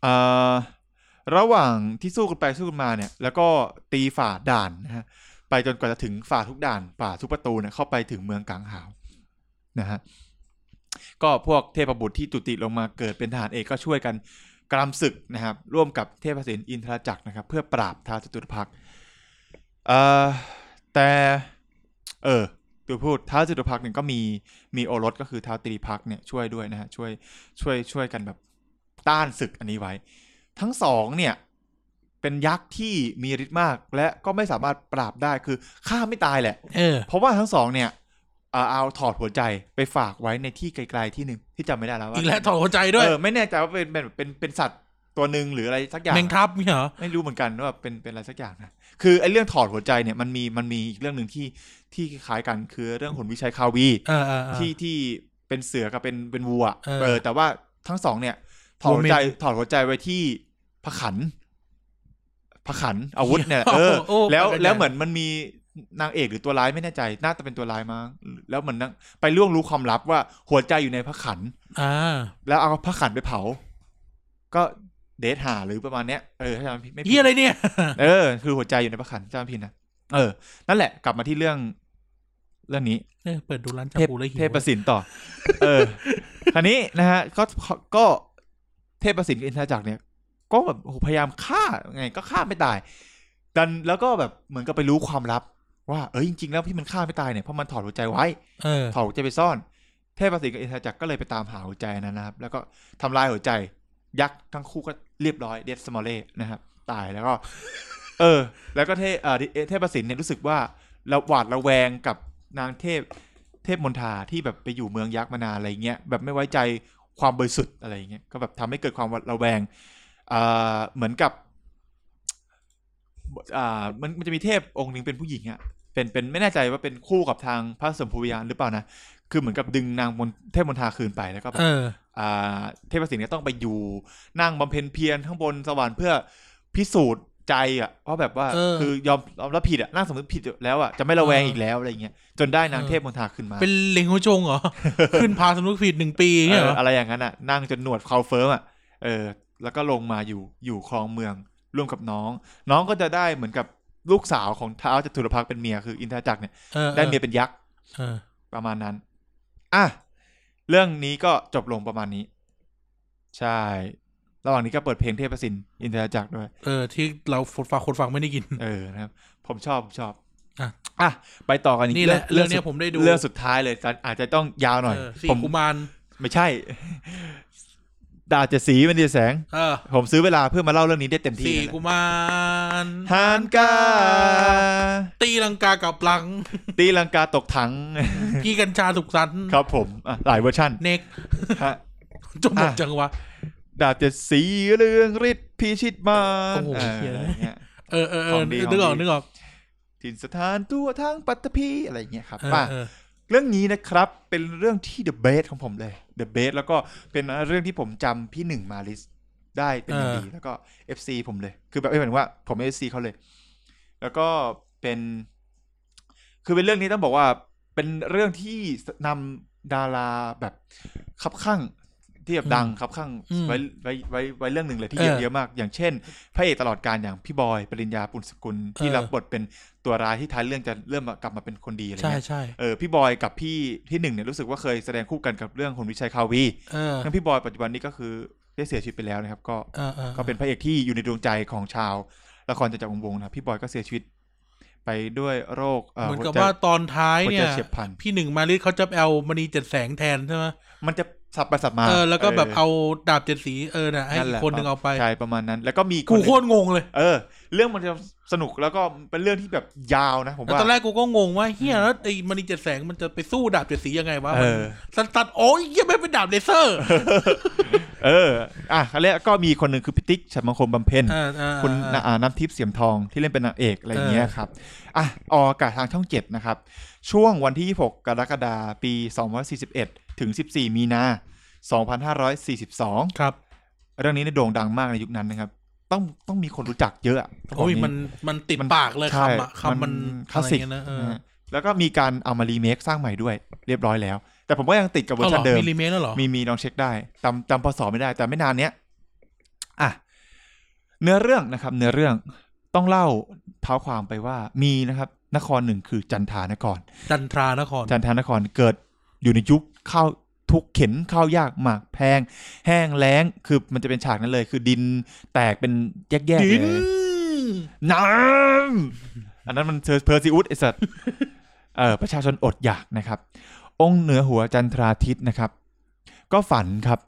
เอ่อระหว่างที่สู้กันไปสู้กันมาเนี่ย แล้วก็ตีฝ่าด่านนะฮะไปจนกว่าจะถึงฝ่าทุกด่านฝ่าทุกประตูเนี่ยเข้าไปถึงเมืองกังหาวนะฮะก็พวกเทพบุตรที่จุติลงมาเกิดเป็นทหารเอกก็ช่วยกันกรามศึกนะครับ ร่วมกับเทพเสนอินทราจักรนะครับ เพื่อปราบท้าวจตุรพักษ์เอ่อแต่เออตัวพูดท้าวจตุรพักษ์เนี่ยก็มีมีโอรสก็คือท้าวตรีพักษ์เนี่ยช่วยด้วยนะฮะช่วย ช่วยช่วยกันแบบต้านศึกอันนี้ไว้ ทั้งสองเนี่ย เป็นยักษ์ที่มีฤทธิ์มาก และก็ไม่สามารถปราบได้คือฆ่าไม่ตายแหละ
เออ
เพราะว่าทั้งสองเนี่ยเอ่อเอาถอดหัวใจไปฝากไว้ในที่ไกลๆที่หนึ่งที่จำไม่ได้แล้วว่า
อีกแล้วถอดหัวใจด้วย
เออไม่แน่ใจว่าเป็นเป็นเป็นเป็นสัตว์ ตัวหนึ่งหรืออะไรสักอย่าง
แมงทับเนี่ยเหรอ
ไม่รู้เหมือนกันว่าเป็นเป็นอะไรสักอย่างนะ คือไอ้เรื่องถอดหัวใจเนี่ยมันมีมันมีอีกเรื่องหนึ่งที่ที่คล้ายกันคือเรื่องหนวิชัยคาวี
เออเออเออ
ที่ที่เป็นเสือกับเป็นเป็นวัว
เออ
เออแต่ว่าทั้งสองเนี่ย ถอดหัวใจ
รวมมิตร
ถอดหัวใจไว้ที่พระขันพระขันอาวุธเนี่ยแหละเออ
โอ้โอ้
แล้ว
ไปกันใหญ่
แล้วเหมือนมันมีนางเอกหรือตัวร้ายไม่แน่ใจ น่าจะเป็นตัวร้ายมั้งแล้วเหมือนนางไปล่วงรู้ความลับว่าหัวใจอยู่ในพระขัน
อ่า
แล้วเอาพระขันไปเผา ก็เดทหาหรือประมาณเนี้ยเออถ้าจำไม่ผิด
เฮียอะไรเนี่ย
เออ คือหัวใจอยู่ในพระขันเจ้าพินนะเออ นั่นแหละกลับมาที่เรื่อง เรื่องนี้
เออเปิดดูร้านชา
เทพ
บูแล้วหิว
เทพประสินต่อ เออคราวนี้นะฮะก็ก็เทพประสินกับอินทราจักรเนี่ย ก็แบบโอ้โหพยายามฆ่าไง ก็ฆ่าไม่ตาย ดันแล้วก็แบบเหมือนกับไปรู้ความลับ ว่าเออจริงๆแล้วที่มันฆ่าไม่ตายเนี่ยเพราะมันถอดหัวใจไว้
เออ
ถอดหัวใจไปซ่อน เทพประสิทธิ์กับอินทราจักรก็เลยไปตามหาหัวใจนั้นนะครับ แล้วก็ทำลายหัวใจยักษ์ทั้งคู่ก็เรียบร้อยเดสมอลเล่นะครับ ตายแล้วก็ เออ แล้วก็เทพเอ่อเทพประสิทธิ์เนี่ยรู้สึกว่าเราหวาดระแวงกับนางเทพเทพมนทาที่แบบไปอยู่เมืองยักษ์มานานอะไรเงี้ยแบบไม่ไว้ใจความบริสุทธิ์อะไรเงี้ยก็แบบทำให้เกิดความหวาดระแวงอ่าเหมือนกับอ่ามันมันจะมีเทพองค์หนึ่งเป็นผู้หญิงอะเป็นเป็นไม่แน่ใจว่าเป็นคู่กับทางพระสมภูยานหรือเปล่านะ คือเหมือนกับดึงนางมนเทพมนทาคืนไปแล้วก็แบบ
เออ
อ่าเทพสินเนี่ยต้องไปอยู่นั่งบำเพ็ญเพียรข้างบนสวรรค์เพื่อพิสูจน์ใจอ่ะว่าแบบว่า
เออ
คือยอมยอมรับผิดอ่ะนั่งสมมติผิดแล้วอ่ะจะไม่ระแวงอีกแล้วอะไรเงี้ยจนได้นาง
เออ
เทพมนทาขึ้นมา
เป็นเลงโฮจงเหรอ ขึ้นพาสนุกผิดหนึ่งปี
เอ
เนี่ยเห
อ
รอ
อะไรอย่างนั้นอ่ะนั่งจนหนวดเคราเฟิร์มอ่ะเออแล้วก็ลงมาอยู่อยู่ครองเมืองร่วมกับน้อง น้องก็จะได้เหมือนกับลูกสาวของท้าวจตุรพักษ์เป็นเมียคืออินทราจักรเนี่ย
เออ
ได้เมียเป็นยักษ
เออ
ประมาณนั้น อ่ะ เรื่องนี้ก็จบลงประมาณนี้ ใช่ ระหว่างนี้ก็เปิดเพลงเทพสินอินทราจักรด้วย
เออ ที่เราฝากคนฟังไม่ได้ยิน
เออ นะครับ ผมชอบผมชอบ
อ่ะ
อ่ะ ไปต่อกันอีก
นี่แหละเรื่อง
สุ
เนี้ยผมได้ดู
เรื่องสุดท้ายเลยอาจจะต้องยาวหน่อย
เออสี่
ผม
กุมาร
ไม่ใช่ ดาจะสีมันดีแสง
เออ
ผมซื้อเวลาเพื่อมาเล่าเรื่องนี้ได้เต็มที่
สี่กุมาร
ฮานกา
ตีลังกากับหลั ง
ตีลังกาตกถั ง
พี่กัญชาถูกสัน
ครับผมอ่ะหลายเวอร์ชัน
เน็ก
ฮะ
จนหมดจังวะ
ดาบเจ็ดสีเรืองฤทธิ์พิชิตมาร
โอ้โห
เออ
เหี้ย
อะไรเงี้ย
เออเออเอ
ขอ
อง
ดี
นึกออก
ของดี
นึกออก
ถิ่นสถานตัวทั้งปัตตภีอะไรเงี้ยครับ
เออ
ป่ะ
เออ
เรื่องนี้นะครับเป็นเรื่องที่ The b e s t ของผมเลย The b e s t แล้วก็เป็นเรื่องที่ผมจำพี่หนึ่งมาลิสได้เป็นอย่าง
เออ
ดีแล้วก็ FC ผมเลย คือแบบเอ้ยหมายถึงว่าผมเอฟซีเขาเลย แล้วก็เป็น คือเป็นเรื่องนี้ต้องบอกว่าเป็นเรื่องที่นำดาราแบบคับข้างที่แบบดังคับข้าง
อืม
ไว้ไว้ไว้ไว้เรื่องหนึ่งเลยที่
เออ
เยอะๆมาก อย่างเช่น พระเอกตลอดการอย่างพี่บอยปริญญาปุณสกุลที่
เออ
รับบทเป็นตัวร้ายที่ท้ายเรื่องจะเริ่มกลับมาเป็นคนดีอะไร
ใช่
เงี้ย
ใช่
เออพี่บอยกับพี่ที่หนึ่งเนี่ยรู้สึกว่าเคยแสดงคู่กันกับเรื่องคนวิชัยคาวี
เออ
ทั้งพี่บอยปัจจุบันนี้ก็คือได้เสียชีวิตไปแล้วนะครับ ก็
เออเออ
ก็เป็นพระเอกที่อยู่ในดวงใจของชาวละครจากจักรวงศ์วงศ์นะครับพี่บอยก็เสียชีวิต ไปด้วยโรคเอ่อ
เหมือนกับ
หัใจ
ว่าตอนท้าย
หัว
เนี่ย
ใจเฉียบพลัน
พี่หนึ่งมาลิสเขาจะไปเอามณีเจ็ดแสงแทนใช่ไหม
มันจะสับไปสับมา
เออแล้วก็แบบ
เ
เอาดาบเจ็ดสีเออน่ะให้
นั่
อีก
แหละ
คนหนึ่งเอาไป
ใช่ประมาณนั้น แล้วก็มี
กูโค
คน
ตรงงเลย
เออ เรื่องมันจะสนุกแล้วก็เป็นเรื่องที่แบบยาวนะ ผม
แล้ว
ว่า
ตอนแรกกูก็งงว่าเฮียแล้วไอ้มณีเจ็ดแสงมันจะไปสู้ดาบเจ็ดสียังไงวะ
เออ
มันตัดๆโอ้ยเฮียไม่งเป็นดาบเลเซอร์
เอออ่ะแล้วก็มีคนหนึ่งคือพิติกฉัตรมงคลบำเพ็ญ
เออเออ
คุณ
เออ
นะอ่าน้ำทิพย์เสียมทองที่เล่นเป็นนางเอกอะไรอย่างเงี้ยครับอ่ะออกอากาศทางช่องเจ็ดนะครับ ช่วงวันที่ 26 กรกฎาคมปี 2541 ถึง 14 มีนา 2542
ครับ
เรื่องนี้เนี่ยโด่งดังมากในยุคนั้นนะครับ ต้องต้องมีคนรู้จักเยอะอะต้องบก
โอ้ย
นี้
มันมันติดปากเลย
ใช่
คำอะคำมัน
คลาสสิก
อะไรเงี้ยนะเออ
นะฮะแล้วก็มีการเอามารีเมคสร้างใหม่ด้วย เรียบร้อยแล้ว แต่ผมก็ยังติดกับเวอ
เอา
ร์
เหรอน
ชัเดิม
มีรีเมคแล้วเหรอ
มีมีลองเช็คได้จำจำพศไม่ได้ แต่ไม่นานเนี้ยอ่ะเนื้อเรื่องนะครับ เนื้อเรื่องต้องเล่าเท้าความไปว่ามีนะครับ นครหนึ่งคือจันทานคร
จันทรานคร
จันทานครเกิดอยู่ในยุคข้าวทุกข์เข็นข้าวยากหมากแพง แห้งแล้งคือมันจะเป็นฉากนั้นเลย คือดินแตกเป็นแยกๆ
ดิ
เล
น
ยน้ำอันนั้นมันเพอร์ซิอุสไอสั ตว์เออประชาชนอดอยากนะครับ องค์เหนือหัวจันทราทิตย์นะครับ ก็ฝันครับ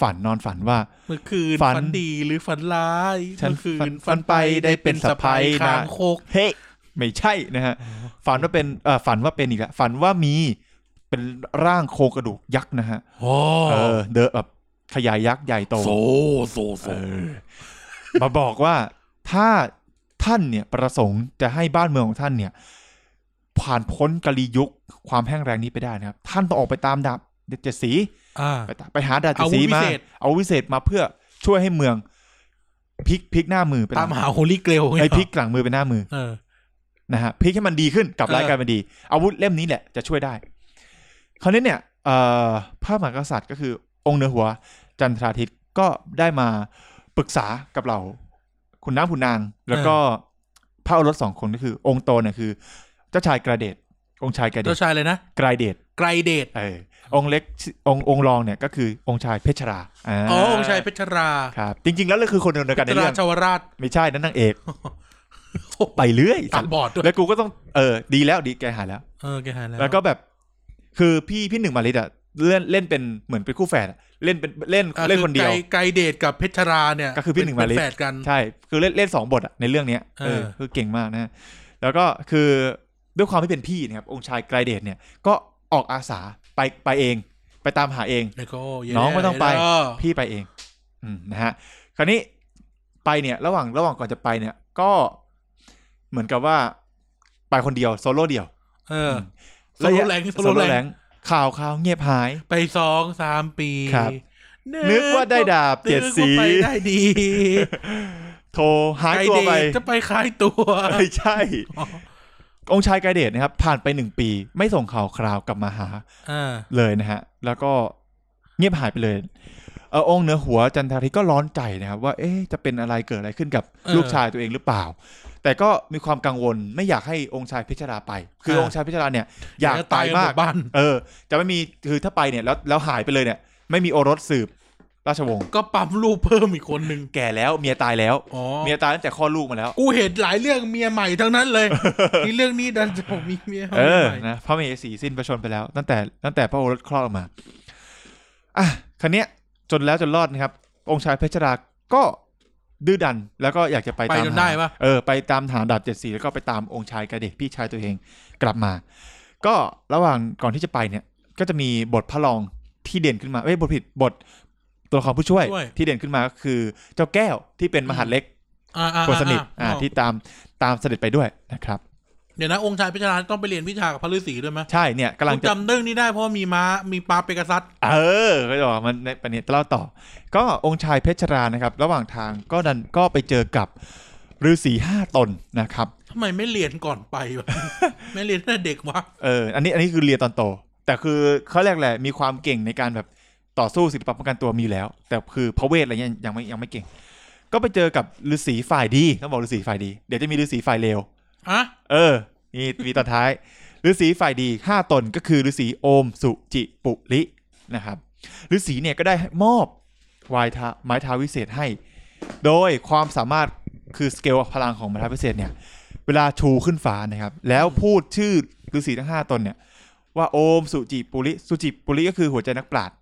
ฝันนอนฝันว่า
เมื่อคืน
ฝัน
ฝันดีหรือฝันร้าย
ฉัน
เมื่อคื
ฝั
น
นฝันไปได้เป็นสะใภ้นะ
คางคก
เฮ้ยไม่ใช่นะฮะ ฝันว่าเป็นเออฝันว่าเป็นอีกแล้วฝันว่ามีเป็นร่างโครงกระดูกยักษ์นะฮะ
โอ้
เออเดินแบบ ขยายยักษ์ใหญ่โต
โซโซโซ
เออ มาบอกว่าถ้าท่านเนี่ยประสงค์จะให้บ้านเมืองของท่านเนี่ย ผ่านพ้นกาลียุคความแห้งแรงนี้ไปได้นะครับ ท่านต้องออกไปตามดาบเจ็ดสี
อ่า
ไปตามไปหาดาบเจ็ดสีมา
อาวุธวิเศษ
เอาวิเศษมาเพื่อช่วยให้เมืองพลิกพลิกหน้ามือไป
ตามหาโฮลี่เกลว
ไอ้ยพลิกหลังมือเป็นหน้ามือ
เออ
นะฮะพลิกให้มันดีขึ้นกลับ
เออ
ร้ายกลายเป็นดี อาวุธเล่มนี้แหละจะช่วยได้ คราวนี้เนี่ยเอ่อพระมหากษัตริย์ก็คือองค์เหนือหัว จันทราทิตย์ก็ได้มาปรึกษากับเรา คุณน้ำคุณนาง แล้วก็พระโอรสสองคนก็คือ องค์โตเนี่ยคือ เจ้าชายกระเดชองค์ชายกระเด
เจ้า
ช
ชายเลยนะ
กระเดช
ไกรเดช
เออองค์เล็กองค์องค์รองเนี่ยก็คือองค์ชายเพชราอ๋
อ๋อองค์ชายเพชรรา
ครับ จริง ๆ แล้วเลยคือคนเดียวกันใน
ตรา
เรื่อง
ชวราช
ไม่ใช่นั่นนางเอกไปเรื่อย
ตัดบอดด้วย
แล้วกูก็ต้องเออดีแล้วดีแกหายแล้ว
เออแกหายแล้ว
แล้วก็แบบ คือพี่พี่หนึ่งมาลิดอะเล่นเล่นเป็นเหมือนเป็นคู่แฝดอะเล่นเป็นเล่น
อ่ะ
เล่นคนเดียว
อไกรไกรเดชกับเพชรราเนี่ย
ก็คือพี่หนึ่ง
เป็
มาลิ
แฝดกัน
ใช่ คือเล่นเล่นสองบทอะในเรื่องเนี้ยเอ
เอ
อ
อ
คือเก่งมากนะฮะแล้วก็คือด้วยความที่เป็นพี่นะครับ องค์ชายไกรเดชเนี่ย ก็ออกอาสาไปไปเอง ไปตามหาเอง
แล้วก็เย่
น้องไม่ต้องไป
แล้ว
พี่ไปเอง อืมนะฮะ คราวนี้ไปเนี่ย ระหว่างระหว่างก่อนจะไปเนี่ย ก็เหมือนกับว่าไปคนเดียวโซโล่เดียว
เออ
ม
โซโลแรงโซ
โซ
โล
โล่
แร
แรง งข่าวข่าวเงียบหาย
ไปสองสามปี
ครับ นึกว่าได้ดาบเจ็ดสี
นึกว่าไปได้ดี
โทรหาย
ไกร
ตัว
เด
ไป
ชจะไปขายตัว
ไม่ใช่ องค์ชายไกรเดชนะครับ ผ่านไปหนึ่งปี ไม่ส่งข่าวคราวกลับมาหา
อ่า
เลยนะฮะ แล้วก็เงียบหายไปเลยเออองค์เหนือหัวจันทาริก็ร้อนใจนะครับ ว่าเอ๊ะจะเป็นอะไรเกิดอะไรขึ้นกับลูกชายตัวเองหรือเปล่า แต่ก็มีความกังวลไม่อยากให้องค์ชายพิชราไป คือองค์ชายพิชราเนี่ย อยาก
จะ
ตายมาก
นหบ้าน
เออ จะไม่มีคือถ้าไปเนี่ยแล้วแล้วหายไปเลยเนี่ย ไม่มีโอรสสืบ ราชวงศ์
ก็ปั๊มลูกเพิ่มอีกคนหนึ่ง
แก่แล้วเมียตายแล้ว
อ๋อ
เมียตายตั้งแต่คลอดลูกมาแล้ว
กูเห็นหลายเรื่องเมียใหม่ทั้งนั้นเลยนี่เรื่องนี้ดันจะผมมีเมียใหม่
เออ นะ พระมเหสีสิ้นประชนม์ไปแล้ว ตั้งแต่ตั้งแต่พระโอรสคลอดออกมา อ่ะคันเนี้ย จนแล้วจนรอดนะครับ องค์ชายเพชรราก็ดื้อดัน แล้วก็อยากจะไป
ไป
ตาม
จน
หา
ได้ปะ
เออ ไปตามฐานดาบเจ็ดสีแล้วก็ไปตามองค์ชายกระเดชพี่ชายตัวเองกลับมา ก็ระหว่างก่อนที่จะไปเนี่ย ก็จะมีบทพระรองที่เด่นขึ้นมา เอ้ย บทผิด บทตัวละครผู้ช่วย
ช่วย
ที่เด่นขึ้นมาก็คือ เจ้าแก้วที่เป็นมหาดเล็ก
อ่าอ่า
คนสนิท
อ่า
อ่า ที่ตามตามเสด็จไปด้วยนะครับ
เดี๋ยวนะองค์ชายพิจารณาต้องไปเรียนวิชากับพระฤาษีด้วยไหม
ใช่เนี่ยกำลัง
กู
จะ
จำเรื่องนี้ได้เพราะว่ามีม้ามีปลาเปกาซัส
เออก็จะบอกว่ามันในประเด็นเล่าต่อ ก็องค์ชายเพชรรานะครับ ระหว่างทางก็ดันก็ไปเจอกับฤาษีห้าตนนะครับ
ทำไมไม่เรียนก่อนไปวะ ไม่เรียนตั้งแต่เด็กวะ
เออ อันนี้อันนี้คือเรียนตอนโต แต่คือเขาเรียกแหละมีความเก่งในการแบบต่อสู้ศิลปะป้องกันตัวมีอยู่แล้ว แต่คือพระเวทอะไรเงี้ยยังไม่ยังไม่เก่ง ก็ไปเจอกับฤาษีฝ่ายดีต้องบอกฤาษีฝ่ายดี เดี๋ยวจะมีฤาษีฝ่ายเลว
อะ
เออ นี่มีตอนท้ายฤาษีฝ่ายดีห้าตนก็คือฤาษีโอมสุจิปุลินะครับฤาษีเนี่ยก็ได้มอบวายทาไม้เท้าวิเศษให้ โดยความสามารถคือสเกลพลังของไม้เท้าวิเศษเนี่ย เวลาชูขึ้นฟ้านะครับ แล้วพูดชื่อฤาษีทั้งห้าตนเนี่ย ว่าโอมสุจิปุริสุจิปุริก็คือหัวใจนักปราชญ์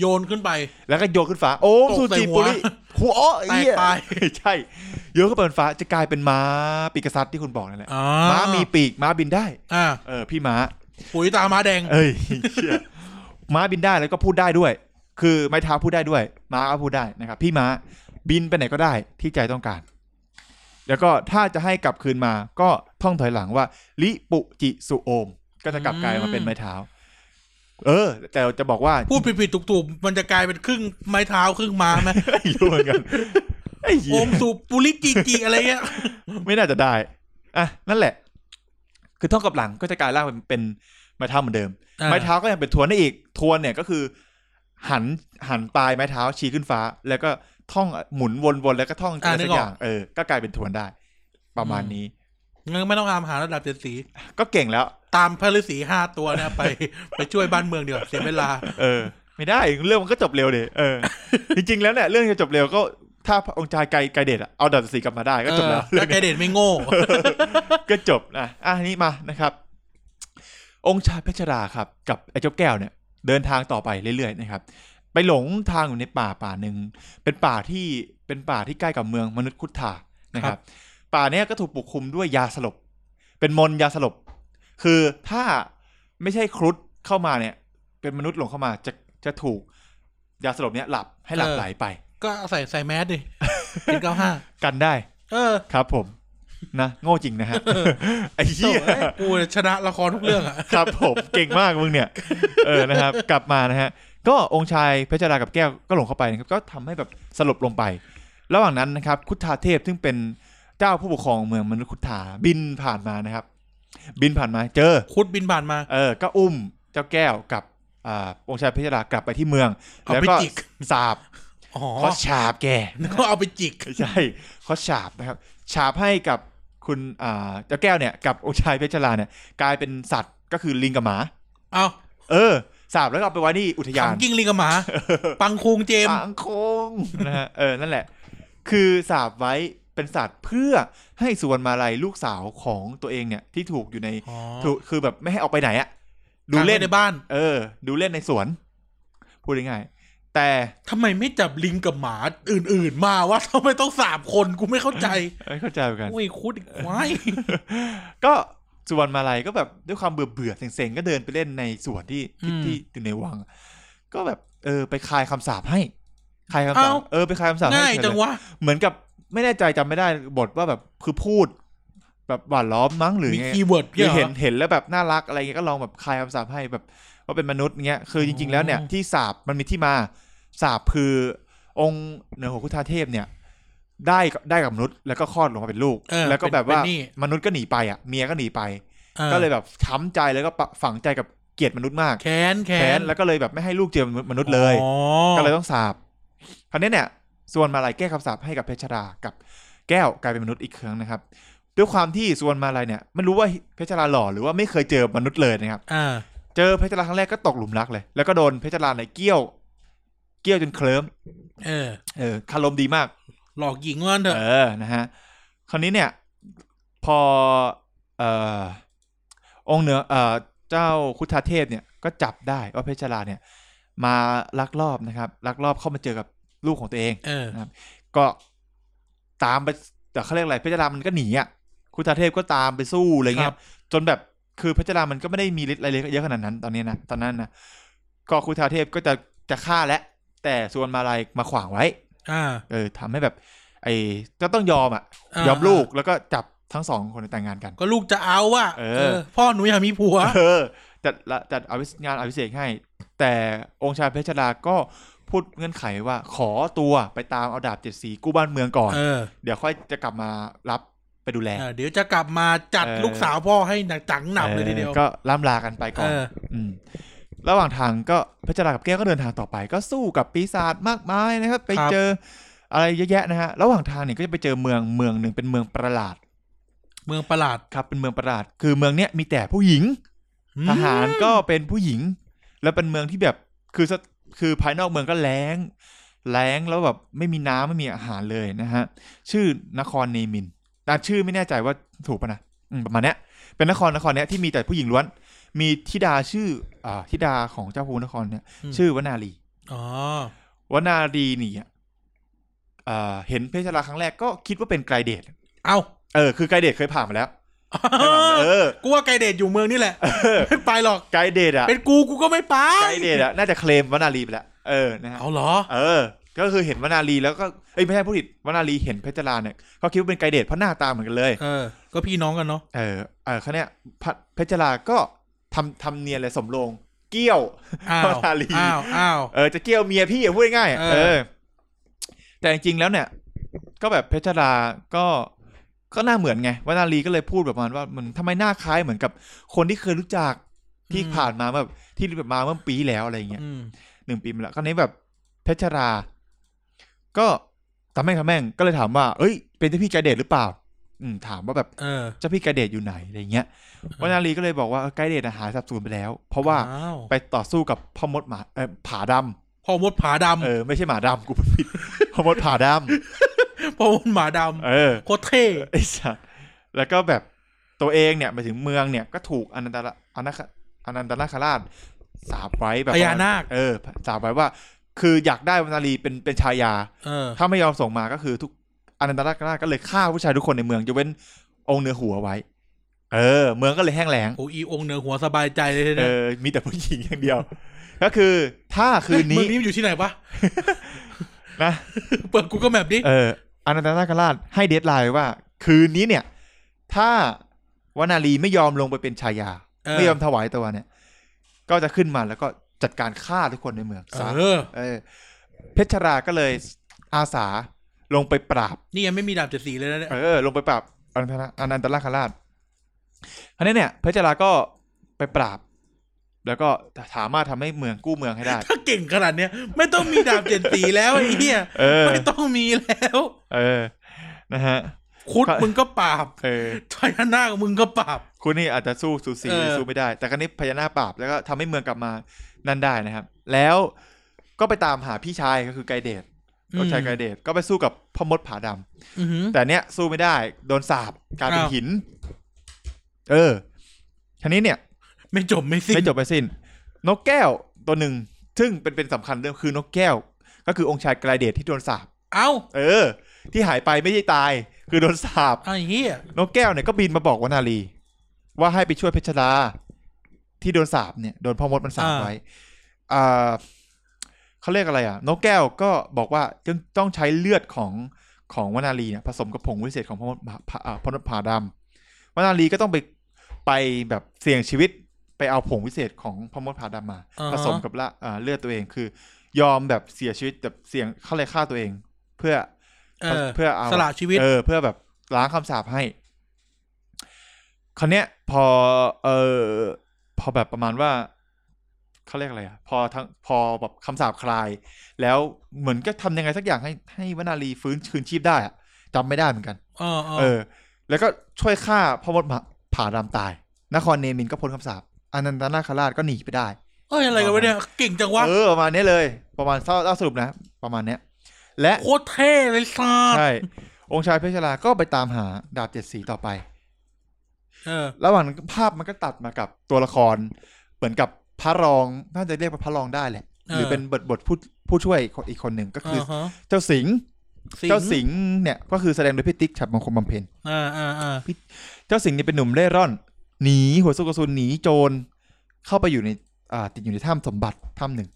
โยนขึ้นไป
แล้วก็โยนขึ้นฟ้าโอม
ตกใส่
สุจิปุริหัว
แตก
เหี้ย
ไป
ใช่โยนขึ้นไปบนฟ้าจะกลายเป็นม้าปีกษัตริย์ที่คุณบอกนั่นแหละ
อ๋อ
ม้ามีปีกม้าบินได้
อ่า
เออพี่ม้า
ปุ๋ยตาม้าแดง
เอ้ยเชี่ยม้าบินได้แล้วก็พูดได้ด้วย คือไม้เท้าพูดได้ด้วย ม้าก็พูดได้นะครับ พี่ม้าบินไปไหนก็ได้ที่ใจต้องการ แล้วก็ถ้าจะให้กลับคืนมาก็ท่องถอยหลังว่า ลิปุจิสุโอม ก็จะกลับกลายมาเป็นไม้เท้า เออ แต่จะบอกว่า
พูดผิดๆถูกๆ มันจะกลายเป็นครึ่งไม้เท้าครึ่งม้า ไหม
ไม่รู้เหมือนกันไอ้เหี้
โอย มสูบปุริจีจีอะไรเงี้ย
ไม่น่าจะได้ อ่ะ นั่นแหละ คือท่องกลับหลังก็จะกลายร่างเป็นเป็นไม้เท้าเหมือนเดิม ไม้เท้าก็ยังเป็นทวนได้อีก ทวนเนี่ยก็คือ หันหันปลายไม้เท้าชี้ขึ้นฟ้า แล้วก็ท่องหมุนวนๆแล้วก็ท่องอะไรสักอย่างเออก็กลายเป็นทวนได้ ประมาณนี้
งั้นไม่ต้องตามหาระดับเจ็ดสี
ก็เก่งแล้ว
ตามพระฤาษีห้าตัวเนะไป ไปช่วยบ้านเมืองเดียวาเสียเวลา
เออ ไม่ได้เรื่องมันก็จบเร็วเดยเอ อ จริง ๆ แล้วเนี่ยเรื่องจะจบเร็วก็ถ้าพระองค์ชายไกลไกลเดชอะเอาดับสีกลับมาได้ก็จบแล้ว
เออแล้วแกเดชไม่โง่
ก็จบนะอ่ะอันนี้มานะครับ องค์ชายเพชรราครับ กับไอ้เจ้าแก้วเนี่ย เดินทางต่อไปเรื่อยๆนะครับ ไปหลงทางอยู่ในป่าป่าหนึ่ง เป็นป่าที่เป็นป่าที่ใกล้กับเมืองมนุษย์คุดถานะค
ครั
รับ
บ
ป่าเนี้ยก็ถูกปกคลุมด้วยยาสลบ เป็นมนต์ยาสลบ คือถ้าไม่ใช่ครุฑเข้ามาเนี่ย เป็นมนุษย์หลงเข้ามาจะจะถูก ยาสลบเนี้ยหลับให้หลับ
เออ
ไหลไป
ก็ใส่ใส่แมสดิเป็นเก้าห้า
กันได้
เออ
ครับผมนะโง่จริงนะฮะ ไอ้เหี้ย
โถ่เอ้ยกูชนะละครทุกเรื่องอะ
ครับผมเก่งมากมึงเนี่ย เออนะครับ กลับมานะฮะ ก็องค์ชายเพชรรากับแก้วก็หลงเข้าไปนะครับ ก็ทำให้แบบสลบลงไป ระหว่างนั้นนะครับ คุทธาเทพซึ่งเป็นเจ้าผู้ปกครองเมืองมนุษย์คุทธาบินผ่านมานะครับ บินผ่านมาเจอ
คุดบินผ่านมา
เออ ก็อุ้มเจ้าแก้วกับอ่าองค์ชายเพชรรากลับไปที่เมือง
เอา
แล้ว
ไป
ก็
จิก
สาบ
อ๋อ
เขาฉาบแก
เขาเอาไปจิก
ไม่ใช่เขาฉาบนะครับฉาบให้กับคุณอ่าเจ้าแก้วเนี่ยกับองค์ชายเพชรราเนี่ยกลายเป็นสัตว์ก็คือลิงกับหมา
เอา
เออสาบแล้วก็เอาไปไว้ที่อุทยาน
ขำกิ้งลิงกับหมา ปังคุงเจมส์
ปางคงนะฮะเออนั่นแหละ คือสาบไว้เป็นสัตว์เพื่อให้สุวรรณมาลัยลูกสาวของตัวเองเนี่ยที่ถูกอยู่ใน
อ๋อ
ถูกคือแบบไม่ให้ออกไปไหนอะดูเล่น
ขังไว้ในบ้าน
เออ ดูเล่นในสวน พูดง่ายๆแต่
ทำไมไม่จับลิงกับหมาอื่น ๆ มาว่าทำไมต้องสามคนกูไม่เข้าใจ
ไม่เข้าใจเหมือนกัน
โอ้ยคุดอีกควาย
ก็สุวรรณมาลัยก็แบบด้วยความเบื่อเบื่อๆเซ็งๆ ก็เดินไปเล่นในสวนที่ที่ที่อยู่ในวัง ก็แบบเออไปคลายคำสาปให้คลายคำสาปเออไปคลายคำสาปให้
ง่าย
เฉย
จังวะ
เลยเหมือนกับไม่แน่ใจจำไม่ได้บทว่าแบบคือพูด แบบหวานล้อมมั้งหรือ
มี
ไง
คีย์เวิร์ด
หรื
เย
อ
อะ
เห็นเห็นแล้วแบบน่ารักอะไรเงี้ยก็ลองแบบคลายคำสาปให้แบบว่าเป็นมนุษย์เงี้ยคือจริง ๆแล้วเนี่ย
อ๋อ
ที่สาปมันมีที่มาสาปคือองค์เหนือหัวคุทธาเทพเนี่ย ได้ได้กับมนุษย์แล้วก็คลอดลงมาเป็นลูก
เออ
แล้วก็
เป็น
แบบว่า
เป็นหนี้
มนุษย์ก็หนีไปอ่ะเมียก็หนีไป
ออ
ก็เลยแบบช้ำใจแล้วก็ปะฝังใจกับเกลียดมนุษย์มาก
แค้นแค้
แค้
น
นแล้วก็เลยแบบไม่ให้ลูกเจอมนุษย์เลย
อ๋อ
ก็เลยต้องสาบคราวนี้เนี่ย ส่วนมาลายแก้คำสาปให้กับเพชรรากับแก้วกลายเป็นมนุษย์อีกครั้งนะครับ ด้วยความที่ส่วนมาลายเนี่ยไม่รู้ว่าเพชรราหล่อหรือว่าไม่เคยเจอมนุษย์เลยนะครับ
อ่า
เจอเพชรราครั้งแรกก็ตกหลุมรักเลย แล้วก็โดนเพชรราเนี่ยเกี้ยว เกี้ยวจนเคลิ้ม
เออ
เออคารมดีมาก
หลอกหญิงว่างั้นเถอะ
เออ นะฮะ คราวนี้เนี่ย พอ เอ่อ องค์เหนือ เอ่อ เจ้าคุทธาเทพเนี่ย ก็จับได้ว่าเพชรราเนี่ย มาลักลอบนะครับ ลักลอบเข้ามาเจอกับลูกของตัวเอง
เออ
ก็ตามไปแต่เขาเรียกอะไรเพชรรามันก็หนีอ่ะคุทธาเทพก็ตามไปสู้อะไรเงี้
ครั
ย
บ
จนแบบคือเพชรรามันก็ไม่ได้มีฤทธิ์อะไรเยอะขนาดนั้น ตอนนี้นะตอนนั้นนะก็คุทธาเทพก็จะจะฆ่าแล้วแต่ส่วนมาลายมาขวางไว้
อ่า
เออทำให้แบบ ไอ้ก็ต้องยอมอ่ะ
าย
อมลูกแล้วก็จับทั้งสองคนแต่งงานกัน
ก็ลูกจะเอาว่ะ
เออ
พ่อหนูอยากมีผัว
เออจัดละจัดอภิงานอภิเษกให้ แต่องค์ชายเพชรดาก็พูดเงื่อนไขว่าขอตัวไปตามเอาดาบเจ็ดสีกู้บ้านเมืองก่อน
เออ
เดี๋ยวค่อยจะกลับมารับไปดูแล
เออ เดี๋ยวจะกลับมาจัด
เออ
ลูกสาวพ่อให้หนักจังหนับเลยทีเดียว
ออก็ล่ำลากันไปก่
เอ
อน
อ
มระหว่างทางก็เพชรดากับแก้วก็เดินทางต่อไป ก็สู้กับปีศาจมากมายนะครับ ไป
ครับ
เจออะไรเยอะแยะนะฮะระหว่างทางเนี่ยก็จะไปเจอเมืองเมืองหนึ่งเป็นเมืองประหลาด
เมืองประหลาด
ครับ เป็นเมืองประหลาด คือเมืองเนี้ยมีแต่ผู้หญิง ทหารก็เป็นผู้หญิง แล้วเป็นเมืองที่แบบคือสคือภายนอกเมืองก็แล้ง แล้งแล้วแบบไม่มีน้ำไม่มีอาหารเลยนะฮะ ชื่อนครเนมินตามชื่อไม่แน่ใจว่าถูกปะนะอืมประมาณเนี้ยเป็นนครนครเนี้ยที่มีแต่ผู้หญิงล้วน มีธิดาชื่ออ่าธิดาของเจ้าพูนครเนี่ย ชื่อวนาลี
อ๋อ
วนาลีนี่อ่ะอ่าเห็นเพชรราครั้งแรกก็คิดว่าเป็นไกรเดช
เอา
เออคือไกรเดชเคยผ่านมาแล้วเออ
กูว่าไกเดชอยู่เมืองนี่แหละ ไม่ไปหรอก
ไกรเดชอ่ะ
เป็นกูกูก็ไม่ไป
ไกด์เดทอะน่าจะเคลมวนาลีไปแล้วเออนะฮะ
เอาเหรอ
เออ ก็คือเห็นวนาลีแล้วก็เอ้ยไม่ใช่ผู้ผิดวนาลีเห็นเพชรราเนี่ยเขาคิดว่าเป็นไกด์เดทเพราะหน้าตาเหมือนกันเลย
เออ ก็พี่น้องกันเนาะ
เออเออคันเนี้ยพะเพชรราก็ทำทำเนียนเลยสมโรงเกี้ยว
อ้าว
เพราะนาลี
อ้าว อ้าว
เออจะเกี้ยวเมียพี่อะพูดง่ายๆอะ
เออ
เออ แต่จริงๆแล้วเนี่ย ก็แบบเพชรราก็ก็หน้าเหมือนไงวนาลีก็เลยพูดแบบประมาณว่ามันทำไมหน้าคล้ายเหมือนกับคนที่เคยรู้จักที่ผ่านมาแบบที่แบบมาเมื่อปีที่แล้วอะไรอย่างเงี้ย
อืม
หนึ่งปีมาแล้วคราวนี้แบบเพชรรา ก็ตาแม่งทาแม่งก็เลยถามว่า เอ้ย เป็นเจ้าพี่ไกเดตหรือเปล่า อืมถามว่าแบบ
เออ
เจ้าพี่ไกเดตอยู่ไหนอะไรเงี้ยวันาลีก็เลยบอกว่าเออไกเดตหายสับสูญไปแล้ว เพราะว่า
อ้าว
ไปต่อสู้กับพ่อมดหมาเออผาดำ
พ่อมดผาด
เออไม่ใช่หมาดำกูพูด ผิด พ่อมดผาดำ
ำพ่อมดหมาด
เออ
ำโคตรเท่
ไอ้สัสแล้วก็แบบตัวเองเนี่ยหมายถึงเมืองเนี่ยก็ถูกอนันตละอนันตอนันตนาคราชสาปไว้แบบ
พญานาค
เออสาปไว้ว่า คืออยากได้วนาลีเป็นเป็นชายา
เออ
ถ้าไม่ยอมส่งมาก็คือทุกอนันตนาคราชก็เลยฆ่าผู้ชายทุกคนในเมืองยกเว้นองค์เนื้อหัวไว้ เออ เมืองก็เลยแห้งแล้ง
โอ้ยอีองค์เหนือหัวสบายใจเลย
เอ
นะ
อ มีแต่ผู้หญิงอย่างเดียว ก็คือถ้าคืนนี้
เฮ้ยมัมีอยู่ที่ไหนวะ
นะ
เปิดกูก็แมปดิ
เอออนันตนาคราชให้เดทไลน์ไว้ว่า คืนนี้เนี่ย ถ้าวนาลีไม่ยอมลงไปเป็นชายา
เ
ไม่ยอมถวายตัวเนี่ย ก็จะขึ้นมาแล้วก็จัดการฆ่าทุกคนในเมืองซะ
เออ
เออ เพชรราก็เลยอาสาลงไปปราบ
นี่ยังไม่มีดาบเจ็ดสีเลยนะเนี่ย
เออ ลงไปปราบอนันตนาอนันตนาคราชคราวนี้เนี่ยเพชรราก็ไปปราบ แล้วก็สามารถทำให้เมืองกู้เมืองให้ได้
ถ้าเก่งขนาดเนี้ยไม่ต้องมีดาบเจ็ดสีแล้วไอ้เหี้ย
เออ
ไม่ต้องมีแล้ว
เออ นะฮะ
คุด
ครับ
มึงก็ปราบ
เออ
ทอยานาคมึงก็ปราบ
คุณนี่อาจจะสู้สูสี
เออ
สู้ไม่ได้ แต่ครั้นี้พญานาคปราบแล้วก็ทำให้เมืองกลับมานั่นได้นะครับ แล้วก็ไปตามหาพี่ชายก็คือไกเดตก็ชายไกเดตก็ไปสู้กับพ่อมดผาดำ
อือหือ
แต่เนี้ยสู้ไม่ได้โดนสาบกลายเป็น
อ้าว
หิน เออครั้นี้เนี่ย
ไม่จบไม่สิ้น
ไม่จบไปสิ้น นกแก้วตัวหนึ่ง ซึ่งเป็นเป็นสำคัญเรื่องคือนกแก้ว ก็คือองค์ชายไกลเดตที่โดนสาบ
เอ้า
เออ ที่หายไปไม่ได้ตาย คือโดนสาบ
ไอ้เหี้ย
นกแก้วเนี่ยก็บินมาบอกวนาลี ว่าให้ไปช่วยเพชรดาที่โดนสาบเนี่ยโดนพ่อมดมันสาบไว้อ่าเขาเรียกอะไรอ่ะ นกแก้วก็บอกว่าต้องต้องใช้เลือดของของวนาลีเนี่ยผสมกับผงวิเศษของพ่อมดผาอ่าพ่อมดผาดำวนาลีก็ต้องไปไปแบบเสี่ยงชีวิตไปเอาผงวิเศษของพ่อมดผาดำมา ผสมกับละอ่าเลือดตัวเองคือ ยอมแบบเสียชีวิตแบบเสี่ยงเขาเลยฆ่าตัวเอง เพื่อ
เออ
เพื่อเอา
สละชีวิต
เออเพื่อแบบล้างคำสาปให้ คราวเนี้ย พอ เออพอแบบประมาณว่าเขาเรียกอะไรอะพอทั้งพอแบบคำสาปคลาย แล้วเหมือนก็ทำยังไงสักอย่างให้ให้วนาลีฟื้นคืนชีพได้อะจำไม่ได้เหมือนกัน
เออเออ
เออ แล้วก็ช่วยฆ่าพ่อมดผาผ่าดำตาย นครเนมินก็พ้นคำสาปอนันตนาคราชก็หนีไปได้
เอ้ยอะไรกันวะเนี่ยเก่งจังวะ
เออประมาณเนี้ยเลย ประมาณเล่าสรุปนะ ประมาณเนี้ย และ
โคตรเท่เลยซาด
ใช่ องค์ชายเพชรราก็ไปตามหาดาบเจ็ดสีต่อไป
เออ
ระหว่างนั้นภาพมันก็ตัดมากับตัวละคร เหมือนกับพระรองน่าจะเรียกว่าพระรองได้แหละ
เออ
หรือเป็นบทบทผู้ผู้ช่วยคนอีกคนหนึ่งก็คืออ
อ่าฮะ
เจ้าสิงห์
สิง
เจ้าสิงห์เนี่ยก็คือแสดงโดยพี่ติ๊กฉับมงคลบำเพ็ญ
อ่าอ่าอ่า
เจ้าสิงห์เนี่ยเป็นหนุ่มเร่ร่อน หนีหัวซุกกระสุนหนีโจรเข้าไปอยู่ในอ่าติดอยู่ในถ้ำสมบัติถ้ำหนึ่ง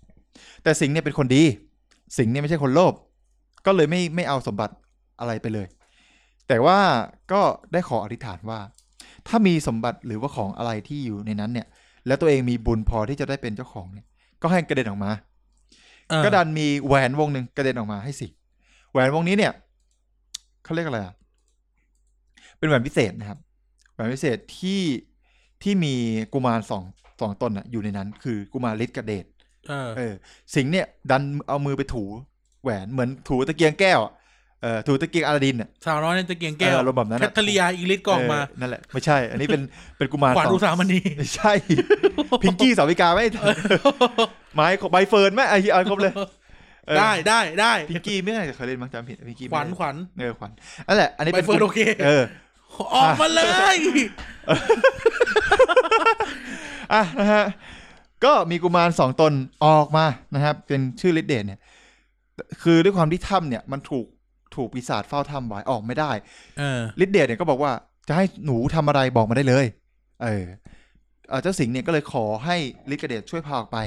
แต่สิงห์เนี่ยเป็นคนดี สิงห์เนี่ยไม่ใช่คนโลภก็เลยไม่ไม่เอาสมบัติอะไรไปเลย แต่ว่าก็ได้ขออธิษฐานว่า ถ้ามีสมบัติหรือว่าของอะไรที่อยู่ในนั้นเนี่ย แล้วตัวเองมีบุญพอที่จะได้เป็นเจ้าของเนี่ย ก็ให้กระเด็นออกมา
เออ
ก็ดันมีแหวนวงหนึ่งกระเด็นออกมาให้สิงห์แหวนวงนี้เนี่ยเขาเรียกอะไรอ่ะเป็นแหวนพิเศษนะครับ แหวนพิเศษที่ที่มีกุมารสองสองตนอะอยู่ในนั้น คือกุมารฤทธิ์กระเดช
เออ
เออสิงห์เนี่ยดันเอามือไปถูแหวนเหมือนถูตะเกียงแก้วอะเออถูตะเกียงอาลาดินอะ
สาวน้อยในตะเกียงแก้
เอ
ว
ออารมณ์แบบนั้น
แค
อะ
ทเธอรียาอิงลิสกองมา
เนั่นแหละไม่ใช่ อันนี้เป็นเป็นกุมาร
ขวาน
สอง
อุสามณี
ไม่ ใช่ พิงกี้สาวิกาไม่ไม้ใบเฟิร์นไหมไอ้ที่เอาครบเลยเออ
ได้ได้ได้
พิงกี้ไม่น่าจะเคยเล่นมั้งจำผิดพิงกี้
ขวัญขวัญ
เออขวัญนั่นแหละ อันนี้
ไปเฟิร์นโอเค
เออ
ออกมาเลย
อ่ะนะฮะก็มีกุมารสองตนออกมานะครับ เป็นชื่อฤทธิ์เดชเนี่ย คือด้วยความที่ถ้ำเนี่ยมันถูกถูกปีศาจเฝ้าถ้ำไว้ออกไม่ได้
เออ
ฤทธิ์เดชเนี่ยก็บอกว่าจะให้หนูทำอะไรบอกมาได้เลย เออเอ่อเจ้าสิงห์เนี่ยก็เลยขอให้ฤทธิ์เดชช่วยพาออกไป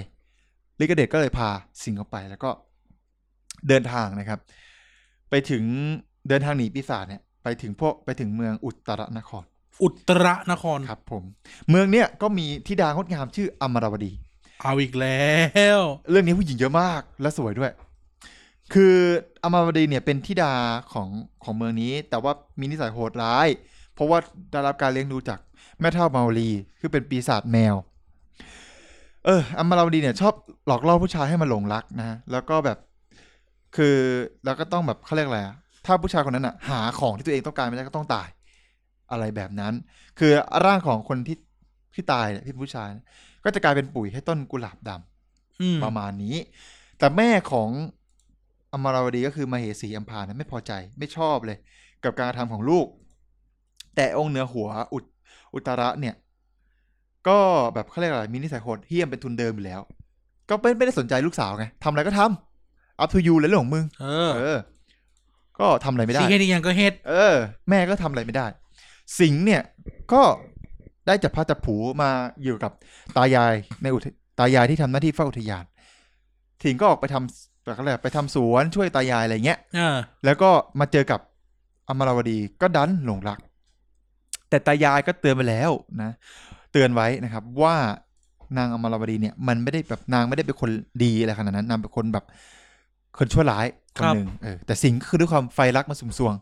ฤทธิ์เดชก็เลยพาสิงห์ออกไปแล้วก็เดินทางนะครับ ไปถึงเดินทางหนีปีศาจเนี่ยไปถึงพวกไปถึงเมืองอุตรนคร
อุตรนคร
ครับผม เมืองเนี่ยก็มีธิดางดงามชื่ออมราวดี
เอาอีกแล้ว
เรื่องนี้ผู้หญิงเยอะมากและสวยด้วย คืออมาวดีเนี่ยเป็นธิดาของของเมืองนี้ แต่ว่ามีนิสัยโหดร้าย เพราะว่าได้รับการเลี้ยงดูจากแม่เท่าเมาลีคือเป็นปีศาจแมว เอออมาราวดีเนี่ยชอบหลอกล่อผู้ชายให้มาหลงรักนะฮะแล้วก็แบบ คือแล้วก็ต้องแบบเขาเรียกอะไรอะถ้าผู้ชายคนนั้นอะหาของที่ตัวเองต้องการไม่ได้ก็ต้องตาย อะไรแบบนั้น คือร่างของคนที่ที่ตายเนี่ยที่ผู้ชายเนี่ยก็จะกลายเป็นปุ๋ยให้ต้นกุหลาบดำ
อืม
ประมาณนี้ แต่แม่ของอมราวดีก็คือมาเหสีอัมพาเนยไม่พอใจไม่ชอบเลย กับการกระทำของลูก แต่องค์เหนือหัวอุตอุตระเนี่ย ก็แบบเขาเรียกอะไรมีนิสัยโหดเหี้ยมเป็นทุนเดิมอยู่แล้ว ก็ไม่ไม่ได้สนใจลูกสาวไงทำอะไรก็ทำ up to you เลยเรื่องของมึง
เออ
เออ ก็ทำอะไรไม่ได้
สีเฮดอีกอย่างก็เฮด
เออ แม่ก็ทำอะไรไม่ได้ สิงห์เนี่ยก็ได้จับพระจับผูมาอยู่กับตายายในอุท ตายายที่ทำหน้าที่เฝ้าอุทยานถิงก็ออกไปทำแบบอะไรไปทำสวนช่วยตายายอะไรเงี้ย
อ่า
แล้วก็มาเจอกับอมราวดีก็ดันหลงรัก แต่ตายายก็เตือนไปแล้วนะ เตือนไว้นะครับ ว่านางอมราวดีเนี่ย มันไม่ได้แบบนางไม่ได้เป็นคนดีอะไรขนาดนั้นนางเป็นคนแบบคนชั่วร้ายคนหนึ่งเออแต่สิงห์ก็คือด้วยความไฟรักมันสุมส วง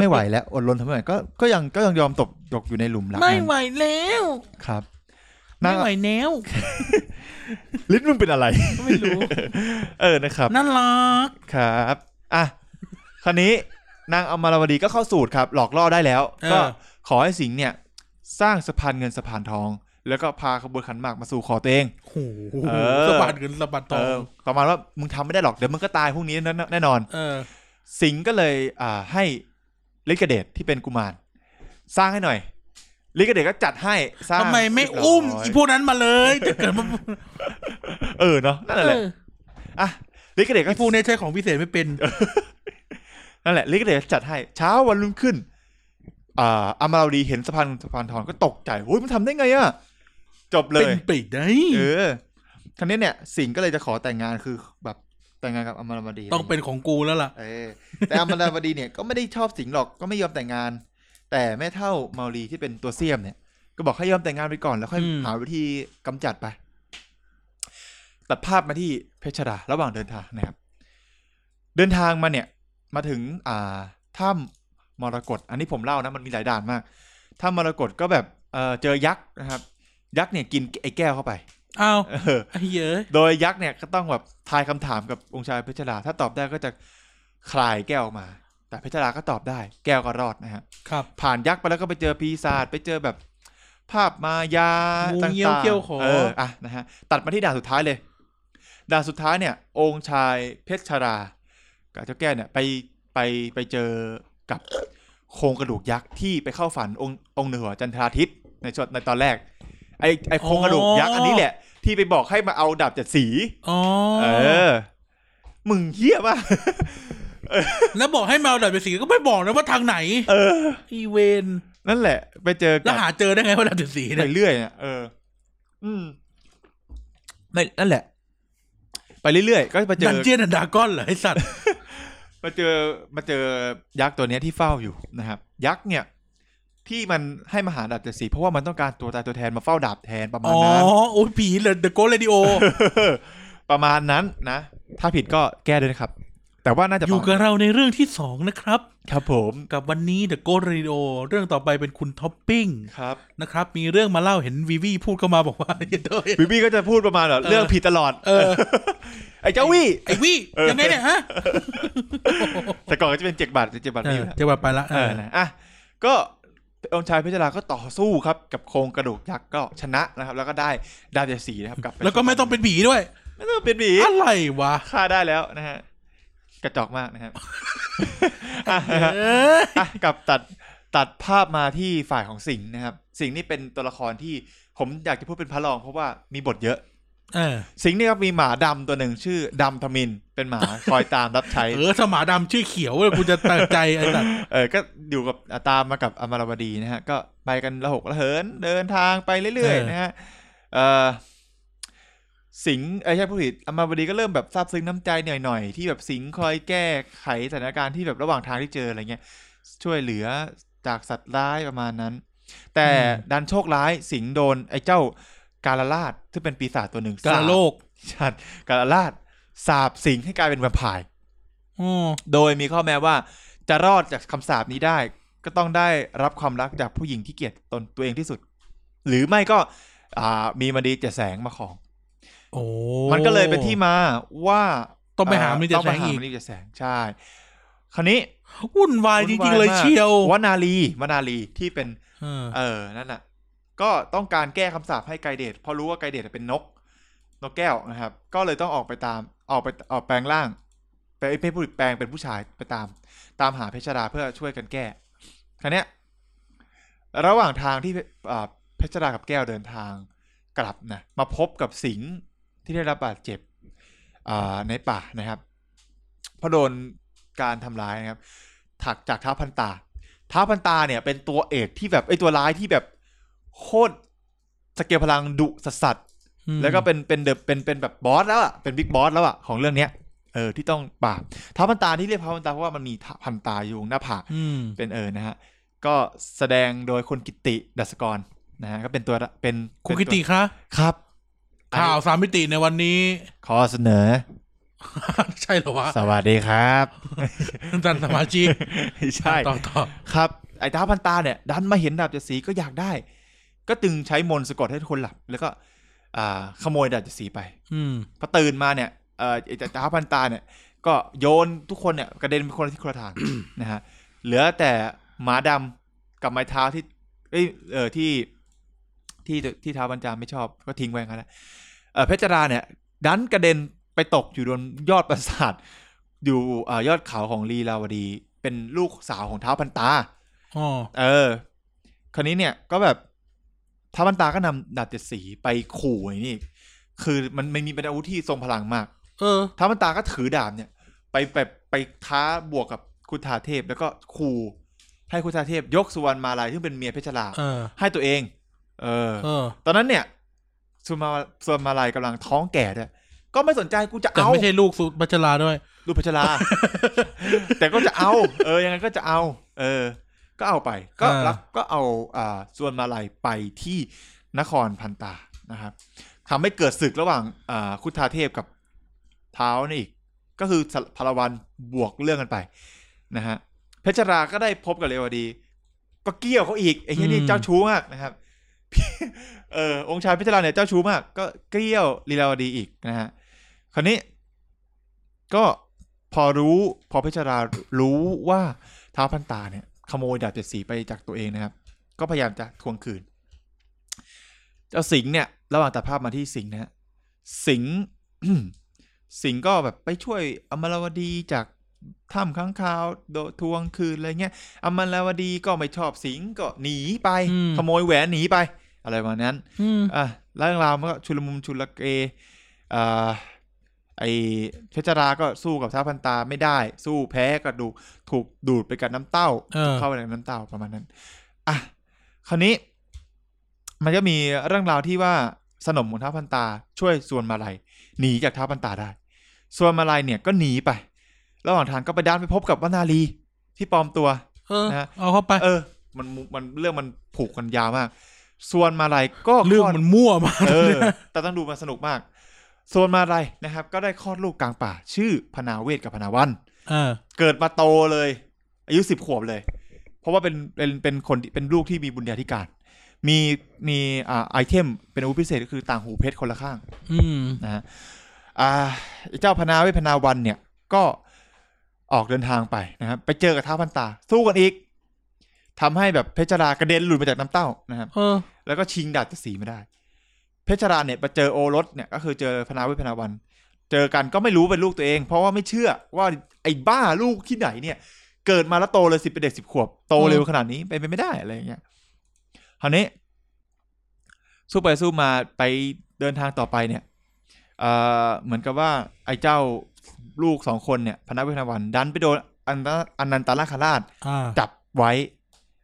ไม่ไหวแล้วอดรนทำไม่ไหวก็ก็ยังก็ยังยอมตกตกอยู่ในหลุมรัก
ไม่
นั้น
ไหวแล้ว
ครับนา
ไม่
ง
ไหวแล้ว
ลิ้นมึงเป็นอะไร
ไม่รู้
เออนะครับ
น่ารัก
ครับ อ่ะ คราวนี้นางอมรวดีก็เข้าสูตรครับ หลอกล่อได้แล้ว
เออ
ก็ขอให้สิงห์เนี่ย สร้างสะพานเงินสะพานทอง แล้วก็พาขบวนขันหมากมาสู่ขอตัวเอง
โอ้โห
เออ
สะบัดเงินสะบัดท
เอ
อ
อง ประมาณว่ามึงทำไม่ได้หรอก เดี๋ยวมึงก็ตายพรุ่งนี้แน่แน่นอน
เออ
สิงห์ก็เลยอ่าให้ลิกเดชที่เป็นกุมาร สร้างให้หน่อยลิกเดชก็จัดให้สร้าง
ทำไมไม่
เรียบร้ย
อุ้มอีพวกนั้นมาเลยถ้าเกิดมัน
เออเนาะนั่นแหละอ่ะลิกเดชก็
ไอ้พวกนี้ใช้ของพิเศษไม่เป็น
นั่นแหละลิกเดชจัดให้เช้าวันรุ่งขึ้น อ่าอามาราวดีเห็นสะพานสะพานทองก็ตกใจโอ้ยมันทำได้ไงอะจบเล
เป็น
ย
ไปได้
เออครั้นี้เนี่ย สิงห์ก็เลยจะขอแต่งงานคือแบบแต่งงานกับอามาราวดี
ต้องเป็นของกูแล้วล่ะ
เออแต่อามาราวดีเนี่ยก็ไม่ได้ชอบสิงห์หรอกก็ไม่ยอมแต่งงาน แต่แม่เท่าเมารีที่เป็นตัวเสียมเนี่ย ก็บอกให้ยอมแต่งงานไปก่อนแล้วค่อย
อืม
หาวิธีกำจัดไป ตัดภาพมาที่เพชรดาระหว่างเดินทางนะครับ เดินทางมาเนี่ย มาถึงอ่าถ้ำมรกตอันนี้ผมเล่านะมันมีหลายด่านมากถ้ำมรกตก็แบบเออเจอยักษ์นะครับ ยักษ์เนี่ยกินไอ้แก้วเข้าไป
อ้าว
เออ
ไอ้เหี้ยเอะ
โดยยักษ์เนี่ยก็ต้องแบบทายคำถามกับองค์ชายเพชรดาถ้าตอบได้ก็จะคลายแก้วออกมา แต่เพชรดาก็ตอบได้ แก้วก็รอดนะฮะ
ครับ
ผ่านยักษ์ไปแล้วก็ไปเจอปีศาจไปเจอแบบ ภาพมายา
งู
ต่างๆ
เงี้ยวเกี้ยวขอ
เอออ่ะนะฮะตัดมาที่ด่านสุดท้ายเลย ด่านสุดท้ายเนี่ย องค์ชายเพชรชรากับเจ้าแก้วเนี่ยไปไปไปเจอกับโครงกระดูกยักษ์ที่ไปเข้าฝันองค์องค์เหนือจันทราทิตย์ในชดในตอนแรก ไอไอโครงกระดูกยักษ์อันนี้แหละ ที่ไปบอกให้มาเอาดาบเจัดสี
อ๋อ
เออ มึงเฮี้ยป่ะ
แล้วบอกให้แมวดัดเป็นสีก็ไม่บอกนะว่าทางไหน
เออ
อีเวน
นั่นแหละ ไปเจอ
แล้ว
กับ
หาเจอได้ไงว่าดัดเป็นสี
ไป
เนี่ย
เรื่อยเนี่ยเออ อืมนั่นนั่นแหละ ไปเรื่อยๆ ก็ไปเจ
ดั
อน
เจียนดันดากอนเหรอไอสัตว์
มาเจอมาเจอยักษ์ตัวเนี้ยที่เฝ้าอยู่นะครับ ยักษ์เนี่ย ที่มันให้มาหาดาบเจ็ดสีเพราะว่ามันต้องการตัวตายตัวแทนมาเฝ้าดาบแทนประมา
อ๋
ณ
อ
นั้น
โอ้ยผีเลยเดอะโกสเรดิโอ
ประมาณนั้นนะ ถ้าผิดก็แก้ด้วยนะครับ แต่ว่าน่าจะ
อยู่
ประ
กับ
มาณ
เราในเรื่องที่สองนะครับ
ครับผม
กับวันนี้เดอะโกสเรดิโอเรื่องต่อไปเป็นคุณท็อปปิ้ง
ครับ
นะครับ มีเรื่องมาเล่าเห็นวีวีพูดเข้ามาบอกว่า เด้ย
บิบี้ก็จะพูดประมาณแบบเรื่องผิดตลอด
เออ
ไอ้เจ้าวี่
ไอ้วี
เออ
ยังไงเนี่ยฮะ
แต่ก่อนก็จะเป็นเจ็กบาทเจ็กบาท
เอ
นี่
อ
แหละ
เจะไปละ
เออนะอ่ะ ก็องค์ชายเพชรราก็ต่อสู้ครับ กับโครงกระดูกยักษ์ก็ชนะนะครับ แล้วก็ได้ดาบเจดสีนะครับกลับป
แล้วก็ไม่ต้องเป็นผีด้วย
ไม่ต้องเป็นผี
อะไรวะ
ฆ่าได้แล้วนะฮะ กระจอกมากนะครับ อ่ะนะฮะ
เอ้ย
อ่ะกลับตัดตัดภาพมาที่ฝ่ายของสิงห์นะครับ สิงห์นี่เป็นตัวละครที่ผมอยากจะพูดเป็นพระรองเพราะว่ามีบทเยอะ
เออ
สิงห์นี่ครับมีหมาดำตัวหนึ่งชื่อดำทมิน เป็นหมาคอยตามรับใช้
เออสมาดำชื่อเขียวเลยกูจะตัดใจไอ้สัตว์
เออ ก็อยู่กับอ่ะตามมากับอมรวดีนะฮะ ก็ไปกันระหกระเหิน เดินทางไปเรื่อยๆนะฮะ เออสิงห์เอ้ยใช่ผู้ผิดอมรวดีก็เริ่มแบบซาบซึ้งน้ำใจหน่อยๆ ที่แบบสิงห์คอยแก้ไขสถานการณ์ที่แบบระหว่างทางที่เจออะไรเงี้ย ช่วยเหลือจากสัตว์ร้ายประมาณนั้น แต่ดันโชคร้ายสิงห์โดนไอ้เจ้ากาลราดที่งเป็นปีศาจตัวหนึ่ง
กาโลก
ชาติกาลราด สาบสิงห์ให้กลายเป็นแวมไพร์
อ๋อ
โดยมีข้อแม้ว่าจะรอดจากคำสาปนี้ได้ ก็ต้องได้รับความรักจากผู้หญิงที่เกลียดตนตัวเองที่สุด หรือไม่ก็ อ่า มีมณีเจะแสงมาของ
โอ้
มันก็เลยเป็นที่มาว่า
ต้องไปหามันจะ
ต้อง
แส
ไป
ง
หา
อีก
มณีเจะแสงใช่ คราวนี้
วุ่นวายจริงๆเลยเชียว
วนาลีวนาลีที่เป็น
เออ
เออ นั่นน่ะ ก็ต้องการแก้คำสาปให้ไกเดตเพราะรู้ว่าไกเดตเป็นนก นกแก้วนะครับ ก็เลยต้องออกไปตาม ออกไปออกแปลงร่างไปเพศผู้แปลงเป็นผู้ชายไปตาม ตามหาเพชรดาเพื่อช่วยกันแก้คราวเนี้ยระหว่างทางที่อ่าเพชรดากับแก้วเดินทางกลับนะมาพบกับสิงห์ที่ได้รับบาดเจ็บอ่าในป่านะครับเพราะโดนการทำร้ายนะครับถักจากท้าวพันตา ท้าวพันตาเนี่ยเป็นตัวเอกที่แบบไอยตัวร้ายที่แบบโคตรสเกลพลังดุสัสสัส
อืม
แล้วก็เป็นเป็นเดอะเป็นเป็นแบบบอสแล้วอ่ะเป็นบิ๊กบอสแล้วอ่ะของเรื่องเนี้ยเออที่ต้องปราบท้าวพันตาที่เรียกท้าวพันตาเพราะว่ามันมีท้าวพันตาอยู่หน้าผาก
อืม
เป็นเออนะฮะ ก็แสดงโดยคุณกิติดัสกรนะฮะก็เป็นตัวเป็น
คุณ
เป็
กิ
นว
ติคะ
ครับ
ข่าว
อันนี้
สามมิติในวันนี้
ขอเสนอ
ใช่เหรอวะ
สวัสดีครับ
จันสมาชิก
ใช่
ต่อต่อ
ครับ ไอ้ท้าวพันตาเนี่ย ดันมาเห็นดาบเจดสีก็อยากได้ ก็จึงใช้มนต์สะกดให้ทุกคนหลับ แล้วก็ อ่า ขโมยดาบเจดสีไป
อืม
พอตื่นมาเนี่ยเอ่อไอ้ท้าวพันตาเนี่ย ก็โยนทุกคนเนี่ยกระเด็นไปคนละทิศคนละทาง นะฮะ เหลือแต่หมาดำกับไม้เท้าที่เอ้ยเออที่ที่ที่เท้าวพันจามไม่ชอบก็ทิ้งไว้อย่างนั้นแหละเออเพชรราเนี่ยดันกระเด็นไปตกอยู่บนยอดปราสาทอยู่เอ่อยอดเขาของลีลาวดี เป็นลูกสาวของท้าวพันตา
อ๋อ
เออ คราวนี้เนี่ยก็แบบท้าวพันตาก็นำดาบเจ็ดสีไปขู่ไอ้นี่ คือมันไม่มีเป็นอาวุธที่ทรงพลังมาก
เออ
ท้าวมันตาก็ถือดาบเนี่ย ไปแบบไปท้าบวกกับคุธาเทพ แล้วก็ขู่ให้คุธาเทพ ยกสุวรรณมาลายซึ่งเป็นเมียเพชรรา
เออ
ให้ตัวเอง เออ
เออ
ตอนนั้นเนี่ยสุวรรณมาสุวรรณมาลายกำลังท้องแก่ด้วยก็ไม่สนใจกูจะ
แต่
เอา
ไม่ใช่ลูกสุบัชลาด้วย
ลูกเพชรรา แต่ก็จะเอา เออยังไงก็จะเอา เออ ก็เอาไป ก็
อ่ารั
รับก็เอาอ่าส่วนมาลัยไปที่นครพันตานะครับทำให้เกิดศึกระหว่างอ่าคุทธาเทพกับเท้านี่อีก ก็คือสพลวันบวกเรื่องกันไปนะฮะเพชรราก็ได้พบกับเรวดี ก็เกี่ยวเขาอีกไอ้เหี้ยนี่
อืม
เจ้าชู้มากนะครับ เออองค์ชายเพชรราเนี่ยเจ้าชู้มาก ก็เกี่ยวลีลาวดีอีกนะฮะคราวนี้ ก็พอรู้พอเพชรรารู้ว่าท้าวพันตาเนี่ย ขโมยดาบเจ็ดสีไปจากตัวเองนะครับ ก็พยายามจะทวงคืน เจ้าสิงห์เนี่ย ระหว่างตัดภาพมาที่สิงห์นะฮะสิงห์ สิงห์ก็แบบไปช่วยอมรวดีจากถ้ำข้างคาวโดนทวงคืนอะไรเงี้ยอมรวดีก็ไม่ชอบสิงห์ก็หนีไป
อืม
ขโมยแหวนหนีไป อะไรประมาณนั้น
อืม
อ่ะแล้วเรื่องราวมันก็ชุลมุนชุลเกอ่าไอเพชรราก็สู้กับท้าวพันตาไม่ได้ สู้แพ้ก็ดูถูกดูดไปกับน้ำเต้า
เออ
เข้าไปในน้ำเต้าประมาณนั้น อ่ะ คราวนี้ มันก็มีเรื่องราวที่ว่าสนมของท้าวพันตาช่วยส่วนมาลัยหนีจากท้าวพันตาได้ ส่วนมาลัยเนี่ยก็หนีไป ระหว่างทางก็ไปด้านไปพบกับวนาลีที่ปลอมตัว
เออ
นะฮะ
เอาเข้าไป
เออ มันมุมันเรื่องมันผูกกันยาวมาก ส่วนมาลัยก็
เรื่อง
คลอด
มันมั่วมาก
เออ
เนี่ย
แต่ต้องดูมันสนุกมาก ส่วนมาลัยนะครับ ก็ได้คลอดลูกกลางป่า ชื่อพนาเวศกับพนาวัน
เออ
เกิดมาโตเลย อายุสิบขวบเลย เพราะว่าเป็นเป็นเป็นคนที่เป็นลูกที่มีบุญญาธิการ มีมีอ่าไอเทมเป็นอาวุธพิเศษก็คือต่างหูเพชรคนละข้าง
อืม
นะฮะอ่าเจ้าพนาเวทพนาวันเนี่ยก็ออกเดินทางไปนะครับไปเจอกับท้าวพันตา สู้กันอีกทำให้แบบเพชรรากระเด็นหลุดมาจากน้ำเต้านะครับ
เออ
แล้วก็ชิงดาบเจดสีไม่ได้ เพชรราเนี่ยไปเจอโอรสเนี่ยก็คือเจอพนาเวิพนาวัน เจอกันก็ไม่รู้เป็นลูกตัวเอง เพราะว่าไม่เชื่อว่าไอ้บ้าลูกที่ไหนเนี่ย เกิดมาแล้วโตเลยสิบเป็นเด็กสิบขวบ โตเร็วขนาดนี้ไปนไปไม่ได้อะไรอย่างเงี้ยคราวนี้ สู้ไปสู้มาไปเดินทางต่อไปเนี่ยเอ่อเหมือนกับว่าไอ้เจ้าลูกสองคนเนี่ยพนาเวิพนาวันดันไปโดนอันตอนันตาราคาราช
อ่า
จับไว้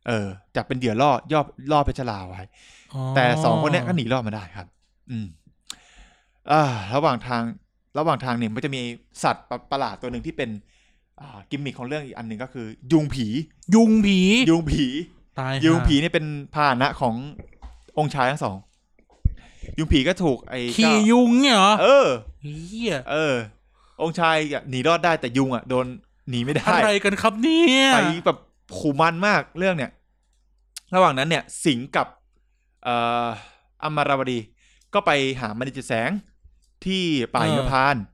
เออจับเป็นเหยื่อล่อย่อล่อเพชรราไว้
อ๋อ
แต่สองคนเนี้ยก็หนีรอดมาได้ครับ อืมอ่าระหว่างทาง ระหว่างทางเนี่ยมันจะมีสัตว์ประประหลาดตัวหนึ่งที่เป็น อ่า กิมมิคของเรื่องอีกอันหนึ่งก็คือ ยุงผี
ยุงผี
ยุงผี
ตาย
ยุงผี
ห่า
เนี่ยเป็นพาหนะขององค์ชายทั้งสอง ยุงผีก็ถูกไอ้เจ้า
ขี่ยุงเนี่ยเหรอ
เออ
เฮีย
เออ องค์ชายอ่ะหนีรอดได้แต่ยุงอ่ะโดนหนีไม่ได้
อะไรกันครับเนี่ย
ไปแบบขู่มันมากเรื่องเนี่ย ระหว่างนั้นเนี่ย สิงห์กับเอ่ออมราวดี ก็ไปหามณีจิตแสงที่ป่าหิมพานต์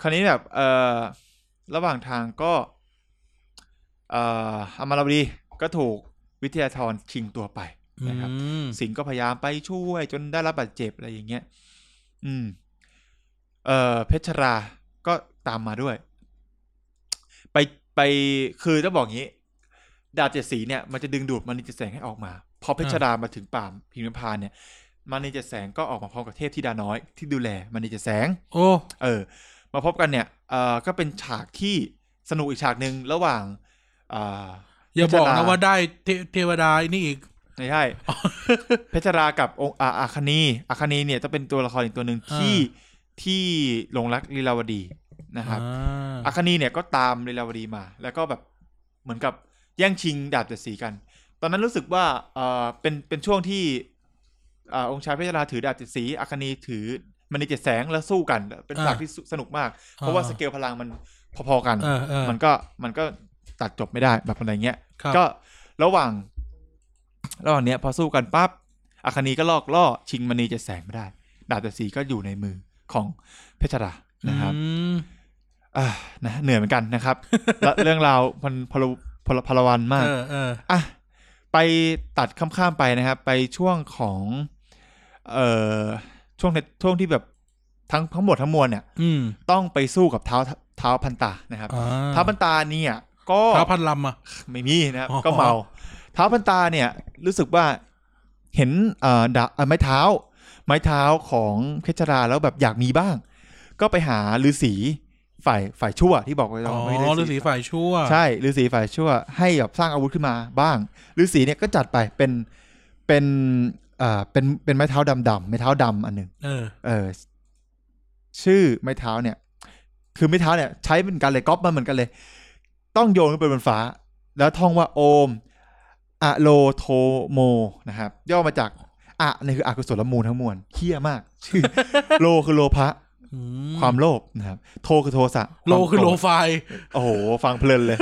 คราวนี้แบบเอ่อระหว่างทางก็เอ่ออมราวดีก็ถูกวิทยาธรชิงตัวไป
อื
นะครับ
ม
สิงห์ก็พยายามไปช่วยจนได้รับบาดเจ็บอะไรอย่างเงี้ย อืม เอ่อ เพชรรา ก็ตามมาด้วย ไปไปคือจะบอกงี้ ดาบเจ็ดสีเนี่ยมันจะดึงดูดมันนิจแสงให้ออกมา พอเพชรรามาถึงป่ามพิมพานเนี่ย มันนิจแสงก็ออกมาพร้อมกับเทพธิดาน้อยที่ดูแลมันนิจแสง
โอ้
เออ มาพบกันเนี่ยเอ่อก็เป็นฉากที่สนุกอีกฉากหนึ่งระหว่างอ่า
อย่าบอก
พิจาร
นะ
ณา
ว่าได้เทเทวดาไอ้นี่อีก
ไม่ใช่ เพชรรากับองค์อาอาคณีอาคณีเนี่ยจะเป็นตัวละครอีกตัวหนึ่ง
อ่า
ที่ที่หลงรักลีลาวดีนะครับ อาคานีเนี่ยก็ตามลีลาวดีมา แล้วก็แบบเหมือนกับแย่งชิงดาบเจ็ดสีกัน ตอนนั้นรู้สึกว่าเออเป็นเป็นช่วงที่เอ่อองค์ชายเพชรราถือดาบเจ็ดสีอาคานีถือมันในเจ็ดแสงแล้วสู้กัน เป็นฉาก
อ่า
ที่สนุกมาก เพราะว่าสเกลพลังมันพอๆกัน
เออเออ
มันก็มันก็ตัดจบไม่ได้แบบอะไรเงี้ย
ครับ
ก็ระหว่าง ระหว่างเนี้ยพอสู้กันปั๊บอาคานีก็ลอกล่อชิงมณีเจ็ดแสงไม่ได้ ดาบเจ็ดสีก็อยู่ในมือของเพชรรานะครับ
อืม
อ่านะเหนื่อยเหมือนกันนะครับ และเรื่องราวพันพลพลพลวันมาก
เออเออ
อ่ะไปตัดข้ามๆไปนะครับ ไปช่วงของเอ่อช่วงในช่วงที่แบบทั้งทั้งหมดทั้งมวลเนี่ย
อืม
ต้องไปสู้กับเท้าเท้าพันตานะครับ
อ่
เท้าพันตาเนี่ยก็
เท้าพันลำอ่ะ
ไม่มีนะครับ
อ๋อ
ก็เมาเท้าพันตาเนี่ยรู้สึกว่าเห็นเอ่อดาเอ่อไม้เท้า ไม้เท้าของเพชรราแล้วแบบอยากมีบ้าง ก็ไปหาฤาษีฝ่ายฝ่ายชั่วที่บอกไว้แล้ว
อ๋อ
ไม่ได้
ฤาษีฝ่ายชั่ว
ใช่ฤาษีฝ่ายชั่วให้แบบสร้างอาวุธขึ้นมาบ้างฤาษีเนี่ยก็จัดไปเป็นเป็นเอ่อเป็นเป็นไม้เท้าดำดำไม้เท้าดำอันหนึ่ง
เออ
เออชื่อไม้เท้าเนี่ย คือไม้เท้าเนี่ย ใช้เป็นการเลยก๊อปมาเหมือนกันเลย ต้องโยนขึ้นไปบนฟ้า แล้วท่องว่าโอมอะโลโทโมนะครับ ย่อมาจากอะเนี่ยคืออากุศลมูลทั้งมวลเฮี้ยมาก ชื่อ โลคือโลภะ
อื
ความโลภนะครับ โทคือโทสะ
โลคือโล
วามโกรธ
ไฟล์
โอ้โห ฟังเพลินเลย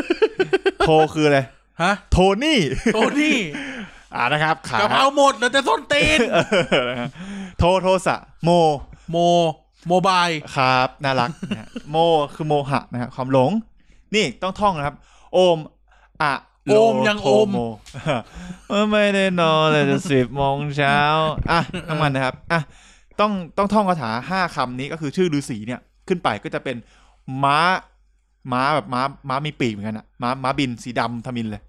โทคืออะไร
ฮะ
โทนี่
โทนี่
อ่านะครับ ขาก
ะเพราหมดแล้วแต่ส้นตีน
เออนะฮะโทโทสะโม
โม โมบาย
ครับ น่ารักนะฮะโมคือโมหะนะครับความหลง นี่ต้องท่องนะครับ โอม อะโล
โอมยังโอม
โทโม ไม่ได้นอนเลยจะสิบโมงเช้า อ่ะทั้งวันนะครับ อ่ะ ต้องต้องท่องคาถาห้าคำนี้ก็คือชื่อฤาษีเนี่ย ขึ้นไปก็จะเป็นม้า ม้าแบบม้า ม้ามีปีกเหมือนกันอะม้า ม้าบินสีดำทมินเลย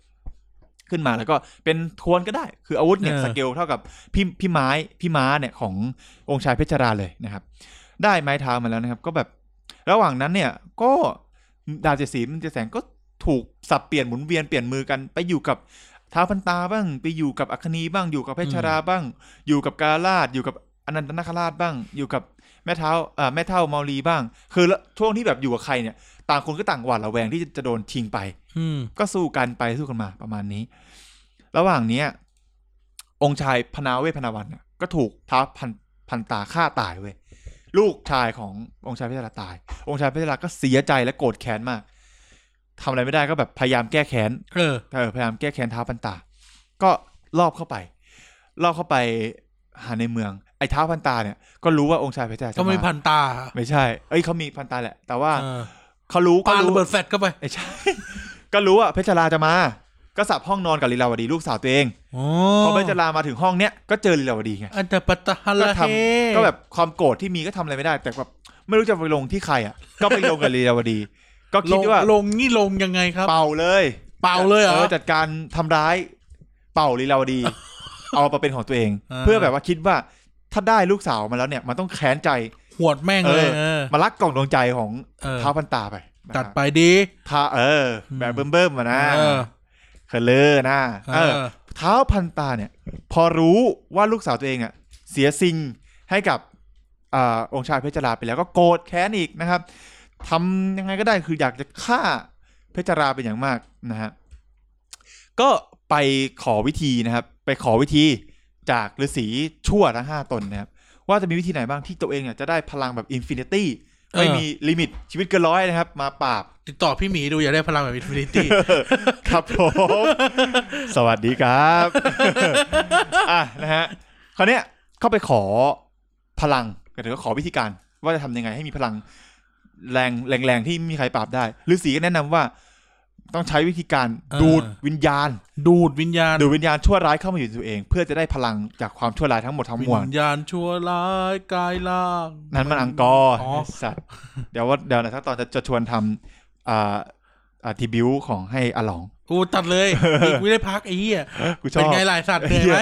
ขึ้นมาแล้วก็เป็นทวนก็ได้ คืออาวุธเนี่ย
เออ
สเกลเท่ากับพี่พี่ไม้พี่ม้าเนี่ยขององค์ชายเพชรราเลยนะครับ ได้ไม้เท้ามาแล้วนะครับ ก็แบบระหว่างนั้นเนี่ย ก็ดาวเจดสีมันจะแสงก็ถูกสับเปลี่ยนหมุนเวียนเปลี่ยนมือกันไปอยู่กับท้าวพันตาบ้าง ไปอยู่กับอัคนีบ้างอยู่กับเพชรราบ้าง อยู่กับกาลาดอยู่กับอนันตนาคราชบ้าง อยู่กับแม่เท้าเอ่อแม่เท่าเมาลีบ้าง คือละช่วงที่แบบอยู่กับใครเนี่ยต่างคนก็ต่างหวาดระแวงที่จะจะโดนชิงไป
อืม
ก็สู้กันไปสู้กันมาประมาณนี้ ระหว่างเนี้ย องค์ชายพนาเวทพนาวันน่ะก็ถูกท้าวพันพันตาฆ่าตายเว้ยลูกชายขององค์ชายพิจาราตาย องค์ชายพิจาราก็เสียใจและโกรธแค้นมากทำอะไรไม่ได้ก็แบบพยายามแก้แค้น
เออ
เออพยายามแก้แค้นท้าวพันตา ก็ลอบเข้าไป ลอบเข้าไปหาในเมือง ไอ้ท้าวพันตาเนี่ย ก็รู้ว่าองค์ชายพิจาราจะ
ก็ไม่
มา
พันตา
ไม่ใช่ เอ้ยเขามีพันตาแหละ แต่ว่า
เออ
เขารู้
ปา
ก็รู้
ระเบิดแฟลชเข้าไป
ไม่ใช่ ก็รู้ว่าเพชรราจะมา ก็สับห้องนอนกับลีลาวดีลูกสาวตัวเอง
โอ้
พอเพชรรามาถึงห้องเนี้ยก็เจอลีลาวดีไง
อันตะปะตะฮัล
ก็
ลา
ท
เฮ
ำก็แบบความโกรธที่มีก็ทำอะไรไม่ได้ แต่แบบไม่รู้จะไปลงที่ใครอ่ะ ก็ไปลงกับลีลาวดี ก็
ล
คิด
ง
ว่า
ลงนี่ลงยังไงครับ
เป่าเลย
เป่าเลยเหรอ
จัดการทำร้ายเป่าลีลาว ดี เอามาเป็นของตัวเอง
อ่า
เพื่อแบบว่าคิดว่าถ้าได้ลูกสาวมาแล้วเนี่ยมันต้องแค้นใจ
หวดแม่งเลย
เออ
เออ
มาลักกล่องดวงใจของ
เออ
ท้าวพันตาไป
ตัดไปดี
ท้าเออ แบบเบิ่มๆมานะ
เออ
เคลอร์นะ
เอ
เออ
อ
เท้าวพันตาเนี่ย พอรู้ว่าลูกสาวตัวเองอ่ะ เสียซิงให้กับเอ่อองค์ชายเพชรราไปแล้วก็โกรธแค้นอีกนะครับทำยังไงก็ได้คืออยากจะฆ่าเพชรราเป็นอย่างมากนะฮะก็ไปขอวิธีนะครับ ไปขอวิธีจากฤาษีชั่วทั้งห้าตนนะครับ ว่าจะมีวิธีไหนบ้างที่ตัวเองเนี่ยจะได้พลังแบบอินฟินิตี้ไม่
เออ
มีลิมิตชีวิตเกินร้อยนะครับ มาปราบ
ติดต่อพี่หมีดูอยากได้พลังแบบอินฟินิตี้
ครับผม สวัสดีครับอ่ะนะฮะคราวเนี้ยเข้าไปขอพลังก็ถือว่าขอวิธีการ ว่าจะทำยังไงให้มีพลังแรงแรงแรงที่ไม่มีใครปราบได้ฤาษีก็แนะนำว่าต้องใช้วิธีการ
เออ
ดูดวิญญาณ
ดูดวิญญาณ
ดูดวิญญาณชั่วร้ายเข้ามาอยู่ในตัวเอง เพื่อจะได้พลังจากความชั่วร้ายทั้งหมดทั้งมวล
วิญญาณชั่วร้ายกายล่าง
นั้นมันอังกอร์
อ๋อ
ไอ้สัตว์เดี๋ยวว่าเดี๋ยวนะถ้าตอนจะจะชวนทำอ่าอ่าทีบิวของให้อาหลอง
กูตัดเลยอีกไม่ได้พักไอ้เหี้ย
กูช
เป็น
อบ
ไงหลายสัตว์เหนื่อยไหม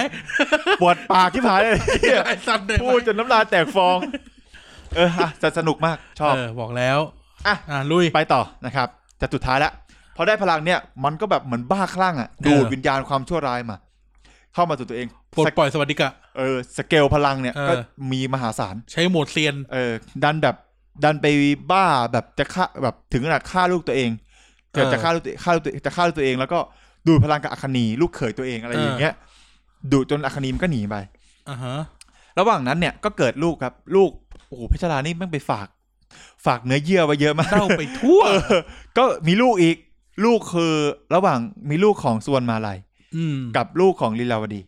ปวดปากที่ผายเลย
หลายสัตว์เหนื่อยไหม
พูดจนน้ำลายแตกฟอง เอออ่ะจะสนุกมากชอบ
เออบอกแล้ว
อ่ะ
อ่ะลุย
ไปต่อนะครับ แต่สุดท้ายละพอได้พลังเนี่ย มันก็แบบเหมือนบ้าคลั่งอ่ะ ดูดวิญญาณความชั่วร้ายมา เข้ามาสู่ตัวเอง
ปลด
สเก
ปล่อยสวัสดิกะ
เออสเกลพลังเนี่ย
เออ
ก็มีมหาศาล
ใช้โหมดเซียน
เออดันแบบดันไปบ้าแบบจะฆ่าแบบถึงขนาดฆ่าลูกตัวเองเกิด
เออ
จะฆ่าลูกตัวฆ่าลูกตัวจะฆ่าลูกตัวเอง แล้วก็ดูดพลังกับอัคนีลูกเขยตัวเองอะไร
เออ
อ
อ
ย่างเงี้ยดูดจนอัคนีมันก็หนีไป
อ่าฮะ
ระหว่างนั้นเนี่ยก็เกิดลูกครับลูกโอ้โหเพชรรานี่แม่งไปฝาก ฝากเนื้อเยื่อไว้เยอะมาก
เต้าไปทั่ว
เออก็มีลูกอีก ลูกคือระหว่างมีลูกของสวนมาลัย
อืม
กับลูกของลีลาวดี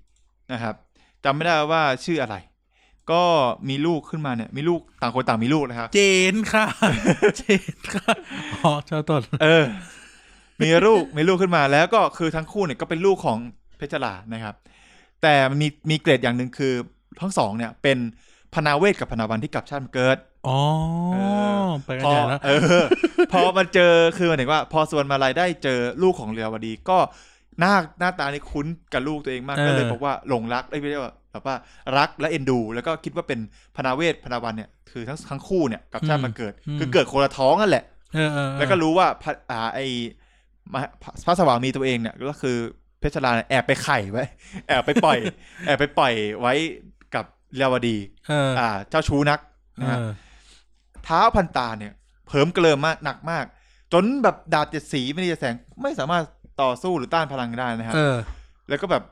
นะครับจำไม่ได้ว่าชื่ออะไร ก็มีลูกขึ้นมาเนี่ย มีลูกต่างคนต่างมีลูกนะครับ
เจนค่ะ เจนค่ะอ๋อเจ้าต้น
เออ มีลูก มีลูกขึ้นมาแล้วก็คือทั้งคู่เนี่ยก็เป็นลูกของเพชรลานะครับ แต่มันมีมีเกรดอย่างหนึ่งคือทั้งสองเนี่ย เป็นพนาเวทกับพนาวันที่กลับชาติมาเกิด
อ๋อ
เออ
ไปกัน
พอ
ใหญ่แล้ว
เออ พอมันเจอคือหมันถึงว่า พอส่วนมาลายได้เจอลูกของเรียวดี ก็หน้าหน้าตานี่คุ้นกับลูกตัวเองมากก็เลยบอกว่าหลงรักไอ้ยไม่ใช่ว่าแบบว่ารักและเอ็นดู แล้วก็คิดว่าเป็นพนาเวทพนาวันเนี่ยคือทั้งทั้งคู่เนี่ยกลับชาติมาเกิด คือเกิดคนละท้องนั่นแหละ
เออเออเออ
แล้วก็รู้ว่าพระอ่าไอมหาพระสวามีตัวเองเนี่ยก็คือเพชรลาเนี่ยแอบไปไข่ไว้ แอบไปปล่อย แอบไปปล่อยไว้กับเรวดี
เออ
อ่า เจ้าชู้นักนะฮะ
เออ
ท้าวพันตาเนี่ยเผิมเกลิมมากหนักมาก จนแบบดาบเจ็ดสีไม่ได้แสงไม่สามารถต่อสู้หรือต้านพลังได้นะฮะ
เออ
แล้วก็แบบ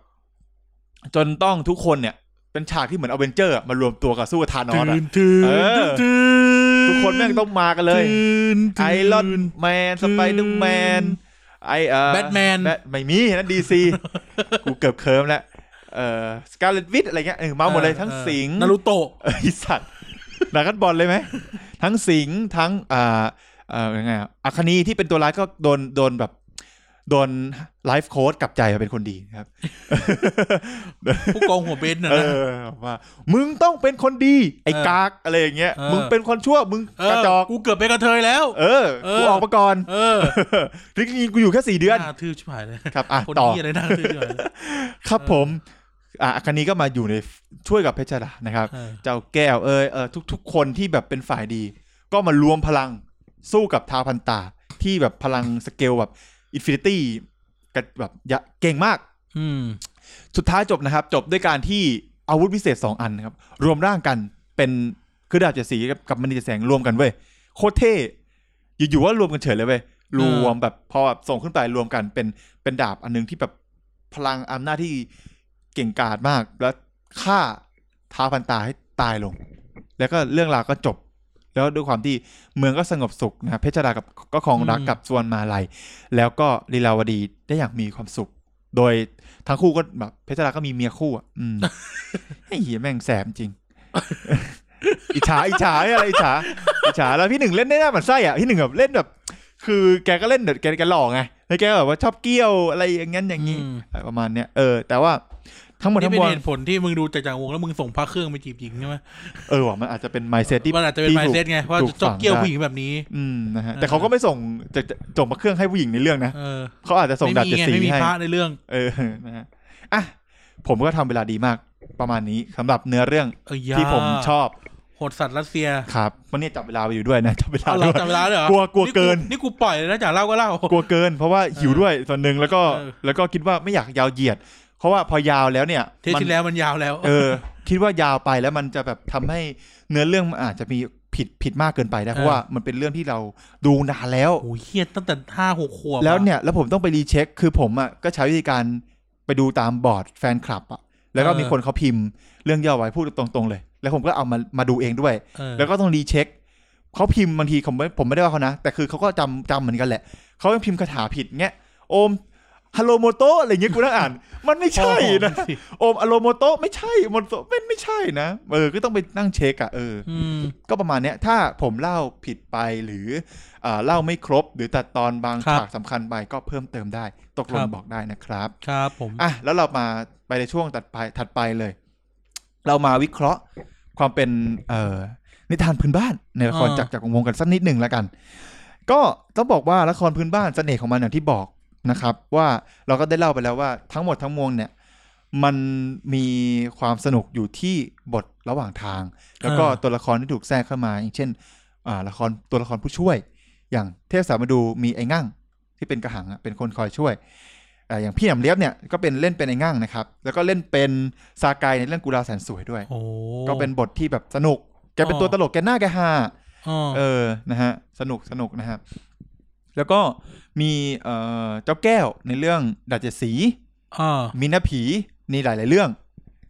จนต้องทุกคนเนี่ย เป็นฉากที่เหมือนอเวนเจอร์มารวมตัวกับสู้กับธานอสอะ
ตื่นตื่น
เออ
ตื่น
ทุกคนแม่งต้องมากันเลย
ตื่น
ไอ
ตื่
รอนแมนสไปเดอร์แมนไอเอ่อ
Batman
แบทไม่มีนะดีซี กูเกือบเคิร์มแล้วเอ่อสกาเลตวิทอะไรเงี้ยเออมาหมดเลยทั้งสิงห์
นารุโตะ
เออไอสัตว์ดรากันบอลเลยไหม ทั้งสิงห์ทั้งอ่าเอ่อยังไงอะอัคนีที่เป็นตัวร้ายก็โดนโดนแบบ โดนไลฟ์โค้ดกลับใจมาเป็นคนดีนะครับ
ผู้กองหัวเบนน่ะ
เอ
นะ
อว่ามึงต้องเป็นคนดี ไอ้
เออก
ากอะไรอย่างเงี้ย
เออ
มึงเป็นคนชั่วมึง
เ
กระจอก
กูเกือบไปนกระเทยแล้ว
เออ
เออ
กูออกมาก่อน
เออ
จริงๆกูอยู่แค่สี่เดือน
น่าทื่อชิบหายเลย
ครับอ่ะ
คน
ต่อ
นี้อะไรน่าทื่อชิบหายเลย
ครับผมอ่ะอัคนีก็มาอยู่ในช่วยกับเพชรดานะครับ
เออ
เจ้าแก้วเอยเออทุก ๆ คนที่แบบเป็นฝ่ายดี ก็มารวมพลังสู้กับทาพันตาที่แบบพลังสเกลแบบอินฟินิตี้กับแบบยะเก่งมาก
อืม
สุดท้ายจบนะครับ จบด้วยการที่อาวุธพิเศษ 2 อันนะครับ รวมร่างกันเป็นคือดาบเจ็ดสีกับกับมณีเจ็ดแสงรวมกันเว้ยโคตรเท่อยู่ๆว่ารวมกันเฉยเลยเว้ยรวมแบบพอแบบส่งขึ้นไปรวมกันเป็นเป็นดาบอันหนึงที่แบบพลังอำนาจที่เก่งกาจมาก แล้วฆ่าท้าวพันตาให้ตายลง แล้วก็เรื่องราวก็จบ แล้วด้วยความที่เมืองก็สงบสุขนะครับเพชรดากับก็ครองรัก
อืม
กับสวนมาลัยแล้วก็ลีลาวดีได้อย่างมีความสุข โดย ทั้งคู่ก็แบบเพชรดาก็มีเมียคู่อ่ะ อื ม ไอ้เหี้ยแม่งแสบจริง อิจฉาอิจฉาอะไรอิจฉาอิจฉาแล้วพี่หนึ่งเล่นได้หน้าหมันไส้อ่ะพี่หนึ่งแบบเล่นแบบ คือแกก็เล่นแบบแกแกหลอกไงแล้วแกก็แบบว่าชอบเกี้ยวอะไรอย่างนั้นอย่างนี้
อืม
อะไรประมาณเนี้ยเออแต่ว่าทั้งหมด
นี่
ทั้ง
เป็น
มวล
เหตุผลที่มึงดูจากจางวงแล้วมึงส่งพระเครื่องไปจีบหญิงใช่ไหม
เออว่ะมันอาจจะเป็นไมเซ็ตที่
มันอาจจะเป็น
ที่
ไม
ถูก
เซ็ตไงว่า
ถูก
จ
ฝั
อก
ง
เกี้ยว
ได้
ผู้หญิงแบบนี้
อืมนะฮะ
เออ
แต่เขาก็ไม่ส่งจะจะจงมาเครื่องให้ผู้หญิงในเรื่องนะ
เออ
เขาอาจจะส่งดาบ
ไม่มี
เจ็ด
ไง
สี
ไม่มี
ให้
พระในเรื่อง
เอ อนะฮะอ่ะผมก็ทำเวลาดีมากประมาณนี้สำหรับเนื้อเรื่อง
เอ้ยยา
ที่ผมชอบ
โหดสัตว์รัสเซีย
ครับวันนี้จับเวลาไปอยู่ด้วยนะ จับเวลา
เอา
ด้
เรา
วย
จับเวลาด้วยเหรอก
ลัวกลัวเกิน
นี่กูปล่อยเลยนะจากเล่าก็เล่า
กลัวเกิน เพราะว่าหิวด้วยส่วนหนึ่งแล้วก็
เออ
แล้วก็คิดว่าไม่อยากยาวเหยียด เพราะว่าพอยาวแล้วเนี่ย
เทป
มั
ที่แล้วมันยาวแล้ว
เออ คิดว่ายาวไปแล้วมันจะแบบทำให้เนื้อเรื่องมันอาจจะมีผิดผิดมากเกินไปได้เพราะ
เออ
ว่ามันเป็นเรื่องที่เราดูนานแล้ว
โอ้ยเครียดตั้งแต่ห้าหกขวบอะ
แล้วเนี่ยแล้วผมต้องไปรีเช็ค คือผมอ่ะก็ใช้วิธีการไปดูตามบอร์ดแฟนคลับอ่ะแล้วก็มีคนเขาพิมพ์เรื่องย่อไว้พูดตรงๆเลย แล้วผมก็เอามามาดูเองด้วย
เออ
แล้วก็ต้องรีเช็ค เขาพิมพ์บางทีผมไม่ผมไม่ได้ว่าเขานะ แต่คือเขาก็จำจำเหมือนกันแหละ เขายังพิมพ์คาถาผิดเงี้ย โอมฮัลโลโมโตอะไรเงี้ยกูนั่งอ่าน มันไม่ใช่นะ
โอ้โหสิ
โอมฮัลโลโมโตไม่ใช่โมโตไม่ไม่ใช่นะ เออ ก็ต้องไปนั่งเช็คอะเออ
อืม
ก็ประมาณเนี้ย ถ้าผมเล่าผิดไปหรืออ่าเล่าไม่ครบ หรือตัดตอนบาง
ครับ
ฉากสำคัญไปก็เพิ่มเติมได้ ตก
ค
ลง
รับ
บอกได้นะครับ
ครับผม
อ่ะแล้วเรามาไปในช่วงตัดไปถัดไปเลย เรามาวิเคราะห์ความเป็นเอ่อนิทานพื้นบ้านในละครจากจากวงกันสักนิดหนึ่งแล้วกัน ก็ต้องบอกว่าละครพื้นบ้านเสน่ห์ของมันอย่างที่บอกนะครับ ว่าเราก็ได้เล่าไปแล้วว่าทั้งหมดทั้งมวลเนี่ย มันมีความสนุกอยู่ที่บทระหว่างทาง แล้วก็ตัวละครที่ถูกแทรกเข้ามา อย่างเช่น อ่าละครตัวละครผู้ช่วย อย่างเทพสามดูมีไอ้งั่งที่เป็นกระหังอะเป็นคนคอยช่วย อ่าอย่างพี่หนำเลียบเนี่ยก็เป็นเล่นเป็นไอ้ง่างนะครับ แล้วก็เล่นเป็นซากายในเรื่องกุลาแสนสวยด้วย
โอ้
ก็เป็นบทที่แบบสนุก แกเป็น
อ๋อ
ตัวตลกแกหน้าแกฮา
อ๋อ
เออนะฮะสนุกสนุกนะครับแล้วก็มีเอ่อเจ้าแก้วในเรื่องดาดเจดสี
อ่า
มีนาผีนี่หลาย ๆ เรื่อง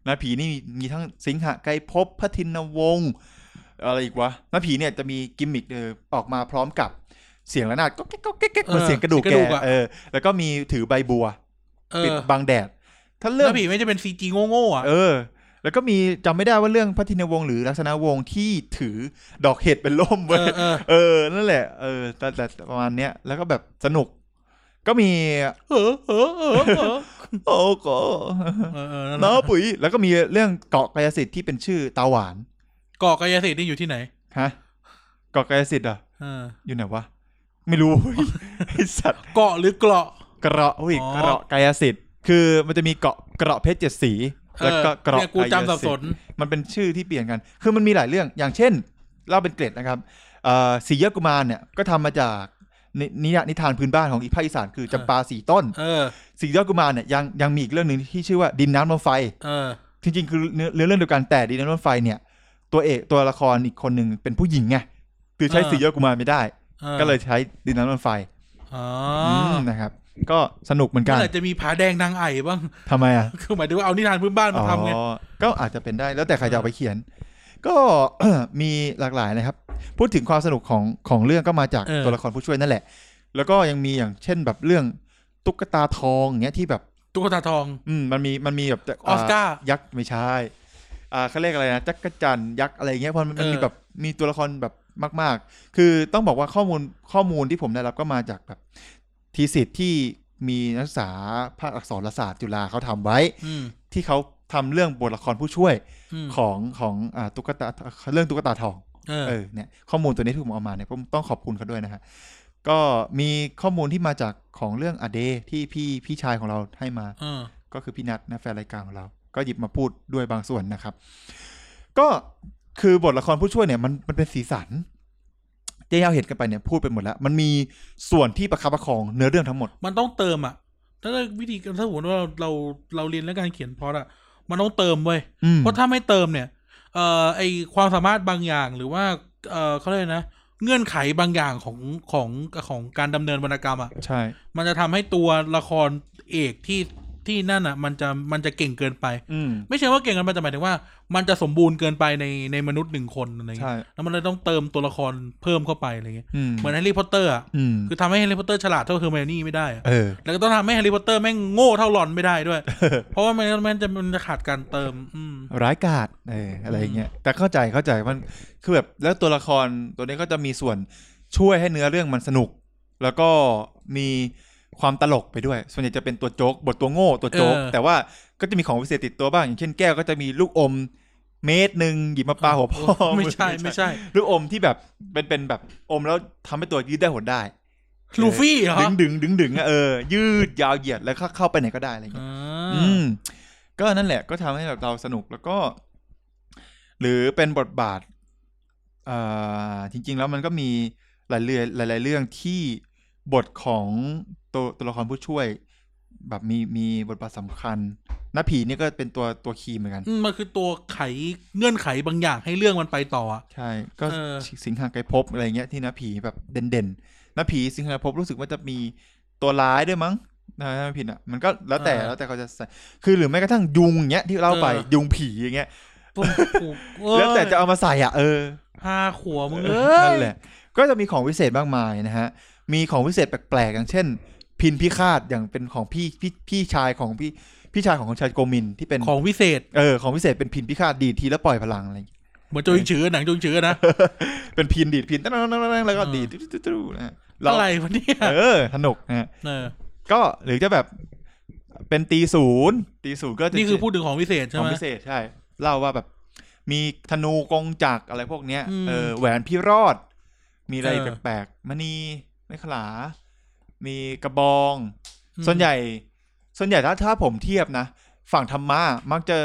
นาผีนี่มีทั้งสิงหะไกรภพพระทินวงศ์อะไรอีกวะนาผีเนี่ยจะมีกิมมิคเออออกมาพร้อมกับเสียงระนาดก็แก๊กก็แก๊กก็เสียงกระดูกแกเออแล้วก็มีถือใบบัว
เอ
ปิด
อ
บังแดด ถ้าเรื่
แล้
อง
วผีไม่จะเป็นซีจีโง่ๆอ่ะ
เออ แล้วก็มีจำไม่ได้ว่าเรื่องพระทินวงศ์หรือลักษณะวงศ์ที่ถือดอกเห็ดเป็นล่ม
เอ
เว้ย
อเออ
เออ นั่นแหละ เออ แต่แต่แต่ประมาณเนี้ย แล้วก็แบบสนุก ก็มี
เออเออเออเออ
โอ้
เ
โห
ออเออนั่นแห
น้า
ละ
ปุ๋ย แล้วก็มีเรื่องเกาะกายสิทธิ์ที่เป็นชื่อตาหวาน
เกาะกายสิทธิ์นี่อยู่ที่ไหน
ฮะ เกาะกายสิทธิ์เหรอ่ะ
เออ
อยู่ไหนวะ ไม่รู้ ไอสัตว์
เกาะหรือเกราะ
เกราะอุ้ย
อ๋อ
เกราะกายสิทธิ์ คือมันจะมีเกาะ เกราะเพชรเจ็ดสี
เอ
แล้ว
อ
ก็เกราะ
เนี่ยกู
กาย
จำสับส
สิท
น
ธิ์มันเป็นชื่อที่เปลี่ยนกัน คือมันมีหลายเรื่อง อย่างเช่น เล่าเป็นเกร็ดนะครับเอ่อสีเยกุมารเนี่ย ก็ทำมาจากนินิยายนิทานพื้นบ้านของอีภาคอีสานคือจำปาสีต้น
เออ
สิ่งยอดกุมารเนี่ยยังยังมีอีกเรื่องหนึ่งที่ชื่อว่าดินน้ำลมไฟ
เออ
จริงๆ คือเนื้อเนื้อเรื่องเดียวกันแต่ดินน้ำลมไฟเนี่ย ตัวเอกตัวละครอีกคนหนึ่งเป็นผู้หญิงไงคือใช้
อ่า
สิ่งยอดกุมารไม่ได้
ออ
ก็เลยใช้ดินน้ำลมไฟ
อ๋อ
มนะครับ ก็สนุกเหมือนกั
เมื่
น
อไหร่จะมีผาแดงนางไอ่บ้าง
ทำไมอ่ะ
คือหมายถึงว่าเอานิทานพื้นบ้านมา
อ๋
ทำไง
อก็อาจจะเป็นได้แล้วแต่ใครจะเอาไปเขียน ก็ มีหลากหลายนะครับ พูดถึงความสนุกของของเรื่องก็มาจาก
เออ
ตัวละครผู้ช่วยนั่นแหละ แล้วก็ยังมีอย่างเช่นแบบเรื่องตุ๊กตาทองอย่างเงี้ยที่แบบ
ตุ๊กตาทอง
อืมมันมีมันมีแบบแต่
ออสการ์
ยักษ์ไม่ใช่ อ่าเขาเรียกอะไรนะจักรจันทร์ยักษ์อะไรเงี้ยเพราะมันมัน
เออ
มีแบบมีตัวละครแบบมาก ๆ คือต้องบอกว่าข้อมูลข้อมูลที่ผมได้รับก็มาจากแบบทีสิทธิ์ที่มีนักศึกษาภาคอักษรศาสตร์จุฬาเขาทำไว้
อืม
ที่เขาทำเรื่องบทละครผู้ช่วย
อืม
ของของอ่าตุ๊กตาเรื่องตุ๊กตาทอง
เออ
เออเนี่ยข้อมูลตัวนี้ที่ผมเอามาเนี่ยผมต้องขอบคุณเขาด้วยนะฮะก็มีข้อมูลที่มาจากของเรื่องอเดที่พี่พี่ชายของเราให้มา
เออ
ก็คือพี่นัทนะแฟนรายการของเรา ก็หยิบมาพูดด้วยบางส่วนนะครับ ก็คือบทละครผู้ช่วยเนี่ย มันมันเป็นสีสันเจ๊ยาวเห็นกันไปเนี่ยพูดไปหมดแล้ว มันมีส่วนที่ประคับประคองเนื้อเรื่องทั้งหมด
มันต้องเติมอ่ะ ถ้าเราวิธีถ้าสมมติว่าเราเราเราเรียนเรื่องการเขียนพล็อตอ่ะ มันต้องเติมเว้ย
อืม
เพราะถ้าไม่เติมเนี่ย เอ่อ ไอความสามารถบางอย่างหรือว่า เอ่อเขาเรียกอะไรนะ เงื่อนไขบางอย่างของของของการดำเนินวรรณกรรมอ่ะ
ใช่
มันจะทำให้ตัวละครเอกที่ที่นั่นอ่ะ มันจะมันจะเก่งเกินไป
อืม
ไม่ใช่ว่าเก่งเกินไปแต่หมายถึงว่า มันจะสมบูรณ์เกินไปในในมนุษย์หนึ่งคนอะไรอย่างเงี้ย
ใช่
แล้วมันเลยต้องเติมตัวละครเพิ่มเข้าไปอะไรเงี้ย
อืม
เหมือนแฮร์รี่พอตเตอร์อ่ะ
อืม
คือทำให้แฮร์รี่พอตเตอร์ฉลาดเท่าเฮอร์ไมโอนี่ไม่ได้อะ
เออ
แล้วก็ต้องทำให้แฮร์รี่พอตเตอร์แม่งโง่เท่าหลอนไม่ได้ด้วย เพราะว่ามันมันจะมันจะขาดการเติม อืม
ร้ายกาจเอออะไรอย่างเงี้ยแต่เข้าใจเข้าใจมันคือแบบแล้วตัวละครตัวนี้ก็จะมีส่วนช่วยให้เนื้อเรื่องมันสนุก แล้วก็มีความตลกไปด้วย ส่วนใหญ่จะเป็นตัวโจ๊กบทตัวโง่ตัวโจ๊ก
เออ
แต่ว่าก็จะมีของพิเศษติดตัวบ้าง อย่างเช่นแก้วก็จะมีลูกอมเม็ดหนึ่งหยิบมาปาหัวพ่อ
ไม่ใช่ไม่ใช่
ลูกอมที่แบบเป็นเป็นแบบอมแล้วทำให้ตัวยืดได้หดได้
ลูฟี่เหรอ
ดึงดึงดึงดึงๆอะเออ ยืดยาวเหยียดแล้วก็เข้าไปไหนก็ได้อะไรอย่างเงี้ย
อ่
อื
าม
ก็นั่นแหละก็ทำให้แบบเราสนุกแล้วก็ หรือเป็นบทบาทเอ่อจริง ๆ แล้วมันก็มีหลายเรื่องหลาย ๆ เรื่องที่บทของตัวตัวละครผู้ช่วย แบบมีมีบทบาทสำคัญนาผีนี่ก็เป็นตัวตัวคีย์เหมือนกัน
อืมมันคือตัวไขเงื่อนไขบางอย่างให้เรื่องมันไปต่ออ่ะ
ใช่ ก็
เออ
สิงหาไกรภพอะไรเงี้ยที่นาผีแบบเด่นๆนาผีสิงหาไกรภพรู้สึกว่าจะมีตัวร้ายด้วยมั้งนะถ้าไม่ผิดอ่ะมันก็แล้วแต่แล้วแต่เขาจะใส่คือหรือแม้กระทั่งยุงอย่างเงี้ยที่เล่าไปยุงผีอย่างเงี้ย
ปุ๊บปุ๊บเอ้ย
แล้วแต่จะเอามาใส่อ่ะเออ
ห้าขัวมึง
เอ
เอ
อ้ นั่
ย
นแหละ ก็จะมีของวิเศษมากมายนะฮะ มีของวิเศษแปลกๆ อย่างเช่น พินพิฆาตอย่างเป็นของพี่พี่พี่ชายของพี่พี่ชายของคนชายโกมินที่เป็น
ของวิเศษ
เออของวิเศษเป็นพินพิฆาตดีดทีแล้วปล่อยพลังอะไรอย่างเงี้ย
เหมือนโจยเฉือหนังโจยเฉือนะ
เป็นพินดีดพินตั้งๆๆๆแล้วก็
อ่า
ดีดตู้ๆๆนะฮะเรา
อะไรวะเนี่ย
เออสนุกนะฮะ
เออ
ก็หรือจะแบบเป็นตีศูนย์ตีศูนย์ก็จะ
นี่คือพูดถึงของวิเศษใช่
ของ
ไหม
พิเศษใช่เล่าว่าแบบ มีธนูกงจักรอะไรพวกเนี้ย
อืม
เออแหวนพี่รอด มีอะไร
เออ
แปลกๆมณีไม่ขลา มีกระบอง
อืม
ส่วนใหญ่ ส่วนใหญ่ถ้าถ้าผมเทียบนะ ฝั่งธรรมะมักจะ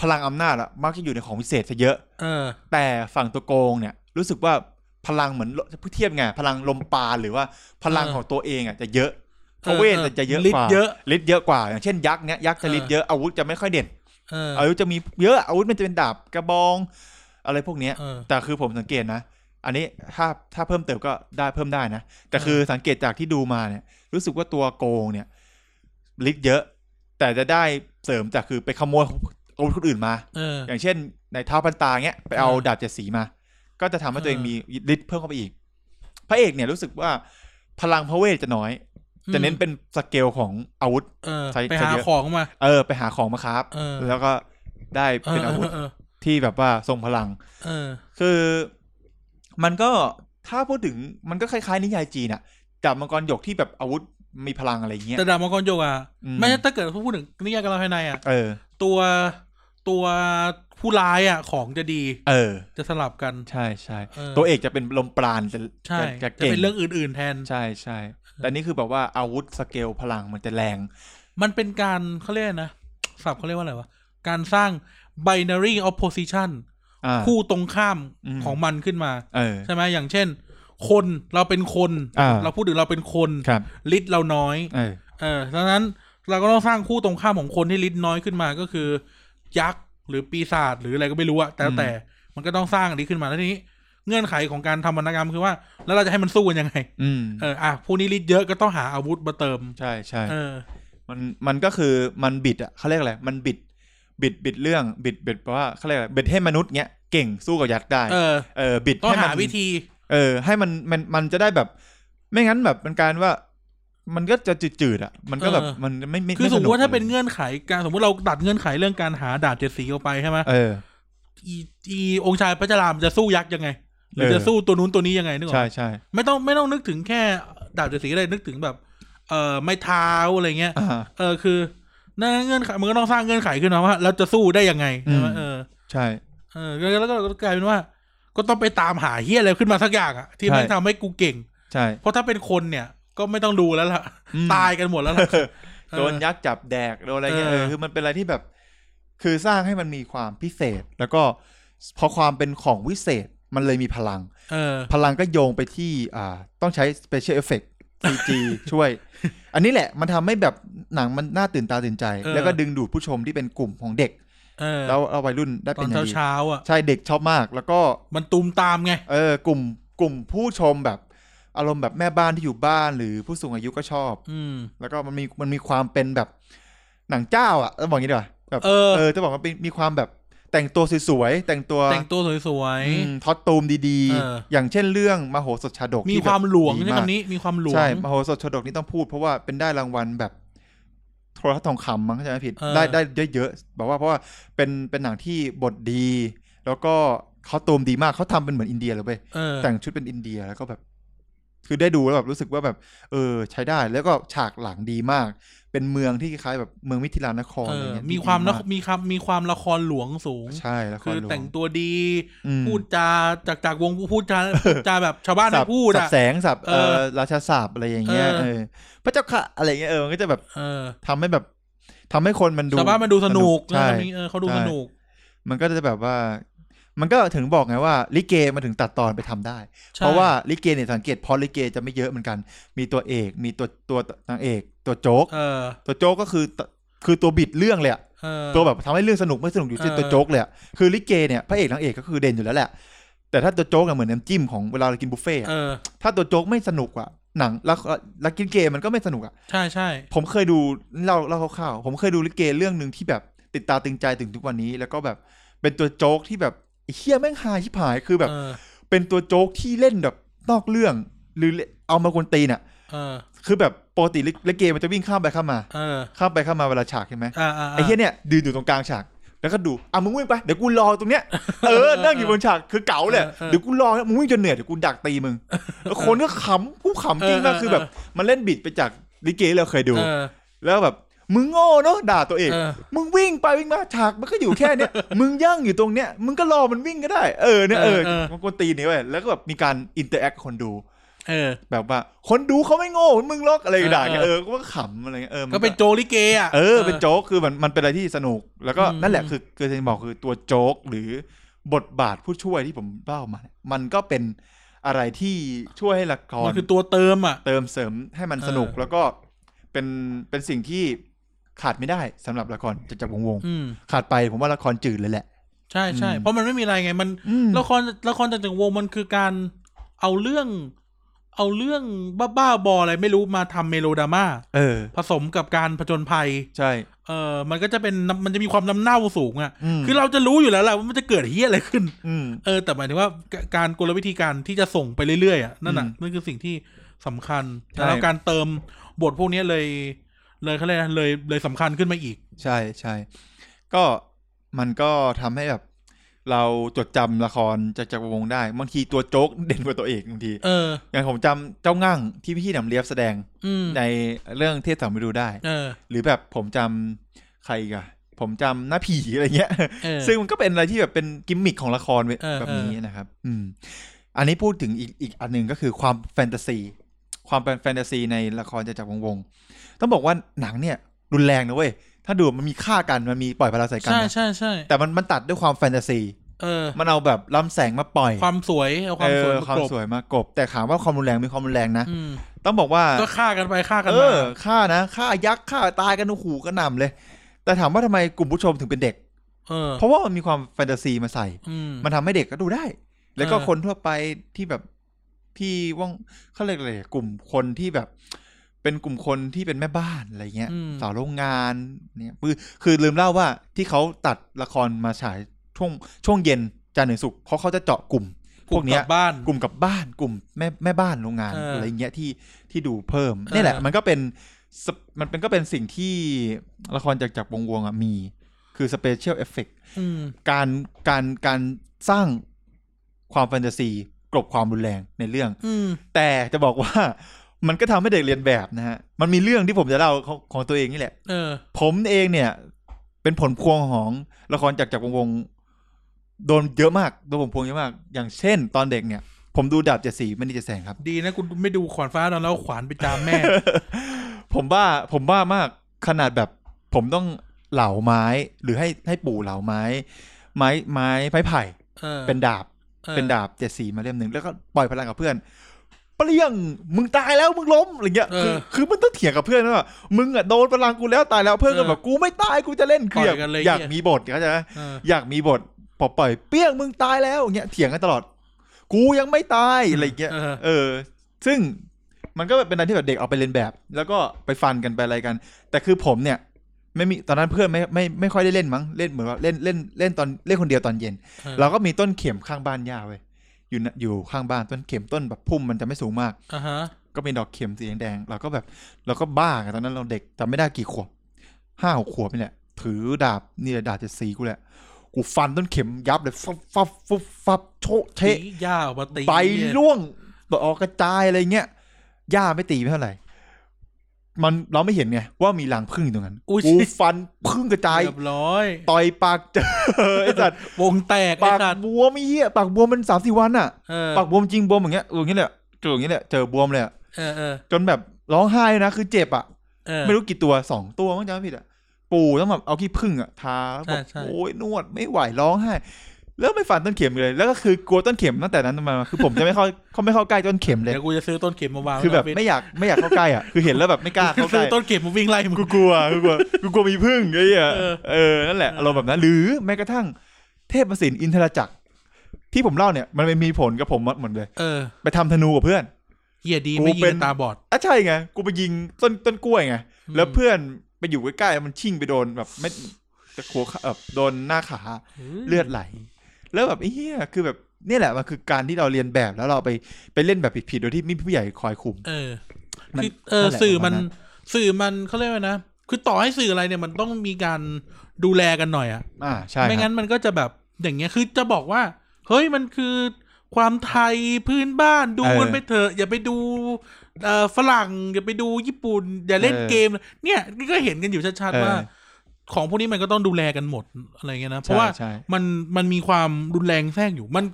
พลังอำนาจอะมักจะอยู่ในของวิเศษซะเยอะ
เออ
แต่ฝั่งตัวโกงเนี่ย รู้สึกว่าพลังเหมือนจะพูดเทียบไง พลังลมปานหรือว่าพลัง
เออ
ของตัวเองอะจะเยอะ เพราะเวทจะเยอะ
ลิ
ก
ต
ว่า
เยอะ
ฤทธิ์เยอะกว่าอย่างเช่นยักษ์เนี้ยยักษ์จะฤทธิ์เยอะอาวุธจะไม่ค่อยเด่น
เออ
อาวุธจะมีเยอะอาวุธมันจะเป็นดาบกระบอง อะไรพวกเนี้ย
เออ
แต่คือผมสังเกตนะ อันนี้ถ้าถ้าเพิ่มเติมก็ได้เพิ่มได้นะ แต่คือสังเกตจากที่ดูมาเนี่ย รู้สึกว่าตัวโกงเนี่ยลิทธิ์เยอะ แต่จะได้เสริมจากคือไปขโมยอาวุธคนอื่นมา
เออ
อย่างเช่น ในเท้าพันตาเงี้ยไปเอา
เออ
ดาบเจ็ดสีมา ก็จะทำให้ตัวเอง
เออ
มีฤทธิ์เพิ่มเข้าไปอีก พระเอกเนี่ยรู้สึกว่าพลังพระเวทจะน้อย จะเน้นเป็นสเกลของอาวุธ
เออ
ใช้
ไป
ใช้
หา
เยอะ
ของมา
เออไปหาของมาครับ
เออ
แล้วก็ได้เป็นอาวุธ
เออ
ที่แบบว่าทรงพลัง
เออ
คือมันก็ถ้าพูดถึงมันก็คล้ายๆนิยายจีนอะดาบมังกรหยกที่แบบอาวุธมีพลังอะไรเงี้ย
แต่ดาบมังกรโยกอ่ะ
อืม
ไม่ใช่ถ้าเกิดพูดถึงนิยายกำลังภายในอ่ะ
เออ
ตัวตัวผู้ร้ายอ่ะ ของจะดี
เออ
จะสลับกัน
ใช่ใช่
เออ
ตัวเอกจะเป็นลมปราณจะ
ใช่
จะ
จะ
จะเก่ง
เป็นเรื่องอื่น ๆ แทน
ใช่ใช่แต่นี่คือแบบว่าอาวุธสเกลพลังมันจะแรง
มันเป็นการเขาเรียกนะศัพท์เขาเรียกว่าอะไรวะ การสร้าง binary opposition
อ่า
คู่ตรงข้าม
อืม
ของมันขึ้นมา
เออ
ใช่ไหมอย่างเช่น คนเราเป็นคน
อ่า
เราพูดถึงเราเป็นคน
ครับ
ลิตเราน้อย
เออ
เออดังนั้นเราก็ต้องสร้างคู่ตรงข้ามของคนที่ลิตน้อยขึ้นมาก็คือ ยักษ์หรือปีศาจหรืออะไรก็ไม่รู้อะแต่
อืม
แต่มันก็ต้องสร้างอันนี้ขึ้นมาแล้วทีนี้ เงื่อนไขของการทำวรรณกรรมคือว่า แล้วเราจะให้มันสู้กันยังไง
อืม
เอออ่ะพวกนี้ลิตเยอะก็ต้องหาอาวุธมาเติม
ใช่ใช่
เออ
มันมันก็คือมันบิดอะเขาเรียกอะไรมันบิด บิดบิดเรื่องบิดบิดแปลว่าเขาเรียกอะไรบิดให้มนุษย์เงี้ยเก่งสู้กับยักษ์ได้
เออ
เออบิด
ต้อง
ให้มั
หาน วิธี
เออให้มันมันมันจะได้แบบ ไม่งั้นแบบมันการว่า มันก็จะจืดๆอ่ะ มันก็แบบ
เออ
มันไม่ไม่
คือ
ไ
สมมติว่าถ้าเป็น
เง
เงื่อนไขการสมมติเราตัดเงื่อนไขเรื่องการหาดาบเจ็ดสีออกไปใช่ไหม
เออ
อีอีองค์ชายพระจารามจะสู้ยักษ์ยังไง หรือ
เออ
จะสู้ตัวนู้นตัวนี้ยังไงนึกออก
ใช่
ไหม
ใช่
ไม่ต้องไม่ต้องนึกถึงแค่ดาบเจ็ดสีก็ได้นึกถึงแบบ เอ่อไม้เท้าอะไรเงี้ย
อ่า
เออคือนั่นเงื่อนไขมันก็ต้องสร้างเงื่อนไขขึ้นมาว่าเราจะสู้ได้ยังไงใช่ไหม
อืม
เออ
ใช่
เออแล้วก็กลายเป็นว่า ก็ต้องไปตามหาเฮียอะไรขึ้นมาสักอย่างอะที่
ใช่
แม่งทำให้กูเก่ง
ใช่
เพราะถ้าเป็นคนเนี่ยก็ไม่ต้องดูแล้วล่ะ
อืม
ตายกันหมดแล้วล่ะ
โดนยักษ์จับแดกโดนอะไรเงี้ย
เอ
เอ
อ
อคือมันเป็นอะไรที่แบบ คือสร้างให้มันมีความพิเศษ แล้วก็พอความเป็นของวิเศษมันเลยมีพลัง
เออ
พลังก็โยงไปที่อ่า ต้องใช้ special effect CG ช่วย อันนี้แหละมันทำให้แบบหนังมันน่าตื่นตาตื่นใจ
เออ
แล้วก็ดึงดูดผู้ชมที่เป็นกลุ่มของเด็ก
เออ
แล้วเอาวัยรุ่นได้
ต
เป็
อนน
อย่าง
เช้า
ดี
เช้าๆอ่ะ
ใช่เด็กชอบมาก แล้วก็
มันตูมตามไง
เออกลุ่มกลุ่มผู้ชมแบบ อารมณ์แบบแม่บ้านที่อยู่บ้านหรือผู้สูงอายุก็ชอบ
อืม
แล้วก็มันมีมันมีความเป็นแบบหนังเจ้าอ่ะต้องบอกอย่างนี้ดีกว่าแบบ
เออ
เออจะบอกว่าเป็นมีความแบบแต่งตัวสวยๆแต่งตัว
แต่งตัวสวย
อืมท็อตตูมดี
เออ
ๆ อย่างเช่นเรื่องมโหสถชาดก
ๆ มี
ที่แบบ
ความหลวง
ดี
ใช่
มาก
คำนี้มีความหลวง
ใช่มโหสถชาดกนี่ต้องพูดเพราะว่าเป็นได้รางวัลแบบโทรทัศน์ทองคำมั้งเข้าใช่ไหมผิด
เออ
ได้ได้เยอะๆแบบว่าเพราะว่าเป็นเป็นหนังที่บทดี แล้วก็เขาตูมดีมากเขาทำเป็นเหมือนอินเดียเลยเว้ย
เออ
แต่งชุดเป็นอินเดียแล้วก็แบบ คือได้ดูแล้วแบบรู้สึกว่าแบบ เออ ใช้ได้แล้วก็ฉากหลังดีมาก เป็นเมืองที่คล้ายๆแบบเมืองมิถิลานคร
เอ
อะไร
อ
เงี้ย
มีความ
ดี
นะมีความมีความละครหลวงสูง
ใช่แล้ว
คือแต่งตัวดี
พู
พู
ด
ดจาจากจากวง พูดจาพูดจา แบบชาวบ้าน
สั
ไม่
บ
พูด
สับ
อ่ะ
แสงสับ
เอ
เอ
อ
อราชาสับอะไรอย่างเงี้ย
เออ
เออพระเจ้าค่ะอะไรเงี้ยเออมันก็จะแบบ
เออ
ทำให้แบบทำให้คนมันดู
ชาวบ้านมาดูสนุก
ใช่
นะมีเออเขาดู
ใช่
สนุก
มันก็จะแบบว่า มันก็ถึงบอกไงว่าลิเกมาถึงตัดตอนไปทำได้
ใช่
เพราะว่าลิเกเนี่ยสังเกตพอลิเกจะไม่เยอะเหมือนกัน มีตัวเอก มีตัวตัวนางเอก ตัวโจ๊ก
เออ
ตัวโจ๊กก็คือตคือตัวบิดเรื่องเลยอะ
เออ
ตัวแบบทำให้เรื่องสนุกไม่สนุกอยู่ที่
เออ
ตัวโจ๊กเลยอะคือลิเกเนี่ยพระเอกนางเอกก็คือเด่นอยู่แล้วแหละ แต่ถ้าตัวโจ๊กอะเหมือนน้ำจิ้มของเวลาเรากินบุฟเฟ่ต์อะ
เออ
ถ้าตัวโจ๊กไม่สนุกอะหนังแล้วแล้วกินเกมมันก็ไม่สนุกอะ
ใช่ใช่
ผมเคยดูเล่าเล่าคร่าวๆผมเคยดูลิเกเรื่องหนึ่งที่แบบติดตาตึงใจถึงทุกวันนี้ แล้วก็แบบเป็นตัวโจ๊กที่แบบไอ้เฮี้ยแม่งหาชิบหายคือแบบ
เออ
เป็นตัวโจ๊กที่เล่นแบบนอกเรื่อง หรือเอามากวนตีนอะ
เออ
คือแบบปกติลิลิเกมันจะวิ่งข้ามไปข้ามมา
เออ
ข้ามไปข้ามมาเวลาฉากใช่ไหม
อ่าอ่า
ไอ้เฮียเนี่ยยืนอยู่ตรงกลางฉาก แล้วก็ดู อ่ะมึงวิ่งไป เดี๋ยวกูรอตรงเนี้ย เออ นั่งอยู่บนฉาก คือเก๋าเลย เดี๋ยวกูรอนะมึงวิ่งจนเหนื่อย เดี๋ยวกูดักตีมึงแล้วคนก็ขำผู้ขำจริงมาก คือแบบ มันเล่นบิดไปจากลิเกที่เราเคยดู
เออ
แล้วแบบ มึงโง่เนาะ ด่าตัวเอง
เออ
มึงวิ่งไปวิ่งมาฉากมันก็อยู่แค่เนี้ย มึงย่างอยู่ตรงเนี้ย มึงก็รอมันวิ่งก็ได้ เออเนี่ยเออ
เออเออ
มันกวนตีนนี่เว้ย แล้วก็แบบมีการอินเตอร์แอคคนดู
เออ
แบบว่า คนดูเขาไม่โง่เหมือนมึงล็อกอะไรด่าเงี้ย
เอ
เอ
อ
อก็ขำอะไรเงี้ยเออมั
ก็เป็นโจลิเกอ่ะ
เออเป็นโจ๊กคือมันมันเป็นอะไรที่สนุก แล้วก็
อืม
นั่นแหละคือคือที่บอกคือตัวโจ๊กหรือบทบาทผู้ช่วยที่ผมเล่ามาเนี่ยมันก็เป็นอะไรที่ช่วยให้ละคร
มันคือตัวเติมอ่ะ
เติมเสริมให้มันสนุก
เออ
แล้วก็ เป็นเป็นสิ่งที่ขาดไม่ได้สำหรับละครจากจากรวงศ์วงศ์
อืม
ขาดไปผมว่าละครจืดเลยแหละ
ใช่ใช่
อืม
เพราะมันไม่มีอะไรไงมัน
อืม
ละครละครจากจักรวงศ์มันคือการเอาเรื่อง เอาเรื่องบ้าๆบออะไรไม่รู้มาทำเมโลดราม่า
เออ
ผสมกับการผจญภัย
ใช่
เออมันก็จะเป็นน้ำมันจะมีความน้ำเน่าสูงอะ่ะ
ม
คือเราจะรู้อยู่แล้วแหละว่ามันจะเกิดเฮี้ยอะไรขึ้น
อืม
เออ แต่หมายถึงว่าการการกลวิธีการที่จะส่งไปเรื่อยๆอ่ะนั่นน่ะ
อืม
นั่นคือสิ่งที่สำคัญ
ใช่
แล้วการเติมบทพวกเนี้ยเลย เลยเขาเรียกอะไรนะเลยเลยสำคัญขึ้นมาอีก
ใช่ใช่ก็มันก็ทำให้แบบ เราจดจำละครจากจากรวงศ์ได้บางทีตัวโจ๊กเด่นกว่าตัวเอกบางที
เออ
อย่างผมจำเจ้างั่งที่พี่หนํเลียบแสดง
อืม
ในเรื่องเทพสามฤดูได้
เออ
หรือแบบผมจำใครอีกอะผมจำหน้าผีอะไรเงี้ย
เออ
ซึ่งมันก็เป็นอะไรที่แบบเป็นกิมมิคของละครเว้ย
เออ
แบบ
เออ
นี้นะครับ อืม อันนี้พูดถึงอีกอีกอันหนึ่งก็คือความแฟนตาซี ความเป็นแฟนตาซีในละครจะจากรวงศ์วงศ์ต้องบอกว่าหนังเนี่ย รุนแรงนะเว้ย ถ้าดูมันมีฆ่ากันมันมีปล่อยพลังใส่กัน
ใช่
นะ
ใช่ใช่
แต่มันมันตัดด้วยความแฟนตาซี
เออ
มันเอาแบบลำแสงมาปล่อย
ความสวยเอาความสวย
เออ
มา
ความ
กลบ
สวยมากลบ แต่ถามว่าความรุนแรงมีความรุนแรงนะ
อืม
ต้องบอกว่า
ก็ฆ่ากันไปฆ่ากัน
เอ
มา
อฆ่านะฆ่ายักษ์ฆ่าตายกันโอ้โหูกระหน่ำเลย แต่ถามว่าทำไมกลุ่มผู้ชมถึงเป็นเด็ก
เออ
เพราะว่ามันมีความแฟนตาซีมาใส่
อืม
มันทำให้เด็กก็ดูได้ แล้วก็
เออ
คนทั่วไปที่แบบที่ว่องเขาเรียกอะไรอะกลุ่มคนที่แบบ เป็นกลุ่มคนที่เป็นแม่บ้านอะไรเงี้ย
อืม
สาวโรงงานเนี่ยคือคือลืมเล่าว่าที่เขาตัดละครมาฉายช่วงช่วงเย็นจันทร์ถึงศุกร์เพราะเขาจะเจาะกลุ่ม พวกเนี้ย
ลับ้าน
กลุ่มกับบ้านกลุ่มแม่แม่บ้านโรงงาน
เอออ
อะไรเงี้ยที่ที่ดูเพิ่ม
เออ
นี่แหละ มันก็เป็นสเปมันเป็นก็เป็นสิ่งที่ละครจากจากวงวงอ่ะมี คือสเปเชียลเอฟเฟก
อืม
การการการสร้างความแฟนตาซี กลบความรุนแรงในเรื่อง
อืม
แต่จะบอกว่า มันก็ทำให้เด็กเรียนแบบนะฮะ มันมีเรื่องที่ผมจะเล่าของของตัวเองนี่แหละ
เออ
ผมเองเนี่ย เป็นผลพวงของละครจากจากวงวงโดนเยอะมากโดนผลพวงเยอะมาก อย่างเช่น ตอนเด็กเนี่ย ผมดูดาบเจ็ดสีไม่ได้เจ็ดแสงครับ
ดีนะคุณไม่ดูขวานฟ้าตอนแล้วขวานไปจามแม่
ผมบ้าผมบ้ามากขนาดแบบ ผมต้องเหลาไม้หรือให้ให้ปู่เหลาไม้ ไม้ไม้ไม้ไผ่
เออ
เป็นดาบ
ออ
เป็นดาบเจ็ดสีมาเล่มหนึ่งแล้วก็ปล่อยพลังกับเพื่อนเปรี้ยงมึงตายแล้วมึงล้มอะไรเงี้ยคือคือมันต้องเถียงกับเพื่อนว่ามึงอ่ะโดนพลังกูแล้วตายแล้วเพื่อนก็แบบกูไม่ตายกูจะเล่นคืออยากอยากมีบทเข้าใจไหม
เออ
อยากมีบทพอปล่อยเปรี้ยงมึงตายแล้วเงี้ยเถียงกันตลอด กูยังไม่ตายอะไรเงี้ย
เออ
เออ ซึ่งมันก็แบบเป็นอะไรที่แบบเด็กเอาไปเล่นแบบ แล้วก็ไปฟันกันไปอะไรกัน แต่คือผมเนี่ย ไม่มีตอนนั้นเพื่อนไม่ไม่ไม่ค่อยได้เล่นมั้งเล่นเหมือนว่าเล่นเล่นเล่นตอนเล่นคนเดียวตอนเย็น
เออ
เราก็มีต้นเข็มข้างบ้านย่าเว้ยอยู่นะอยู่ข้างบ้านต้นเข็มต้นแบบพุ่มมันจะไม่สูงมาก
อ่าฮะ
ก็เป็นดอกเข็มสีแดงๆเราก็แบบ เราก็บ้ากันตอนนั้นเราเด็กจำไม่ได้กี่ขวบห้าหกขวบนี่แหละถือดาบนี่แหละดาบเจ็ดสีกูแหละ กูฟันต้นเข็มยับเลยฟับฟับฟับฟับโชะเทะ
ตีย่าออกมาตี
ไป
เนี่ย
ล่วงตออกกระจายอะไรเงี้ยย่าไม่ตีไม่เท่าไหร่มันเราไม่เห็นไงว่ามีรังพึ่งอยู่ตรงนั้น
อุ้ย
กูฟันพึ่งกระจาย
เรียบร้อย
ต่อยปากเจอ ไอ้สัตว์
วงแตกไอ้
ปาก
สัตว์
บวมไม่เหี้ยปากบวมมันสามสี่วันอ่ะ
เออ
ปากบวมจริงบวมอย่างเงี้ยเอออย่างเงี้ยแหละเจออย่างเงี้ยแหละเจอบวมเลยอะ
เออเออ
จนแบบร้องไห้นะคือเจ็บอ่ะ
เออ
ไม่รู้กี่ตัวสองตัวมั้งจำไม่ผิดอ่ะ ปู่ต้องแบบเอาขี้ผึ้งอ่ะทาแล้วบอก
ใช่ใช่
โอ้ยนวดไม่ไหวร้องไห้แล้วไม่ฝันต้นเข็มเลย แล้วก็คือกลัวต้นเข็มตั้งแต่นั้นมาคือผมจะไม่เข้าเขาไม่เข้าใกล้ต้นเข็มเลย
เดี๋ยวกูจะซื้อต้นเข็มมาวาง
คือแบบ
ว้
ไม่อยากไม่อยากเข้าใกล้อ่ะ คือเห็นแล้วแบบไม่กล้า
กู
เข้าใก
ซื้
ล้
อต้นเข็มมาวิ่งไล่มึง
กูกลัวกูกลัวกูกลัวมีผึ้งไอ้เหี้ย
เออ
เออนั่นแหละอารมณ์แบบนั้นหรือแม้กระทั่งเทพศิลป์อินทรจักร ที่ผมเล่าเนี่ย มันไม่มีผลกับผมหมดเลย
เออ
ไปทำธนูกับเพื่อน
เหี้ยดี
กู
ไม่ยิง
เป็
กัน นตาบอด
อ่ะใช่ไง กูไปยิงต้นต้นกล้วยไง
อืม
แล้วเพื่อนไปอยู่ใกล้ๆ มันชิ่งไปโดนแบบไม่ตะขัวขาแบบโดนหน้าขา เลือดไหล แล้วแบบไอ้เฮียคือแบบเนี่ยแหละมันคือการที่เราเรียนแบบแล้วเราไปไปเล่นแบบผิดๆ โดยที่ไม่มีผู้ใหญ่คอยคุม
เออ
มัน
คือเออ
นั่นแหละ
สื่อมัน
ประมาณนั้น
สื่อมันเขาเรียกว่านะ คือต่อให้สื่ออะไรเนี่ยมันต้องมีการดูแลกันหน่อยอะ
อ่าใช่
ไม่
ครับ
งั้นมันก็จะแบบอย่างเงี้ยคือจะบอกว่า เฮ้ยมันคือความไทยพื้นบ้านดูมันไปเถอะอย่าไปดูเอ่อฝรั่งอย่าไปดูญี่ปุ่น อย่าเล่นเกม เนี่ยก็เห็นกันอยู่ชัด
เอ
ๆ
อ
ว่า ของพวกนี้มันก็ต้องดูแลกันหมดอะไรเงี้ยนะเพราะว่า
ใช่ใช่
มันมันมีความรุนแรงแทรกอยู่มัน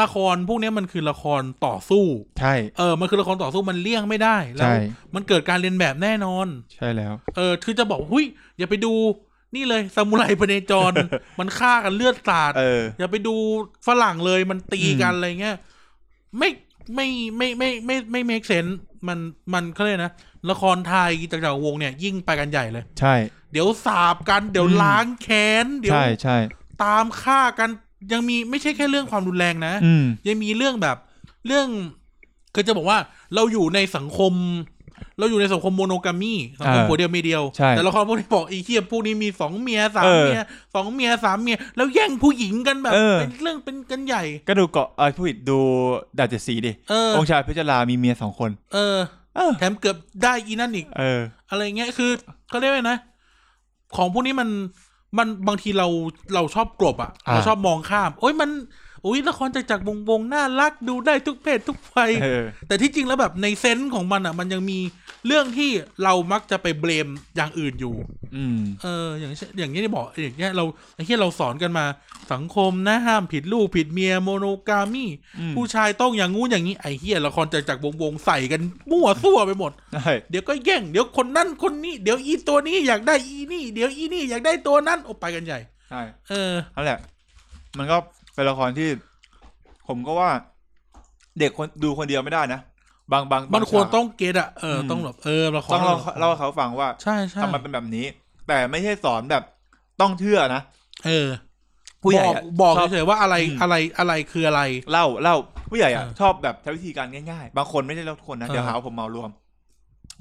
ละครพวกเนี้ยมันคือละครต่อสู้
ใช่
เออ มันคือละครต่อสู้มันเลี่ยงไม่ได้ แล้
ใช่
ว มันเกิดการเรียนแบบแน่นอน
ใช่แล้ว
เออ คือจะบอกว่าหุ้ย อย่าไปดูนี่เลยซามูไรพเนจ ร มันฆ่ากันเลือดสาด
เออ
อย่าไปดูฝรั่งเลยมันตีกัน
อืม
อะไรเงี้ย ไม่ไม่ไม่ไม่ไม่ไม่ไม่ make sense มันมันเขาเรียกนะ ละครไทยจากจากวงเนี่ย ยิ่งไปกันใหญ่เลย
ใช่
เดี๋ยวสาบกันเดี๋ยวล้างแค้นเดี๋ยว
ใช่ใช่
ตามฆ่ากันยังมีไม่ใช่แค่เรื่องความรุนแรงนะ
อืม
ยังมีเรื่องแบบเรื่องก็จะบอกว่าเราอยู่ในสังคม เราอยู่ในสังคมโมโนกามีสังคม
เออ
ผัวเดียวเมียเดียว
ใช่
แต่ละครพวกนี้บอกไอ้เหี้ยพวกนี้มีสองเมียสาม
เออ
เมียสองเมียสามเมีย แล้วแย่งผู้หญิงกันแบบ
เออ
เป็นเรื่องเป็นกันใหญ่
ก็ดูเกาะเออผู้ผิดดูดาบเจ็ดสีดิ
เออ
องค์ชายพิจารามีเมียสองคน
เออ
เออ
แถมเกือบได้อีนั่นอีก
เออ
อะไรเงี้ยคือเขาเรียกว่าไงนะ ของพวกนี้มันมันบางทีเราเราชอบกลบอะ
อ่า
เราชอบมองข้ามโอ้ยมันโอ้ยละครจากจากวงวงน่ารักดูได้ทุกเพศทุกวัย
เออ
แต่ที่จริงแล้วแบบในเซนส์ของมันอ่ะ มันยังมีเรื่องที่เรามักจะไปเบลมอย่างอื่นอยู่
อืม
เออ อย่างเช่นอย่างนี้ที่บอกอย่างเงี้ยเราไอ้ที่เราสอนกันมาสังคมนะห้ามผิดลูกผิดเมียโมโนกามี
อืม
ผู้ชายต้องอย่างงู้นอย่างนี้ไอ้เฮียละครจากจากวงวงใส่กันมั่วซั่วไปหมด
ใช่
เดี๋ยวก็แย่งเดี๋ยวคนนั่นคนนี้เดี๋ยวอีตัวนี้อยากได้อีนี่ เดี๋ยวอีนี่อยากได้ตัวนั้นโอ้ไปกันใหญ่
ใช่
เออ
นั่นแหละ มันก็เป็นละครที่ ผมก็ว่า เด็กคนดูคนเดียวไม่ได้นะบางบาง
มันควร
ฉาก
ต้องเก็ตอ่ะเอออ
ม
ต้องแบบเออละคร
ต้องเล่าเล่าให้เขาฟังว่า
ใช่ใช่
ทำไมเป็นแบบนี้ แต่ไม่ใช่สอนแบบต้องเชื่อนะ
เออ
ผู้ใหญ่
บอก
อะ
บอก
ชบ
เฉยๆว่าอะไร
อืม
อะไรอะไรคืออะไร
เล่าเล่าผู้ใหญ่อะ
เออ
ชอบแบบใช้วิธีการง่ายๆ บางคนไม่ได้เล่าทุกคนนะ
เออ
เดี๋ยวหาว่าผมเมารวม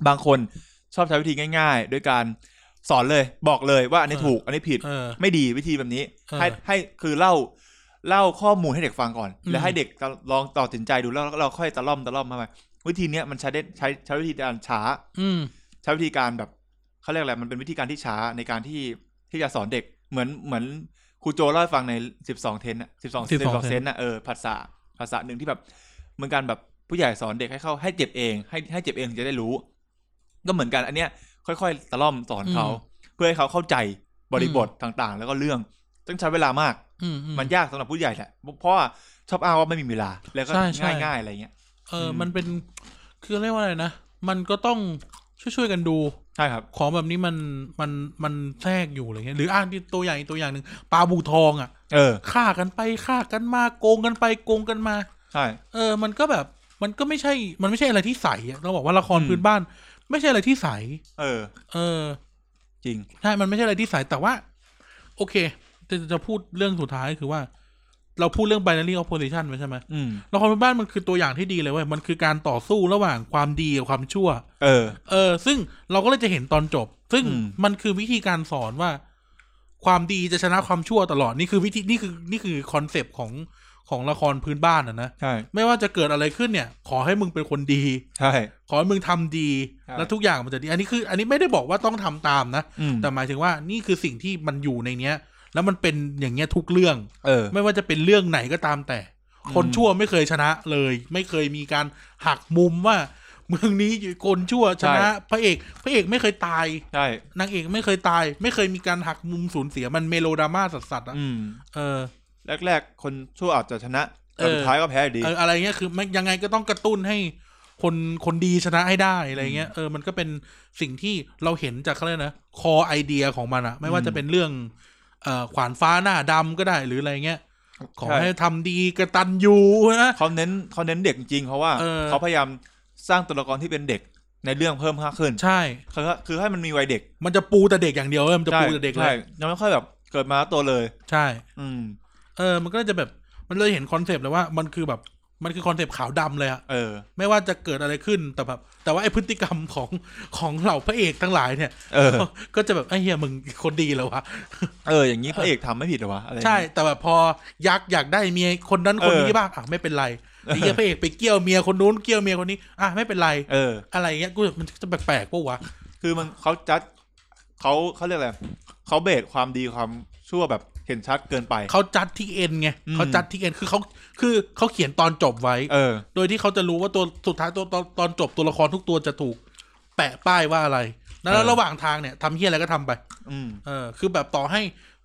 บางคนชอบใช้วิธีง่ายๆด้วยการสอนเลย บอกเลยว่าอันนี้ถูกอันนี้ผิด
เออ
ไม่ดีวิธีแบบนี้
เออ
ให้ให้คือเล่าเล่าข้อมูลให้เด็กฟังก่อน
อืม
แล้วให้เด็กลองตัดสินใจดูแล้วแล้วเราค่อยตะล่อมตะล่อมเข้าไปวิธีเนี้ยมันใช้ได้ใช้ใช้วิธีการช้า
อืม
ใช้วิธีการแบบเขาเรียกอะไรมันเป็นวิธีการที่ช้าในการที่ที่จะสอนเด็กเหมือนเหมือนครูโจเล่าให้ฟังในสิบสองเทนสิบสองสิบสอง
12
เซนนะเออภาษาภาษาหนึ่งที่แบบเหมือนการแบบผู้ใหญ่สอนเด็กให้เข้าให้เจ็บเองให้ให้เจ็บเองถึงจะได้รู้ ก็เหมือนกันอันเนี้ยค่อยๆตะล่อมสอนเขา
อื
เพื่อให้เขาเข้าใจบริบทต่างๆ แล้วก็เรื่องต้องใช้เวลามาก
อืมอืม
มันยากสำหรับผู้ใหญ่แหละเพราะว่าชอบอ้างว่าไม่มีเวลาแล้วก็
ใช่ใช่
ง่ายๆอะไรเงี้ย
เอออ
ม
มันเป็นคือเรียกว่าอะไรนะ มันก็ต้องช่วยๆกันดู
ใช่ครับ
ของแบบนี้มันมันมันแทรกอยู่อะไรเงี้ยหรืออ่านที่ตัวอย่างอีกตัวอย่างหนึ่งปลาบูทองอ่ะ
เออ
ฆ่ากันไปฆ่ากันมาโกงกันไปโกงกันมา
ใช่
เออ มันก็แบบมันก็ไม่ใช่ มันไม่ใช่อะไรที่ใสอะเราบอกว่าละคร
อืม
พื้นบ้าน ไม่ใช่อะไรที่ใส
เออ
เออ
จริง
ใช่ มันไม่ใช่อะไรที่สายแต่ว่า โอเค จะจะพูดเรื่องสุดท้ายคือว่า เราพูดเรื่อง binary opposition ไปใช่ไหม
อืม
ละครพื้นบ้านมันคือตัวอย่างที่ดีเลยเว้ยมันคือการต่อสู้ระหว่างความดีกับความชั่ว
เออ
เออ ซึ่งเราก็เลยจะเห็นตอนจบ ซึ่ง
อืม
มันคือวิธีการสอนว่า ความดีจะชนะความชั่วตลอดนี่คือวิธีนี่คือนี่คือคอนเซปต์ของของละครพื้นบ้านอะนะ
ใช่
ไม่ว่าจะเกิดอะไรขึ้นเนี่ย ขอให้มึงเป็นคนดี
ใช่
ขอให้มึงทำดี
ใช่
แล้วทุกอย่างมันจะดี อันนี้คือ อันนี้ไม่ได้บอกว่าต้องทำตามนะ
อืม
แต่หมายถึงว่านี่คือสิ่งที่มันอยู่ในเนี้ย แล้วมันเป็นอย่างเงี้ยทุกเรื่อง
เออ
ไม่ว่าจะเป็นเรื่องไหนก็ตามแต่
อืม
คนชั่วไม่เคยชนะเลย ไม่เคยมีการหักมุมว่า เมืองนี้อยู่คนชั่วชนะพระเอก พระเอกไม่เคยตาย
ใช่
นางเอกไม่เคยตาย ไม่เคยมีการหักมุมสูญเสียมันเมโลดราม่าสัสๆอ่ะ
อืม
เออ
แรกๆ คนชั่วอาจจะชนะ แต่
เออ
สุดท้ายก็แพ้อยู่ดี
เอออะไรเงี้ยคือไม่ยังไงก็ต้องกระตุ้นให้คนคนดีชนะให้ได้อะไรเงี้ยเออมันก็เป็นสิ่งที่เราเห็นจากเขาเรียกนะคอไอเดียของมันอะไม่ว่า
อืม
จะเป็นเรื่องเอ่อขวานฟ้าหน้าดำก็ได้หรืออะไรเงี้ย ขอ
ใช่
ให้ทำดีกระตันยูนะ
เขาเน้นเขาเน้นเด็กจริงๆเพราะว่า
เออ
เขาพยายามสร้างตัวละครที่เป็นเด็กในเรื่องเพิ่มมากขึ้น
ใช่
คือคือให้มันมีวัยเด็ก
มันจะปูแต่เด็กอย่างเดียวเว้ยมันจะ
ใช่
ปูแต่เด็กเล
ใช่
ย
ยังไม่ค่อยแบบเกิดมาแล้วโตัวเลย
ใช่
อืม
เออมันก็จะแบบมันเลยเห็นคอนเซปต์เลยว่ามันคือแบบมันคือคอนเซปต์ขาวดำเลยอะ
เออ
ไม่ว่าจะเกิดอะไรขึ้นแต่แบบแต่ว่าไอพฤติกรรมของของเหล่าพระเอกทั้งหลายเนี่ย
เออ
ก็จะแบบไอ้เฮียมึงคนดีแล้ววะ
เออ อย่างนี้พระเอกทำไม่ผิดเหรอวะอะไรอย่าง
ใช่
งี้
แต่แบบพอยักษ์อยากได้เมียคนนั้นคน
เอ
นี้
อ
บ้างอ่ะไม่เป็นไรไอ้เฮียพระเอกไปเกี่ยวเมียคนนู้นเกี่ยวเมียคนนี้อ่ะไม่เป็นไร
เออ
อะไรเงี้ยกูมันจะแปลกๆปะวะ
คือมันเขาจัดเขาเขาเรียกอะไรเขาเบสความดีความชั่วแบบเห็นชัดเกินไป
เขาจัดที่เอ็นไง
อืม
เขาจัดที่เอ็นคือเขาคือเขาเขียนตอนจบไว้
เออ
โดยที่เขาจะรู้ว่าตัวสุดท้ายตัวตอนตอนจบตัวละครทุกตัวจะถูก แปะป้ายว่าอะไรแล้ว
เออ
ระหว่างทางเนี่ยทำเฮียอะไรก็ทำไป
อืม
เออคือแบบต่อให้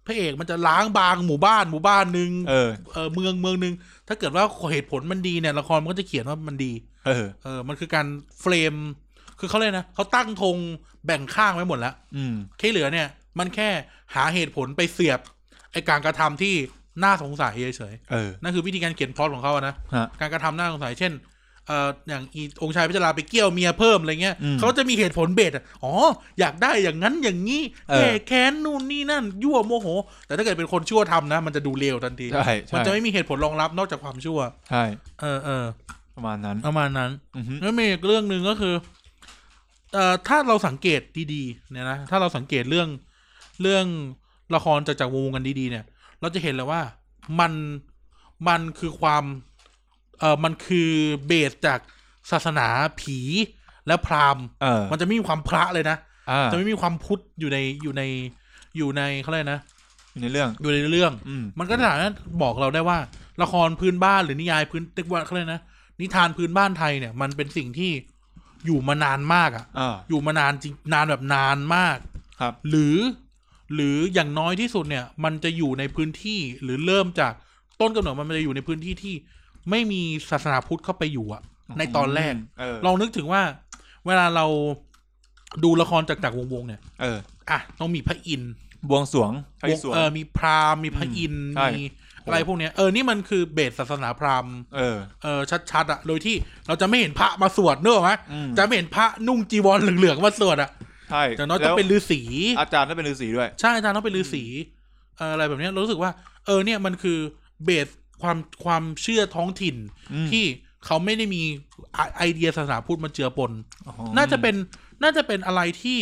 พระเอกมันจะล้างบางหมู่บ้านหมู่บ้านหนึ่ง
เออ
เออเมืองเมืองหนึ่งถ้าเกิดว่าเหตุผลมันดีเนี่ยละครมันก็จะเขียนว่ามันดี
เออ
เออมันคือการเฟรม คือเขาเลยกนะเขาตั้งธงแบ่งข้างไว้หมดแล้ว
อืม
แค่เหลือเนี่ย มันแค่หาเหตุผลไปเสียบไอการกระทำที่น่าสงสัยเฉย
เออ
ๆนั่นคือวิธีการเขียนพล็อตของเขาอะนะ
ฮะ
การกระทำน่าสงสัยเช่น เอ่ออย่างอีองค์ชายพิจาราไปเกี่ยวเมียเพิ่มอะไรเงี้ย
อืม
เขาจะมีเหตุผลเบ็ดอะอ๋อ อยากได้อย่างนั้นอย่างนี้
เออ
แก้แค้นนู่นนี่นั่น ยั่วโมโห แต่ถ้าเกิดเป็นคนชั่วทำนะ มันจะดูเลวทันที
ใช่ใช่
มันจะไม่มีเหตุผลรองรับนอกจากความชั่ว
ใช่
เออเออ
ประมาณนั้น
ประมาณนั้น
อือฮึ
แล้วมีอีกเรื่องหนึ่งก็คือ เอ่อ ถ้าเราสังเกตดีๆ เนี่ยนะ ถ้าเราสังเกตเรื่องเรื่องละครจากจากวงกันดีๆ เนี่ย เราจะเห็นเลยว่ามันมันคือความ เอ่อ มันคือเบสจากศาสนาผีและพราหมณ์
เออ
มันจะไม่มีความพระเลยนะ
อ่า
จะไม่มีความพุทธอยู่ในอยู่ในอยู่ในเขาเรียกนะ
อยู่ในเรื่อง
อยู่ในเรื่อง
อืม
มันก็สามารถบอกเราได้ว่า ละครพื้นบ้านหรือนิยายพื้นตึกว่าเขาเลยนะนิทานพื้นบ้านไทยเนี่ย มันเป็นสิ่งที่อยู่มานานมากอะ
อ่า
อยู่มานานจริงนานแบบนานมาก
ครับ
หรือ หรืออย่างน้อยที่สุดเนี่ย มันจะอยู่ในพื้นที่หรือเริ่มจากต้นกำเนิดมันมันจะอยู่ในพื้นที่ที่ไม่มีศาสนาพุทธเข้าไปอยู่อะในตอนแรก
เออ
ลองนึกถึงว่า เวลาเราดูละครจากจากวงวงๆเนี่ย
เออ
อ่ะต้องมีพระอินทร์
บวงสรวงไอ้สวง
เออมีพราหมณ์มีพระอินทร์
ใช่
มีอะไรพวกเนี้ยเออนี่มันคือเบสศาสนาพราหมณ์
เออ
เออชัดๆอะโดยที่เราจะไม่เห็นพระมาสวดเนกอะไหม
อืม
จะไม่เห็นพระนุ่งจีวรเหลืองๆมาสวดอะ
ใช่
อย่างน้อยต้องเป็นฤาษี
อาจารย์ต้องเป็นฤาษีด้วย
ใช่อาจารย์ต้องเป็นฤาษีเอออะไรแบบเนี้ยเรารู้สึกว่า เออเนี่ยมันคือเบสความความเชื่อท้องถิ่น
อืม
ที่เขาไม่ได้มีไอไอเดียศาสนาพุทธมาเจือปน น่าจะเป็นน่าจะเป็นอะไรที่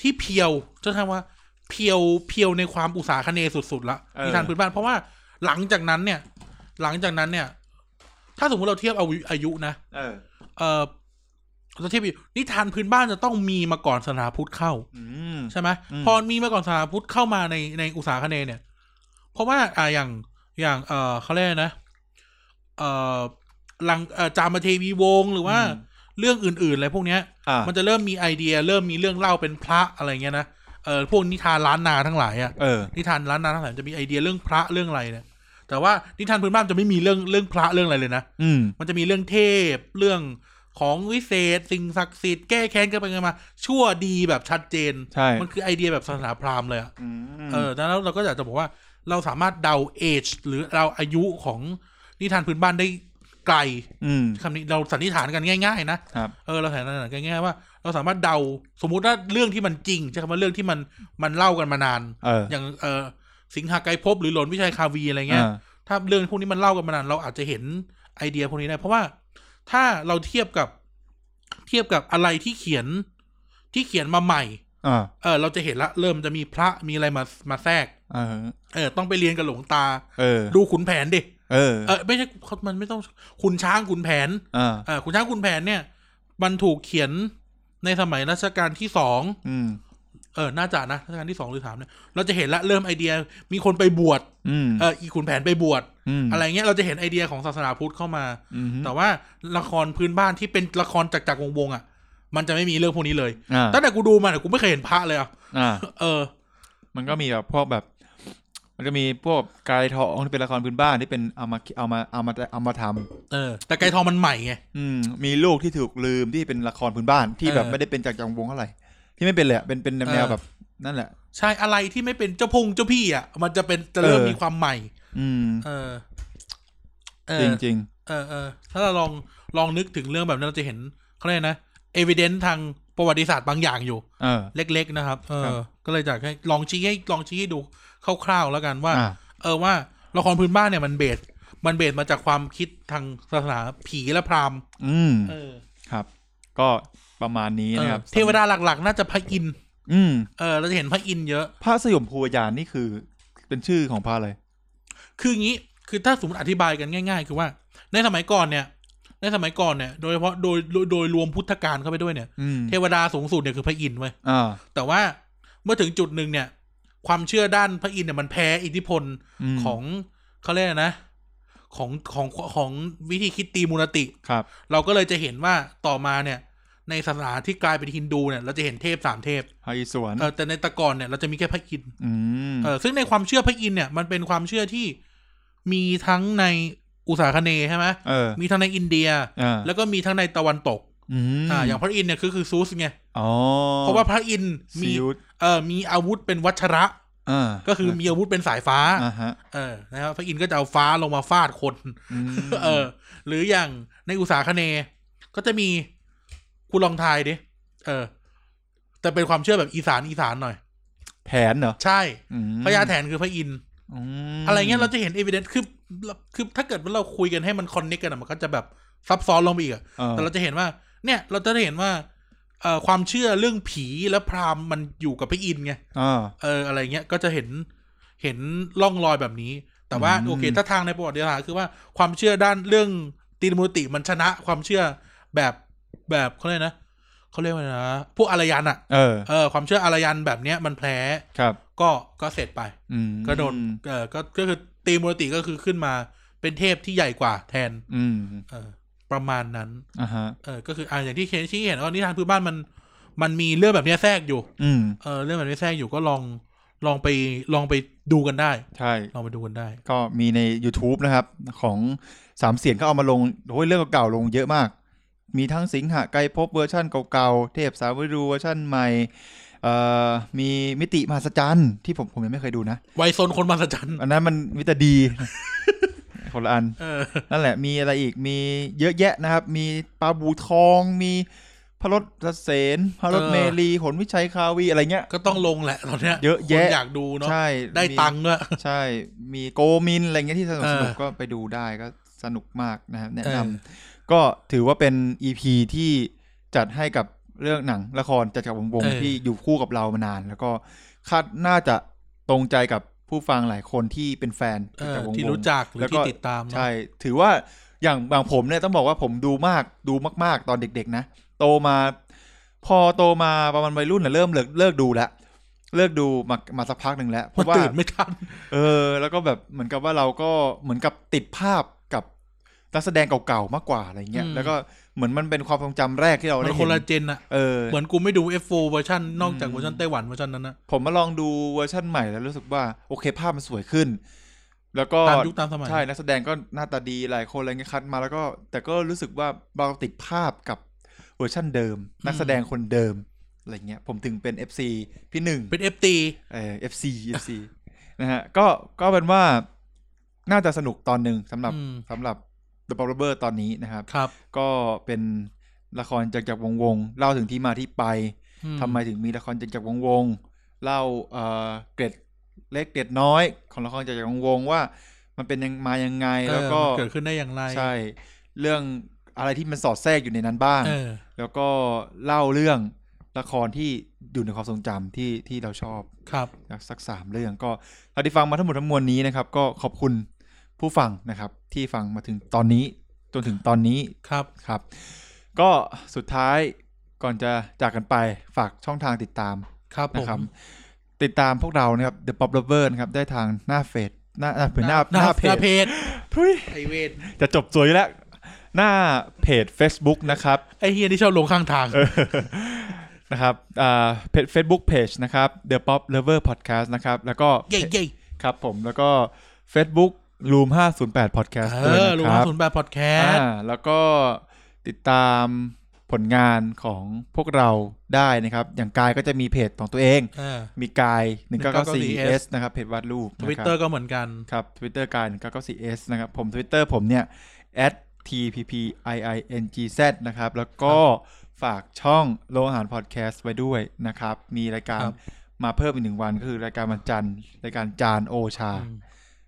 ที่เพียวจะใช้คำว่าเพียวเพียวในความอุตสาคเนสุดๆละ
เออ
นิทานพื้นบ้านเพราะว่าหลังจากนั้นเนี่ย หลังจากนั้นเนี่ย ถ้าสมมติเราเทียบเอาอายุนะ
เออ
เออเราเทียบอายุนิทานพื้นบ้านจะต้องมีมาก่อนศาสนาพุทธเข้า
อืม
ใช่ไหม
อืม
พอมีมาก่อนศาสนาพุทธเข้ามาในในอุตสาคเนเนี่ย เพราะว่าอ่าอย่างอย่างเออเขาเรียกอะไรนะเออหลังเอ่อจามเทวีวงศ์หรือว่าเรื่องอื่นๆอะไรพวกเนี้ย
อ่า
มันจะเริ่มมีไอเดีย เริ่มมีเรื่องเล่าเป็นพระอะไรเงี้ยนะ เออพวกนิทานล้านนาทั้งหลายอะ
เออ
นิทานล้านนาทั้งหลายจะมีไอเดียเรื่องพระเรื่องอะไรเนี่ย แต่ว่านิทานพื้นบ้านจะไม่มีเรื่องเรื่องพระเรื่องอะไรเลยนะ
อืม
มันจะมีเรื่องเทพเรื่องของวิเศษ สิ่งศักดิ์สิทธิ์แก้แค้นกันไปกันมา ชั่วดีแบบชัดเจน
ใช่
มันคือไอเดียแบบศาสนาพราหมณ์เลยอะ
อืม
เออดังนั้นเราก็อยากจะบอกว่าเราสามารถเดาเอจหรือเราอายุของนิทานพื้นบ้านได้ไกล
อืม
คำนี้เราสันนิษฐานกันง่ายๆนะ
ครับ
เออเราถ่ายหนังง่ายๆว่าเราสามารถเดาสมมุติว่าเรื่องที่มันจริงใช่คำว่าเรื่องที่มันมันเล่ากันมานาน
เออ
อย่างเออสิงหาไกรภพหรือหลนวิชัยคาวีอะไรเงี้ย
อ่า
ถ้าเรื่องพวกนี้มันเล่ากันมานาน เราอาจจะเห็นไอเดียพวกนี้ได้ เพราะว่าถ้าเราเทียบกับเทียบกับอะไรที่เขียนที่เขียนมาใหม่
อ่า
เออเราจะเห็นละเริ่มจะมีพระมีอะไรมามาแทรก
เออ
เออต้องไปเรียนกับหลวงตา
เออ
ดูขุนแผนดิ
เออ
เออไม่ใช่เขามันไม่ต้องขุนช้างขุนแผน
อ่า
อ่าขุนช้างขุนแผนเนี่ย มันถูกเขียนในสมัยรัชกาลที่สอง
อืม
เออน่าจะนะรัชกาลที่สองหรือสามเนี่ยเราจะเห็นละเริ่มไอเดียมีคนไปบวช
อืม
เอออีขุนแผนไปบวช
ม
อะไรเงี้ยเราจะเห็นไอเดียของศาสนาพุทธเข้ามา
อืม
แต่ว่าละครพื้นบ้านที่เป็นละครจากจากวงวงๆอ่ะ มันจะไม่มีเรื่องพวกนี้เลย
อ่า
ตั้งแต่กูดูมาเนี่ยกูไม่เคยเห็นพระเลยอ่ะ
อ่า
เออ
มันก็มีแบบพวกแบบ มันจะมีพวกกายทองที่เป็นละครพื้นบ้านที่เป็นเอามาเอามาเอามาเอามาท
เออ แต่ไกรทองมันใหม่ไง
ำอืม มีลูกที่ถูกลืมที่เป็นละครพื้นบ้านที่แบบ
เออ
ไม่ได้เป็นจากจังวงเท่าไหร่ที่ไม่เป็นเลยอะเป็นเป็นแนว
เออ
แบบนั่นแหละ
ใช่อะไรที่ไม่เป็นเจ้าพงเจ้าพี่อ่ะมันจะเป็นจะเริ่ม
เออ
มีความใหม่
อืม
เออเออ
จริงจริง
เออเออถ้าเราลองลองนึกถึงเรื่องแบบนั้นเราจะเห็นเขาเรียกนะเอ i d e n c e ทางประวัติศาสตร์บางอย่างอยู่
ๆเออ
เล็ก ๆ นะครับเอ
ครับ
อก็เลยอยากให้ลองชี้ให้ลองชี้ให้ดูคร่าวๆแล้วกันว่า
อ่า
เออว่าละครพื้นบ้านเนี่ยมันเบสมันเบสมาจากความคิดทางศาสนาผีและพราหมณ์
อืม
เออ
ครับ ก็ประมาณนี้
เอ
นะ
อ
ครับ
เทวดาหลักๆ น่าจะพระอินทร์
อืม
เออเราจะเห็นพระอินทร์เยอะ
พระสยมภูวายานนี่คือ เป็นชื่อของพระอะไร
คืออย่างนี้คือถ้าสมมติอธิบายกันง่าย ๆ คือว่า ในสมัยก่อนเนี่ย ในสมัยก่อนเนี่ย โดยเฉพาะโดยโดยโดยรวมพุทธการเข้าไปด้วยเนี่ย
อืม
เทวดาสูงสุดเนี่ยคือพระอินทร์เว้ย
อ่า
แต่ว่าเมื่อถึงจุดหนึ่งเนี่ย ความเชื่อด้านพระอินทร์เนี่ยมันแพ้อิทธิพล
ม
ของเขาเรียกอะไรนะ ของของของวิธีคิดตีมูลติ
ครับ
เราก็เลยจะเห็นว่าต่อมาเนี่ย ในศาสนาที่กลายเป็นฮินดูเนี่ยเราจะเห็นเทพสามเทพ
พระอิศวร
เออแต่ในแตะก่อนเนี่ยเราจะมีแค่พระอินทร์
อืม
เออซึ่งในความเชื่อพระอินทร์เนี่ยมันเป็นความเชื่อที่มีทั้งในอุษาคเนย์ใช่ไหม
เออ
มีทั้งในอินเดีย
อ่า
แล้วก็มีทั้งในตะวันตก
อืม
อ่าอย่างพระอินทร์เนี่ยคือคือซูสไง
อ๋อ
เพราะว่าพระอินทร์
ซี
มี
อุด
เออมีอาวุธเป็นวัชระ
อ่า
ก็คือมีอาวุธเป็นสายฟ้า
อ่าฮะ
เออนะครับพระอินทร์ก็จะเอาฟ้าลงมาฟาดคน
อืม
เออ หรืออย่างในอุตสาคเนย์ก็จะมีคุณลองทายดิเออ แต่เป็นความเชื่อแบบอีสานอีสานหน่อย
แผนเหรอ
ใช่
อืม
พญาแถนคือพระอินทร์
ม
อะไรเงี้ยเราจะเห็นเอวิเดนซ์คือคือถ้าเกิดว่าเราคุยกันให้มันคอนเน c กกันอะมันก็จะแบบซับซ้อนลงไปอีกอะ
ออ
แต่เราจะเห็นว่า เนี่ยเราจะได้เห็นว่าเอ่อความเชื่อเรื่องผีและพราหมณ์มันอยู่กับพระอินทร์ไง
อ่า
เอออะไรเงี้ยก็จะเห็นเห็นร่องรอยแบบนี้ แต่ว่า
อืม
โอเค ถ้าทางในประวัติศาสตร์คือว่าความเชื่อด้านเรื่องตีนมูลติมันชนะความเชื่อแบบแบบเขาเรียกนะเขาเรียกว่าอะไรนะพวกอารยันอะ
เออ
เออความเชื่ออารยันแบบเนี้ยมันแพ้
ครับ
ก็ก็เสร็จไป
อืม
ก็โดนเออก็ก็คือตีนมูลติก็คือขึ้นมาเป็นเทพที่ใหญ่กว่าแทน
อืม
เออประมาณนั้น
อ่าฮะ
เออก็คืออ่าอย่างที่เคนชี้เห็นว่านิทานพื้นบ้านมันมันมีเรื่องแบบเนี้ยแทรกอยู่
อืม
เออเรื่องมันไม่แทรกอยู่ก็ลองลองไปลองไปดูกันได้
ใช่
ลองไปดูกันได้
ก็มีใน YouTube นะครับ ของสามเสียงก็เอามาลงโอ้ยเรื่องเก่าๆลงเยอะมาก มีทั้งสิงหะไกลภพบเวอร์ชั่นเก่าๆ เทพสาวรูเวอร์ชั่นใหม่เอ่อมีมิติมหัศจรรย์ที่ผมผมยังไม่เคยดูนะ
ไวโซนคนมหัศจรรย์
อันนั้นมันมิตรดี คนละอัน
เออ
นั่นแหละมีอะไรอีกมีเยอะแยะนะครับ มีปลาบูทองมีพระรถเสนพระรถ
เออ
เมรีหนวิชัยคาวีอะไรเงี้ย
ก็ต้องลงแหละตอนเนี้ย
เยอะแยะ
คนอยากดูเนาะ
ใช่
ได้
มี
ตังค์ด้วย
ใช่ มีโกมินอะไรเงี้ยที่สนุก
เออ
สนุกก็ไปดูได้ก็สนุกมากนะครับแนะ
เอ
นำ
อ
ก็ถือว่าเป็น EP ีที่จัดให้กับเรื่องหนังละครจัดกับวงๆที่อยู่คู่กับเรามานาน แล้วก็คาดน่าจะตรงใจกับผู้ฟังหลายคนที่เป็นแฟน
เออ
จัดกับวง
ที่
ๆ
รู้จักหรือ
แล้วก็
ที่ติดตามเนอะ
ใช่ ถือว่าอย่างบางผมเนี่ยต้องบอกว่าผมดูมากดูมากๆ ตอนเด็กๆนะ โตมา พอโตมาประมาณวัยรุ่นน่ะเริ่มเลิกเลิกดูแล้วเลิกดูมามาสักพักหนึ่งแล้วเพ
มัน
ราะว่า
ตื่นไม่ทัน
เออแล้วก็แบบเหมือนกับว่าเราก็เหมือนกับติดภาพกับนักแสดงเก่าๆมากกว่าอะไรเงี้ย
อืม
แล้วก็เหมือนมันเป็นความทรงจำแรกที่เรา
มั
ได้
นค
เห็
น
น
ละเจนอะ
เออ
เหมือนกูไม่ดู F4 เวอร์ชันนอกจากเวอร์ชันไต้หวันเวอร์ชันนั้นนะ
ผมมาลองดูเวอร์ชั่นใหม่แล้วรู้สึกว่าโอเคภาพมันสวยขึ้น แล้วก็
ตามยุคตามสมัย
ใช่นักแสดงก็หน้าตาดีหลายคนอะไรเงี้ยคัดมาแล้วก็ แต่ก็รู้สึกว่าเราติดภาพกับเวอร์ชั่นเดิม นักแสดงคนเดิมอะไรเงี้ยผมถึงเป็น FC พี่หนึ่ง
เป็น FT
เออ FC FC นะฮะก็ก็เป็นว่าน่าจะสนุกตอนหนึ่งสำหรับ
อืม
สำหรับ The b o b b e r ตอนนี้นะครับ
ครับ
ก็เป็นละครจากจากวงวงเล่าถึงที่มาที่ไป
อื
ทำไมถึงมีละครจากจากวงวงเล่าเอ่อเกร็ดเล็กเกร็ดน้อยของละครจากจากวงวงว่า มันเป็นยังมายังไง
เออ
แล้วก็
มันเกิดขึ้นได้อย่างไร
ใช่เรื่องอะไรที่มันสอดแทรกอยู่ในนั้นบ้าง
เออ
แล้วก็เล่าเรื่องละครที่อยู่ในความทรงจำที่ที่เราชอบ
ครับ
จากสักสามเรื่องก็เท่าที่ฟังมาทั้งหมดทั้งมวลนี้นะครับ ก็ขอบคุณผู้ฟังนะครับ ที่ฟังมาถึงตอนนี้จนถึงตอนนี้
ครับ
ครับ ก็สุดท้ายก่อนจะจากกันไปฝากช่องทางติดตาม
ครับผ
นะ
ม
ครับ ติดตามพวกเรานะครับ The Pop Lover นะครับ ได้ทางหน้าเฟซหน้าหน้าหน้าหน้าเพ
หน้า
จ
เพจ
ทุย
ไอเวท
จะจบสวยแล้ว หน้าเพจ Facebook นะครับ
ไอเฮียที่ชอบลงข้างทาง
เออนะครับอ่าเพจ Facebook Page นะครับ The Pop Lover Podcast นะครับแล้วก็
เย่เย่
ครับผมแล้วก็ Facebook Room 508 Podcast
ๆเอ
ด้วย
อลง
นะค
มา
รับ
ศูนย์แบบพอดแคส
อ่า
ต์
แล้วก็ติดตามผลงานของพวกเราได้นะครับ อย่างกายก็จะมีเพจของตัวเอง
เออ
มีกาย
1994S
S นะครับ เพจวาดรูป
ท
นะ
วิต
ครั
เตอบ ร์ก็เหมือนกัน
ครับ Twitter กาย 1994S นะครับ ผม Twitter ผมเนี่ย @tppingz นะครับ แล้วก็ฝากช่องโรงอาหารพอดแคสต์ไว้ด้วยนะครับ มีรายการ
ครับ
มาเพิ่มอีกหนึ่งวันก็คือรายการวันจันทร์รายการจานโอชา
อืม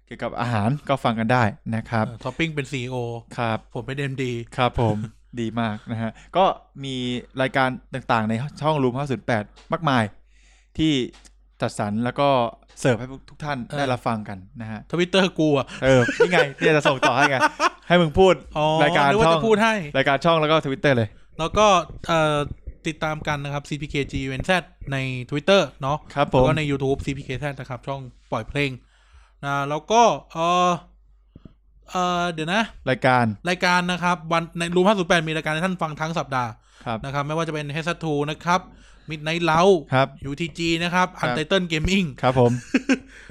เกี่ยวกับอาหารก็ฟังกันได้นะครับ
เออท็อปปิ้งเป็นซีโอ
ครับ
ผมเป็นเอ็มดี
ครับผม ดีมากนะฮะ ก็มีรายการต่างๆในช่องรูม508 มากมาย ที่จัดสรรแล้วก็เสิร์ฟให้ทุกท่าน
เออ
ได้รับฟังกันนะฮะ
ทวิตเตอร์กูอ่ะ
เออ นี่ไงเนี่ยจะส่งต่อให้ไง ให้มึงพูด
อ๋อ
รายการ
นึกว่า
ช่อง
จะพูดให้
รายการช่องแล้วก็ทวิตเตอร์เลย
แล้วก็เอ่อติดตามกันนะครับ CPKG u n z ใน Twitter เนาะ
ครับผ
แล้ว
ม
ก็ใน YouTube CPKZ นะครับ ช่องปล่อยเพลงนะแล้วก็เออเออเดี๋ยวนะ
รายการ
รายการนะครับ วันในรูม508 มีรายการให้ท่านฟังทั้งสัปดาห์
ครับ
นะครับ ไม่ว่าจะเป็น h e s t 2นะครับ Midnight l o u
ครับ
UTG นะครับ Untitled Gaming
ครับผม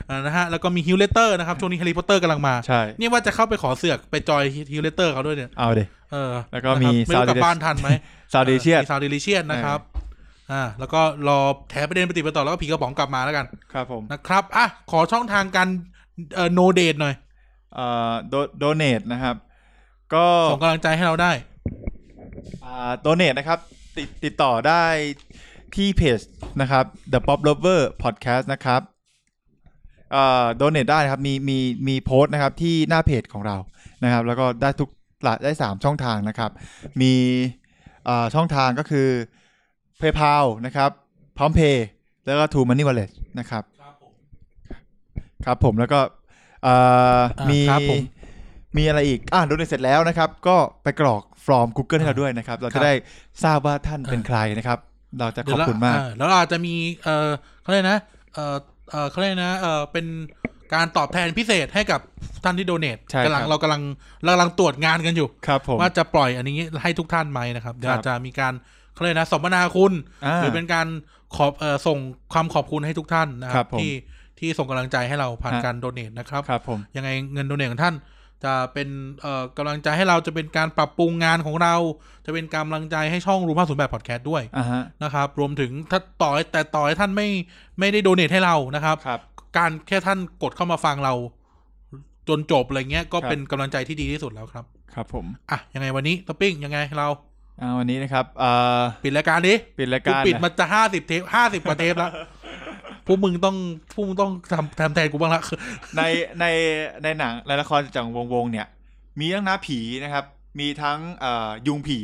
อ่านะฮะแล้วก็มี h i l l e t e r นะครับช่วงนี้ Harry Potter กำลังมา
ใช่
นี่ว่าจะเข้าไปขอเสือกไปจอยฮิลเลเตอร์เขาด้วยเนี่ย
เอาเด
เออ
แล้วก็
นะครับ
มี
ไม่รู้กลั
Sound
บบ้านทันไหม
ซาวดีเชีย
ซาวดิลิเชียนนะครับ อ่าแล้วก็รอแถประเด็นปฏิบัติต่อแล้วก็ผีกระป๋องกลับมาแล้วกัน
ครับผม
นะครับอ่ะขอช่องทางการเอ่อโนเดตหน่อย
เอ่อโดเนทนะครับ ก็
ส่งกำลังใจให้เราได้
โดเนทนะครับ ติดติดต่อได้ที่เพจนะครับ The Pop Lover Podcast นะครับเอ่อโดเนทได้นะครับ มีมีมีโพสต์นะครับที่หน้าเพจของเรานะครับ แล้วก็ได้ทุกหลายได้ 3 ช่องทางนะครับ มีเอ่อช่องทางก็คือ PayPal นะครับ พร้อมเพย์แล้วก็ t o Money Wallet นะครับ ครับผมแล้วก็เอ่อ
อ่า
มี
ครับผม
มีอะไรอีกอ่าดูในเสร็จแล้วนะครับ ก็ไปกรอกฟอร์ม Google ให้เราด้วยนะครับ เรา
ครั
จะ
บ
ได้ทราบว่าท่านเป็น
เออ
ใครนะครับ เราจะข
เดี๋ย
อ
ว
บ
เร
คุณมาก
เแล้วเรอาจจะมีเออเขาเรียกนะเออเออเขาเรียกนะเออเป็นการตอบแทนพิเศษให้กับท่านที่โดเนท
ใช่ครับ
กำลังเรากำลังเรากำลังตรวจงานกันอยู่
ครับผม
ว่าจะปล่อยอันนี้ให้ทุกท่านไหมนะครับเดี๋ยว
ครับ
อาจจะมีการเขาเรียกนะสัมมนาคุณ
อ่า
หรือเป็นการขอบเอ่อส่งความขอบคุณให้ทุกท่านนะค
ครั
รับบ
ผม
ที่ที่ส่งกำลังใจให้เราผ่าน
ฮะ
การโดเนทนะครับ
ครับผม
ยังไงเงินโดเนทของท่าน จะเป็นเอ่อกำลังใจให้เราจะเป็นการปรับปรุงงานของเรา จะเป็นกำลังใจให้ช่องรูมภาศูนย์แบบพอดแคสต์ด้วย
อ่าฮะ
นะครับ รวมถึงถ้าต่อให้แต่ต่อให้ท่านไม่ไม่ได้โดเนทให้เรานะครับ
ครับ
การแค่ท่านกดเข้ามาฟังเรา จนจบอะไรเงี้ยก็
ครับ
เป็นกำลังใจที่ดีที่สุดแล้วครับ
ครับผม
อ่ะ ยังไงวันนี้ท็อปปิ้งยังไงเรา
อ่าวันนี้นะครับเอ่อ
ปิดรายการดิ
ปิดราย
กู
การ
ปิดมั
นะ
นจะห้าสิบเทปห้าสิบกว่าเทป แล้ว พวกมึงต้องพวกมึงต้องทำทำแทนกูบ้างละ
ในในในหนังในละครจากวงวงเนี่ย มีทั้งน้าผีนะครับ มีทั้งเอ่อยุงผี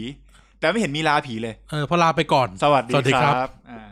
แต่ไม่เห็นมีลาผีเลย
เออพอลาไปก่อน
สวัสดี
สวัสดี
ค
ครั
รับ บอ่า